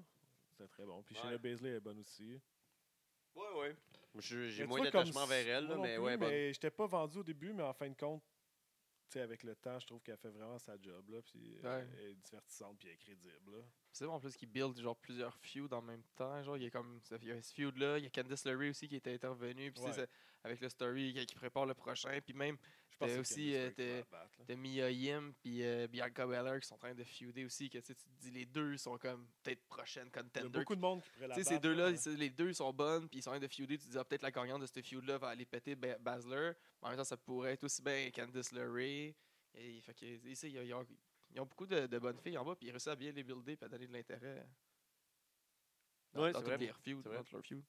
[SPEAKER 3] C'était très bon. Puis
[SPEAKER 1] Ouais.
[SPEAKER 3] Shayna Baszler est bonne aussi.
[SPEAKER 1] Ouais, ouais. Je- J'ai
[SPEAKER 3] Mais
[SPEAKER 1] moins
[SPEAKER 3] tu vois, comme
[SPEAKER 1] d'attachement
[SPEAKER 3] si-
[SPEAKER 1] vers elle, là,
[SPEAKER 3] moi non
[SPEAKER 1] mais
[SPEAKER 3] plus,
[SPEAKER 1] ouais, bonne.
[SPEAKER 3] mais j'étais pas vendu au début, mais en fin de compte, tu sais, avec le temps, je trouve qu'elle fait vraiment sa job, là, puis euh,
[SPEAKER 2] Ouais.
[SPEAKER 3] elle est divertissante, puis elle est crédible, là.
[SPEAKER 2] C'est bon, en plus, qu'il build genre plusieurs feuds en même temps. Genre, il y a comme ça- il y a ce feud là, il y a Candice LeRae aussi qui était intervenue, puis tu sais,
[SPEAKER 3] Ouais.
[SPEAKER 2] ça- avec le story qui, qui prépare le prochain, puis même
[SPEAKER 3] Je
[SPEAKER 2] T'as
[SPEAKER 3] que c'est
[SPEAKER 2] aussi,
[SPEAKER 3] Candice
[SPEAKER 2] euh,
[SPEAKER 3] Berg qui va
[SPEAKER 2] t'es-
[SPEAKER 3] la battre, là.
[SPEAKER 2] t'as Mia Yim puis euh, Bianca Belair qui sont en train de feuder aussi, que tu sais, tu te dis les deux sont comme peut-être prochaines
[SPEAKER 3] Il y a
[SPEAKER 2] contenders.
[SPEAKER 3] beaucoup de monde qui pourrait la
[SPEAKER 2] Tu sais,
[SPEAKER 3] battre.
[SPEAKER 2] ces deux-là,
[SPEAKER 3] ouais.
[SPEAKER 2] c'est- les deux sont bonnes, puis ils sont en train de feuder, tu te dis ah, peut-être la gagnante de ce feud-là va aller péter Ba- Basler, mais en même temps, ça pourrait être aussi bien Candice LeRae. Et, fait que, tu sais, ils ont- ils ont- ils ont beaucoup de, de bonnes filles en bas, puis ils réussissent à bien les builder et à donner de l'intérêt. Dans,
[SPEAKER 1] Ouais,
[SPEAKER 2] dans
[SPEAKER 1] c'est
[SPEAKER 2] toutes
[SPEAKER 1] vrai.
[SPEAKER 2] les refeuds,
[SPEAKER 1] C'est vrai.
[SPEAKER 2] dans tous leurs feuds.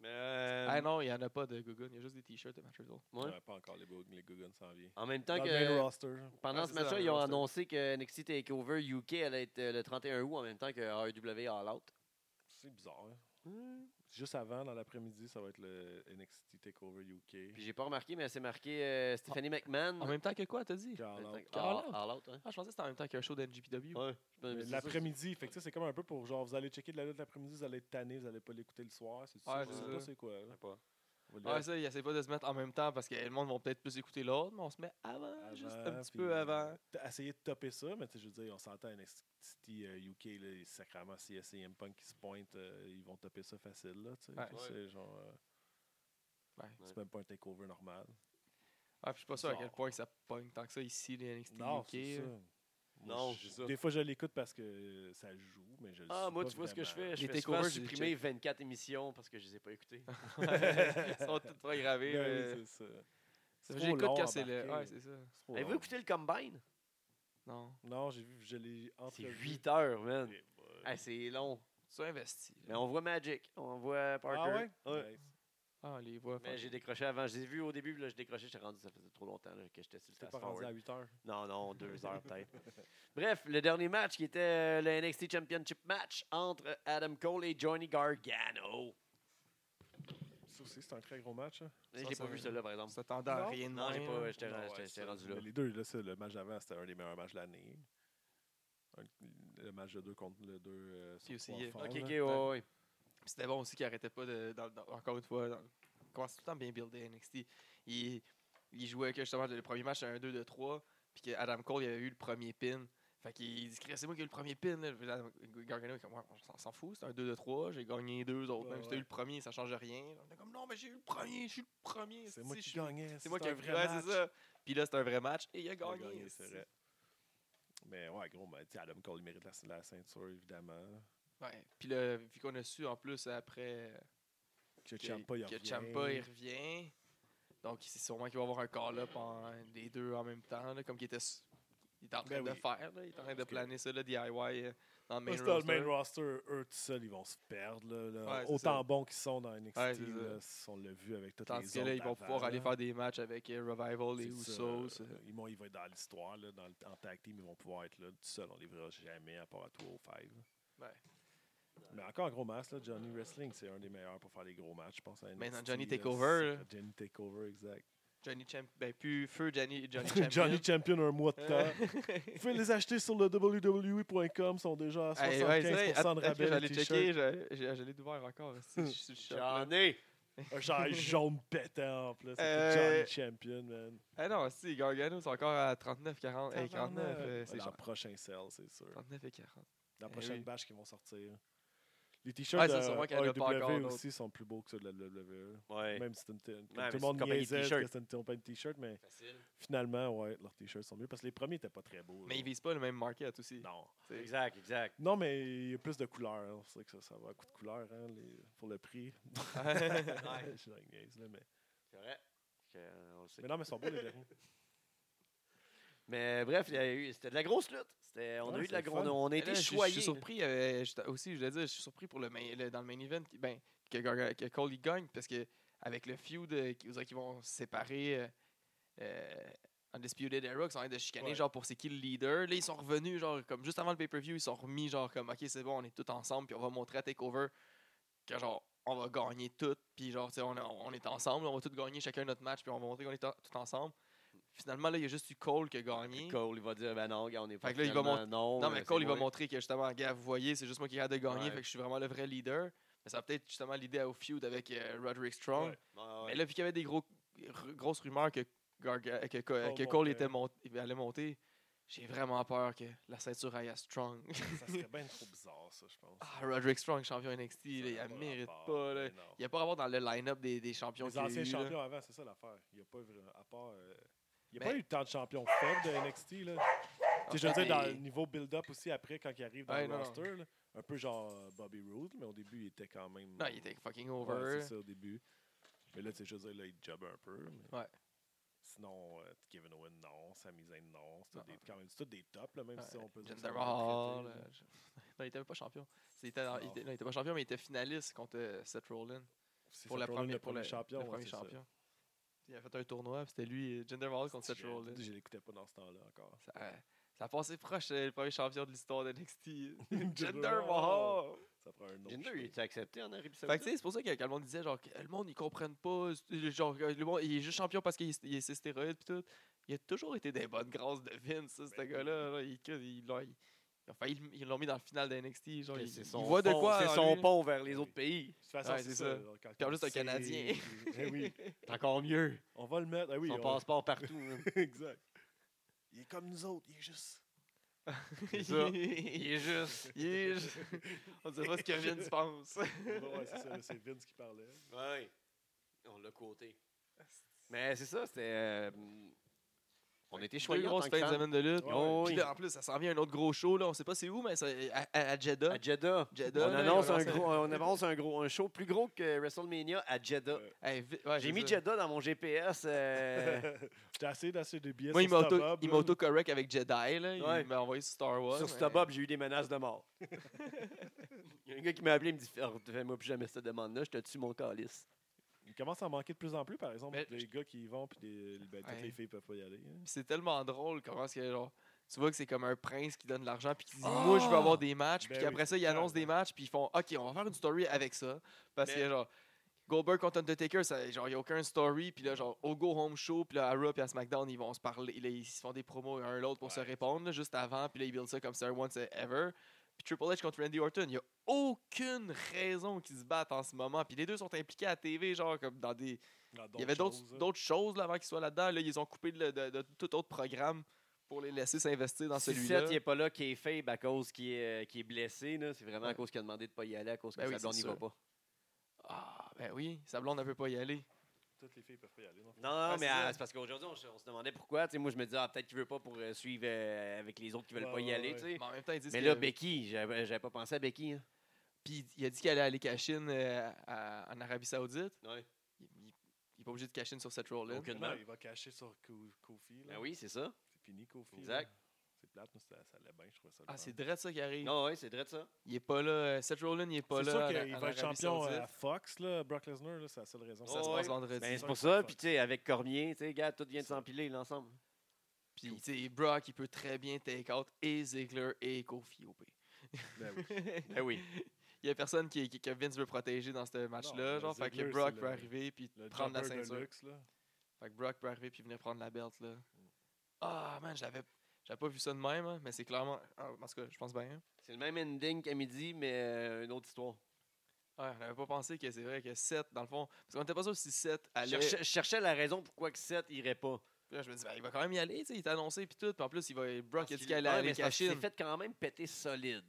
[SPEAKER 1] Mais, euh,
[SPEAKER 2] Ah non, il n'y en a pas de Gugun, il y a juste des t-shirts de Matchers Zone.
[SPEAKER 1] ouais.
[SPEAKER 3] Ouais, pas encore les, Bog- les Guguns s'en viennent.
[SPEAKER 1] En même temps
[SPEAKER 3] Dans le main
[SPEAKER 1] que
[SPEAKER 3] roster.
[SPEAKER 1] pendant
[SPEAKER 2] Ah,
[SPEAKER 1] ce
[SPEAKER 2] c'est ça, dans
[SPEAKER 1] match-là,
[SPEAKER 2] le
[SPEAKER 1] ils ont
[SPEAKER 2] roster.
[SPEAKER 1] annoncé que NXT Takeover UK allait être euh, le 31 août en même temps que AEW All Out.
[SPEAKER 3] C'est bizarre, hein.
[SPEAKER 1] Hmm.
[SPEAKER 3] Juste avant, dans l'après-midi, ça va être le NXT TakeOver UK.
[SPEAKER 1] Puis j'ai pas remarqué, mais c'est marqué euh, Stephanie McMahon.
[SPEAKER 2] En même temps que quoi, t'as dit?
[SPEAKER 3] Puis Ah, en
[SPEAKER 1] En même
[SPEAKER 3] l'autre.
[SPEAKER 1] temps que-
[SPEAKER 2] All
[SPEAKER 1] All
[SPEAKER 2] Out.
[SPEAKER 1] All Out, hein.
[SPEAKER 2] Ah, je pensais que c'était en même temps qu'un show d'NGPW.
[SPEAKER 1] Ouais, je pense- mais
[SPEAKER 3] Mais
[SPEAKER 1] c'est ça,
[SPEAKER 3] L'après-midi, fait que tu sais, c'est comme un peu pour genre, vous allez checker de la lutte l'après-midi, vous allez être tanné, vous allez pas l'écouter le soir, c'est
[SPEAKER 2] Ouais,
[SPEAKER 3] ça, je
[SPEAKER 1] c'est
[SPEAKER 3] sais
[SPEAKER 2] ça.
[SPEAKER 3] pas c'est quoi. là.
[SPEAKER 1] c'est- pas.
[SPEAKER 3] On va le-
[SPEAKER 2] Ouais, ça, ils essaient pas de se mettre en même temps parce que le monde va peut-être plus écouter l'autre, mais on se met avant, juste un
[SPEAKER 3] avant,
[SPEAKER 2] petit
[SPEAKER 3] puis,
[SPEAKER 2] peu
[SPEAKER 3] euh,
[SPEAKER 2] avant.
[SPEAKER 3] t- Essayer de topper ça, mais tu sais, je veux dire, on s'entend à NXT euh, UK, là, sacrément, si euh, CM Punk qui se pointe, euh, ils vont topper ça facile. Là, tu sais.
[SPEAKER 2] Ouais.
[SPEAKER 3] Fait que c'est genre, euh,
[SPEAKER 2] Ouais.
[SPEAKER 1] Ouais.
[SPEAKER 3] C'est même pas un takeover normal.
[SPEAKER 2] Ah, puis je suis pas sûr à quel
[SPEAKER 3] Bizarre.
[SPEAKER 2] point que ça pogne tant que ça ici, les NXT
[SPEAKER 3] Non,
[SPEAKER 2] UK.
[SPEAKER 3] c'est ça.
[SPEAKER 2] là.
[SPEAKER 3] Moi,
[SPEAKER 1] Non,
[SPEAKER 3] je-
[SPEAKER 1] c'est ça.
[SPEAKER 3] Des fois, je l'écoute parce que ça joue, mais je le
[SPEAKER 1] Ah,
[SPEAKER 3] suis
[SPEAKER 1] moi,
[SPEAKER 3] pas
[SPEAKER 1] tu vois ce que je
[SPEAKER 3] vraiment.
[SPEAKER 1] fais? Je
[SPEAKER 2] Les
[SPEAKER 1] fais souvent
[SPEAKER 2] takeovers, j'ai
[SPEAKER 1] supprimer 24 émissions parce que je les ai pas écoutées.
[SPEAKER 2] Ils sont tous programmés.
[SPEAKER 3] Ben oui,
[SPEAKER 2] euh,
[SPEAKER 3] c'est ça. C'est trop
[SPEAKER 2] J'écoute
[SPEAKER 3] long à
[SPEAKER 2] quand c'est le.
[SPEAKER 3] embarquer.
[SPEAKER 2] Ouais, c'est ça.
[SPEAKER 3] C'est trop
[SPEAKER 1] Avez-vous
[SPEAKER 3] long.
[SPEAKER 1] écouté le Combine?
[SPEAKER 2] Non.
[SPEAKER 3] Non, j'ai Ah, vu, je l'ai
[SPEAKER 1] C'est
[SPEAKER 3] entrevu.
[SPEAKER 1] 8 heures,
[SPEAKER 3] Eh
[SPEAKER 1] man.
[SPEAKER 3] boy.
[SPEAKER 1] Ah, c'est long.
[SPEAKER 2] Tu investi.
[SPEAKER 1] Mais on voit Magic, on voit Parker.
[SPEAKER 3] Ah ouais?
[SPEAKER 1] Ouais.
[SPEAKER 3] Nice.
[SPEAKER 2] Ah, les voix.
[SPEAKER 1] Mais j'ai décroché avant. Je les ai vus au début, puis là, j'ai décroché, j'étais rendu, ça faisait trop longtemps là, que j'étais sur le
[SPEAKER 3] T'es
[SPEAKER 1] fast
[SPEAKER 3] pas rendu à
[SPEAKER 1] forward.
[SPEAKER 3] 8 heures.
[SPEAKER 1] Non, non, deux heures peut-être. Bref, le dernier match qui était euh, le NXT Championship match entre Adam Cole et Johnny Gargano.
[SPEAKER 3] Ça aussi, c'est un très gros match. hein.
[SPEAKER 1] Je
[SPEAKER 2] Ça,
[SPEAKER 1] l'ai pas
[SPEAKER 2] ça-
[SPEAKER 1] vu celui-là, par exemple.
[SPEAKER 2] Ça t'entend à
[SPEAKER 3] Non.
[SPEAKER 2] rien de
[SPEAKER 1] Non, j'ai
[SPEAKER 2] moins,
[SPEAKER 1] pas.
[SPEAKER 2] là.
[SPEAKER 1] J'étais
[SPEAKER 3] Non, ouais,
[SPEAKER 1] j'étais- j'étais
[SPEAKER 3] ça,
[SPEAKER 1] Ben, rendu là.
[SPEAKER 3] mais Les deux, là, ça, le match d'avant, c'était un des meilleurs matchs de l'année. Un- Le match de 2 contre le 2
[SPEAKER 2] Puis aussi, euh,
[SPEAKER 1] Ok, ok,
[SPEAKER 3] là.
[SPEAKER 1] ouais, ouais, ouais.
[SPEAKER 2] Puis C'était bon aussi qu'il arrêtait pas de. dans- dans- encore une fois, dans, comment c'est tout le temps bien buildé NXT. Il, il jouait que justement le premier match à un 2 de 3, puis que Adam Cole il avait eu le premier pin. Fait qu'il dit Chris, c'est moi qui ai eu le premier pin. Là. Puis Adam- Gargano est comme Ouais, on s'en- s'en fout, c'est un 2 de 3, j'ai gagné deux autres.
[SPEAKER 3] Ouais,
[SPEAKER 2] Même si t'as
[SPEAKER 3] ouais.
[SPEAKER 2] eu le premier, ça change rien. On est comme non, mais j'ai eu le premier, je suis le premier.
[SPEAKER 3] C'est moi
[SPEAKER 2] si,
[SPEAKER 3] qui
[SPEAKER 2] je suis-
[SPEAKER 3] gagnais.
[SPEAKER 2] C'est moi qui
[SPEAKER 3] un
[SPEAKER 2] ai
[SPEAKER 3] vrai
[SPEAKER 2] ouais,
[SPEAKER 3] match.
[SPEAKER 2] c'est ça. Puis là, c'est un vrai match et il a
[SPEAKER 3] Il a
[SPEAKER 2] gagné.
[SPEAKER 3] gagné, c'est vrai. Mais ouais, gros, mais, tu sais, Adam Cole il mérite la, la ceinture, évidemment.
[SPEAKER 2] Ouais. Puis là, vu qu'on a su en plus après.
[SPEAKER 3] Que
[SPEAKER 2] que-
[SPEAKER 3] Ciampa, il
[SPEAKER 2] que
[SPEAKER 3] revient.
[SPEAKER 2] Ciampa, il revient. Donc, c'est sûrement qu'il va avoir un call-up en- les deux en même temps, là, comme il était, s- il était en train
[SPEAKER 3] Ben
[SPEAKER 2] de
[SPEAKER 3] oui.
[SPEAKER 2] faire. là. Il est en train
[SPEAKER 3] Parce
[SPEAKER 2] de
[SPEAKER 3] que-
[SPEAKER 2] planer ça, le DIY, euh, dans le main
[SPEAKER 3] Parce que dans le
[SPEAKER 2] roster.
[SPEAKER 3] main roster, eux tout seuls, ils vont se perdre. là, là.
[SPEAKER 2] Ouais, c'est
[SPEAKER 3] Autant
[SPEAKER 2] ça.
[SPEAKER 3] bons qu'ils sont dans NXT,
[SPEAKER 2] Ouais, c'est ça.
[SPEAKER 3] là, si on l'a vu avec toutes les
[SPEAKER 2] Tandis
[SPEAKER 3] autres.
[SPEAKER 2] que là, ils vont pouvoir
[SPEAKER 3] d'avant,
[SPEAKER 2] aller
[SPEAKER 3] là.
[SPEAKER 2] faire des matchs avec euh, Revival et
[SPEAKER 3] C'est
[SPEAKER 2] Usos.
[SPEAKER 3] ça,
[SPEAKER 2] euh.
[SPEAKER 3] euh, Ils vont, ils vont être dans l'histoire, là, dans le, en tag team, ils vont pouvoir être là tout seuls. On les verra jamais à part à 205. là.
[SPEAKER 2] Ouais.
[SPEAKER 3] Mais encore un gros match, là, Johnny Wrestling, c'est un des meilleurs pour faire des gros matchs, je pense. À NXT,
[SPEAKER 2] Maintenant, Johnny
[SPEAKER 3] là,
[SPEAKER 2] Takeover,
[SPEAKER 3] c'est- Johnny Takeover, exact.
[SPEAKER 2] Johnny Champ... Ben, plus Feu Johnny, Johnny Champion. Euh.
[SPEAKER 3] Johnny Champion, un mois de temps. Vous
[SPEAKER 2] temps.
[SPEAKER 3] pouvez les acheter sur le www.com, ils sont déjà à 75%
[SPEAKER 2] Hey, ouais, c'est vrai, att-
[SPEAKER 3] de
[SPEAKER 2] attends,
[SPEAKER 3] rabais.
[SPEAKER 2] J'allais
[SPEAKER 3] les t-shirts.
[SPEAKER 2] checker, j'ai- j'ai- j'allais d'ouvrir encore.
[SPEAKER 3] Hmm.
[SPEAKER 2] si, Je suis sur le shop, là.
[SPEAKER 1] J'en ai.
[SPEAKER 3] Un genre jaune pétant en plus. c'était
[SPEAKER 2] Euh,
[SPEAKER 3] Johnny Champion, man.
[SPEAKER 2] Ah non, si, Gargano, c'est encore à 39, 40. hey, 49, euh, c'est
[SPEAKER 3] Dans le
[SPEAKER 2] genre
[SPEAKER 3] prochain sale, c'est sûr.
[SPEAKER 2] 39 et 40.
[SPEAKER 3] La
[SPEAKER 2] Eh
[SPEAKER 3] prochaine
[SPEAKER 2] oui.
[SPEAKER 3] batch qui vont sortir. Les t-shirts
[SPEAKER 2] Ouais,
[SPEAKER 3] de
[SPEAKER 2] ça, c'est vrai qu'elle l'a pas encore,
[SPEAKER 3] AEW
[SPEAKER 2] l'autre.
[SPEAKER 3] aussi sont plus beaux que ceux de la WWE.
[SPEAKER 1] Ouais.
[SPEAKER 3] Même si c'est une t- comme
[SPEAKER 1] mais
[SPEAKER 3] tout
[SPEAKER 1] c'est
[SPEAKER 3] le
[SPEAKER 1] une
[SPEAKER 3] monde
[SPEAKER 1] compagnie de
[SPEAKER 3] niaisait
[SPEAKER 1] t-shirts.
[SPEAKER 3] que c'était une compagnie de t-shirts, mais
[SPEAKER 1] Facile.
[SPEAKER 3] finalement, ouais, leurs t-shirts sont mieux parce que les premiers n'étaient pas très beaux.
[SPEAKER 2] Mais
[SPEAKER 3] là.
[SPEAKER 2] ils visent pas le même market aussi.
[SPEAKER 3] Non.
[SPEAKER 2] C'est-
[SPEAKER 1] Exact, exact.
[SPEAKER 3] Non, mais il y a plus de couleurs. hein. On sait que ça, ça va à coup de couleur hein, les- pour le prix. Je suis dans une niaise, là, mais...
[SPEAKER 1] C'est vrai. Que, euh, on le sait.
[SPEAKER 3] mais non, mais ils sont beaux les derniers.
[SPEAKER 1] Mais bref, il y a eu- c'était de la grosse lutte. C'était- on
[SPEAKER 3] Ouais,
[SPEAKER 1] a eu de la
[SPEAKER 3] c'est le
[SPEAKER 1] grosse.
[SPEAKER 3] fun.
[SPEAKER 1] On a
[SPEAKER 2] Mais
[SPEAKER 1] été
[SPEAKER 2] là, je- Je
[SPEAKER 1] choyés.
[SPEAKER 2] suis surpris. euh, je t'a- aussi, je voulais dire, je suis surpris pour le, main- le- dans le main event qui- ben, que, Garga- que Cole il gagne parce que avec le feud, euh, qui- on dirait qu'ils vont se séparer. Euh, euh, Undisputed Era, qui sont en train de chicaner,
[SPEAKER 3] Ouais.
[SPEAKER 2] genre pour c'est qui le leader. Là, ils sont revenus, genre, comme juste avant le pay-per-view, ils sont remis, genre, comme, ok, c'est bon, on est tous ensemble, puis on va montrer à TakeOver que, genre, on va gagner tout, puis, genre, tu sais, on, on- on est ensemble, on va tous gagner chacun notre match, puis on va montrer qu'on est en- tous ensemble. Finalement, là, il y a juste eu Cole qui a gagné.
[SPEAKER 1] Cole, il va dire ben non, gars, on est pas.
[SPEAKER 2] Fait que là, il va
[SPEAKER 1] finalement,
[SPEAKER 2] monter-
[SPEAKER 1] Non,
[SPEAKER 2] Non, mais
[SPEAKER 1] euh,
[SPEAKER 2] Cole,
[SPEAKER 1] c'est
[SPEAKER 2] il va
[SPEAKER 1] moi.
[SPEAKER 2] montrer que justement, gars, vous voyez, c'est juste moi qui ai hâte de gagner,
[SPEAKER 1] Ouais.
[SPEAKER 2] fait que je suis vraiment le vrai leader. Mais ça va peut-être justement l'idée au feud avec euh, Roderick Strong.
[SPEAKER 3] Ouais.
[SPEAKER 1] Ouais, ouais.
[SPEAKER 2] Mais là, vu qu'il y avait des gros, r- grosses rumeurs que, Garga- que, que-
[SPEAKER 3] Cole
[SPEAKER 2] que Cole
[SPEAKER 3] montait.
[SPEAKER 2] était mont- il allait monter, j'ai vraiment peur que la ceinture aille à Strong.
[SPEAKER 3] ça serait bien trop bizarre, ça, je pense.
[SPEAKER 2] ah, Roderick Strong, champion NXT,
[SPEAKER 3] Ça
[SPEAKER 2] là, il
[SPEAKER 3] n'a
[SPEAKER 2] la
[SPEAKER 3] pas
[SPEAKER 2] mérite
[SPEAKER 3] rapport,
[SPEAKER 2] pas. Là.
[SPEAKER 3] mais non.
[SPEAKER 2] Il n'y a pas à avoir dans le line-up des, des champions
[SPEAKER 3] Les
[SPEAKER 2] qu'il y a
[SPEAKER 3] anciens
[SPEAKER 2] eu, là.
[SPEAKER 3] champions avant, c'est ça l'affaire. Il n'y a pas vraiment- à part. euh, il n'y a
[SPEAKER 2] Ben-
[SPEAKER 3] pas eu tant de champions faibles de NXT. Là.
[SPEAKER 2] Ah,
[SPEAKER 3] Tu sais, je veux
[SPEAKER 2] Ensuite,
[SPEAKER 3] dire, dans
[SPEAKER 2] des-
[SPEAKER 3] le niveau build-up aussi, après, quand il arrive dans
[SPEAKER 2] Ouais,
[SPEAKER 3] le
[SPEAKER 2] non, non.
[SPEAKER 3] roster, là, un peu genre euh, Bobby Roode, mais au début, il était quand même.
[SPEAKER 2] Non, il était fucking
[SPEAKER 3] Ouais,
[SPEAKER 2] over.
[SPEAKER 3] c'est ça, au début. Mais là, tu sais, je veux dire, là, il job un peu. mais
[SPEAKER 2] Ouais.
[SPEAKER 3] Sinon, euh, Kevin Owen, non. Sami Zayn, non. C'est
[SPEAKER 2] Non.
[SPEAKER 3] tout des- quand même c'est tout des tops, là, même si on peut dire. que
[SPEAKER 2] Jinder
[SPEAKER 3] c'est un peu
[SPEAKER 2] Mahal,
[SPEAKER 3] traité, là.
[SPEAKER 2] euh, je- Non, il était même pas champion. C'était dans- il
[SPEAKER 3] Non.
[SPEAKER 2] était- non, il était pas champion, mais il était finaliste contre euh, Seth Rollins.
[SPEAKER 3] C'est
[SPEAKER 2] pour
[SPEAKER 3] Seth
[SPEAKER 2] la
[SPEAKER 3] Rollins,
[SPEAKER 2] première
[SPEAKER 3] le
[SPEAKER 2] pour
[SPEAKER 3] premier
[SPEAKER 2] le-
[SPEAKER 3] champion.
[SPEAKER 2] le
[SPEAKER 3] ouais,
[SPEAKER 2] premier
[SPEAKER 3] c'est ça.
[SPEAKER 2] champion. Il a fait un tournoi, puis c'était lui, euh, Jinder Mahal contre Seth
[SPEAKER 3] Je-
[SPEAKER 2] Rollins.
[SPEAKER 3] Je l'écoutais pas dans ce temps-là encore.
[SPEAKER 2] Ça, ça a passé proche, euh, le premier champion de l'histoire de NXT.
[SPEAKER 3] Jinder
[SPEAKER 2] Jinder
[SPEAKER 3] Mahal.
[SPEAKER 2] Mahal!
[SPEAKER 3] Ça prend un autre.
[SPEAKER 1] Jinder,
[SPEAKER 3] chemin.
[SPEAKER 1] il était accepté en Arabie
[SPEAKER 2] Fait que, tu
[SPEAKER 1] Saoudite.
[SPEAKER 2] sais, c'est pour ça que, que le monde disait genre, que le monde ils comprennent pas, c'est- euh, genre euh, le monde, il est juste champion parce qu'il est- il est ses stéroïdes pis tout. Il a toujours été des bonnes grâces de Vince, ça, ce
[SPEAKER 3] Ben oui.
[SPEAKER 2] gars-là. là. Il, que- il, l'a- il- ils ont failli le- ils l'ont mis dans le final de NXT. Genre,
[SPEAKER 1] Que
[SPEAKER 2] il,
[SPEAKER 1] c'est
[SPEAKER 2] il
[SPEAKER 1] son
[SPEAKER 2] voit de
[SPEAKER 1] pont-
[SPEAKER 2] quoi.
[SPEAKER 1] C'est
[SPEAKER 2] en
[SPEAKER 1] son
[SPEAKER 2] lui.
[SPEAKER 1] pont vers les
[SPEAKER 3] Ben
[SPEAKER 1] autres
[SPEAKER 3] oui.
[SPEAKER 1] pays.
[SPEAKER 3] De toute façon,
[SPEAKER 2] Ouais,
[SPEAKER 3] c'est
[SPEAKER 2] c'est
[SPEAKER 3] ça.
[SPEAKER 2] ça.
[SPEAKER 3] là, quand-
[SPEAKER 2] Puis en plus, c'est un
[SPEAKER 3] c'est-
[SPEAKER 2] Canadien.
[SPEAKER 3] Eh oui,
[SPEAKER 1] C'est encore mieux.
[SPEAKER 3] on va le mettre. Ah oui,
[SPEAKER 1] Son
[SPEAKER 3] on-
[SPEAKER 1] passeport partout. hein.
[SPEAKER 3] exact. Il est comme nous autres, il est juste.
[SPEAKER 1] C'est ça. Il est juste.
[SPEAKER 2] Il est juste- On dirait pas ce que Vince pense.
[SPEAKER 3] ouais, c'est ça, là, c'est Vince qui parlait.
[SPEAKER 1] Ouais. On l'a coté. Mais c'est ça, c'était. euh, on On était
[SPEAKER 2] Deux
[SPEAKER 1] choyés en
[SPEAKER 2] grosses
[SPEAKER 1] tant que
[SPEAKER 2] fins de
[SPEAKER 1] fans.
[SPEAKER 2] semaine de lutte.
[SPEAKER 3] Ouais.
[SPEAKER 1] Oh,
[SPEAKER 2] Puis
[SPEAKER 1] oui.
[SPEAKER 2] là, en plus, ça s'en vient un autre gros show, là. On sait pas c'est où, mais c'est à, à- à Jeddah.
[SPEAKER 1] À Jeddah.
[SPEAKER 2] Jeddah,
[SPEAKER 1] on
[SPEAKER 2] là,
[SPEAKER 1] annonce
[SPEAKER 2] ils ont
[SPEAKER 1] un
[SPEAKER 2] lancé-
[SPEAKER 1] gros, on annonce un gros, un show plus gros que WrestleMania à Jeddah.
[SPEAKER 3] Ouais.
[SPEAKER 2] Hey, vi- ouais,
[SPEAKER 1] J'ai
[SPEAKER 2] c'est
[SPEAKER 1] mis
[SPEAKER 2] ça.
[SPEAKER 1] Jeddah dans mon GPS. euh,
[SPEAKER 3] J'ai essayé d'acheter des billets
[SPEAKER 2] Moi, il
[SPEAKER 3] sur
[SPEAKER 2] m'a auto-
[SPEAKER 3] StubHub,
[SPEAKER 2] il
[SPEAKER 3] là.
[SPEAKER 2] m'a auto-correct avec Jedi, là.
[SPEAKER 1] Ouais.
[SPEAKER 2] Il m'a envoyé sur Star Wars.
[SPEAKER 1] sur
[SPEAKER 2] mais-
[SPEAKER 1] StubHub, j'ai eu des menaces de mort. Il y a un gars qui m'a appelé, il me dit Ah, Fais-moi plus jamais cette demande-là, je te tue mon calice.
[SPEAKER 3] Il commence à en manquer de plus en plus, par exemple.
[SPEAKER 2] Mais-
[SPEAKER 3] les gars qui y vont, puis des- ben, toutes
[SPEAKER 2] Ouais.
[SPEAKER 3] les filles peuvent pas y aller. hein.
[SPEAKER 2] Puis c'est tellement drôle comment est-ce que, genre, tu vois que c'est comme un prince qui donne de l'argent puis qui dit
[SPEAKER 1] Ah!
[SPEAKER 2] moi je veux avoir des matchs
[SPEAKER 3] Ben
[SPEAKER 2] puis après
[SPEAKER 3] oui,
[SPEAKER 2] ça ils annoncent des
[SPEAKER 3] clairement.
[SPEAKER 2] matchs puis ils font ok on va faire une story avec ça parce
[SPEAKER 1] Mais-
[SPEAKER 2] que genre Goldberg contre Undertaker ça genre y a aucun story puis là genre au Go Home Show puis là à Raw puis à SmackDown ils vont se parler là, ils se font des promos un l'autre pour se
[SPEAKER 3] Ouais.
[SPEAKER 2] répondre là, juste avant puis là ils build ça comme c'est un once ever puis Triple H contre Randy Orton il y a aucune raison qu'ils se battent en ce moment puis les deux sont impliqués à la TV genre comme dans des
[SPEAKER 3] Dans
[SPEAKER 2] il y avait d'autres
[SPEAKER 3] choses, hein. là.
[SPEAKER 2] d'autres choses là, avant qu'ils soient là-dedans. Là, ils ont coupé de, de- de tout autre programme pour les laisser s'investir dans
[SPEAKER 1] Si
[SPEAKER 2] celui-là.
[SPEAKER 1] Seth, il n'est pas là, qui est faible à cause qu'il est, euh, qu'il est blessé. là, C'est vraiment à
[SPEAKER 2] Ouais.
[SPEAKER 1] cause qu'il a demandé de ne pas y aller, à cause que
[SPEAKER 2] Ben oui,
[SPEAKER 1] sa blonde
[SPEAKER 2] c'est
[SPEAKER 1] n'y va
[SPEAKER 2] sûr.
[SPEAKER 1] pas.
[SPEAKER 2] Ah, ben oui, sa blonde ne peut pas y aller.
[SPEAKER 3] Toutes les filles peuvent pas y aller. non.
[SPEAKER 1] Non, non,
[SPEAKER 2] Ouais,
[SPEAKER 1] mais
[SPEAKER 2] c'est
[SPEAKER 1] ah,
[SPEAKER 2] ça.
[SPEAKER 1] c'est parce qu'aujourd'hui, on, se- on se demandait pourquoi. Tu sais, moi, je me disais, ah, peut-être qu'il veut pas pour euh, suivre euh, avec les autres qui veulent
[SPEAKER 3] Ouais,
[SPEAKER 1] pas y
[SPEAKER 3] ouais,
[SPEAKER 1] aller.
[SPEAKER 3] ouais.
[SPEAKER 1] tu sais.
[SPEAKER 2] Mais en même temps, ils disent
[SPEAKER 1] Mais
[SPEAKER 2] que-
[SPEAKER 1] là, Becky, j'avais j'avais pas pensé à Becky. hein.
[SPEAKER 2] Puis il a dit qu'il allait aller cash-in euh, à- en Arabie Saoudite. Il n'est pas obligé de cash-in sur cette roll-là.
[SPEAKER 1] Aucunement.
[SPEAKER 3] Non, il va cacher sur Ko- Kofi. là.
[SPEAKER 1] Ben oui, c'est ça.
[SPEAKER 3] C'est fini, Kofi. là.
[SPEAKER 1] Exact.
[SPEAKER 3] C'est plate, mais ça, ça allait bien, je trouvais ça. le
[SPEAKER 2] Ah,
[SPEAKER 3] fun.
[SPEAKER 2] c'est direct ça qui arrive.
[SPEAKER 1] Non, oui, c'est vrai de ça.
[SPEAKER 2] Il est pas là. euh, Seth Rollins, il est pas
[SPEAKER 3] C'est
[SPEAKER 2] là.
[SPEAKER 3] sûr
[SPEAKER 2] en-
[SPEAKER 3] qu'il
[SPEAKER 2] en
[SPEAKER 3] va être
[SPEAKER 2] Arabie
[SPEAKER 3] champion euh,
[SPEAKER 2] Saoudite.
[SPEAKER 3] à Fox, là, Brock Lesnar, là, c'est la seule raison.
[SPEAKER 2] Ça se
[SPEAKER 1] Ouais,
[SPEAKER 2] passe
[SPEAKER 1] ouais.
[SPEAKER 2] vendredi.
[SPEAKER 1] Ben, c'est
[SPEAKER 3] sûr
[SPEAKER 1] pour
[SPEAKER 3] que
[SPEAKER 1] ça.
[SPEAKER 3] c'est
[SPEAKER 1] Puis, tu sais, avec Cormier, tu sais, gars, tout vient de
[SPEAKER 3] Ça.
[SPEAKER 1] s'empiler l'ensemble.
[SPEAKER 2] Puis, tu sais, Brock, il peut très bien take out et Ziggler et Kofi au pire.
[SPEAKER 3] Ben oui.
[SPEAKER 1] Ben oui.
[SPEAKER 2] Il n'y a personne qui, qui- que Vince veut protéger dans ce match-là.
[SPEAKER 3] Non,
[SPEAKER 2] Genre, fait que
[SPEAKER 3] Ziggler,
[SPEAKER 2] Brock
[SPEAKER 3] c'est
[SPEAKER 2] peut
[SPEAKER 3] le-
[SPEAKER 2] arriver puis
[SPEAKER 3] Le
[SPEAKER 2] prendre la
[SPEAKER 3] jumper de
[SPEAKER 2] ceinture.
[SPEAKER 3] luxe, là.
[SPEAKER 2] Fait que Brock peut arriver puis venir prendre la belt. là. Ah, man, j'avais j'avais pas vu ça de même, hein, mais c'est clairement. ah, En tout cas, je pense bien. hein.
[SPEAKER 1] C'est le même ending qu'à midi, mais euh, une autre histoire.
[SPEAKER 2] Ouais, on n'avait Ah, pas pensé que c'est vrai que 7, dans le fond. Parce qu'on était pas sûr si 7
[SPEAKER 1] Je
[SPEAKER 2] allait.
[SPEAKER 1] cherchais- je cherchais la raison pourquoi que Seth irait pas.
[SPEAKER 2] Puis là, je me dis, ben, il va quand même y aller, tu sais, il est annoncé puis tout. Puis en plus, il va... Brock
[SPEAKER 1] Parce
[SPEAKER 2] a dit
[SPEAKER 1] qu'il-
[SPEAKER 2] qu'il allait
[SPEAKER 1] Ouais,
[SPEAKER 2] aller
[SPEAKER 1] mais c'est parce qu'il
[SPEAKER 2] cacher.
[SPEAKER 1] s'est fait quand même péter solide.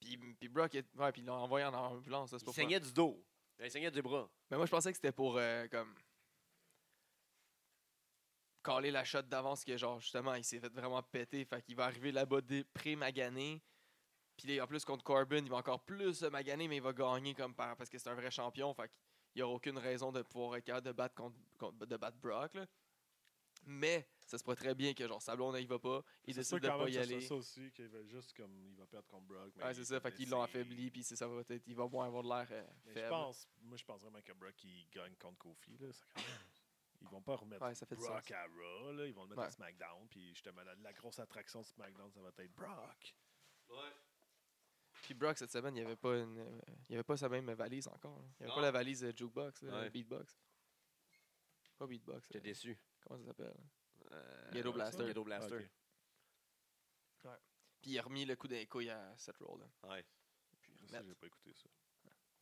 [SPEAKER 2] Puis, puis Brock, est... ouais, puis il l'a envoyé en ambulance. là, c'est
[SPEAKER 1] Il
[SPEAKER 2] pas pour-
[SPEAKER 1] saignait du dos. Ben, Il saignait du bras.
[SPEAKER 2] Mais moi, je pensais que c'était pour euh, comme. caler la shot d'avance que, genre, justement, il s'est fait vraiment péter. Fait qu'il va arriver là-bas dé- pré-magané. Puis là, en plus, contre Corbin, il va encore plus se maganer, mais il va gagner comme par, parce que c'est un vrai champion. Fait qu'il n'y aura aucune raison de pouvoir être capable de battre, contre, contre- de battre Brock. là. Mais ça se pourrait très bien que, genre, Sablon n'y va pas. Il
[SPEAKER 3] C'est sûr
[SPEAKER 2] décide de
[SPEAKER 3] quand
[SPEAKER 2] pas
[SPEAKER 3] même,
[SPEAKER 2] y
[SPEAKER 3] ça- ça-
[SPEAKER 2] aller.
[SPEAKER 3] ça aussi, qu'il va juste comme. Il va perdre contre Brock. mais
[SPEAKER 2] Ouais,
[SPEAKER 3] il
[SPEAKER 2] c'est
[SPEAKER 3] est
[SPEAKER 2] ça. Fait qu'ils l'ont
[SPEAKER 3] blessé.
[SPEAKER 2] affaibli. Puis c'est- ça va peut-être. Il va moins avoir de l'air euh,
[SPEAKER 3] Mais je
[SPEAKER 2] faible.
[SPEAKER 3] pense, moi, je pense vraiment que Brock il gagne contre Kofi. Là, ça, quand même, ils vont pas remettre
[SPEAKER 2] Ouais, ça fait du
[SPEAKER 3] Brock
[SPEAKER 2] sens.
[SPEAKER 3] à Raw. Là, ils vont le mettre à
[SPEAKER 2] Ouais.
[SPEAKER 3] SmackDown. Puis justement, la, la grosse attraction de SmackDown, ça va être Brock.
[SPEAKER 2] Puis Brock, cette semaine, il n'y avait, pas une, euh, il y avait pas sa même valise encore. hein. Il n'y avait
[SPEAKER 1] Non.
[SPEAKER 2] pas la valise euh, jukebox, là,
[SPEAKER 1] Ouais.
[SPEAKER 2] beatbox. Pas beatbox.
[SPEAKER 1] J'étais
[SPEAKER 2] euh,
[SPEAKER 1] déçu.
[SPEAKER 2] comment ça s'appelle?
[SPEAKER 1] Euh,
[SPEAKER 2] Ghetto Blaster.
[SPEAKER 1] Ghetto Blaster.
[SPEAKER 3] Ok.
[SPEAKER 2] Puis il a remis le coup d'un couille à Seth Rollins.
[SPEAKER 1] Ouais.
[SPEAKER 3] Ça,
[SPEAKER 2] Matt.
[SPEAKER 3] j'ai pas écouté ça.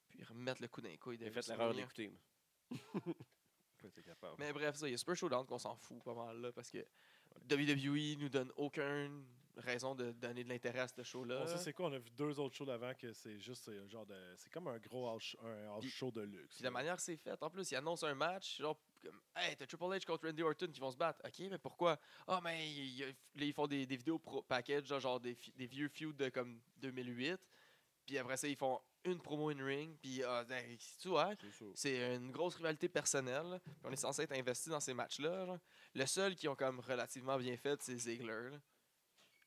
[SPEAKER 2] Puis il remettre le coup d'un couille de
[SPEAKER 1] J'ai fait
[SPEAKER 2] WrestleMania.
[SPEAKER 1] l'erreur d'écouter. moi.
[SPEAKER 3] Pourquoi t'es capable?
[SPEAKER 2] Mais bref, ça, il y a Super Showdown qu'on s'en fout pas mal là parce que WWE nous donne aucune raison de donner de l'intérêt à ce show-là.
[SPEAKER 3] On sait c'est quoi? On a vu deux autres shows d'avant que c'est juste c'est un genre de. C'est comme un gros house, sh- un house
[SPEAKER 2] Puis-
[SPEAKER 3] show de luxe.
[SPEAKER 2] Puis la
[SPEAKER 3] là.
[SPEAKER 2] manière que c'est fait, en plus, ils annoncent un match, genre, comme, hey, t'as Triple H contre Randy Orton qui vont se battre. Ok, mais pourquoi Ah, mais il y a- là, ils font des, des vidéos pro package, genre, genre des, fi- des vieux feuds de comme 2008. Puis après ça, ils font une promo in ring. Puis, ah, ben, tu vois,
[SPEAKER 3] C'est sûr.
[SPEAKER 2] c'est une grosse rivalité personnelle. Puis on est censé être investi dans ces matchs-là. genre. Le seul qui ont comme relativement bien fait, c'est Ziggler. là.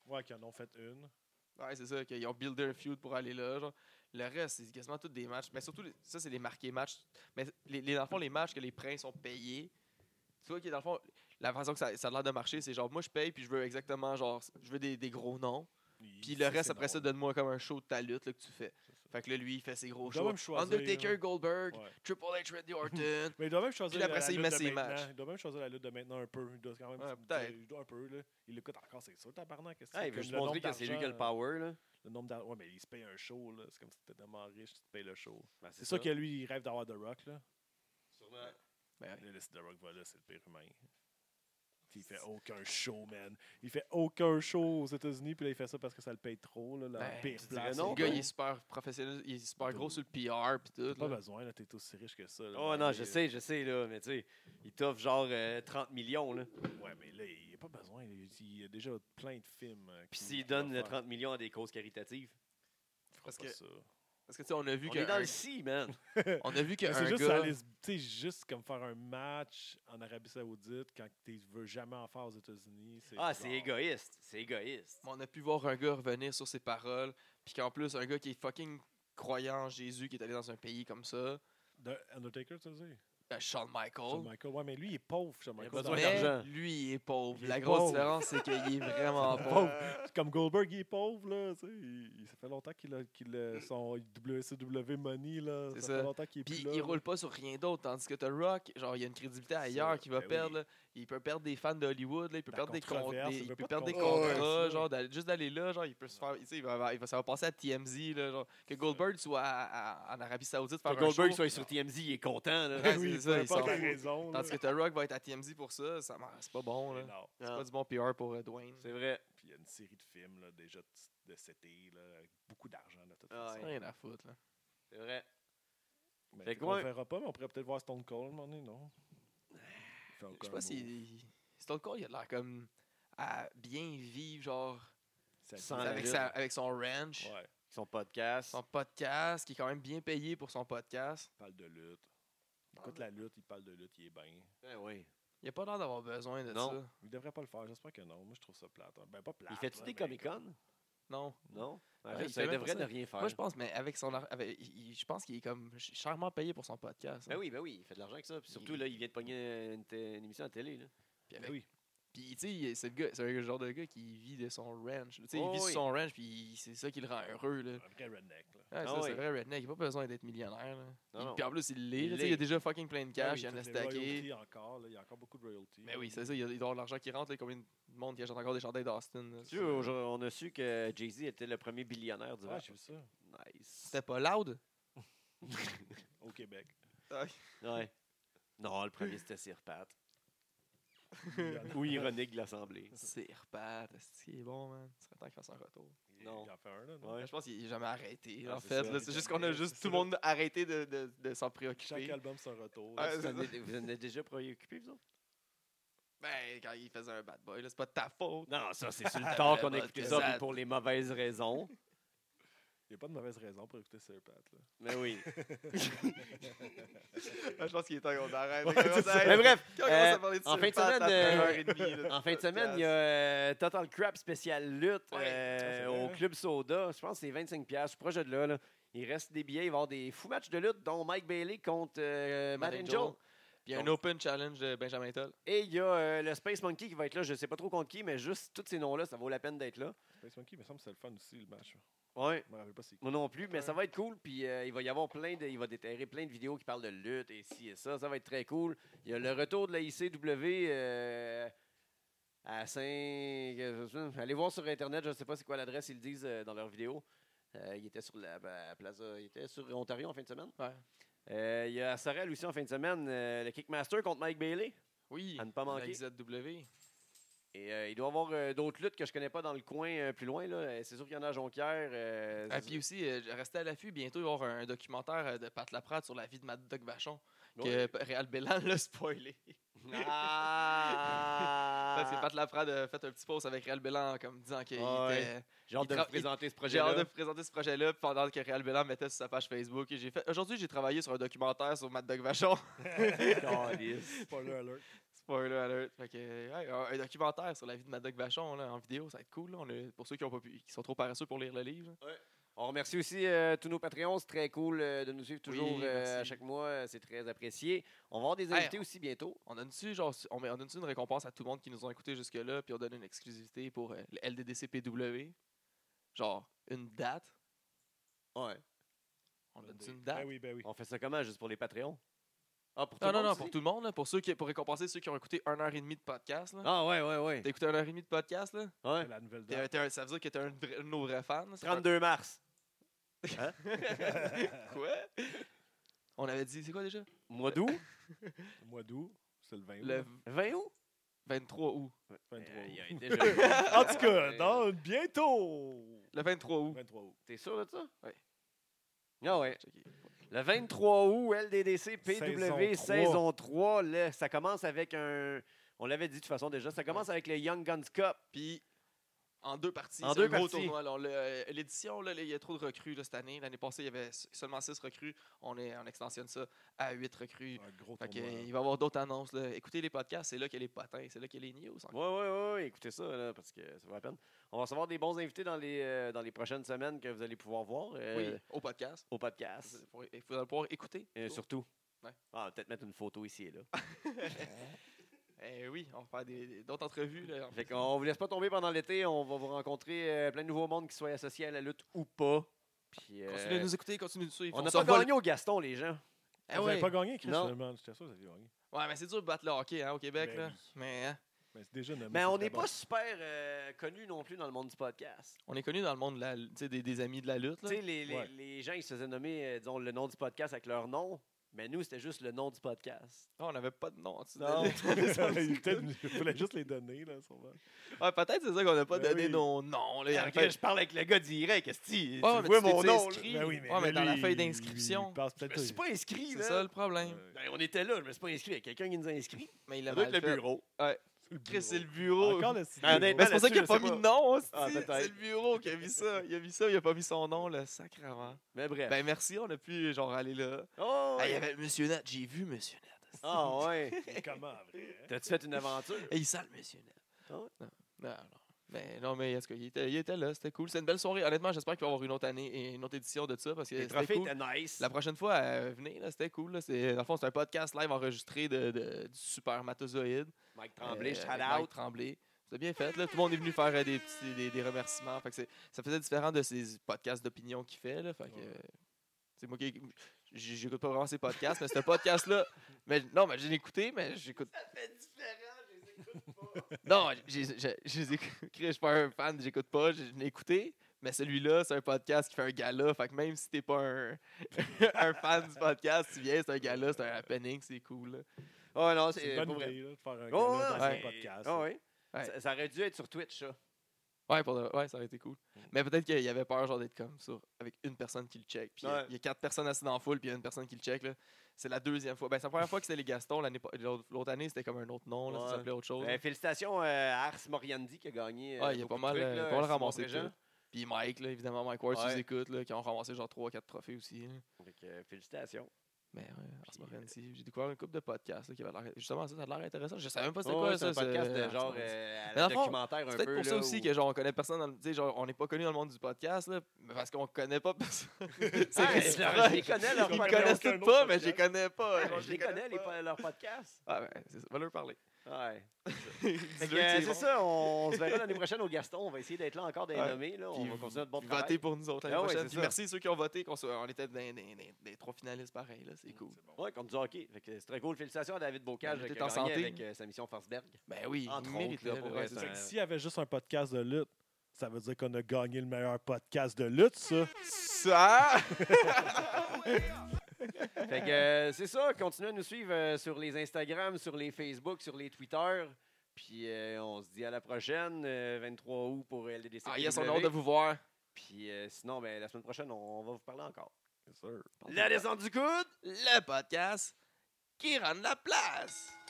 [SPEAKER 3] Ouais, qu'ils en ont fait une.
[SPEAKER 2] Ouais, c'est ça, qu'ils ont buildé un feud pour aller là. Genre. Le reste, c'est quasiment tous des matchs. Mais surtout, les- ça, c'est les marqués matchs. Mais les, les, dans le fond, les matchs que les princes ont payés. Tu vois que dans le fond, la façon que ça, ça a l'air de marcher, c'est genre, moi, je paye, puis je veux exactement, genre, je veux des, des gros noms. Puis le reste, après ça, donne-moi comme un show de ta lutte là, que tu fais. Fait que là, lui, il fait ses gros
[SPEAKER 3] Il doit
[SPEAKER 2] shows.
[SPEAKER 3] même choisir,
[SPEAKER 2] Undertaker,
[SPEAKER 3] là.
[SPEAKER 2] Goldberg,
[SPEAKER 3] Ouais.
[SPEAKER 2] Triple H, Randy Orton.
[SPEAKER 3] Mais il doit même choisir
[SPEAKER 2] Puis après
[SPEAKER 3] la,
[SPEAKER 2] ça, il
[SPEAKER 3] lutte
[SPEAKER 2] met
[SPEAKER 3] de
[SPEAKER 2] ses
[SPEAKER 3] maintenant.
[SPEAKER 2] matchs.
[SPEAKER 3] Il doit même choisir la lutte de maintenant un peu. Il doit quand même.
[SPEAKER 2] Ouais,
[SPEAKER 3] se-
[SPEAKER 2] peut-être.
[SPEAKER 3] Il doit un peu, là. Il l'écoute encore, c'est sûr, tabarnak. qu'est-ce que
[SPEAKER 1] Ah,
[SPEAKER 3] c'est?
[SPEAKER 1] il veut
[SPEAKER 3] Comme
[SPEAKER 1] juste
[SPEAKER 3] le nombre
[SPEAKER 1] montrer que c'est lui qui a le
[SPEAKER 3] d'argent, euh,
[SPEAKER 1] power. là.
[SPEAKER 3] Le nombre d'argent. Ouais, mais il se paye un show, là. C'est comme si t'étais tellement riche, tu te payes le show.
[SPEAKER 1] Ben,
[SPEAKER 3] C'est sûr que lui, il rêve d'avoir The Rock, là.
[SPEAKER 1] Sûrement.
[SPEAKER 2] Ben,
[SPEAKER 3] Là, là, si The Rock va là, c'est le pire humain. Puis il fait aucun show, man. Il fait aucun show aux États-Unis, puis là, il fait ça parce que ça le paye trop, là, la
[SPEAKER 2] Ben,
[SPEAKER 3] pire
[SPEAKER 1] tu dirais
[SPEAKER 3] place.
[SPEAKER 1] non,
[SPEAKER 2] le gars,
[SPEAKER 1] ben.
[SPEAKER 2] il est super professionnel, il est super gros sur le PR, puis tout.
[SPEAKER 3] T'as pas
[SPEAKER 2] là.
[SPEAKER 3] besoin, là, t'es aussi riche que ça. là.
[SPEAKER 1] Oh non, je
[SPEAKER 3] Mais-
[SPEAKER 1] sais, je sais, là, mais tu sais, il t'offre genre euh, 30 millions, là.
[SPEAKER 3] Ouais, mais là, il n'y a pas besoin. il y a déjà plein de films. euh,
[SPEAKER 1] Puis
[SPEAKER 3] qui-
[SPEAKER 1] s'ils
[SPEAKER 3] qui vont
[SPEAKER 1] donnent le
[SPEAKER 3] faire-
[SPEAKER 1] 30 millions à des causes caritatives.
[SPEAKER 2] Parce
[SPEAKER 3] pas
[SPEAKER 2] que,
[SPEAKER 3] ça.
[SPEAKER 2] parce que tu sais, on a vu
[SPEAKER 1] On
[SPEAKER 2] que
[SPEAKER 1] est dans
[SPEAKER 2] un-
[SPEAKER 1] le si, man.
[SPEAKER 2] on a vu que
[SPEAKER 3] Mais
[SPEAKER 2] un
[SPEAKER 3] C'est juste,
[SPEAKER 2] gars-
[SPEAKER 3] aller se- tu sais, juste comme faire un match en Arabie Saoudite quand tu veux jamais en faire aux États-Unis.
[SPEAKER 1] Ah, c'est
[SPEAKER 3] bizarre.
[SPEAKER 1] égoïste. C'est égoïste.
[SPEAKER 2] Mais on a pu voir un gars revenir sur ses paroles, puis qu'en plus, un gars qui est fucking croyant en Jésus, qui est allé dans un pays comme ça,
[SPEAKER 3] The Undertaker, tu veux dire?
[SPEAKER 2] ben Shawn Michael.
[SPEAKER 3] Shawn Michael. Ouais, mais lui, il est pauvre, Shawn
[SPEAKER 1] Il a
[SPEAKER 3] Michael.
[SPEAKER 1] besoin
[SPEAKER 3] Dans-
[SPEAKER 1] d'argent.
[SPEAKER 2] Mais lui, il est pauvre.
[SPEAKER 3] Il est
[SPEAKER 2] la grosse
[SPEAKER 3] pauvre.
[SPEAKER 2] différence, c'est qu'il est vraiment Ah, pauvre.
[SPEAKER 3] pauvre. Euh, Comme Goldberg, il est pauvre, là. tu sais, Il, ça fait longtemps qu'il a, qu'il a son WCW money, là.
[SPEAKER 2] C'est
[SPEAKER 3] Ça,
[SPEAKER 2] ça.
[SPEAKER 3] fait longtemps qu'il est
[SPEAKER 2] Puis
[SPEAKER 3] plus là.
[SPEAKER 2] il roule pas sur rien d'autre, tandis que t'as Rock, genre, il y a une crédibilité ailleurs qu'il va
[SPEAKER 1] ben oui.
[SPEAKER 2] perdre. là. Il peut perdre des fans d'Hollywood, là, il peut
[SPEAKER 3] La
[SPEAKER 2] perdre des, con-
[SPEAKER 3] controverse,
[SPEAKER 2] des-
[SPEAKER 3] il
[SPEAKER 2] il
[SPEAKER 3] veut pas
[SPEAKER 2] peut
[SPEAKER 3] de
[SPEAKER 2] perdre des
[SPEAKER 4] controverse,
[SPEAKER 2] contrats,
[SPEAKER 3] là.
[SPEAKER 2] genre, d'aller- juste d'aller là, genre, il peut se faire, tu sais, il va, il va- ça va passer à TMZ, là, genre, que Goldberg soit à- à- en Arabie Saoudite faire
[SPEAKER 1] Que
[SPEAKER 2] un
[SPEAKER 1] Goldberg
[SPEAKER 2] show,
[SPEAKER 1] soit sur TMZ, il est content. Là.
[SPEAKER 2] Ouais,
[SPEAKER 3] Ben
[SPEAKER 2] c'est ça,
[SPEAKER 3] peu
[SPEAKER 2] il
[SPEAKER 3] importe
[SPEAKER 2] s'en
[SPEAKER 3] la
[SPEAKER 2] fout.
[SPEAKER 3] raison. là.
[SPEAKER 2] tandis que The Rock va être à TMZ pour ça, ça marche, c'est pas bon, là.
[SPEAKER 3] Mais non.
[SPEAKER 2] C'est pas du bon PR pour euh, Dwayne.
[SPEAKER 1] C'est vrai.
[SPEAKER 3] Puis il y a une série de films, là, déjà de, de cet été, là, avec beaucoup d'argent, de toute
[SPEAKER 1] Ah,
[SPEAKER 3] façon.
[SPEAKER 1] ouais.
[SPEAKER 2] Rien à foutre, là.
[SPEAKER 1] C'est vrai. Fait
[SPEAKER 3] Mais tu sais
[SPEAKER 1] que
[SPEAKER 3] qu'on
[SPEAKER 1] ouais.
[SPEAKER 3] verra pas, mais on pourrait peut-être voir Stone Cold, à un moment donné, non? Faire
[SPEAKER 2] Je sais
[SPEAKER 3] un
[SPEAKER 2] pas
[SPEAKER 3] move.
[SPEAKER 2] si. Stone Cold, il a l'air comme à bien vivre, genre,
[SPEAKER 3] Ça
[SPEAKER 1] Sans
[SPEAKER 3] dit-
[SPEAKER 1] la
[SPEAKER 2] avec,
[SPEAKER 1] lutte.
[SPEAKER 2] sa- avec son ranch,
[SPEAKER 3] Ouais,
[SPEAKER 1] Son podcast.
[SPEAKER 2] son podcast, qui est quand même bien payé pour son podcast.
[SPEAKER 3] il parle de lutte. Il écoute la lutte, il parle de lutte, il est bien.
[SPEAKER 1] Ben oui.
[SPEAKER 2] Il a pas l'air d'avoir besoin de
[SPEAKER 1] Non.
[SPEAKER 2] ça.
[SPEAKER 3] Il devrait pas le faire, j'espère que non. Moi, je trouve ça plate. hein. Ben, pas plate.
[SPEAKER 1] Il fait-tu
[SPEAKER 3] là,
[SPEAKER 1] des
[SPEAKER 3] mais
[SPEAKER 1] Comic-Con?
[SPEAKER 2] Non.
[SPEAKER 1] Non.
[SPEAKER 2] Ouais,
[SPEAKER 1] Arrête,
[SPEAKER 2] il
[SPEAKER 1] ça,
[SPEAKER 2] fait
[SPEAKER 1] Ah, il
[SPEAKER 2] même
[SPEAKER 1] devrait
[SPEAKER 2] pas ça.
[SPEAKER 1] ne rien faire.
[SPEAKER 2] Moi, je pense, mais avec son. ar- avec- il- il- je pense qu'il est comme ch- chèrement payé pour son podcast.
[SPEAKER 1] Ben
[SPEAKER 2] hein.
[SPEAKER 1] oui, ben oui, il fait de l'argent avec ça. Puis surtout,
[SPEAKER 2] Il-
[SPEAKER 1] là, il vient de pogner une, té- une émission à la télé. Là.
[SPEAKER 2] Puis,
[SPEAKER 3] Ben
[SPEAKER 2] avec-
[SPEAKER 3] oui.
[SPEAKER 2] puis, tu sais, c'est le gars- c'est un genre de gars qui vit de son ranch. Tu sais,
[SPEAKER 1] Oh
[SPEAKER 2] il vit
[SPEAKER 1] oui.
[SPEAKER 2] sur son ranch, puis il- c'est ça qui le rend heureux, là.
[SPEAKER 3] Un vrai redneck, là.
[SPEAKER 2] Ouais,
[SPEAKER 1] Ah
[SPEAKER 2] ça,
[SPEAKER 1] oui.
[SPEAKER 2] c'est vrai, Redneck, il a pas besoin d'être millionnaire. Là.
[SPEAKER 1] Non,
[SPEAKER 2] Il-
[SPEAKER 1] non.
[SPEAKER 2] Puis en plus, il l'est.
[SPEAKER 1] Il
[SPEAKER 2] là, tu sais, Il a
[SPEAKER 1] l'est.
[SPEAKER 2] déjà fucking plein de cash, il
[SPEAKER 3] Ah
[SPEAKER 2] en
[SPEAKER 3] oui,
[SPEAKER 2] a
[SPEAKER 3] toutes les
[SPEAKER 2] stacké.
[SPEAKER 3] royalties encore, là, il y a encore beaucoup de royalties.
[SPEAKER 2] Mais oui, c'est ça, il doit y avoir de l'argent qui rentre. Là, combien de monde qui achète encore des chandails d'Austin là,
[SPEAKER 1] Tu sais,
[SPEAKER 2] ça.
[SPEAKER 1] aujourd'hui, on a su que Jay-Z était le premier billionnaire du
[SPEAKER 3] Ouais,
[SPEAKER 1] monde.
[SPEAKER 3] Ah, j'ai vu ça.
[SPEAKER 1] Nice.
[SPEAKER 2] C'était pas loud
[SPEAKER 3] Au Québec.
[SPEAKER 1] Ouais. Non, le premier, c'était Sir Pat.
[SPEAKER 3] Il y en a-
[SPEAKER 1] Ou ironique de l'Assemblée.
[SPEAKER 2] C'est repas, c'est bon, man. Ce serait temps qu'il fasse un retour.
[SPEAKER 3] il
[SPEAKER 1] Non.
[SPEAKER 3] en fait un, là. non?
[SPEAKER 1] Ouais.
[SPEAKER 2] Je pense qu'il est jamais arrêté.
[SPEAKER 1] Ah,
[SPEAKER 2] en
[SPEAKER 1] c'est
[SPEAKER 2] fait,
[SPEAKER 1] ça,
[SPEAKER 2] là,
[SPEAKER 1] il
[SPEAKER 2] c'est
[SPEAKER 3] est
[SPEAKER 2] juste
[SPEAKER 3] jamais-
[SPEAKER 2] qu'on a juste
[SPEAKER 3] c'est
[SPEAKER 2] tout le
[SPEAKER 3] ça.
[SPEAKER 2] monde arrêté de, de, de s'en
[SPEAKER 3] Chaque
[SPEAKER 2] préoccuper.
[SPEAKER 3] album, c'est un retour.
[SPEAKER 2] Ah,
[SPEAKER 3] là.
[SPEAKER 1] Vous
[SPEAKER 2] c'est
[SPEAKER 1] en
[SPEAKER 2] ça.
[SPEAKER 1] êtes- vous en êtes déjà préoccupé, vous autres?
[SPEAKER 2] Ben, quand il faisait un bad boy, là, c'est pas de ta faute.
[SPEAKER 1] Non, ça, Ah, c'est sur le tard qu'on a
[SPEAKER 2] Votre
[SPEAKER 1] écouté ça,
[SPEAKER 2] exact.
[SPEAKER 1] puis pour les mauvaises raisons.
[SPEAKER 3] Il n'y a pas de mauvaise raison pour écouter Sir Pat, là.
[SPEAKER 1] Mais oui.
[SPEAKER 2] je pense qu'il est temps qu'on arrête.
[SPEAKER 3] Ouais, c'est ça.
[SPEAKER 1] Mais bref,
[SPEAKER 2] Quand on commence
[SPEAKER 1] euh,
[SPEAKER 2] à parler de
[SPEAKER 1] en
[SPEAKER 2] Sir
[SPEAKER 1] fin de
[SPEAKER 2] Pat
[SPEAKER 1] semaine,
[SPEAKER 2] après une
[SPEAKER 1] euh,
[SPEAKER 2] heure et demie, là,
[SPEAKER 1] En fin de semaine, il y a euh, Total Crap spécial lutte
[SPEAKER 2] Ouais.
[SPEAKER 1] euh,
[SPEAKER 3] Ah, c'est
[SPEAKER 1] au
[SPEAKER 3] vrai.
[SPEAKER 1] Club Soda. Je pense que c'est 25 pièces. Je projet de là, là. Il reste des billets. Il va y avoir des fous matchs de lutte, dont Mike Bailey contre euh, Matt
[SPEAKER 2] Matt
[SPEAKER 1] Angel.
[SPEAKER 2] Angel. Puis il y a un open challenge de Benjamin Toll.
[SPEAKER 1] Et il y a euh, le Space Monkey qui va être là. Je ne sais pas trop contre qui, mais juste tous ces noms-là, ça vaut la peine d'être là.
[SPEAKER 3] Space Monkey, il me semble que c'est le fun aussi, le match.
[SPEAKER 1] Ouais.
[SPEAKER 3] Je me rappelle pas c'est
[SPEAKER 1] Moi non plus, mais ça va être cool. Puis euh, il va y avoir plein de. Il va déterrer plein de vidéos qui parlent de lutte et ci et ça. Ça va être très cool. Il y a le retour de la ICW euh, à Saint. Allez voir sur Internet, je ne sais pas c'est quoi l'adresse, ils le disent euh, dans leur vidéo. Euh, il était sur la bah, plaza. Il était sur Ontario en fin de semaine.
[SPEAKER 2] Ouais.
[SPEAKER 1] Euh, il y a à Sorel aussi en fin de semaine, euh, le Kickmaster contre Mike Bailey.
[SPEAKER 2] Oui.
[SPEAKER 1] À ne pas manquer.
[SPEAKER 2] La ZW.
[SPEAKER 1] Et euh, il doit y avoir euh, d'autres luttes que je connais pas dans le coin euh, plus loin. là. Euh, C'est sûr qu'il y en a à Jonquière. euh,
[SPEAKER 2] Ah,
[SPEAKER 1] c'est-
[SPEAKER 2] puis aussi, euh, restez à l'affût. Bientôt, il va y avoir un documentaire euh, de Pat Laprade sur la vie de Mad Dog Vachon.
[SPEAKER 1] Ouais.
[SPEAKER 2] Que Réal Bellan l'a spoilé.
[SPEAKER 1] Ah!
[SPEAKER 2] Parce que Pat Laprade a fait un petit pause avec Réal Bellan, comme disant qu'il
[SPEAKER 1] Ah Ouais.
[SPEAKER 2] était.
[SPEAKER 1] J'ai hâte
[SPEAKER 2] Il
[SPEAKER 1] de vous
[SPEAKER 2] tra-
[SPEAKER 1] présenter ce
[SPEAKER 2] J'ai
[SPEAKER 1] projet-là.
[SPEAKER 2] hâte de vous présenter ce projet-là puis pendant que Réal Bellan mettait sur sa page Facebook. et j'ai fait Aujourd'hui, j'ai travaillé sur un documentaire sur Mad Dog Vachon.
[SPEAKER 1] Calice.
[SPEAKER 3] Spoiler alert.
[SPEAKER 2] Spoiler alert. Fait que, ouais, un un documentaire sur la vie de Mad Dog Vachon là, en vidéo, ça va être cool. là. On a- pour ceux qui, ont pas pu, qui sont trop paresseux pour lire le livre.
[SPEAKER 1] On remercie aussi euh, tous nos Patreons. C'est très cool euh, de nous suivre toujours euh,
[SPEAKER 2] merci.
[SPEAKER 1] à chaque mois. Euh, C'est très apprécié. On va avoir des
[SPEAKER 2] Hey,
[SPEAKER 1] invités aussi bientôt.
[SPEAKER 2] On donne-tu genre, su- on, met- on donne-tu une récompense à tout le monde qui nous ont écoutés jusque-là, puis on donne une exclusivité pour euh, le LDDCPW? Genre, une date?
[SPEAKER 1] Ouais.
[SPEAKER 2] On donne-tu une date?
[SPEAKER 3] Ben oui, ben oui.
[SPEAKER 1] On fait ça comment, juste pour les Patreons? Ah, pour tout le
[SPEAKER 2] Non, non,
[SPEAKER 1] monde
[SPEAKER 2] non,
[SPEAKER 1] aussi?
[SPEAKER 2] pour tout le monde, là, pour, ceux qui, pour récompenser ceux qui ont écouté 1h30 de podcast. Là.
[SPEAKER 1] Ah, ouais, ouais, ouais.
[SPEAKER 2] T'as écouté 1h30 de podcast, là?
[SPEAKER 1] ouais.
[SPEAKER 3] La nouvelle
[SPEAKER 2] T'es-
[SPEAKER 3] date.
[SPEAKER 2] t'es un- ça veut dire que t'es un, vrai- un de nos vrais fans? là, c'est pas-
[SPEAKER 1] 32 mars.
[SPEAKER 2] Quoi? On avait dit, c'est quoi déjà?
[SPEAKER 1] Mois d'août?
[SPEAKER 3] Le mois d'août, c'est le 20 août.
[SPEAKER 2] Le
[SPEAKER 1] 20 août?
[SPEAKER 2] 23 août.
[SPEAKER 3] 23 août.
[SPEAKER 1] déjà...
[SPEAKER 3] En tout cas, dans bientôt!
[SPEAKER 2] Le 23 août.
[SPEAKER 3] 23 août.
[SPEAKER 1] T'es sûr de ça?
[SPEAKER 2] Ouais.
[SPEAKER 1] Ah ouais.
[SPEAKER 2] Checker.
[SPEAKER 1] Le 23 août, LDDC PW saison
[SPEAKER 3] Saison
[SPEAKER 1] 3.
[SPEAKER 3] trois.
[SPEAKER 1] là, ça commence avec un. On l'avait dit de toute façon déjà. Ça commence avec le Young Guns Cup.
[SPEAKER 2] Puis en deux parties,
[SPEAKER 1] En
[SPEAKER 2] c'est
[SPEAKER 1] deux
[SPEAKER 2] un gros
[SPEAKER 1] parties.
[SPEAKER 2] tournoi. Alors, le- euh, L'édition, là, il y a trop de recrues là, cette année. L'année passée, il y avait s- seulement six recrues. On, est, on extensionne ça à huit recrues.
[SPEAKER 3] Un gros
[SPEAKER 2] Fait que,
[SPEAKER 3] tournoi.
[SPEAKER 2] il va y avoir d'autres annonces. là. Écoutez les podcasts, c'est là qu'il y a les potins, c'est là qu'il y a les news.
[SPEAKER 1] Ouais, ouais, ouais, écoutez ça, là, parce que ça vaut la peine. On va recevoir des bons invités dans les, euh, dans les prochaines semaines que vous allez pouvoir voir euh,
[SPEAKER 2] Oui, au podcast.
[SPEAKER 1] au podcast.
[SPEAKER 2] Vous pourrez- vous allez pouvoir écouter.
[SPEAKER 1] Et Euh, surtout.
[SPEAKER 2] Ouais.
[SPEAKER 1] Ah, peut-être mettre une photo ici et là.
[SPEAKER 2] Eh oui, on va faire des- des- d'autres entrevues. là, en
[SPEAKER 1] Fait
[SPEAKER 2] plus.
[SPEAKER 1] qu'on vous laisse pas tomber pendant l'été. On va vous rencontrer euh, plein de nouveaux mondes qui soient associés à la lutte ou pas. Puis, euh,
[SPEAKER 2] Continuez de nous écouter, continuez de nous suivre.
[SPEAKER 1] on n'a
[SPEAKER 2] se
[SPEAKER 1] pas
[SPEAKER 2] revoit le-
[SPEAKER 1] gagné au Gaston, les gens.
[SPEAKER 2] Eh
[SPEAKER 3] Vous n'avez
[SPEAKER 2] ouais.
[SPEAKER 3] pas gagné, Chris,
[SPEAKER 1] Non.
[SPEAKER 3] finalement. J'étais sûr que vous aviez gagné.
[SPEAKER 2] Ouais, mais c'est dur de battre le hockey hein, au Québec.
[SPEAKER 3] Ben
[SPEAKER 2] là.
[SPEAKER 3] oui.
[SPEAKER 2] Mais hein,
[SPEAKER 3] Mais c'est déjà nommé.
[SPEAKER 1] Mais
[SPEAKER 3] c'est
[SPEAKER 1] on
[SPEAKER 3] très
[SPEAKER 1] n'est
[SPEAKER 3] bon.
[SPEAKER 1] pas super euh, connus non plus dans le monde du podcast.
[SPEAKER 2] on est connu dans le monde de la- tu sais, des, des amis de la lutte.
[SPEAKER 1] Tu
[SPEAKER 2] là.
[SPEAKER 1] sais, les, les-
[SPEAKER 3] Ouais.
[SPEAKER 1] les gens, ils se faisaient nommer, euh, disons, le nom du podcast avec leur nom. Mais nous, c'était juste le nom du podcast.
[SPEAKER 2] Ah, on n'avait pas de nom. tu
[SPEAKER 1] Non.
[SPEAKER 2] sais.
[SPEAKER 3] Il peut-être- il fallait juste les donner, là, sûrement.
[SPEAKER 2] Ouais, Peut-être c'est ça qu'on n'a pas
[SPEAKER 3] Ben
[SPEAKER 2] donné
[SPEAKER 3] oui.
[SPEAKER 2] nos noms. Là, Il y a
[SPEAKER 1] Alors
[SPEAKER 2] fait-
[SPEAKER 1] que je parle avec le gars direct, est-ce que tu
[SPEAKER 2] Ouais, mais
[SPEAKER 1] tu vois
[SPEAKER 2] tu t'es
[SPEAKER 1] mon
[SPEAKER 2] dit
[SPEAKER 1] nom? là?
[SPEAKER 2] inscrit.
[SPEAKER 3] Ben oui, mais,
[SPEAKER 2] Ouais, mais
[SPEAKER 3] là,
[SPEAKER 2] dans la
[SPEAKER 3] lui,
[SPEAKER 2] feuille
[SPEAKER 3] il-
[SPEAKER 2] d'inscription.
[SPEAKER 3] il pense
[SPEAKER 1] Je
[SPEAKER 3] peut-être
[SPEAKER 1] me suis pas inscrit,
[SPEAKER 2] C'est
[SPEAKER 1] là.
[SPEAKER 2] ça le problème.
[SPEAKER 3] Ouais.
[SPEAKER 1] Ben, on était là, je me suis pas inscrit. Il y a quelqu'un qui nous a inscrit.
[SPEAKER 2] Mais il
[SPEAKER 1] Ça
[SPEAKER 2] a
[SPEAKER 1] doit
[SPEAKER 2] mal
[SPEAKER 1] être le
[SPEAKER 2] fait.
[SPEAKER 1] bureau.
[SPEAKER 2] Chris, c'est le bureau.
[SPEAKER 3] Encore le site.
[SPEAKER 1] Ben,
[SPEAKER 3] du
[SPEAKER 1] honnêtement,
[SPEAKER 3] bureau.
[SPEAKER 2] Mais c'est pour ça qu'il n'a
[SPEAKER 1] là-dessus,
[SPEAKER 2] pas
[SPEAKER 1] je
[SPEAKER 2] mis
[SPEAKER 1] sais
[SPEAKER 2] de nom. hostie.
[SPEAKER 1] Ah, peut-être.
[SPEAKER 2] c'est le bureau qui a mis ça. Il a mis ça, il n'a pas mis son nom, le sacrement.
[SPEAKER 1] Mais bref.
[SPEAKER 2] Ben merci, on a pu genre aller là.
[SPEAKER 1] oh,
[SPEAKER 2] Ah, il y
[SPEAKER 1] ouais.
[SPEAKER 2] avait Monsieur Nat, j'ai vu Monsieur Nat. hostie.
[SPEAKER 1] Ah, ouais.
[SPEAKER 3] Comment, en vrai? hein?
[SPEAKER 1] T'as-tu fait une aventure?
[SPEAKER 2] Et il sale Monsieur Nat.
[SPEAKER 1] Ah ouais?
[SPEAKER 2] Non, non, non. Mais non, mais en tout cas, il était, il était là, c'était cool. C'est une belle soirée. Honnêtement, j'espère qu'il va y avoir une autre année et une autre édition de ça parce que
[SPEAKER 1] Les
[SPEAKER 2] c'était
[SPEAKER 1] trophées
[SPEAKER 2] cool.
[SPEAKER 1] étaient nice.
[SPEAKER 2] La prochaine fois, euh, venez, là, c'était cool. Là. C'est, dans le fond, c'est un podcast live enregistré de, de- du super matozoïde.
[SPEAKER 1] Mike Tremblay,
[SPEAKER 2] Euh,
[SPEAKER 1] shout
[SPEAKER 2] avec Mike
[SPEAKER 1] out.
[SPEAKER 2] Tremblay. C'était bien fait. Là. Tout le monde est venu faire euh, des, petits, des, des remerciements. Fait que c'est- ça faisait différent de ces podcasts d'opinion qu'il fait. Là. Fait que,
[SPEAKER 3] Ouais.
[SPEAKER 2] euh, c'est moi qui. j'- J'écoute pas vraiment ces podcasts, mais ce podcast-là. Mais, non, mais j'ai écouté, mais j'écoute.
[SPEAKER 1] Ça fait différent, je les écoute pas.
[SPEAKER 2] Non, j'ai- j'ai- j'ai- j'ai écou- Chris, je suis pas un fan, j'écoute pas, j'ai- je l'ai écouté. Mais celui-là, c'est un podcast qui fait un gala. Fait que même si t'es pas un, un fan du podcast, tu viens, c'est un gala, c'est un happening, c'est cool. là.
[SPEAKER 1] Oh non,
[SPEAKER 3] C'est
[SPEAKER 1] c'est
[SPEAKER 3] une
[SPEAKER 1] pas
[SPEAKER 3] bonne
[SPEAKER 1] vrai.
[SPEAKER 3] idée, là, de faire un
[SPEAKER 1] Oh,
[SPEAKER 3] gala dans
[SPEAKER 1] ouais.
[SPEAKER 3] un podcast.
[SPEAKER 1] Ah, ouais.
[SPEAKER 2] Ouais.
[SPEAKER 1] Ça, ça aurait dû être sur Twitch, ça.
[SPEAKER 2] Ouais, pour de- ouais, ça aurait été cool.
[SPEAKER 1] Mm.
[SPEAKER 2] Mais peut-être qu'il y avait peur genre d'être comme ça, avec une personne qui le check. Puis il y a-
[SPEAKER 1] Ouais.
[SPEAKER 2] il y a quatre personnes assises dans la foule, puis il y a une personne qui le check. là. C'est la deuxième fois. Ben, c'est la première fois que c'était les Gastons. l'année pa- L'autre l'autre année, c'était comme un autre nom, là,
[SPEAKER 1] Ouais.
[SPEAKER 2] ça s'appelait autre chose.
[SPEAKER 1] Euh, félicitations euh, à Ars Moriandi qui a gagné. euh,
[SPEAKER 2] Ben, ah, il y a pas
[SPEAKER 1] beaucoup de
[SPEAKER 2] mal,
[SPEAKER 1] trucs,
[SPEAKER 2] euh,
[SPEAKER 1] là,
[SPEAKER 2] pas mal
[SPEAKER 1] Simon
[SPEAKER 2] ramassé
[SPEAKER 1] Préjean.
[SPEAKER 2] tout. Puis Mike, là, évidemment, Mike Ward, si
[SPEAKER 1] Ouais.
[SPEAKER 2] vous écoutes, là, qui ont ramassé genre 3-4 trophées aussi. là.
[SPEAKER 1] Fait que, euh, félicitations.
[SPEAKER 2] Mais ouais, en
[SPEAKER 1] Puis, euh,
[SPEAKER 2] ce moment, si, j'ai découvert une couple de podcasts là, qui avaient l'air. Justement, ça, ça a l'air intéressant. Je savais même pas c'était
[SPEAKER 1] Ouais,
[SPEAKER 2] quoi
[SPEAKER 1] ouais,
[SPEAKER 2] ça.
[SPEAKER 1] C'est un podcast
[SPEAKER 2] ce-
[SPEAKER 1] de genre
[SPEAKER 2] Arts
[SPEAKER 1] euh, à
[SPEAKER 2] Mais
[SPEAKER 1] la
[SPEAKER 2] dans le fond,
[SPEAKER 1] documentaire un
[SPEAKER 2] C'est
[SPEAKER 1] peu.
[SPEAKER 2] peut-être pour ça
[SPEAKER 1] là,
[SPEAKER 2] aussi
[SPEAKER 1] où-
[SPEAKER 2] que genre on connaît personne dans le, tu sais, genre on n'est pas connu dans le monde du podcast là, mais parce qu'on connaît pas personne.
[SPEAKER 1] Ah,
[SPEAKER 2] C'est
[SPEAKER 1] je-
[SPEAKER 2] réciproque.
[SPEAKER 1] je les connais, leurs
[SPEAKER 2] Ils me
[SPEAKER 1] podcasts.
[SPEAKER 2] connaissent
[SPEAKER 3] Aucun
[SPEAKER 2] tous
[SPEAKER 3] autre
[SPEAKER 2] pas, mais je les
[SPEAKER 3] podcast.
[SPEAKER 2] connais pas.
[SPEAKER 1] Ouais, Je les connais, les po- leurs podcasts.
[SPEAKER 2] Ah ben, c'est ça, va leur parler.
[SPEAKER 1] Ouais. Fait que,
[SPEAKER 2] Dis-leur que
[SPEAKER 1] euh,
[SPEAKER 2] c'est
[SPEAKER 1] C'est
[SPEAKER 2] bon.
[SPEAKER 1] ça, on se verra l'année prochaine au Gaston. On va essayer d'être là encore des
[SPEAKER 2] Ouais.
[SPEAKER 1] nommés. Là. On
[SPEAKER 2] Puis
[SPEAKER 1] va continuer notre bon
[SPEAKER 2] Puis
[SPEAKER 1] travail.
[SPEAKER 2] Votez pour nous autres l'année
[SPEAKER 1] Ah ouais,
[SPEAKER 2] prochaine.
[SPEAKER 1] c'est
[SPEAKER 2] Puis
[SPEAKER 1] ça.
[SPEAKER 2] merci ceux qui ont voté, qu'on soit- on était dans les trois finalistes pareil là, c'est cool.
[SPEAKER 3] bon.
[SPEAKER 1] Ouais, contre du hockey. Fait que C'est très cool. Félicitations à David Bocage
[SPEAKER 2] Ben,
[SPEAKER 1] qui a
[SPEAKER 2] t'es
[SPEAKER 1] gagné
[SPEAKER 2] en santé.
[SPEAKER 1] avec euh, sa mission Forsberg.
[SPEAKER 2] Ben oui,
[SPEAKER 1] Entre
[SPEAKER 2] ils méritent
[SPEAKER 1] autres, là,
[SPEAKER 2] le-
[SPEAKER 1] pour
[SPEAKER 2] ouais,
[SPEAKER 1] vrai,
[SPEAKER 2] c'est
[SPEAKER 1] c'est
[SPEAKER 2] ça.
[SPEAKER 3] Fait que s'il y avait juste un podcast de lutte, ça veut dire qu'on a gagné le meilleur podcast de lutte, ça.
[SPEAKER 2] Ça
[SPEAKER 1] Fait que euh, c'est ça. Continuez à nous suivre euh, sur les Instagram, sur les Facebook, sur les Twitter. Puis euh, on se dit à la prochaine, euh, 23 août pour LDDC.
[SPEAKER 2] Ah yes, on a hâte de vous voir.
[SPEAKER 1] Puis euh, sinon, ben, la semaine prochaine, on, on va vous parler encore.
[SPEAKER 3] Yes, sir.
[SPEAKER 1] La descente du coude!
[SPEAKER 2] le podcast qui rend la place.